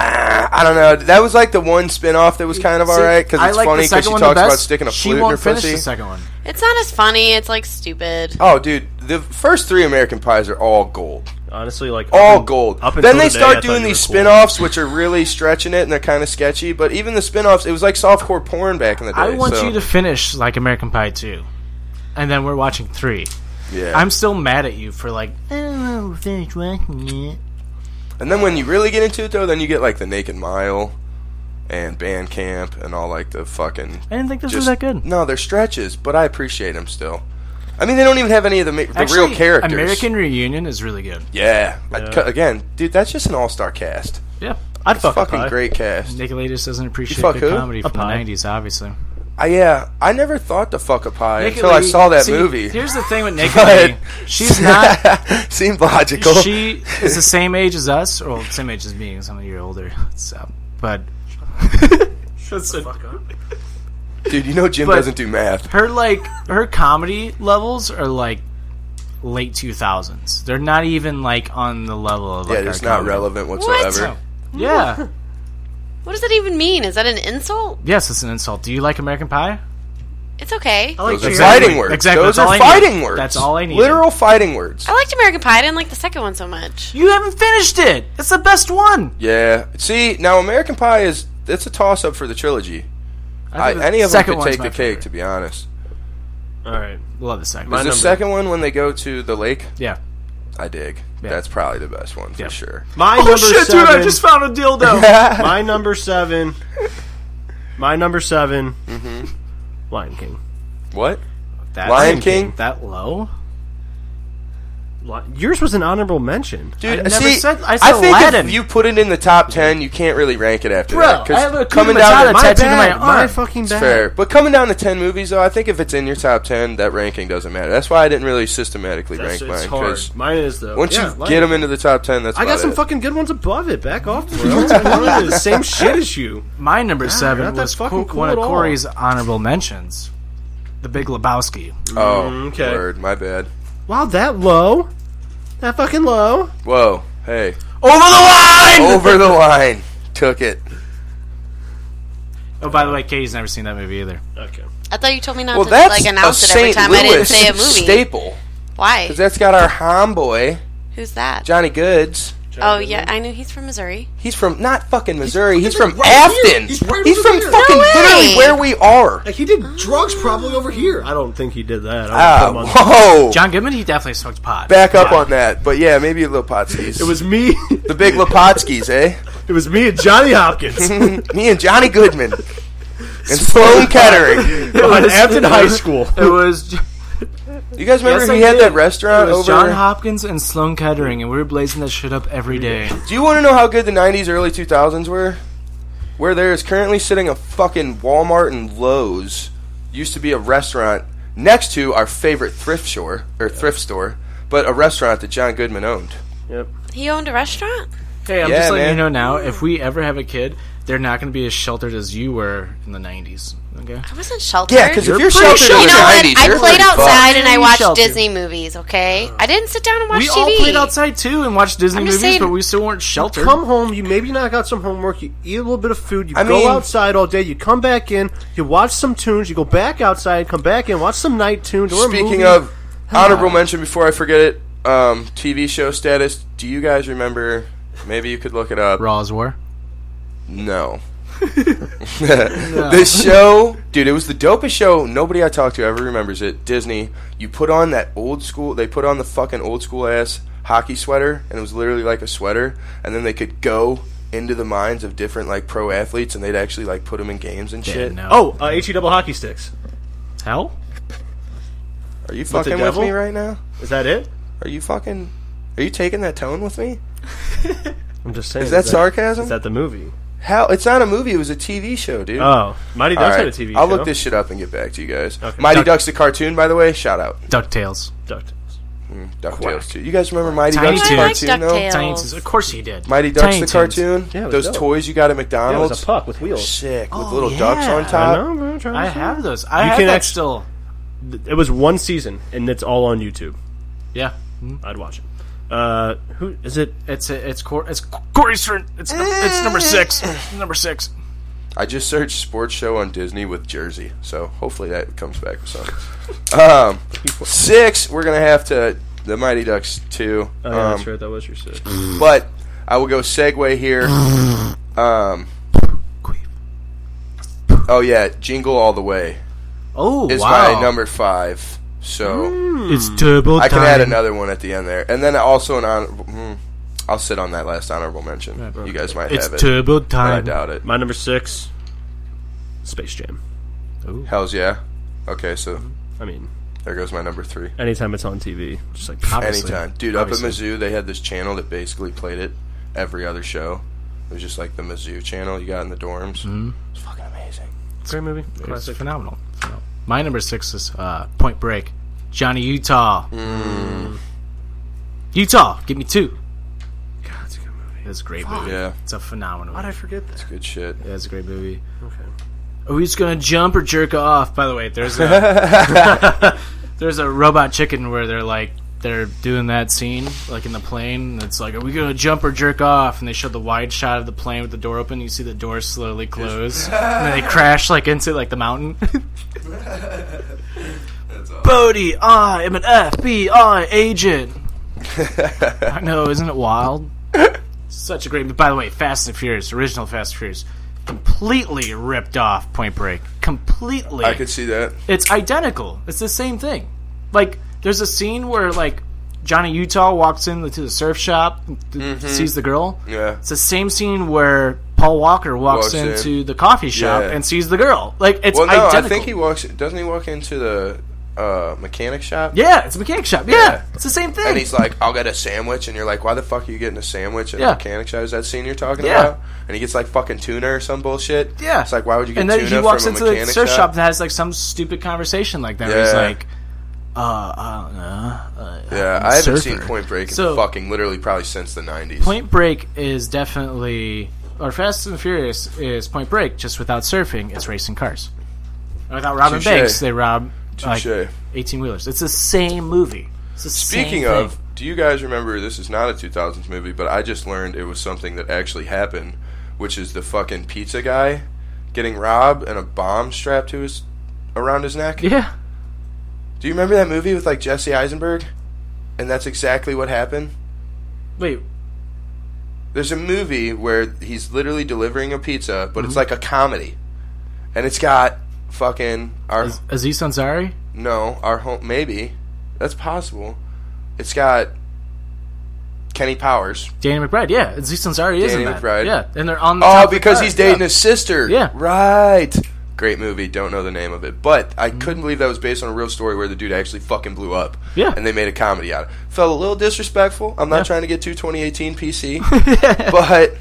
Speaker 5: Ah, I don't know. That was like the one spin-off that was kind of
Speaker 1: See,
Speaker 5: all right because
Speaker 1: I
Speaker 5: it's
Speaker 1: like the
Speaker 5: funny because
Speaker 1: second
Speaker 5: she
Speaker 1: one
Speaker 5: talks
Speaker 1: the
Speaker 5: about
Speaker 1: best.
Speaker 5: sticking a
Speaker 1: She
Speaker 5: flute in
Speaker 1: won't
Speaker 5: her
Speaker 1: finish
Speaker 5: pussy.
Speaker 1: the second one.
Speaker 12: It's not as funny. It's like stupid.
Speaker 5: Oh, dude, the first three American Pies are all gold.
Speaker 13: Honestly, like
Speaker 5: all
Speaker 13: up-
Speaker 5: gold.
Speaker 13: up until
Speaker 5: then they
Speaker 13: today, I
Speaker 5: start
Speaker 13: thought
Speaker 5: doing
Speaker 13: you were
Speaker 5: these
Speaker 13: cool.
Speaker 5: spin-offs, which are really stretching it, and they're kind of sketchy. But even the spin-offs, it was like softcore porn back in the day.
Speaker 1: I want
Speaker 5: so-
Speaker 1: you to finish like American Pie two, and then we're watching three.
Speaker 5: Yeah.
Speaker 1: I'm still mad at you for like. I don't know, finish watching it.
Speaker 5: And then when you really get into it, though, then you get like the Naked Mile and Bandcamp and all like the fucking.
Speaker 1: I didn't think this was
Speaker 5: just-
Speaker 1: that good.
Speaker 5: No, they're stretches, but I appreciate them still. I mean, they don't even have any of the, ma- the real
Speaker 1: Actually,
Speaker 5: characters.
Speaker 1: American Reunion is really good.
Speaker 5: Yeah. I'd
Speaker 1: Yeah.
Speaker 5: cut- again, dude, that's just an all-star cast.
Speaker 1: Yeah, I'd
Speaker 5: It's
Speaker 1: fuck a
Speaker 5: fucking
Speaker 1: pie.
Speaker 5: great cast.
Speaker 1: Nicoletus doesn't appreciate
Speaker 5: fuck
Speaker 1: good
Speaker 5: who?
Speaker 1: comedy
Speaker 5: A
Speaker 1: from the
Speaker 5: pie.
Speaker 1: '90s, obviously.
Speaker 5: I, yeah, I never thought to fuck a pie
Speaker 1: Naked
Speaker 5: until I
Speaker 1: Lady-
Speaker 5: saw that
Speaker 1: see,
Speaker 5: movie.
Speaker 1: Here's the thing with Naked
Speaker 5: But-
Speaker 1: Lady. She's not.
Speaker 5: seemed logical.
Speaker 1: She is the same age as us, or well, same age as me. 'cause I'm a year older. So, but
Speaker 13: Shut the fuck up.
Speaker 5: dude, you know Jim
Speaker 1: But-
Speaker 5: doesn't do math.
Speaker 1: her like her comedy levels are like late 2000s. They're not even like on the level of like,
Speaker 5: yeah, it's
Speaker 1: our
Speaker 5: not
Speaker 1: comedy.
Speaker 5: relevant whatsoever.
Speaker 1: Yeah.
Speaker 12: What does that even mean? Is that an insult?
Speaker 1: Yes, it's an insult. Do you like American Pie?
Speaker 12: It's okay. I
Speaker 5: Those
Speaker 1: like
Speaker 5: are
Speaker 1: your-
Speaker 5: fighting
Speaker 1: Exactly.
Speaker 5: words.
Speaker 1: Exactly,
Speaker 5: Those
Speaker 1: that's all I
Speaker 5: are
Speaker 1: need.
Speaker 5: fighting words.
Speaker 1: That's all I needed.
Speaker 5: Literal fighting words.
Speaker 12: liked American Pie. I didn't like the second one so much.
Speaker 1: You haven't finished it. It's the best one.
Speaker 5: Yeah. See, now American Pie is it's a toss up for the trilogy.
Speaker 1: I
Speaker 5: I
Speaker 1: think the
Speaker 5: any of them
Speaker 1: second
Speaker 5: could
Speaker 1: one's
Speaker 5: take the
Speaker 1: my
Speaker 5: cake, to be honest.
Speaker 13: All right,
Speaker 1: love the second.
Speaker 5: is the second one when they go to the lake?
Speaker 1: Yeah.
Speaker 5: I dig. That's probably the best one for sure.
Speaker 13: My
Speaker 1: oh
Speaker 13: number
Speaker 1: shit,
Speaker 13: seven.
Speaker 1: dude! I just found a dildo.
Speaker 13: my number seven. My number 7
Speaker 5: Mm-hmm.
Speaker 13: Lion King.
Speaker 5: What?
Speaker 1: That
Speaker 13: Lion
Speaker 5: King?
Speaker 1: That low?
Speaker 13: Li- Yours was an honorable mention,
Speaker 5: Dude,
Speaker 1: I never
Speaker 5: see,
Speaker 1: said- I
Speaker 5: I,
Speaker 1: said
Speaker 5: think
Speaker 1: Aladdin.
Speaker 5: if you put it in the top ten, you can't really rank it after
Speaker 1: Bro,
Speaker 5: that. 'cause
Speaker 1: I have a Hakuna
Speaker 5: coming down
Speaker 1: Matata
Speaker 5: to
Speaker 1: tattooed on my
Speaker 13: My
Speaker 1: arm.
Speaker 13: fucking
Speaker 5: It's
Speaker 13: bad.
Speaker 5: fair. But coming down to 10 movies, though, I think if it's in your top 10, that ranking doesn't matter. That's why I didn't really systematically
Speaker 13: That's-
Speaker 5: rank
Speaker 13: it's
Speaker 5: mine.
Speaker 13: hard.
Speaker 5: 'cause
Speaker 13: Mine is, though.
Speaker 5: Once
Speaker 13: Yeah,
Speaker 5: you
Speaker 13: mine-
Speaker 5: get them into the top 10, that's
Speaker 13: I got
Speaker 5: about
Speaker 13: some
Speaker 5: it.
Speaker 13: fucking good ones above it. Back off, bro. It's literally the same shit as you.
Speaker 1: My number
Speaker 13: not
Speaker 1: seven
Speaker 13: that
Speaker 1: was
Speaker 13: fucking
Speaker 1: Co-
Speaker 13: cool
Speaker 1: one of
Speaker 13: at all.
Speaker 1: Corey's honorable mentions, The Big Lebowski.
Speaker 5: Oh,
Speaker 13: okay.
Speaker 5: word. My bad.
Speaker 13: Wow, that low. That fucking low.
Speaker 5: Whoa. Hey.
Speaker 1: Over the line.
Speaker 5: Over the line. Took it.
Speaker 1: Oh, by the way, Katie's never seen that movie either.
Speaker 13: Okay.
Speaker 12: I thought you told me not
Speaker 5: well,
Speaker 12: to
Speaker 5: that's
Speaker 12: like
Speaker 5: a
Speaker 12: announce it every
Speaker 5: St.
Speaker 12: time
Speaker 5: Louis
Speaker 12: I didn't say a movie.
Speaker 5: staple.
Speaker 12: Why?
Speaker 5: Because that's got our homeboy,
Speaker 12: Who's that?
Speaker 5: Johnny Goods.
Speaker 12: oh yeah, I knew he's from Missouri.
Speaker 5: He's from not fucking Missouri. He's, from
Speaker 12: right
Speaker 5: Afton.
Speaker 12: here.
Speaker 5: He's,
Speaker 12: He's right over
Speaker 5: from
Speaker 12: here.
Speaker 5: fucking
Speaker 12: No way.
Speaker 5: literally where we are.
Speaker 13: Like he did drugs probably over here. I don't think he did that. I
Speaker 5: Ah,
Speaker 13: don't put him on-
Speaker 5: whoa.
Speaker 1: John Goodman, he definitely smoked pot.
Speaker 5: Back up on that. But yeah, maybe Lopatskis.
Speaker 13: It was me.
Speaker 5: the big Lopatskis, eh?
Speaker 13: It was me and Johnny Hopkins.
Speaker 5: me and Johnny Goodman and Sloan Kettering.
Speaker 13: on Afton High School.
Speaker 1: It was.
Speaker 5: You guys remember
Speaker 1: Yes,
Speaker 5: he
Speaker 1: I
Speaker 5: had
Speaker 1: did.
Speaker 5: that restaurant
Speaker 1: It was
Speaker 5: over?
Speaker 1: John Hopkins and Sloan Kettering, and we were blazing that shit up every day.
Speaker 5: Do you want to know how good the '90s, early 2000s were? Where there is currently sitting a fucking Walmart and Lowe's used to be a restaurant next to our favorite thrift store or thrift store, but a restaurant that John Goodman owned.
Speaker 12: He owned a restaurant.
Speaker 1: Hey, I'm
Speaker 5: Yeah,
Speaker 1: just letting
Speaker 5: man.
Speaker 1: you know now. If we ever have a kid, they're not going to be as sheltered as you were in the '90s. Okay.
Speaker 12: I wasn't sheltered.
Speaker 5: Yeah, 'cause if You're you're pretty sheltered in
Speaker 12: you
Speaker 5: sheltered.
Speaker 12: know
Speaker 5: the
Speaker 12: what?
Speaker 5: 90s,
Speaker 12: I
Speaker 5: you're
Speaker 12: played
Speaker 5: pretty fucked. Oh.
Speaker 12: outside and I
Speaker 1: Pretty
Speaker 12: watched
Speaker 1: sheltered.
Speaker 12: Disney movies. Okay, I didn't sit down and watch
Speaker 1: we
Speaker 12: TV.
Speaker 1: all played outside too and watched Disney
Speaker 12: I'm just
Speaker 1: movies,
Speaker 12: saying-
Speaker 1: but we still weren't sheltered.
Speaker 13: Come home, you maybe knock out some homework, you eat a little bit of food, you
Speaker 5: I
Speaker 13: go
Speaker 5: mean-
Speaker 13: outside all day, you come back in, you watch some tunes, you go back outside, come back in, watch some night tunes or a
Speaker 5: Speaking
Speaker 13: movie.
Speaker 5: of honorable mention, before I forget it, um, TV show status. Do you guys remember? Maybe you could look it up.
Speaker 1: Raw's War.
Speaker 5: No. this show, Dude, it was the dopest show. Nobody I talked to ever remembers it. Disney. You put on that old school. They put on the fucking old school ass hockey sweater, and it was literally like a sweater. And then they could go into the minds of different like pro athletes, and they'd actually like put them in games and shit.
Speaker 2: Oh, uh, HE double hockey sticks.
Speaker 1: Hell?
Speaker 5: Are you
Speaker 2: With the
Speaker 5: fucking with,
Speaker 2: devil?
Speaker 5: me right now?
Speaker 2: Is that it?
Speaker 5: Are you fucking? Are you taking that tone with me?
Speaker 2: I'm just saying.
Speaker 5: Is that sarcasm?
Speaker 2: Is that the movie?
Speaker 5: How? It's not a movie. It was a TV show, dude.
Speaker 2: Oh, Mighty Ducks
Speaker 5: All
Speaker 2: had a TV
Speaker 5: I'll
Speaker 2: show.
Speaker 5: look this shit up and get back to you guys.
Speaker 2: Okay.
Speaker 5: Mighty
Speaker 2: Duck-
Speaker 5: Ducks, the cartoon, by the way. Shout out.
Speaker 1: DuckTales.
Speaker 2: DuckTales.
Speaker 5: Mm, DuckTales too. You guys remember Mighty
Speaker 1: Tiny
Speaker 5: Ducks the
Speaker 1: Toons.
Speaker 5: cartoon? though?
Speaker 1: Tiny Toons. Of course you did.
Speaker 5: Mighty Ducks
Speaker 1: Tiny
Speaker 5: the
Speaker 1: Toons.
Speaker 5: cartoon.
Speaker 1: Yeah, it was
Speaker 5: those
Speaker 1: dope.
Speaker 5: toys you got at McDonald's.
Speaker 1: a puck with wheels.
Speaker 5: Sick, with
Speaker 1: Oh,
Speaker 5: little
Speaker 1: yeah.
Speaker 5: ducks on
Speaker 2: I know,
Speaker 5: top.
Speaker 2: man, I'm trying to
Speaker 1: I
Speaker 2: see.
Speaker 1: have those. I
Speaker 2: You
Speaker 1: have
Speaker 2: can
Speaker 1: that
Speaker 2: act-
Speaker 1: still.
Speaker 2: Th- It was one season, and it's all on YouTube.
Speaker 1: Yeah. Mm-hmm.
Speaker 2: I'd watch it. Uh, who is it?
Speaker 1: It's it's Cor- it's Corey's turn. It's num- it's number six. Number six.
Speaker 5: I just searched sports show on Disney with Jersey, so hopefully that comes back with something. um, six, we're gonna have to the Mighty Ducks two.
Speaker 2: Oh, yeah,
Speaker 5: Um,
Speaker 2: that's right. That was your six.
Speaker 5: But I will go segue here. Um, oh yeah, jingle all the way.
Speaker 1: Oh
Speaker 5: is
Speaker 1: wow.
Speaker 5: my number five. So
Speaker 1: It's turbo
Speaker 5: I can add
Speaker 1: time.
Speaker 5: another one at the end there, and then also an honorable. Hmm, I'll sit on that last honorable mention. You guys might
Speaker 1: It's
Speaker 5: have it.
Speaker 1: turbo
Speaker 5: but I
Speaker 1: time.
Speaker 5: doubt it.
Speaker 2: My number six, Space Jam.
Speaker 5: Hell's yeah. Okay, so
Speaker 2: I mean,
Speaker 5: there goes my number three.
Speaker 2: anytime it's on TV, just like
Speaker 5: Anytime, dude. Up at Mizzou, they had this channel that basically played it every other show. It was just like the Mizzou channel you got in the dorms. Mm-hmm. It's fucking amazing.
Speaker 2: Great movie.
Speaker 1: It's
Speaker 2: Classic.
Speaker 1: phenomenal. Phenomenal. My number six is uh, Point Break. Johnny Utah. Utah, give me two.
Speaker 2: God, it's a good movie.
Speaker 1: It's a great movie.
Speaker 5: Yeah,
Speaker 1: It's a phenomenal.
Speaker 2: How'd I
Speaker 1: movie.
Speaker 2: forget that?
Speaker 5: it's good shit.
Speaker 1: Yeah, it's a great movie.
Speaker 2: Okay.
Speaker 1: Are we just gonna jump or jerk off? By the way, there's a there's a robot chicken where they're like they're doing that scene like in the plane. and It's like, are we gonna jump or jerk off? And they show the wide shot of the plane with the door open. You see the door slowly close, and then they crash like into like the mountain. Bodie, I am an FBI agent. I know, isn't it wild? Such a great. By the way, Fast and Furious, original Fast and Furious, completely ripped off Point Break. Completely,
Speaker 5: I could see that.
Speaker 1: it's identical. It's the same thing. Like, there's a scene where like Johnny Utah walks into the surf shop, th- sees the girl.
Speaker 5: Mm-hmm. Yeah.
Speaker 1: It's the same scene where Paul Walker walks
Speaker 5: Walks in.
Speaker 1: into the coffee shop
Speaker 5: Yeah.
Speaker 1: and sees the girl. Like, it's
Speaker 5: Well, no,
Speaker 1: identical.
Speaker 5: I think he walks. Doesn't he walk into the uh, mechanic shop?
Speaker 1: yeah, it's a mechanic shop. Yeah,
Speaker 5: Yeah.
Speaker 1: it's the same thing.
Speaker 5: And he's like, "I'll get a sandwich," and you're like, "Why the fuck are you getting a sandwich at
Speaker 1: Yeah.
Speaker 5: a mechanic shop?" Is that scene you're talking
Speaker 1: Yeah.
Speaker 5: about? And he gets like fucking tuna or some bullshit.
Speaker 1: Yeah.
Speaker 5: it's like, why would you get
Speaker 1: and
Speaker 5: tuna
Speaker 1: then he walks
Speaker 5: from
Speaker 1: into
Speaker 5: a
Speaker 1: the
Speaker 5: mechanic
Speaker 1: surf shop?
Speaker 5: shop?
Speaker 1: and has like some stupid conversation like that. Where he's
Speaker 5: Yeah.
Speaker 1: like, uh, I don't know. uh,
Speaker 5: Yeah,
Speaker 1: I'm a
Speaker 5: I haven't
Speaker 1: surfer.
Speaker 5: seen Point Break in
Speaker 1: So-
Speaker 5: fucking literally probably since the '90s.
Speaker 1: Point Break is definitely, or Fast and Furious is Point Break, just without surfing, it's racing cars. And without robbing
Speaker 5: Touche.
Speaker 1: banks, they rob like,
Speaker 5: Touche.
Speaker 1: 18 wheelers. It's the same movie. It's the
Speaker 5: Speaking
Speaker 1: same
Speaker 5: of,
Speaker 1: thing.
Speaker 5: do you guys remember? This is not a 2000s movie, but I just learned it was something that actually happened, which is the fucking pizza guy getting robbed and a bomb strapped to his around his neck.
Speaker 1: Yeah.
Speaker 5: Do you remember that movie with like Jesse Eisenberg? And that's exactly what happened.
Speaker 1: Wait,
Speaker 5: There's a movie where he's literally delivering a pizza, but it's
Speaker 1: Mm-hmm.
Speaker 5: like a comedy, and it's got fucking our
Speaker 1: Aziz Ansari?
Speaker 5: no our home maybe that's possible. It's got Kenny Powers.
Speaker 1: Danny McBride, yeah. Aziz Ansari is in
Speaker 5: Danny
Speaker 1: that.
Speaker 5: McBride.
Speaker 1: Yeah, and they're on the top
Speaker 5: Oh,
Speaker 1: of the
Speaker 5: because
Speaker 1: car,
Speaker 5: he's dating
Speaker 1: yeah.
Speaker 5: his sister.
Speaker 1: Yeah.
Speaker 5: Right. Great movie. Don't know the name of it, but I couldn't believe that was based on a real story where the dude actually fucking blew up.
Speaker 1: Yeah.
Speaker 5: And they made a comedy out of it. Felt a little disrespectful. I'm not
Speaker 1: Yeah.
Speaker 5: trying to get too 2018 PC, but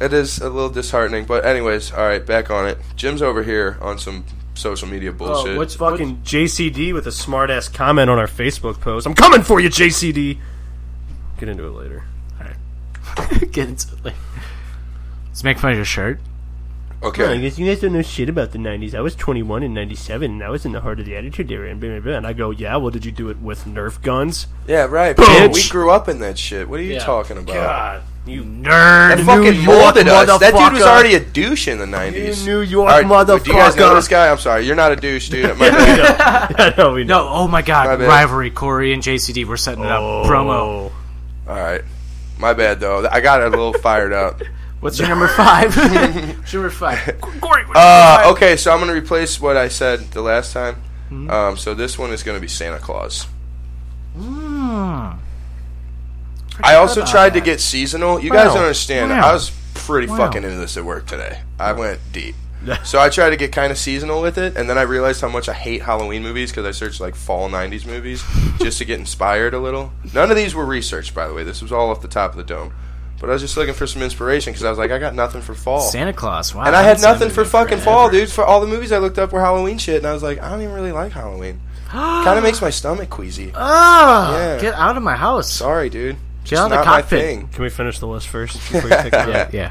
Speaker 5: it is a little disheartening. But anyways, all right, back on it. Jim's over here on some social media
Speaker 1: Oh,
Speaker 5: bullshit.
Speaker 1: what's fuck-
Speaker 2: Fucking JCD with a smart ass comment on our Facebook post. I'm coming for you, JCD. Get into it later.
Speaker 1: Get into it later. Let's make fun of your shirt.
Speaker 2: Yeah, I
Speaker 5: okay.
Speaker 2: guess you guys don't know shit about the 90s. I was 21 in 97, and I was in the heart of the Attitude Era, and blah, blah, blah. And I go, yeah, well, did you do it with Nerf guns?
Speaker 5: Yeah, right.
Speaker 2: Bitch.
Speaker 5: We grew up in that shit. What are you
Speaker 1: Yeah.
Speaker 5: talking about?
Speaker 2: God, you
Speaker 5: That
Speaker 2: nerd.
Speaker 5: fucking molded us. That dude was
Speaker 2: motherfucker.
Speaker 5: already a douche in the nineties.
Speaker 2: You New York
Speaker 5: Do you guys know
Speaker 2: motherfucker.
Speaker 5: this guy? I'm sorry, you're not a douche, dude. It might be-
Speaker 2: I know, we know.
Speaker 1: No, oh my god,
Speaker 5: My bad. Oh.
Speaker 1: rivalry, Corey and JCD, we're setting it up. Promo.
Speaker 5: All right, my bad though. I got a little fired up.
Speaker 1: What's your number five? What's your number five?
Speaker 5: Uh, okay, so I'm going to replace what I said the last time. Um, so this one is going to be Santa Claus.
Speaker 1: Hmm.
Speaker 5: I also tried to get seasonal. You guys
Speaker 1: Wow.
Speaker 5: don't understand.
Speaker 1: Wow.
Speaker 5: I was pretty
Speaker 1: Wow.
Speaker 5: fucking into this at work today. I went deep. so I tried to get kind of seasonal with it, and then I realized how much I hate Halloween movies because I searched like fall '90s movies just to get inspired a little. None of these were researched, by the way. This was all off the top of the dome. But I was just looking for some inspiration because I was like, I got nothing for fall.
Speaker 1: Santa Claus. Wow.
Speaker 5: and I had
Speaker 1: that's a
Speaker 5: nothing for
Speaker 1: movie
Speaker 5: fucking
Speaker 1: forever.
Speaker 5: fall, dude. For all the movies I looked up were Halloween shit, and I was like, I don't even really like Halloween. kind of makes my stomach queasy.
Speaker 1: Ah,
Speaker 5: Yeah.
Speaker 1: get out of my house.
Speaker 5: Sorry, dude.
Speaker 1: Get
Speaker 5: Just
Speaker 1: out of the
Speaker 5: not my
Speaker 1: cockpit.
Speaker 5: thing.
Speaker 2: Can we finish the list first? before you take it
Speaker 5: yeah,
Speaker 2: out?
Speaker 1: yeah.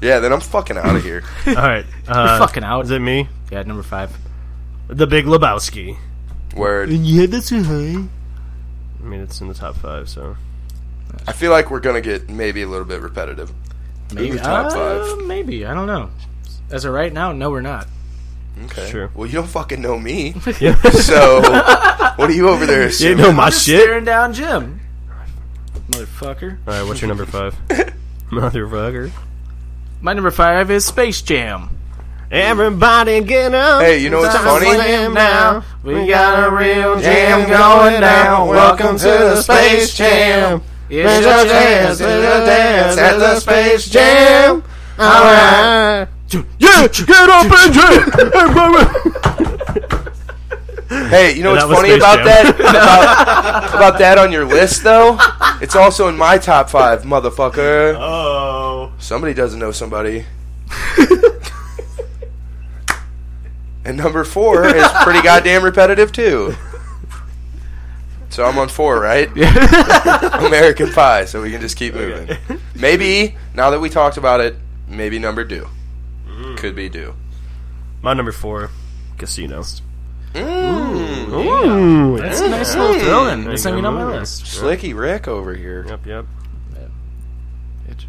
Speaker 5: yeah. Then I'm fucking out of here.
Speaker 2: All right. Uh,
Speaker 1: You're fucking out.
Speaker 2: Is it me?
Speaker 1: Yeah, number five.
Speaker 2: The Big Lebowski.
Speaker 5: Word.
Speaker 1: Yeah, that's high.
Speaker 2: I mean, it's in the top five, so.
Speaker 5: I feel like we're gonna get maybe a little bit repetitive. In
Speaker 1: Maybe.
Speaker 5: the top
Speaker 1: uh,
Speaker 5: five.
Speaker 1: maybe. I don't know. As of right now, no, we're not.
Speaker 5: Okay.
Speaker 2: Sure.
Speaker 5: Well, you don't fucking know me. so what are you over there?
Speaker 2: You
Speaker 5: Assuming?
Speaker 2: know my
Speaker 1: I'm just
Speaker 2: shit.
Speaker 1: staring down Jim. Motherfucker.
Speaker 2: All right, what's your number five? Motherfucker.
Speaker 1: My number five is Space Jam.
Speaker 2: Everybody get up.
Speaker 5: Hey, you know what's
Speaker 2: Time to
Speaker 5: funny?
Speaker 2: slam now.
Speaker 1: We got a real
Speaker 2: jam going down. Welcome to the Space Jam.
Speaker 1: It's
Speaker 2: your chance to dance at the Space Jam. All right. Yeah, get up and jam.
Speaker 5: Hey, you know
Speaker 2: Yeah, that
Speaker 5: what's
Speaker 2: was
Speaker 5: funny
Speaker 2: Space
Speaker 5: about
Speaker 2: Jam.
Speaker 5: that? about, about that on your list though? It's also in my top five, motherfucker.
Speaker 2: Oh.
Speaker 5: Somebody doesn't know somebody. and number four is pretty goddamn repetitive too. So I'm on four, right? American Pie, so we can just keep moving. Maybe now that we talked about it, maybe number two could be due.
Speaker 2: My number four, Casino. Mmm.
Speaker 1: Ooh, that's a nice little thrill in. That's not even on my list.
Speaker 5: Slicky Rick over here.
Speaker 2: Yep, yep. what's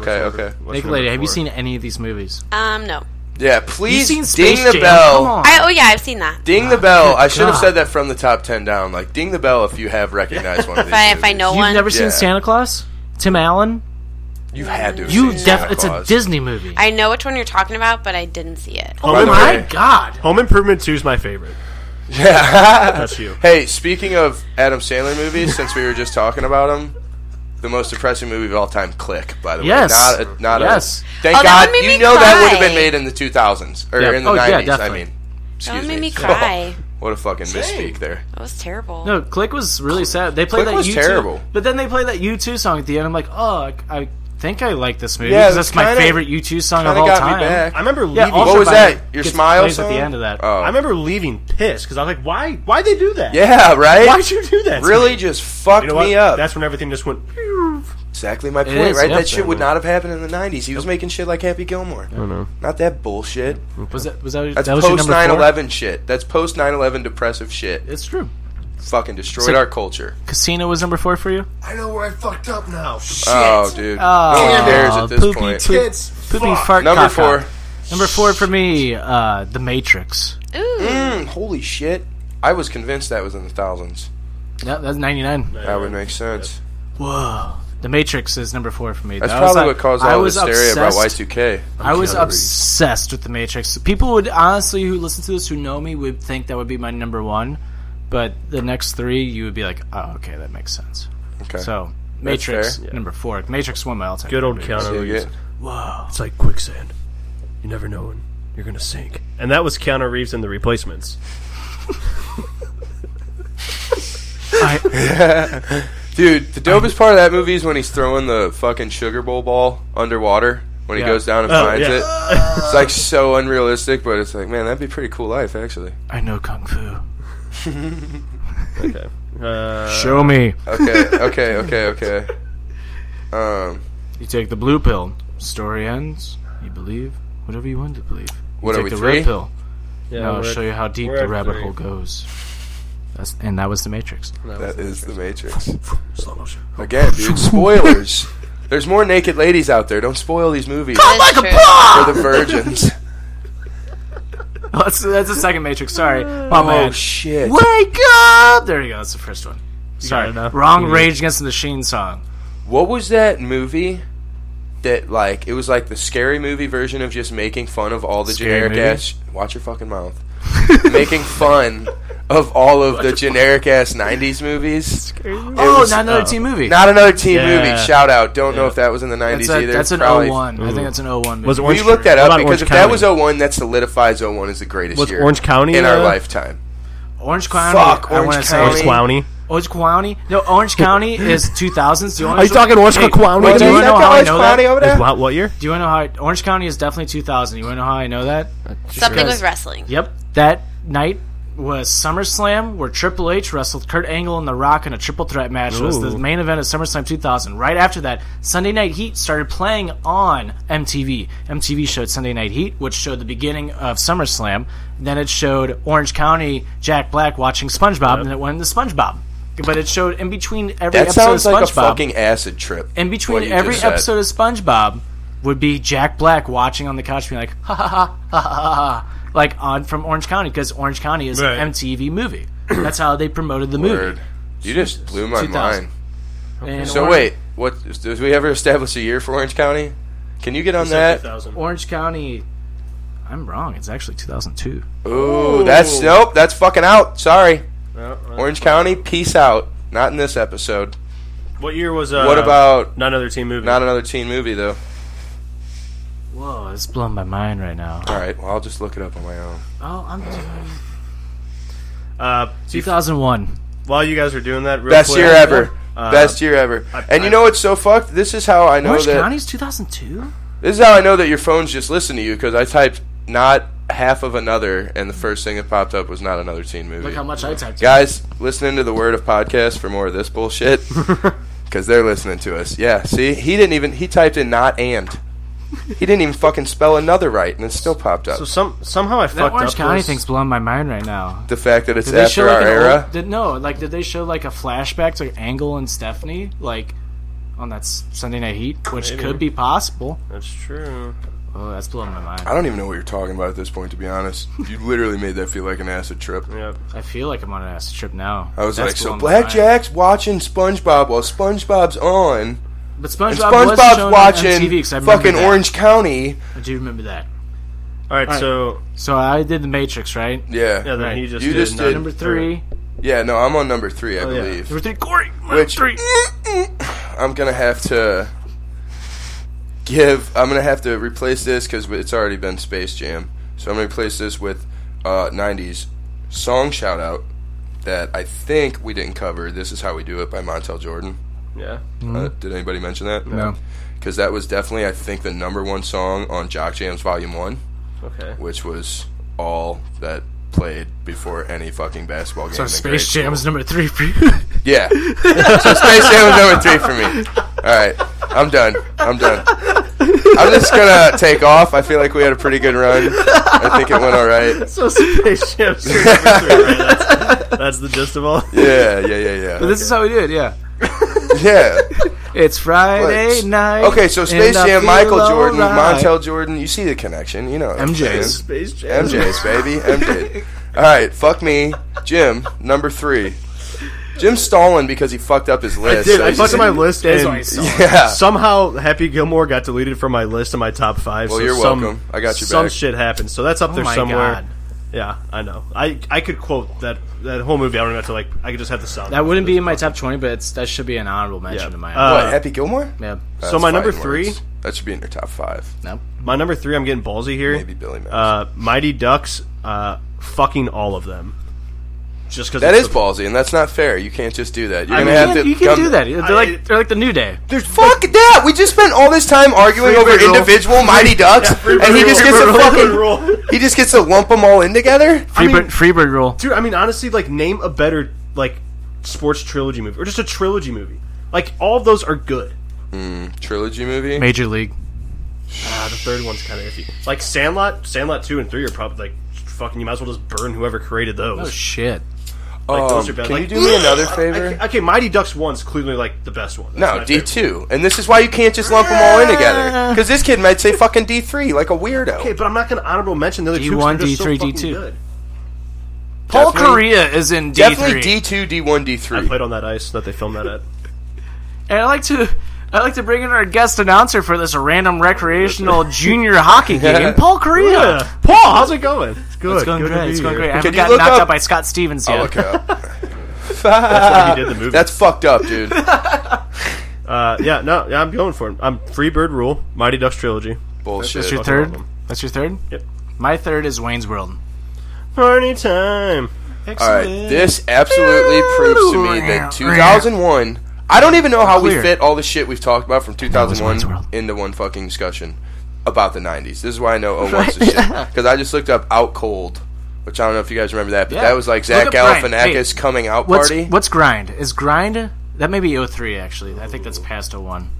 Speaker 5: Okay,
Speaker 2: number-
Speaker 5: okay.
Speaker 2: what's
Speaker 1: Nick Lady,
Speaker 2: number
Speaker 1: have you
Speaker 2: four?
Speaker 1: seen any of these movies?
Speaker 12: Um, no.
Speaker 5: Yeah, please
Speaker 1: seen
Speaker 5: ding
Speaker 1: Space
Speaker 5: the
Speaker 1: Jam,
Speaker 5: bell.
Speaker 1: come on.
Speaker 12: I oh yeah, I've seen that.
Speaker 5: Ding the bell. I should have
Speaker 1: God.
Speaker 5: said that from the top ten down. Like ding the bell if you have recognized one of these.
Speaker 12: If I if I know
Speaker 1: You've
Speaker 12: one,
Speaker 1: never
Speaker 5: Yeah.
Speaker 1: seen Santa Claus? Tim Allen?
Speaker 5: you had to. Have
Speaker 1: You
Speaker 5: seen
Speaker 1: def-
Speaker 5: Santa
Speaker 1: it's a
Speaker 5: Claus.
Speaker 1: Disney movie.
Speaker 12: I know which one you're talking about, but I didn't see it.
Speaker 5: By
Speaker 1: oh
Speaker 5: the
Speaker 1: my
Speaker 5: way-
Speaker 1: god.
Speaker 2: Home Improvement 2 is my favorite.
Speaker 5: Yeah.
Speaker 2: That's you.
Speaker 5: Hey, speaking of Adam Sandler movies, since we were just talking about him, the most depressing movie of all time, Click. By the
Speaker 1: Yes.
Speaker 5: way, not a, not
Speaker 1: Yes.
Speaker 5: a. Thank
Speaker 12: Oh, that
Speaker 5: God,
Speaker 12: one made
Speaker 5: you
Speaker 12: me
Speaker 5: know that would have been
Speaker 12: cry.
Speaker 5: made in the 2000s or
Speaker 1: Yeah.
Speaker 5: in the
Speaker 1: Oh, yeah,
Speaker 5: 90s. I
Speaker 1: definitely.
Speaker 5: mean,
Speaker 12: That
Speaker 5: excuse
Speaker 12: one made me cry.
Speaker 5: What a fucking misspeak there.
Speaker 12: That was terrible.
Speaker 1: Oh. No, Click was really sad. They played that
Speaker 5: Click was
Speaker 1: U2,
Speaker 5: terrible.
Speaker 1: But then they played that U2 song at the end. I'm like, oh, I, I think I like this movie.
Speaker 5: Yeah,
Speaker 1: 'cause
Speaker 5: it's
Speaker 1: that's my
Speaker 5: kinda-
Speaker 1: favorite U2 song of
Speaker 5: Kinda
Speaker 1: all
Speaker 5: got
Speaker 1: time.
Speaker 5: me back.
Speaker 2: I remember leaving.
Speaker 1: Yeah, also
Speaker 5: what was
Speaker 1: by
Speaker 5: that?
Speaker 1: the-
Speaker 5: Your
Speaker 1: gets
Speaker 5: smile
Speaker 1: plays at
Speaker 5: song?
Speaker 1: the end of that.
Speaker 5: Oh.
Speaker 2: I remember leaving pissed because I was like, "Why? Why they do that?
Speaker 5: yeah, right.
Speaker 2: Why'd you do that? to
Speaker 5: Really,
Speaker 2: me?
Speaker 5: just fucked
Speaker 2: You know
Speaker 5: me
Speaker 2: what?
Speaker 5: up.
Speaker 2: That's when everything just went. pew.
Speaker 5: Exactly my point,
Speaker 1: is,
Speaker 5: right?
Speaker 1: yeah.
Speaker 5: That shit would not have happened in the '90s. He was making shit like Happy Gilmore.
Speaker 2: I know.
Speaker 5: Not that bullshit.
Speaker 1: Was that was that,
Speaker 5: That's
Speaker 1: that was your
Speaker 5: post
Speaker 1: number
Speaker 5: 9/11 shit. That's post 9/11 depressive shit.
Speaker 1: Four? It's true.
Speaker 5: Fucking destroyed
Speaker 1: So-
Speaker 5: our culture.
Speaker 1: Casino was number four for you.
Speaker 13: I know where I fucked up now. Shit.
Speaker 5: Oh, dude. no
Speaker 1: Oh,
Speaker 5: one cares at this
Speaker 1: poopy
Speaker 5: point.
Speaker 1: tw-
Speaker 13: Kids,
Speaker 1: Poopy
Speaker 13: fuck.
Speaker 1: fart.
Speaker 5: Number
Speaker 1: caca.
Speaker 5: four.
Speaker 1: Number four for me. Uh, the Matrix.
Speaker 12: Ooh,
Speaker 5: Mm, holy shit. I was convinced that was in the thousands.
Speaker 1: Yeah, that's ninety nine.
Speaker 5: That would make sense.
Speaker 1: Whoa. The Matrix is number four for me.
Speaker 5: That's
Speaker 1: That was
Speaker 5: probably
Speaker 1: like-
Speaker 5: what caused
Speaker 1: I
Speaker 5: all the
Speaker 1: was
Speaker 5: hysteria about
Speaker 1: obsessed-
Speaker 5: Y2K.
Speaker 1: I was obsessed with the Matrix. People would honestly, who listen to this, who know me, would think that would be my number one. But the next three, you would be like, oh, okay, that makes sense.
Speaker 5: Okay.
Speaker 1: So Matrix
Speaker 5: fair.
Speaker 1: number four. Matrix one my all time.
Speaker 2: Good old
Speaker 5: So
Speaker 2: Keanu
Speaker 5: you
Speaker 2: Reeves.
Speaker 5: get-
Speaker 2: It's like quicksand. You never know when you're gonna sink. And that was Keanu Reeves in The Replacements.
Speaker 5: Dude, the dopest part of that movie is when he's throwing the fucking sugar bowl ball underwater when he
Speaker 1: Yeah.
Speaker 5: goes down and
Speaker 2: Oh,
Speaker 5: finds
Speaker 2: yeah.
Speaker 5: it. it's like so unrealistic, but it's like, man, that'd be pretty cool life, actually.
Speaker 1: I know kung fu.
Speaker 2: Okay. Uh,
Speaker 1: Show me.
Speaker 5: Okay, okay, okay, okay. Um,
Speaker 1: You take the blue pill. Story ends. You believe whatever you want to believe. You
Speaker 5: What are
Speaker 1: take
Speaker 5: we,
Speaker 1: the
Speaker 5: three?
Speaker 1: red pill.
Speaker 2: yeah,
Speaker 1: and I'll
Speaker 2: we're-
Speaker 1: show you how deep
Speaker 2: we're
Speaker 1: the
Speaker 2: at
Speaker 1: rabbit
Speaker 2: three.
Speaker 1: hole goes. That's, and that was the Matrix.
Speaker 5: that is the Matrix.
Speaker 2: Slow motion.
Speaker 5: Again, dude, spoilers. There's more naked ladies out there. Don't spoil these movies
Speaker 12: that's true.
Speaker 5: for the virgins.
Speaker 1: that's, that's the second Matrix. Sorry, my
Speaker 5: Oh
Speaker 1: bad.
Speaker 5: shit!
Speaker 1: Wake up! There you go. That's the first one.
Speaker 2: Sorry,
Speaker 1: Wrong Rage Against the Machine song.
Speaker 5: What was that movie that like it was like the scary movie version of just making fun of all the
Speaker 1: Scary
Speaker 5: generic
Speaker 1: movie?
Speaker 5: ass. Watch your fucking mouth. making fun of all of the generic ass '90s movies.
Speaker 1: movie?
Speaker 5: It uh,
Speaker 1: Oh, Not Another Teen Movie.
Speaker 5: Not another teen
Speaker 1: Yeah.
Speaker 5: movie. Shout out. Don't know
Speaker 1: Yeah.
Speaker 5: if that was in the '90s
Speaker 1: That's a-
Speaker 5: either.
Speaker 1: that's an
Speaker 5: Probably-
Speaker 1: 01. I think that's an 01 Was
Speaker 2: movie. it Orange-
Speaker 5: we looked that
Speaker 2: what
Speaker 5: up
Speaker 2: about
Speaker 5: because
Speaker 2: Orange
Speaker 5: if that
Speaker 2: County?
Speaker 5: was 01, that solidifies 01 as the greatest
Speaker 2: Was
Speaker 5: year.
Speaker 2: Orange County,
Speaker 5: in our
Speaker 2: uh,
Speaker 5: lifetime?
Speaker 1: Orange County.
Speaker 5: Fuck,
Speaker 1: I
Speaker 5: Orange
Speaker 1: wanna say-
Speaker 5: County. Orange
Speaker 1: Orange County. No, Orange County is 2000s. Do you wanna
Speaker 2: Are you
Speaker 1: know-
Speaker 2: talking Orange
Speaker 1: Hey,
Speaker 2: County?
Speaker 1: wait, do you want to
Speaker 2: Oh,
Speaker 1: know how I know that?
Speaker 2: Is what, what year?
Speaker 1: Do you want to know how Orange County is definitely 2000? You want to know how I know that?
Speaker 12: Something with wrestling.
Speaker 1: Yep, that night was SummerSlam where Triple H wrestled Kurt Angle and The Rock in a triple threat match. It was
Speaker 14: Ooh.
Speaker 1: the main event of SummerSlam 2000. Right after that, Sunday Night Heat started playing on MTV. MTV showed Sunday Night Heat, which showed the beginning of SummerSlam. Then it showed Orange County Jack Black watching SpongeBob, and it went into SpongeBob. But it showed in between every
Speaker 5: That
Speaker 1: episode
Speaker 5: sounds
Speaker 1: of SpongeBob.
Speaker 5: like a fucking acid trip.
Speaker 1: In
Speaker 5: what
Speaker 1: between
Speaker 5: you
Speaker 1: every
Speaker 5: just said.
Speaker 1: episode of SpongeBob would be Jack Black watching on the couch, being like, ha ha ha ha ha ha, ha," like on from Orange County because Orange County is
Speaker 5: Right.
Speaker 1: an MTV movie. That's how they promoted the
Speaker 5: Word.
Speaker 1: movie.
Speaker 5: You just blew my
Speaker 1: 2000.
Speaker 5: mind.
Speaker 1: And
Speaker 5: So
Speaker 1: Orange-
Speaker 5: wait, what? Did we ever establish a year for Orange County? Can you get on that?
Speaker 1: Orange County. I'm wrong. It's actually 2002.
Speaker 5: Ooh, that's nope. That's fucking out. Sorry.
Speaker 2: uh,
Speaker 5: Orange County, peace out. Not in this episode.
Speaker 13: What year was? Uh,
Speaker 5: what about
Speaker 13: not another teen movie?
Speaker 5: Not another teen movie though.
Speaker 1: Whoa, it's blowing my mind right now.
Speaker 5: All right. Well, I'll just look it up on my own.
Speaker 1: Oh, I'm doing
Speaker 13: Uh,
Speaker 1: 2001.
Speaker 13: While you guys are doing that, real
Speaker 5: Best
Speaker 13: quick,
Speaker 5: year ever.
Speaker 13: uh,
Speaker 5: Best year ever.
Speaker 13: I-
Speaker 5: And
Speaker 13: I-
Speaker 5: you know what's so fucked? This is how I know
Speaker 1: Orange
Speaker 5: that.
Speaker 1: County's 2002.
Speaker 5: This is how I know that your phone's just listening to you because I typed not half of another, and the first thing that popped up was not another teen movie.
Speaker 1: Look how much I typed.
Speaker 5: Guys, listening to the word of podcast for more of this bullshit because they're listening to us. Yeah, see, he didn't even he typed in not and. He didn't even fucking spell another right, and it still popped up.
Speaker 13: So some somehow I
Speaker 1: That
Speaker 13: fucked
Speaker 1: Orange
Speaker 13: up.
Speaker 1: County
Speaker 13: this.
Speaker 1: thing's blowing my mind right now.
Speaker 5: the fact that it's
Speaker 1: Did they show
Speaker 5: after
Speaker 1: like
Speaker 5: our
Speaker 1: an
Speaker 5: era.
Speaker 1: Old, did, no, like did they show like a flashback to Angle and Stephanie, like on that S- Sunday Night Heat, which
Speaker 5: Maybe.
Speaker 1: could be possible.
Speaker 13: That's true.
Speaker 1: Oh, that's blowing my mind.
Speaker 5: I don't even know what you're talking about at this point, to be honest. You literally made that feel like an acid trip.
Speaker 1: I feel like I'm on an acid trip now.
Speaker 5: I was
Speaker 1: That's
Speaker 5: like, so
Speaker 1: blowing my mind.
Speaker 5: Blackjack's watching SpongeBob while SpongeBob's on.
Speaker 1: But
Speaker 5: and
Speaker 1: SpongeBob was shown
Speaker 5: SpongeBob's
Speaker 1: on
Speaker 5: watching
Speaker 1: MTV 'cause I remember
Speaker 5: fucking
Speaker 1: that.
Speaker 5: Orange County.
Speaker 1: I do remember that.
Speaker 13: All right,
Speaker 1: Alright.
Speaker 13: so
Speaker 1: So I did the Matrix, right?
Speaker 5: Yeah.
Speaker 1: Right.
Speaker 5: you just did
Speaker 1: number three.
Speaker 5: Yeah, no, I'm on number three, I
Speaker 1: Oh, yeah.
Speaker 5: believe.
Speaker 1: Number three, Corey.
Speaker 5: Which I'm gonna have to give. I'm gonna have to replace this because it's already been Space Jam. So I'm gonna replace this with uh, '90s song shout out that I think we didn't cover. This is how we do it by Montel Jordan.
Speaker 13: Yeah.
Speaker 5: Uh, did anybody mention that?
Speaker 1: No.
Speaker 5: Because that was definitely, I think, the number one song on Jock Jams Volume One.
Speaker 13: Okay.
Speaker 5: Which was all that played before any fucking basketball game.
Speaker 1: So
Speaker 5: in grade
Speaker 1: Space Jam
Speaker 5: school.
Speaker 1: is number three for you.
Speaker 5: Yeah. so Space Jam was number three for me. All right, I'm done. I'm done. I'm just gonna take off. I feel like we had a pretty good run. I think it went all right.
Speaker 13: So Space Jam's your number three, right? That's, that's the gist of all.
Speaker 5: Yeah, yeah, yeah, yeah.
Speaker 1: But this is how we do it. Yeah.
Speaker 5: yeah.
Speaker 1: It's Friday
Speaker 5: But-
Speaker 1: night.
Speaker 5: Okay, so
Speaker 1: and
Speaker 5: Space
Speaker 1: I
Speaker 5: Jam,
Speaker 1: feel
Speaker 5: Michael Jordan,
Speaker 1: alright.
Speaker 5: Montel Jordan. You see the connection, you know. what I'm
Speaker 1: MJ's.
Speaker 5: saying.
Speaker 13: Space Jam.
Speaker 5: MJ's baby, MJ. All right, fuck me, Jim. Number three. Jim's stalling because he fucked up his
Speaker 13: I
Speaker 5: list.
Speaker 13: did.
Speaker 5: so
Speaker 13: I
Speaker 5: he's
Speaker 13: fucked up my
Speaker 5: in-
Speaker 13: list, and
Speaker 5: yeah.
Speaker 13: somehow Happy Gilmore got deleted from my list of my top five.
Speaker 5: Well,
Speaker 13: so
Speaker 5: you're
Speaker 13: some,
Speaker 5: welcome. I got you
Speaker 13: Some
Speaker 5: back.
Speaker 13: shit happened, so that's up
Speaker 1: Oh
Speaker 13: there
Speaker 1: my
Speaker 13: somewhere.
Speaker 1: God.
Speaker 13: Yeah, I know. I I could quote that that whole movie. I don't even have to like. I could just have the sound.
Speaker 1: That wouldn't be in my top twenty, but it's, that should be an honorable mention in my.
Speaker 13: Uh,
Speaker 5: What, Happy Gilmore?
Speaker 1: Yeah.
Speaker 5: That's
Speaker 13: so my number
Speaker 5: fighting
Speaker 13: three.
Speaker 5: words. That should be in your top five.
Speaker 1: No.
Speaker 13: My number three. I'm getting ballsy here.
Speaker 5: Maybe Billy Madison.
Speaker 13: Uh, Mighty Ducks. Uh, fucking all of them. Just because
Speaker 5: That is ballsy, and that's not fair. You can't just do that. You're
Speaker 1: I
Speaker 5: gonna
Speaker 1: mean,
Speaker 5: have
Speaker 1: yeah,
Speaker 5: to.
Speaker 1: you can
Speaker 5: come-
Speaker 1: do that. They're like they're like the New Day.
Speaker 5: There's fuck that. We just spent all this time arguing
Speaker 1: Free
Speaker 5: over
Speaker 1: rule.
Speaker 5: individual Mighty Ducks,
Speaker 1: Yeah, free
Speaker 5: and
Speaker 1: rule.
Speaker 5: he just gets
Speaker 1: Free
Speaker 5: a
Speaker 1: rule.
Speaker 5: fucking. He just gets to lump them all in together.
Speaker 1: Freebird, Freebird rule.
Speaker 13: dude. I mean, honestly, like name a better like sports trilogy movie or just a trilogy movie. Like all of those are good.
Speaker 5: Mm, trilogy movie.
Speaker 1: Major League.
Speaker 13: Ah, the third one's kind of iffy. Like Sandlot, Sandlot two and three are probably like fucking. You might as well just burn whoever created those.
Speaker 1: Oh shit.
Speaker 13: Like those
Speaker 5: Um,
Speaker 13: are bad.
Speaker 5: can
Speaker 13: like,
Speaker 5: you do me another favor?
Speaker 13: I- I- okay, Mighty Ducks one's clearly like the best one.
Speaker 5: No, D two, and this is why you can't just lump them all in
Speaker 1: Ah.
Speaker 5: together. Because this kid might say fucking D three like a weirdo.
Speaker 13: Okay, but I'm not gonna honorable mention the other two. 'cause
Speaker 1: D1,
Speaker 13: they're just so
Speaker 1: D3,
Speaker 13: fucking
Speaker 1: D2.
Speaker 13: good.
Speaker 1: Paul
Speaker 13: Definitely-
Speaker 1: Korea is in D
Speaker 5: Definitely
Speaker 1: three.
Speaker 5: D two, D one, D three.
Speaker 13: Played on that ice that they filmed that at.
Speaker 1: And I like to I'd like to bring in our guest announcer for this random recreational junior hockey game,
Speaker 2: Yeah.
Speaker 1: Paul Korea.
Speaker 2: Yeah. Paul, how's it going? It's good.
Speaker 1: It's going
Speaker 2: Good to
Speaker 1: great.
Speaker 2: be
Speaker 1: It's going
Speaker 2: here.
Speaker 1: great. I haven't
Speaker 5: Can you
Speaker 1: gotten
Speaker 5: look
Speaker 1: knocked
Speaker 5: up- Oh,
Speaker 1: out by Scott Stevens yet.
Speaker 5: I'll look it up.
Speaker 2: why he did the movie.
Speaker 5: That's fucked up, dude.
Speaker 2: Uh, yeah, no, yeah, I'm going for him. I'm Free Bird Rule, Mighty Ducks Trilogy.
Speaker 5: Bullshit.
Speaker 1: That's your
Speaker 2: Fucking love
Speaker 1: third.
Speaker 2: them.
Speaker 1: That's your third.
Speaker 2: Yep.
Speaker 1: My third is Wayne's World.
Speaker 2: Party time.
Speaker 5: All right, this absolutely proves to me that 2001. I don't even know how we
Speaker 1: Clear.
Speaker 5: fit all the shit we've talked about from
Speaker 1: Wayne's
Speaker 5: 2001
Speaker 1: World.
Speaker 5: into one fucking discussion about the 90s. This is why I know 01's the shit because I just looked up Out Cold, which I don't know if you guys remember that, but
Speaker 1: Yeah.
Speaker 5: that was like Zach
Speaker 1: Look up Grind.
Speaker 5: Galifianakis
Speaker 1: Hey,
Speaker 5: coming out
Speaker 1: What's,
Speaker 5: party.
Speaker 1: what's grind? Is grind that may be 03 actually? I think that's past 01.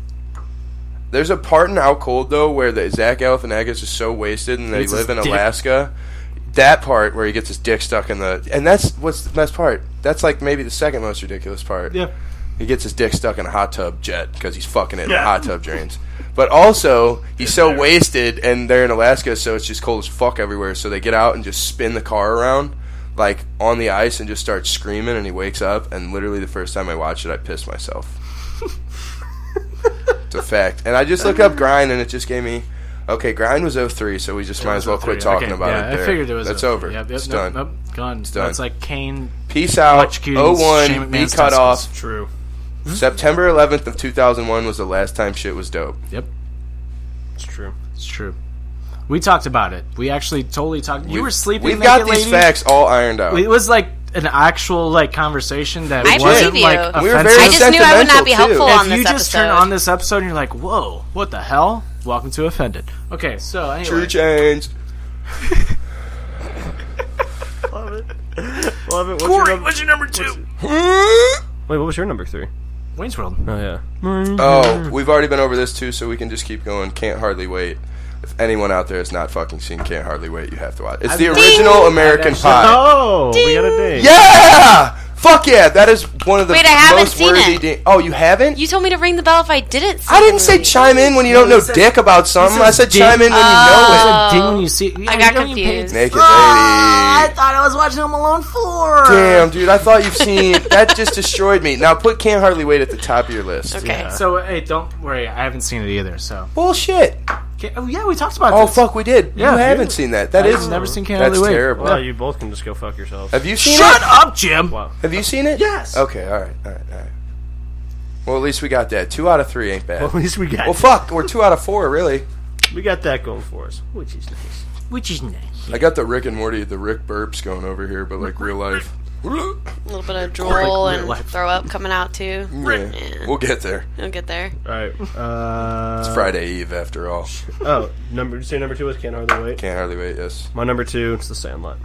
Speaker 5: There's a part in Out Cold though where the Zach Galifianakis is so wasted and they
Speaker 1: Gets his
Speaker 5: live in
Speaker 1: dick-
Speaker 5: Alaska. That part where he gets his dick stuck in the and that's what's the best part. That's like maybe the second most ridiculous part.
Speaker 1: Yeah.
Speaker 5: He gets his dick stuck in a hot tub jet because he's fucking it in hot tub drains. But also, he's so wasted, and they're in Alaska, so it's just cold as fuck everywhere. So they get out and just spin the car around, like on the ice, and just start screaming. And he wakes up, and literally the first time I watched it, I pissed myself. it's a fact. And I just looked up grind, and it just gave me. Okay, grind was 03, so we just might as well quit talking
Speaker 1: oh Okay,
Speaker 5: about
Speaker 1: yeah,
Speaker 5: it. There.
Speaker 1: I figured it was.
Speaker 5: That's
Speaker 1: 03.
Speaker 5: over.
Speaker 1: Yep, yep,
Speaker 5: it's
Speaker 1: nope,
Speaker 5: done.
Speaker 1: Nope, gone. It's
Speaker 5: done. Oh,
Speaker 1: That's like Kane.
Speaker 5: Peace out.
Speaker 1: electrocuting Shane
Speaker 5: 01,
Speaker 1: McMahon's
Speaker 5: be cut
Speaker 1: testicles.
Speaker 5: off.
Speaker 2: True.
Speaker 5: September 11th of 2001 was the last time shit was dope.
Speaker 1: Yep,
Speaker 2: It's true.
Speaker 1: it's true. We talked about it. We actually totally talked. You were sleeping.
Speaker 5: We've
Speaker 1: naked,
Speaker 5: got these
Speaker 1: lady.
Speaker 5: facts all ironed out.
Speaker 1: It was like an actual like conversation that
Speaker 12: I
Speaker 1: wasn't
Speaker 12: believe you.
Speaker 1: like
Speaker 12: We
Speaker 5: were
Speaker 1: offensive.
Speaker 5: very
Speaker 12: I just knew I would not be
Speaker 5: Sentimental,
Speaker 12: helpful
Speaker 5: too.
Speaker 12: on
Speaker 1: if you
Speaker 12: this
Speaker 1: just
Speaker 12: episode.
Speaker 1: turn on this episode and you're like, "Whoa, what the hell?" Welcome to offended. Okay, so anyway,
Speaker 5: True change.
Speaker 2: Love it. Love it. What's
Speaker 1: Corey,
Speaker 2: your number?
Speaker 1: what's your number two?
Speaker 2: Wait, what was your number three?
Speaker 1: Wayne's World.
Speaker 2: Oh, yeah.
Speaker 5: Oh, we've already been over this too, so we can just keep going. Can't hardly wait. If anyone out there has not fucking seen Can't Hardly Wait, you have to watch. It's the original American Pie.
Speaker 2: Oh, we got a ding.
Speaker 5: Yeah! Fuck yeah! That is one of the
Speaker 12: Wait, I haven't
Speaker 5: most
Speaker 12: seen
Speaker 5: worthy.
Speaker 12: it.
Speaker 5: di- oh, you haven't?
Speaker 12: You told me to ring the bell if I didn't. See
Speaker 5: I didn't
Speaker 12: the
Speaker 5: say
Speaker 12: movie.
Speaker 5: chime in when you don't know dick about something. I said
Speaker 1: dick.
Speaker 5: chime in
Speaker 12: Oh.
Speaker 5: when
Speaker 1: I said
Speaker 5: you know
Speaker 1: ding when you see. Yeah,
Speaker 12: I got
Speaker 1: you don't even pay
Speaker 12: confused.
Speaker 5: it. Naked lady.
Speaker 1: thought I was watching Home Alone 4.
Speaker 5: Damn, dude! I thought you've seen that. Just destroyed me. Now put Can't Hardly Wait at the top of your list.
Speaker 12: Okay.
Speaker 1: So, hey, don't worry. I haven't seen it either, so.
Speaker 5: Bullshit.
Speaker 1: Okay, oh, yeah, we talked about
Speaker 5: Oh
Speaker 1: this.
Speaker 5: fuck, we did.
Speaker 1: Yeah.
Speaker 5: you haven't seen that. That
Speaker 1: I've
Speaker 5: is-
Speaker 1: never seen Can't
Speaker 5: That's
Speaker 1: Hardly Wait.
Speaker 5: terrible.
Speaker 2: Well, you both can just go fuck yourselves.
Speaker 5: Have you seen
Speaker 1: Shut
Speaker 5: it?
Speaker 1: up, Jim!
Speaker 2: Wow.
Speaker 5: Have you seen it?
Speaker 1: Yes.
Speaker 5: Okay. All right. All right. All right. Well, at least we got that. Two out of three ain't bad.
Speaker 2: At least we got
Speaker 5: Well, fuck. We're two out of four, really.
Speaker 2: we got that going for us, which is nice.
Speaker 1: Which is nice.
Speaker 5: I got the Rick and Morty, the Rick burps going over here, but like real life.
Speaker 12: A little bit of drool
Speaker 1: real
Speaker 12: and
Speaker 1: life.
Speaker 12: throw up coming out too.
Speaker 5: Yeah. We'll get there.
Speaker 12: You'll get there.
Speaker 2: All right. Uh,
Speaker 5: It's Friday Eve, after all.
Speaker 2: Oh, number. Did you say number two was Can't Hardly Wait?
Speaker 5: Can't hardly wait. Yes.
Speaker 2: My number two is The Sandlot.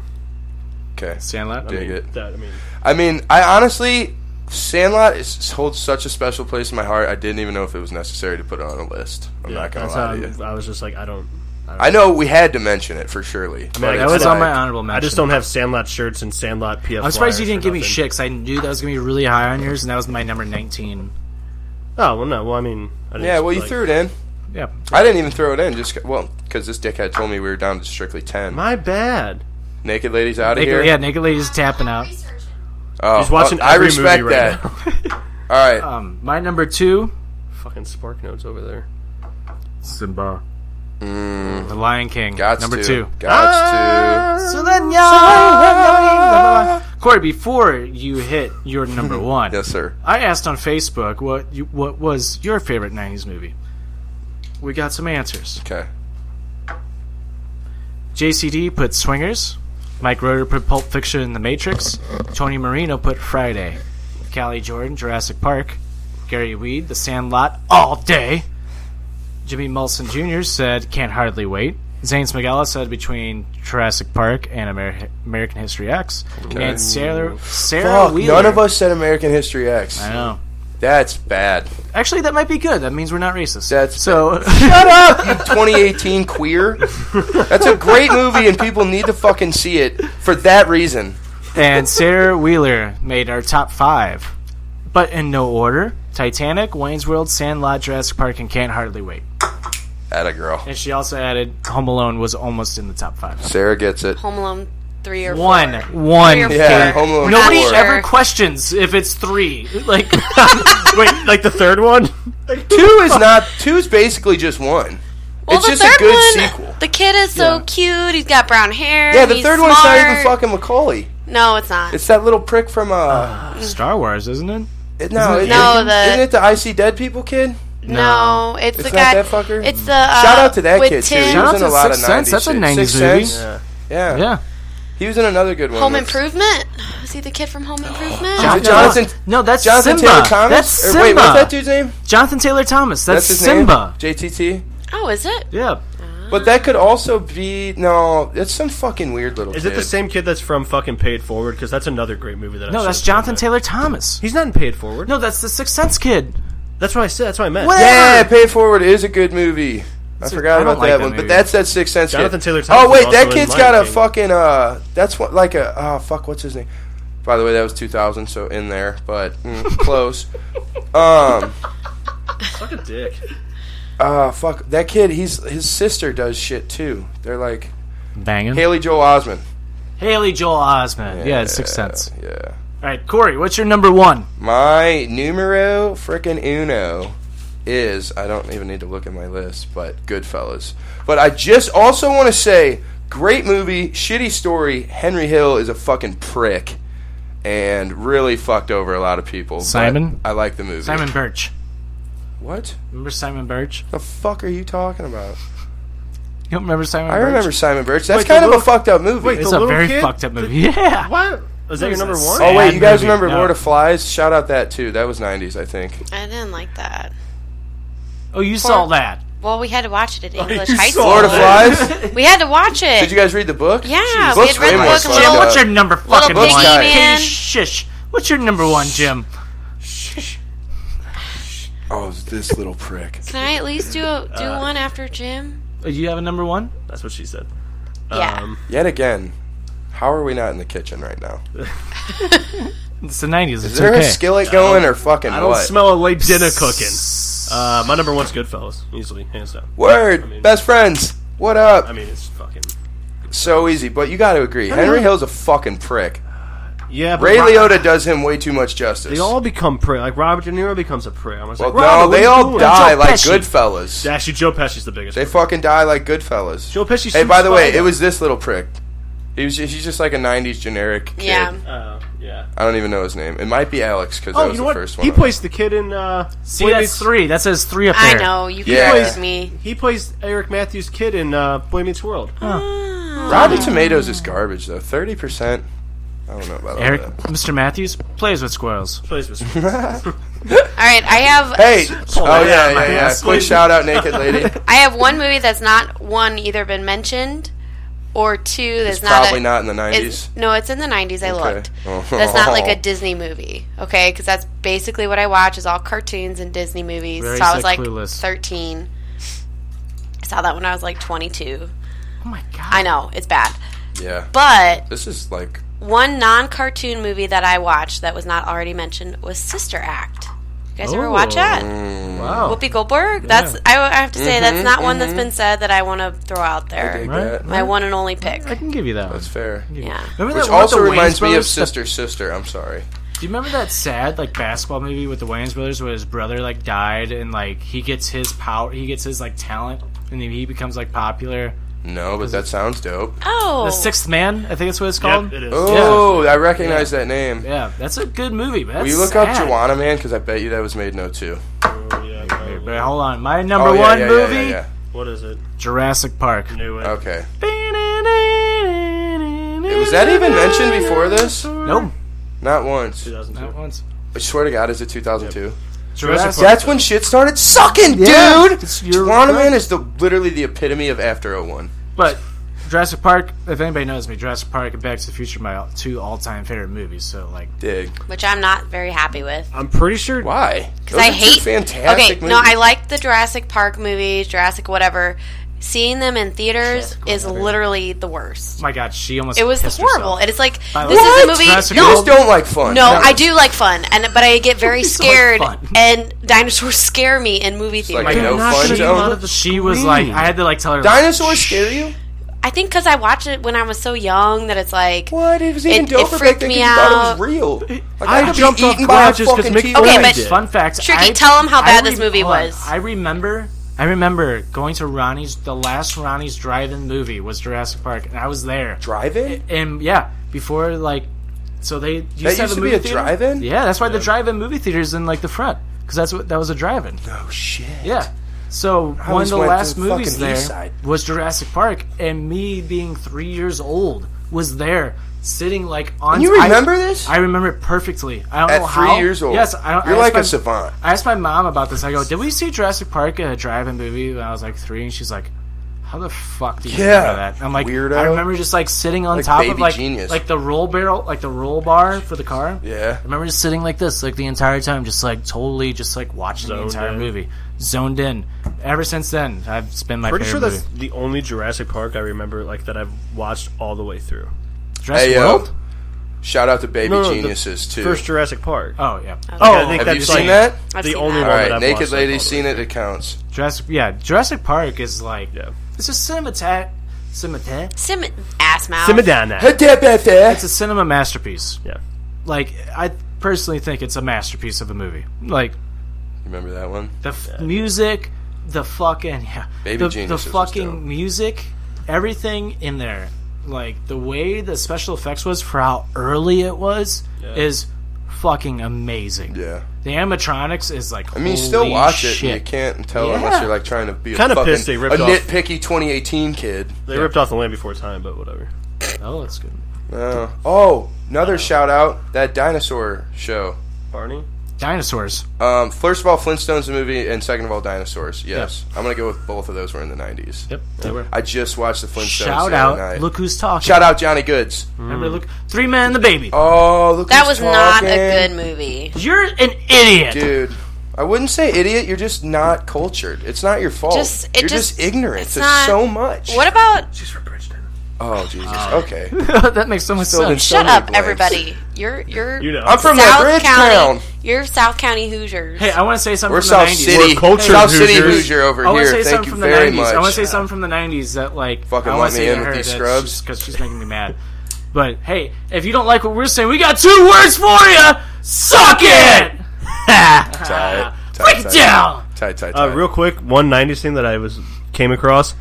Speaker 5: Okay.
Speaker 1: Sandlot?
Speaker 5: Dig it.
Speaker 2: That I mean,
Speaker 5: I mean, I honestly, Sandlot is, holds such a special place in my heart. I didn't even know if it was necessary to put it on a list. I'm
Speaker 2: yeah,
Speaker 5: not gonna
Speaker 2: that's
Speaker 5: lie
Speaker 2: how
Speaker 5: to you.
Speaker 2: I'm- I was just like, I don't.
Speaker 5: I know we had to mention it for surely.
Speaker 2: mean, I
Speaker 1: That
Speaker 2: It's
Speaker 1: was on
Speaker 2: like-
Speaker 1: my honorable mention.
Speaker 2: I just don't have Sandlot shirts and Sandlot PF.
Speaker 1: I'm surprised you
Speaker 2: flyers
Speaker 1: didn't
Speaker 2: or
Speaker 1: give me
Speaker 2: nothing.
Speaker 1: shit, because I knew that was going to be really high on yours, and that was my number 19.
Speaker 2: Oh well, no. Well, I mean, I didn't
Speaker 5: yeah, well, you
Speaker 2: like-
Speaker 5: threw it in.
Speaker 1: Yeah.
Speaker 5: I didn't even throw it in, just 'ca- well, because this dickhead told me we were down to strictly ten.
Speaker 2: My bad.
Speaker 5: Naked ladies out of
Speaker 1: Naked,
Speaker 5: here.
Speaker 1: yeah, Naked Lady's tapping out.
Speaker 5: Oh,
Speaker 2: He's watching
Speaker 5: I
Speaker 2: every
Speaker 5: respect
Speaker 2: movie right Uh,
Speaker 5: that. All right,
Speaker 1: Um, my number two,
Speaker 2: Fucking spark notes over there.
Speaker 1: Simba. The Lion King.
Speaker 5: God's
Speaker 1: number
Speaker 5: to.
Speaker 1: two.
Speaker 5: God's
Speaker 2: Ah!
Speaker 5: to.
Speaker 1: So then, yeah. Corey, before you hit your number one,
Speaker 5: Yes, sir.
Speaker 1: I asked on Facebook what you, what was your favorite '90s movie. We got some answers.
Speaker 5: Okay.
Speaker 1: JCD put Swingers. Mike Roeder put Pulp Fiction and The Matrix. Tony Marino put Friday. Callie Jordan, Jurassic Park. Gary Weed, The Sandlot, all day. Jimmy Mulson Jr. said Can't Hardly Wait. Zane Smigala said between Jurassic Park and Amer- American History X. And Sarah, Sarah
Speaker 5: Fuck,
Speaker 1: Wheeler.
Speaker 5: none of us said American History X.
Speaker 1: I know.
Speaker 5: That's bad.
Speaker 1: Actually, that might be good. That means we're not racist.
Speaker 5: That's-
Speaker 1: so.
Speaker 5: 2018 queer. That's a great movie, and people need to fucking see it for that reason.
Speaker 1: and Sarah Wheeler made our top five, but in no order: Titanic, Wayne's World, Sandlot, Jurassic Park, and Can't Hardly Wait.
Speaker 5: At a girl.
Speaker 1: And she also added Home Alone was almost in the top five.
Speaker 5: Sarah gets it.
Speaker 12: Home Alone three or
Speaker 1: One,
Speaker 12: four.
Speaker 1: one.
Speaker 12: Three or
Speaker 1: kid.
Speaker 12: four. We're not
Speaker 1: Nobody
Speaker 12: sure.
Speaker 1: ever questions if it's three. Like,
Speaker 2: wait, like the third one?
Speaker 5: two is not. Two is basically just one.
Speaker 12: Well,
Speaker 5: it's
Speaker 12: the
Speaker 5: just
Speaker 12: third
Speaker 5: a good
Speaker 12: one,
Speaker 5: sequel.
Speaker 12: the kid is so cute. He's got brown hair.
Speaker 5: Yeah, the
Speaker 12: he's
Speaker 5: third
Speaker 12: smart.
Speaker 5: one's not even fucking Macaulay.
Speaker 12: No, it's not.
Speaker 5: It's that little prick from uh.
Speaker 1: Star Wars, isn't it?
Speaker 5: it-
Speaker 12: Isn't
Speaker 5: no, it,
Speaker 12: it- No,
Speaker 5: it-
Speaker 12: the-
Speaker 5: isn't it the I See Dead People kid?
Speaker 12: no, it's,
Speaker 5: It's
Speaker 12: the
Speaker 5: not
Speaker 12: guy.
Speaker 5: that fucker?
Speaker 12: It's the uh,
Speaker 5: Shout out to that
Speaker 12: with
Speaker 5: kid too.
Speaker 12: Tim.
Speaker 5: He was in a lot of 90s.
Speaker 1: That's a
Speaker 5: shit.
Speaker 1: 90s
Speaker 5: Sixth
Speaker 1: movie.
Speaker 5: Sense? Yeah. He was in another good one.
Speaker 12: Home
Speaker 5: that's-
Speaker 12: Improvement. Is he the kid from Home Improvement?
Speaker 5: John-
Speaker 1: No,
Speaker 5: Jonathan-
Speaker 1: No, that's
Speaker 5: Jonathan
Speaker 1: Simba.
Speaker 5: Taylor Thomas?
Speaker 1: That's
Speaker 5: Or
Speaker 1: Simba.
Speaker 5: wait, what's that dude's name?
Speaker 1: Jonathan Taylor Thomas. That's,
Speaker 5: his name?
Speaker 1: Simba.
Speaker 5: JTT.
Speaker 12: Oh, is it?
Speaker 1: Yeah.
Speaker 5: But that could also be no. It's some fucking weird little.
Speaker 2: Is
Speaker 5: kid.
Speaker 2: it the same kid that's from fucking Paid Forward? Because that's another great movie that I
Speaker 1: No, that's
Speaker 2: should've
Speaker 1: Jonathan Taylor Thomas.
Speaker 2: He's not in Paid Forward.
Speaker 1: No, that's the Sixth Sense kid.
Speaker 2: That's what I said. That's what I meant.
Speaker 5: Yeah, Pay It Forward is a good movie. I
Speaker 2: It's a-
Speaker 5: forgot
Speaker 2: I don't
Speaker 5: about
Speaker 2: like
Speaker 5: that
Speaker 2: that
Speaker 5: one,
Speaker 2: movie.
Speaker 5: but that's that Sixth Sense.
Speaker 2: Jonathan
Speaker 5: kid.
Speaker 2: Taylor
Speaker 5: Oh
Speaker 2: Thomas
Speaker 5: wait,
Speaker 2: is
Speaker 5: that
Speaker 2: also in
Speaker 5: kid's
Speaker 2: Lion
Speaker 5: got a
Speaker 2: King.
Speaker 5: fucking uh. That's what like a oh fuck what's his name? By the way, that was 2000, so in there, but mm, close. Um.
Speaker 2: Suck a dick.
Speaker 5: Uh, fuck that kid. He's his sister does shit too. They're like
Speaker 1: Banging.
Speaker 5: Haley Joel Osment.
Speaker 1: Haley Joel Osment. Yeah, it's Sixth Sense.
Speaker 5: Yeah.
Speaker 1: All right, Corey, what's your number one?
Speaker 5: My numero frickin' uno is I don't even need to look at my list, but Goodfellas. But I just also want to say, great movie, shitty story. Henry Hill is a fucking prick, and really fucked over a lot of people. but
Speaker 1: Simon?
Speaker 5: I like the movie.
Speaker 1: Simon Birch.
Speaker 5: What?
Speaker 1: Remember Simon Birch?
Speaker 5: The fuck are you talking about?
Speaker 1: You don't remember Simon
Speaker 5: I
Speaker 1: Birch?
Speaker 5: remember Simon Birch. That's
Speaker 2: Wait, the
Speaker 5: kind of
Speaker 2: little-
Speaker 5: a fucked up movie.
Speaker 2: Wait,
Speaker 1: It's a
Speaker 2: the little
Speaker 1: very
Speaker 2: kid?
Speaker 1: fucked up movie. Yeah.
Speaker 2: What? Is that
Speaker 1: What
Speaker 2: your
Speaker 1: is
Speaker 2: number
Speaker 1: that?
Speaker 2: one?
Speaker 5: Oh wait,
Speaker 1: Bad
Speaker 5: you guys
Speaker 1: movie.
Speaker 5: remember
Speaker 1: No.
Speaker 5: Lord of Flies? Shout out that too. That was '90s, I think.
Speaker 12: I didn't like that.
Speaker 1: Oh, you saw that.
Speaker 12: Well, we had to watch it at English
Speaker 2: you
Speaker 12: High
Speaker 2: saw
Speaker 12: School.
Speaker 5: Lord of Flies.
Speaker 12: We had to watch it.
Speaker 5: Did you guys read the book?
Speaker 12: Yeah, we
Speaker 5: Jeez.
Speaker 12: had
Speaker 5: Book's
Speaker 12: read
Speaker 5: way
Speaker 12: the
Speaker 5: more
Speaker 12: book,
Speaker 5: fucked
Speaker 12: Little-
Speaker 1: Jim,
Speaker 5: up.
Speaker 1: what's your number fucking
Speaker 12: Piggy
Speaker 1: one?
Speaker 5: Man.
Speaker 1: Can you Shush. What's your number one, Jim?
Speaker 5: Oh, it's this little prick.
Speaker 12: Can I at least do a, do
Speaker 5: Uh,
Speaker 12: one after Jim?
Speaker 1: Uh, You have a number one?
Speaker 2: That's what she said.
Speaker 12: Yeah.
Speaker 2: Um,
Speaker 5: Yet again, how are we not in the kitchen right now?
Speaker 1: It's the 90s. It's
Speaker 5: Is there
Speaker 1: okay.
Speaker 5: a skillet going or fucking
Speaker 2: I don't
Speaker 5: what?
Speaker 2: smell a late dinner cooking. Uh, my number one's Goodfellas, easily, hands down.
Speaker 5: Word,
Speaker 2: I mean-
Speaker 5: best friends. What up?
Speaker 2: I mean, it's fucking.
Speaker 5: so easy, but you got to agree. Henry Hill's a fucking prick.
Speaker 2: Yeah, but
Speaker 5: Ray
Speaker 2: Ro-
Speaker 5: Liotta does him way too much justice.
Speaker 2: They all become prey. Like Robert De Niro becomes a prey. I'm just
Speaker 5: well,
Speaker 2: like, Robert,
Speaker 5: no,
Speaker 2: what
Speaker 5: they
Speaker 2: are you
Speaker 5: all
Speaker 2: doing?
Speaker 5: die
Speaker 1: Joe
Speaker 5: like
Speaker 1: Pesci.
Speaker 5: Goodfellas.
Speaker 2: Actually, Joe Pesci's the biggest.
Speaker 5: They fucking die like Goodfellas.
Speaker 2: Joe Pesci
Speaker 5: Hey, by
Speaker 2: shoots
Speaker 5: the way,
Speaker 2: Spider.
Speaker 5: it was this little prick. He was just, he's just like a '90s generic. Kid.
Speaker 12: Yeah.
Speaker 2: Uh, yeah.
Speaker 5: I don't even know his name. It might be Alex because that
Speaker 2: Oh,
Speaker 5: was
Speaker 2: you know
Speaker 5: the
Speaker 2: what?
Speaker 5: first one.
Speaker 2: He
Speaker 5: I-
Speaker 2: plays the kid in. Uh,
Speaker 1: See,
Speaker 2: Boy
Speaker 1: that's
Speaker 2: Meets-
Speaker 1: three. That says three up
Speaker 12: I
Speaker 1: there.
Speaker 12: know you yeah.
Speaker 5: Yeah.
Speaker 12: with me.
Speaker 2: He plays Eric Matthews' kid in uh, Boy Meets World.
Speaker 5: Rotten Tomatoes is garbage though. Thirty percent. I don't know about all
Speaker 1: Eric,
Speaker 5: that.
Speaker 1: Mr. Matthews plays with squirrels.
Speaker 2: Plays with.
Speaker 12: All right, I have
Speaker 5: Hey!
Speaker 1: Pull
Speaker 5: oh
Speaker 1: that
Speaker 5: yeah,
Speaker 1: out of my
Speaker 5: yeah, yeah.
Speaker 1: ass.
Speaker 5: Quick shout out, naked lady.
Speaker 12: I have one movie that's not one either been mentioned or two that's
Speaker 5: It's
Speaker 12: not
Speaker 5: probably
Speaker 12: a,
Speaker 5: not in the nineties.
Speaker 12: It's, no, it's in the 90s. I
Speaker 5: Okay.
Speaker 12: looked.
Speaker 5: Oh.
Speaker 12: That's not like a Disney movie, okay? Because that's basically what I watch is all cartoons and Disney movies.
Speaker 1: Very
Speaker 12: so I was like
Speaker 1: clueless.
Speaker 12: 13. I saw that when I was like 22.
Speaker 1: Oh my god.
Speaker 12: I know it's bad,
Speaker 5: Yeah.
Speaker 12: but
Speaker 5: This is like
Speaker 12: one non-cartoon movie that I watched that was not already mentioned was Sister Act. You guys ever watch
Speaker 1: Oh.
Speaker 12: that?
Speaker 1: Wow.
Speaker 12: Whoopi Goldberg. That's I, I have to say
Speaker 5: Mm-hmm,
Speaker 12: that's not one that's been said that I want to throw out
Speaker 5: dig
Speaker 12: there.
Speaker 1: Right?
Speaker 5: that.
Speaker 12: My one and only pick.
Speaker 1: I can give you that one.
Speaker 5: That's fair.
Speaker 12: Yeah.
Speaker 1: Remember
Speaker 5: Which
Speaker 1: that one with
Speaker 5: also
Speaker 1: the
Speaker 5: reminds
Speaker 1: Wayans
Speaker 5: me of
Speaker 1: brothers? The-
Speaker 5: Sister Sister. I'm sorry.
Speaker 1: Do you remember that sad like basketball movie with the Wayans brothers where his brother like died and like he gets his power, he gets his like talent, and then he becomes like popular.
Speaker 5: No, but that sounds dope.
Speaker 12: Oh,
Speaker 1: The Sixth Man, I think that's what it's called.
Speaker 2: Yep, it is.
Speaker 5: Oh, I recognize that name.
Speaker 1: Yeah, that's a good movie, man.
Speaker 5: Will you look up Joanna Man? Because I bet you that was made in 02.
Speaker 2: Oh, yeah, probably.
Speaker 1: But hold on, my number
Speaker 5: oh, yeah,
Speaker 1: one
Speaker 5: yeah, yeah,
Speaker 1: movie,
Speaker 5: yeah,
Speaker 2: What is it?
Speaker 1: Jurassic Park.
Speaker 2: Knew it.
Speaker 5: yeah. Okay.
Speaker 1: Was
Speaker 5: Was that even mentioned before this?
Speaker 1: Nope,
Speaker 5: Not once.
Speaker 2: 2002.
Speaker 1: not once.
Speaker 5: I swear to God, is it 2002?
Speaker 1: Jurassic Park.
Speaker 5: That's when shit started sucking,
Speaker 1: Yeah,
Speaker 5: dude.
Speaker 1: it's- you're
Speaker 5: Juana
Speaker 1: right.
Speaker 5: Man is the literally the epitome of after 01.
Speaker 1: But Jurassic Park, if anybody knows me, Jurassic Park and Back to the Future are my two all-time favorite movies. So like,
Speaker 5: Dig.
Speaker 12: which I'm not very happy with.
Speaker 2: I'm pretty sure.
Speaker 5: Why?
Speaker 12: Because I hate
Speaker 5: fantastic
Speaker 12: Okay,
Speaker 5: movies.
Speaker 12: no, I like the Jurassic Park movies, Jurassic whatever. Seeing them in theaters is literally the
Speaker 1: oh
Speaker 12: worst.
Speaker 1: my God, she almost
Speaker 12: It was
Speaker 1: pissed
Speaker 12: horrible.
Speaker 1: herself.
Speaker 12: And it's like
Speaker 1: I like-
Speaker 12: this is a
Speaker 1: What?
Speaker 12: movie.
Speaker 1: Jurassic
Speaker 12: no,
Speaker 5: You just don't like fun.
Speaker 12: no, I do like fun, and but I get very
Speaker 1: Movies are
Speaker 12: scared,
Speaker 1: fun.
Speaker 12: and dinosaurs scare me in movie
Speaker 5: like
Speaker 12: theaters.
Speaker 5: a no
Speaker 1: not
Speaker 5: fun
Speaker 1: she,
Speaker 5: zone.
Speaker 1: she was like, I had to like tell her.
Speaker 5: Dinosaurs scare you?
Speaker 12: I think because I watched it when I was so young that it's like
Speaker 5: what it was even doper back then 'cause you thought it was real. Like,
Speaker 1: I,
Speaker 5: could be
Speaker 1: jumped off
Speaker 5: eaten by a
Speaker 1: cottages because
Speaker 5: fucking
Speaker 1: Mickey
Speaker 5: TV
Speaker 1: Mouse
Speaker 5: did.
Speaker 1: did. fun fact.
Speaker 12: Tricky,
Speaker 1: I-
Speaker 12: tell 'em how
Speaker 1: I
Speaker 12: bad this
Speaker 1: re-
Speaker 12: movie
Speaker 1: hold on.
Speaker 12: was.
Speaker 1: I remember. I remember going to Ronnie's. The last Ronnie's drive-in movie was Jurassic Park, and I was there.
Speaker 5: Drive-in?
Speaker 1: And yeah, before like, so they used
Speaker 5: That
Speaker 1: to have
Speaker 5: used
Speaker 1: a
Speaker 5: to be
Speaker 1: movie
Speaker 5: a
Speaker 1: theater.
Speaker 5: drive-in?
Speaker 1: Yeah, that's why the drive-in movie theater's in like the front because that's what that was a drive-in.
Speaker 5: Oh shit.
Speaker 1: Yeah. So
Speaker 5: I
Speaker 1: one
Speaker 5: always
Speaker 1: of the
Speaker 5: went
Speaker 1: last
Speaker 5: to the
Speaker 1: movies
Speaker 5: fucking
Speaker 1: there
Speaker 5: east side.
Speaker 1: was Jurassic Park, and me being three years old was there sitting like on.
Speaker 5: And you
Speaker 1: I-
Speaker 5: remember this?
Speaker 1: I remember it perfectly. I don't
Speaker 5: At
Speaker 1: know
Speaker 5: three
Speaker 1: how.
Speaker 5: years old?
Speaker 1: Yes, I don't.
Speaker 5: You're
Speaker 1: I asked
Speaker 5: like a
Speaker 1: my-
Speaker 5: savant.
Speaker 1: I asked my mom about this. I go, "Did we see Jurassic Park at a drive-in movie when I was like three? And she's like. How the fuck do you
Speaker 5: Yeah,
Speaker 1: remember that? I'm like,
Speaker 5: weirdo.
Speaker 1: I remember just like sitting on
Speaker 5: Like
Speaker 1: top of
Speaker 5: baby
Speaker 1: like,
Speaker 5: genius.
Speaker 1: like the roll barrel, like the roll bar for the car.
Speaker 5: Yeah.
Speaker 1: I remember just sitting like this, like the entire time, just like totally, just like watching the
Speaker 13: Zoned
Speaker 1: entire
Speaker 13: in.
Speaker 1: movie, zoned in. Ever since then, I've it's been my
Speaker 13: Pretty sure
Speaker 1: favorite
Speaker 13: that's
Speaker 1: movie.
Speaker 13: the only Jurassic Park I remember like that I've watched all the way through.
Speaker 1: Jurassic
Speaker 5: Hey, yo,
Speaker 1: World?
Speaker 5: shout out to Baby
Speaker 13: No, no, the
Speaker 5: Geniuses too.
Speaker 13: First Jurassic Park.
Speaker 1: Oh yeah,
Speaker 13: Oh, I think
Speaker 5: have
Speaker 13: that's
Speaker 5: you
Speaker 13: like
Speaker 5: seen that?
Speaker 13: the only
Speaker 5: All
Speaker 13: one
Speaker 5: right,
Speaker 13: that I've
Speaker 5: naked
Speaker 13: watched, like,
Speaker 5: lady
Speaker 13: all the
Speaker 5: seen it. It counts.
Speaker 1: Jurassic. Yeah, Jurassic Park is like it's a cinemat cinemat
Speaker 12: Sim ass mouth.
Speaker 1: It's a cinema masterpiece.
Speaker 13: Yeah,
Speaker 1: like I personally think it's a masterpiece of a movie. Like
Speaker 5: Remember that one?
Speaker 1: the f- music, the fucking yeah,
Speaker 5: Baby
Speaker 1: the, the
Speaker 5: Geniuses was dope.
Speaker 1: fucking music, everything in there, like the way the special effects was for how early it was,
Speaker 5: Yeah.
Speaker 1: is fucking amazing.
Speaker 5: Yeah.
Speaker 1: the animatronics is like
Speaker 5: I mean, you still watch it, and you
Speaker 1: shit.
Speaker 5: can't tell
Speaker 1: Yeah.
Speaker 5: unless you're like trying to be
Speaker 13: Kinda
Speaker 5: a fucking
Speaker 13: pissed they ripped
Speaker 5: a
Speaker 13: off-
Speaker 5: nitpicky 2018 kid.
Speaker 13: They ripped off the Land Before Time, but whatever.
Speaker 1: Oh, that's good.
Speaker 5: Uh, oh, another shout out that dinosaur show.
Speaker 13: Barney.
Speaker 1: Dinosaurs.
Speaker 5: Um, first of all, Flintstones the movie, and second of all, dinosaurs. Yes,
Speaker 1: Yep.
Speaker 5: I'm gonna go with both of those. Were in the 90s.
Speaker 1: Yep, they were.
Speaker 5: I just watched the Flintstones.
Speaker 1: Shout
Speaker 5: the other
Speaker 1: out!
Speaker 5: night.
Speaker 1: Look Mm-hmm. who's talking.
Speaker 5: Shout out Johnny Goods.
Speaker 1: Remember, look, three men and the baby.
Speaker 5: Oh, look
Speaker 12: That was
Speaker 5: who's
Speaker 12: not
Speaker 5: talking.
Speaker 12: a good movie.
Speaker 1: You're an idiot.
Speaker 5: dude. I wouldn't say idiot. You're just not cultured. It's not your fault.
Speaker 12: Just- it
Speaker 5: you're
Speaker 12: just-
Speaker 5: just, ignorant
Speaker 12: it's
Speaker 5: to
Speaker 12: not-
Speaker 5: so much.
Speaker 12: What about
Speaker 5: Oh Jesus. okay.
Speaker 1: that makes so much
Speaker 5: Filled in
Speaker 1: sense.
Speaker 5: so
Speaker 12: shut
Speaker 5: many
Speaker 12: up,
Speaker 5: blanks.
Speaker 12: everybody? You're you're
Speaker 5: You know. I'm from that
Speaker 12: South
Speaker 5: bridge
Speaker 12: County.
Speaker 5: town.
Speaker 12: You're South County Hoosiers.
Speaker 1: Hey, I want to say something.
Speaker 5: We're
Speaker 1: from
Speaker 5: South
Speaker 1: the 90s.
Speaker 5: City. We're cultured South City Hoosiers. Hoosier over
Speaker 1: I wanna
Speaker 5: here.
Speaker 1: Say
Speaker 5: Thank
Speaker 1: something
Speaker 5: you
Speaker 1: from the
Speaker 5: very
Speaker 1: 90s. I want
Speaker 5: much.
Speaker 1: to say something from the '90s that like
Speaker 5: Fucking
Speaker 1: I
Speaker 5: let
Speaker 1: want
Speaker 5: me
Speaker 1: to say
Speaker 5: in
Speaker 1: to
Speaker 5: with
Speaker 1: her
Speaker 5: these scrubs.
Speaker 1: because she's making me mad. But hey, if you don't like what we're saying, we got two words for you. Suck it.
Speaker 5: Tight, tight,
Speaker 1: Break it
Speaker 5: tight.
Speaker 1: down.
Speaker 5: Tight, tight,
Speaker 13: Uh,
Speaker 5: tight.
Speaker 13: real quick, one '90s thing that I was came across. Do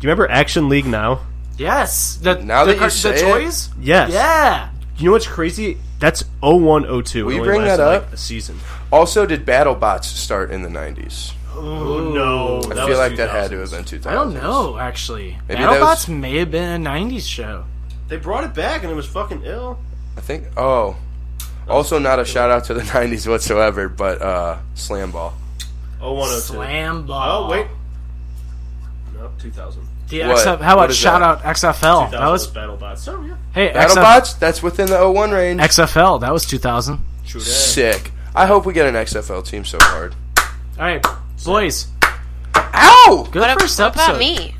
Speaker 13: you remember Action League Now?
Speaker 1: Yes. The,
Speaker 5: Now
Speaker 1: the,
Speaker 5: that you
Speaker 1: car-
Speaker 5: say
Speaker 1: the
Speaker 5: it-
Speaker 1: toys.
Speaker 13: Yes.
Speaker 1: Yeah.
Speaker 13: You know what's crazy? That's 0102.
Speaker 5: Will
Speaker 13: It
Speaker 5: you
Speaker 13: only
Speaker 5: bring that
Speaker 13: lasted, like,
Speaker 5: up?
Speaker 13: a season.
Speaker 5: Also, did BattleBots start in the 90s?
Speaker 13: Oh no!
Speaker 5: I feel like that had to have been 2000.
Speaker 1: I don't know actually.
Speaker 5: Maybe that
Speaker 1: BattleBots
Speaker 5: was-
Speaker 1: may have been a '90s show.
Speaker 13: They brought it back, and it was fucking ill.
Speaker 5: I think. Oh, also not a shout out to the 90s whatsoever, but uh, Slam Ball.
Speaker 13: 0102.
Speaker 1: Slam ball.
Speaker 13: Oh wait. No, 2000.
Speaker 1: The
Speaker 5: What?
Speaker 1: XF, how
Speaker 5: What
Speaker 1: about
Speaker 5: is
Speaker 1: shout
Speaker 5: that?
Speaker 1: out XFL?
Speaker 13: 2000
Speaker 1: Oh, That was
Speaker 13: BattleBots. So yeah.
Speaker 1: hey XF,
Speaker 5: BattleBots. That's within the 01 range.
Speaker 1: XFL. That was 2000.
Speaker 13: True that.
Speaker 5: Sick. I hope we get an XFL team so hard.
Speaker 1: All right, boys.
Speaker 5: Ow!
Speaker 1: Good first
Speaker 12: what
Speaker 1: episode,
Speaker 12: about me?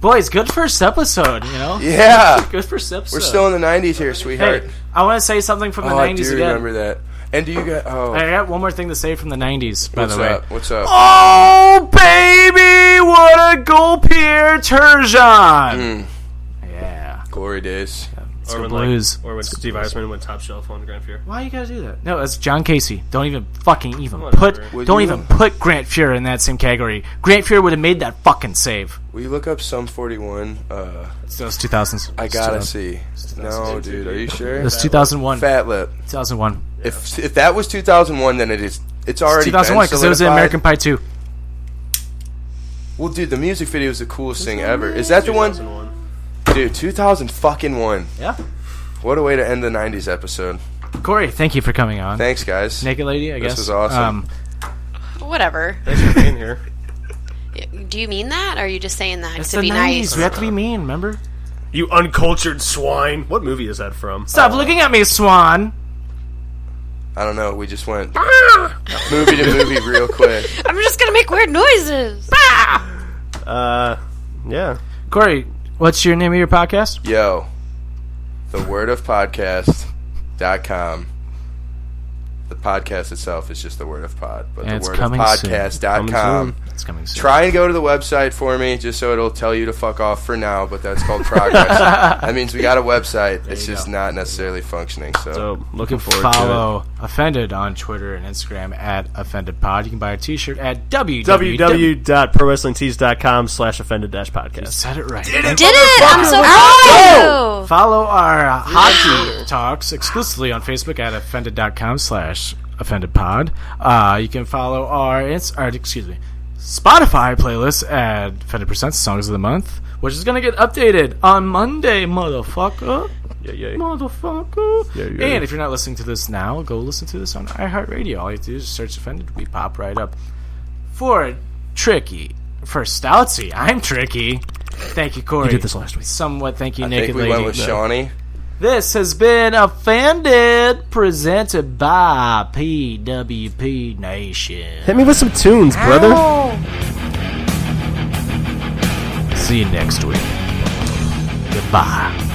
Speaker 1: boys. Good first episode. You know,
Speaker 5: Yeah,
Speaker 1: good first episode.
Speaker 5: we're still in the 90s here,
Speaker 1: Hey,
Speaker 5: sweetheart.
Speaker 1: I want to say something from the
Speaker 5: oh, I do
Speaker 1: '90s again.
Speaker 5: remember that. And do you got? Oh,
Speaker 1: I got one more thing to say from the '90s, by
Speaker 5: what's
Speaker 1: the way.
Speaker 5: up? What's up?
Speaker 1: Oh baby, what a goal, Pierre Turgeon.
Speaker 5: Mm,
Speaker 1: Yeah,
Speaker 5: glory days.
Speaker 1: let's
Speaker 13: Or
Speaker 1: go
Speaker 13: when, like-
Speaker 1: Blues.
Speaker 13: or when Steve Eisman went top shelf on Grand Fear.
Speaker 1: Why you gotta do that? No, it's John Casey. Don't even fucking even
Speaker 13: Whatever.
Speaker 1: put.
Speaker 5: Would
Speaker 1: don't
Speaker 5: you-
Speaker 1: even put Grant Fuhrer in that same category. Grant Fuhrer would have made that fucking save.
Speaker 5: Will you look up some 41? Uh,
Speaker 1: It's those 2000s.
Speaker 5: I
Speaker 1: It's
Speaker 5: gotta
Speaker 1: 2000.
Speaker 5: see. No, dude, are you sure?
Speaker 1: It's 2001.
Speaker 5: Fat lip.
Speaker 1: 2001.
Speaker 5: If if that was 2001, then it is. It's already
Speaker 1: 2001 because it was in American Pie 2.
Speaker 5: Well, dude, the music video is the coolest thing ever. Is that the one? Dude, 2000 fucking one.
Speaker 1: Yeah.
Speaker 5: What a way to end the 90s episode.
Speaker 1: Corey, thank you for coming on.
Speaker 5: Thanks, guys.
Speaker 1: Naked Lady, I
Speaker 5: This
Speaker 1: guess.
Speaker 5: was awesome.
Speaker 1: Um,
Speaker 12: Whatever.
Speaker 13: Thanks for being here.
Speaker 12: Do you mean that, or are you just saying that
Speaker 1: it's
Speaker 12: to
Speaker 1: the
Speaker 12: be
Speaker 1: 90s.
Speaker 12: nice?
Speaker 1: We have to be mean, remember?
Speaker 13: You uncultured swine. What movie is that from?
Speaker 1: Stop looking at me, Swan.
Speaker 5: I don't know. We just went
Speaker 1: Ah!
Speaker 5: movie to movie real quick.
Speaker 12: I'm just gonna make weird noises.
Speaker 13: Uh, yeah.
Speaker 1: Corey, what's your name of your podcast?
Speaker 5: Yo, the word of podcast.com. the podcast itself is just the word of pod, but
Speaker 1: And it's
Speaker 5: the word of
Speaker 1: coming soon. Coming
Speaker 5: podcast.com.
Speaker 1: soon. It's coming soon.
Speaker 5: Try and go to the website for me, just so it'll tell you to fuck off for now. But that's called progress. that means we got a website. it's just not necessarily functioning. So,
Speaker 1: You can follow Offended on Twitter and Instagram at Offended Pod. You can buy a T-shirt at www.
Speaker 2: www.prowrestlingtees.com slash offended dash podcast.
Speaker 1: Said it right.
Speaker 12: Did it? I'm
Speaker 5: Oh!
Speaker 12: so proud of you.
Speaker 1: Follow our uh, hockey talks exclusively on Facebook at offended.com slash offendedpod. Uh, you can follow our, ins- or, excuse me, Spotify playlist at Offended Percent Songs of the Month, which is going to get updated on Monday, motherfucker.
Speaker 2: Yeah, yeah.
Speaker 1: Motherfucker.
Speaker 2: Yeah, yeah.
Speaker 1: And if you're not listening to this now, go listen to this on iHeartRadio. All you have to do is search Offended. We pop right up. For Tricky, for Stoutsy, I'm Tricky. Thank you, Corey.
Speaker 2: You did this last week.
Speaker 1: Somewhat thank you,
Speaker 5: I
Speaker 1: Naked
Speaker 5: think we
Speaker 1: Lady.
Speaker 5: went with Shawnee.
Speaker 1: This has been Offended, presented by PWP Nation.
Speaker 2: Hit me with some tunes, brother.
Speaker 1: See you next week. Goodbye.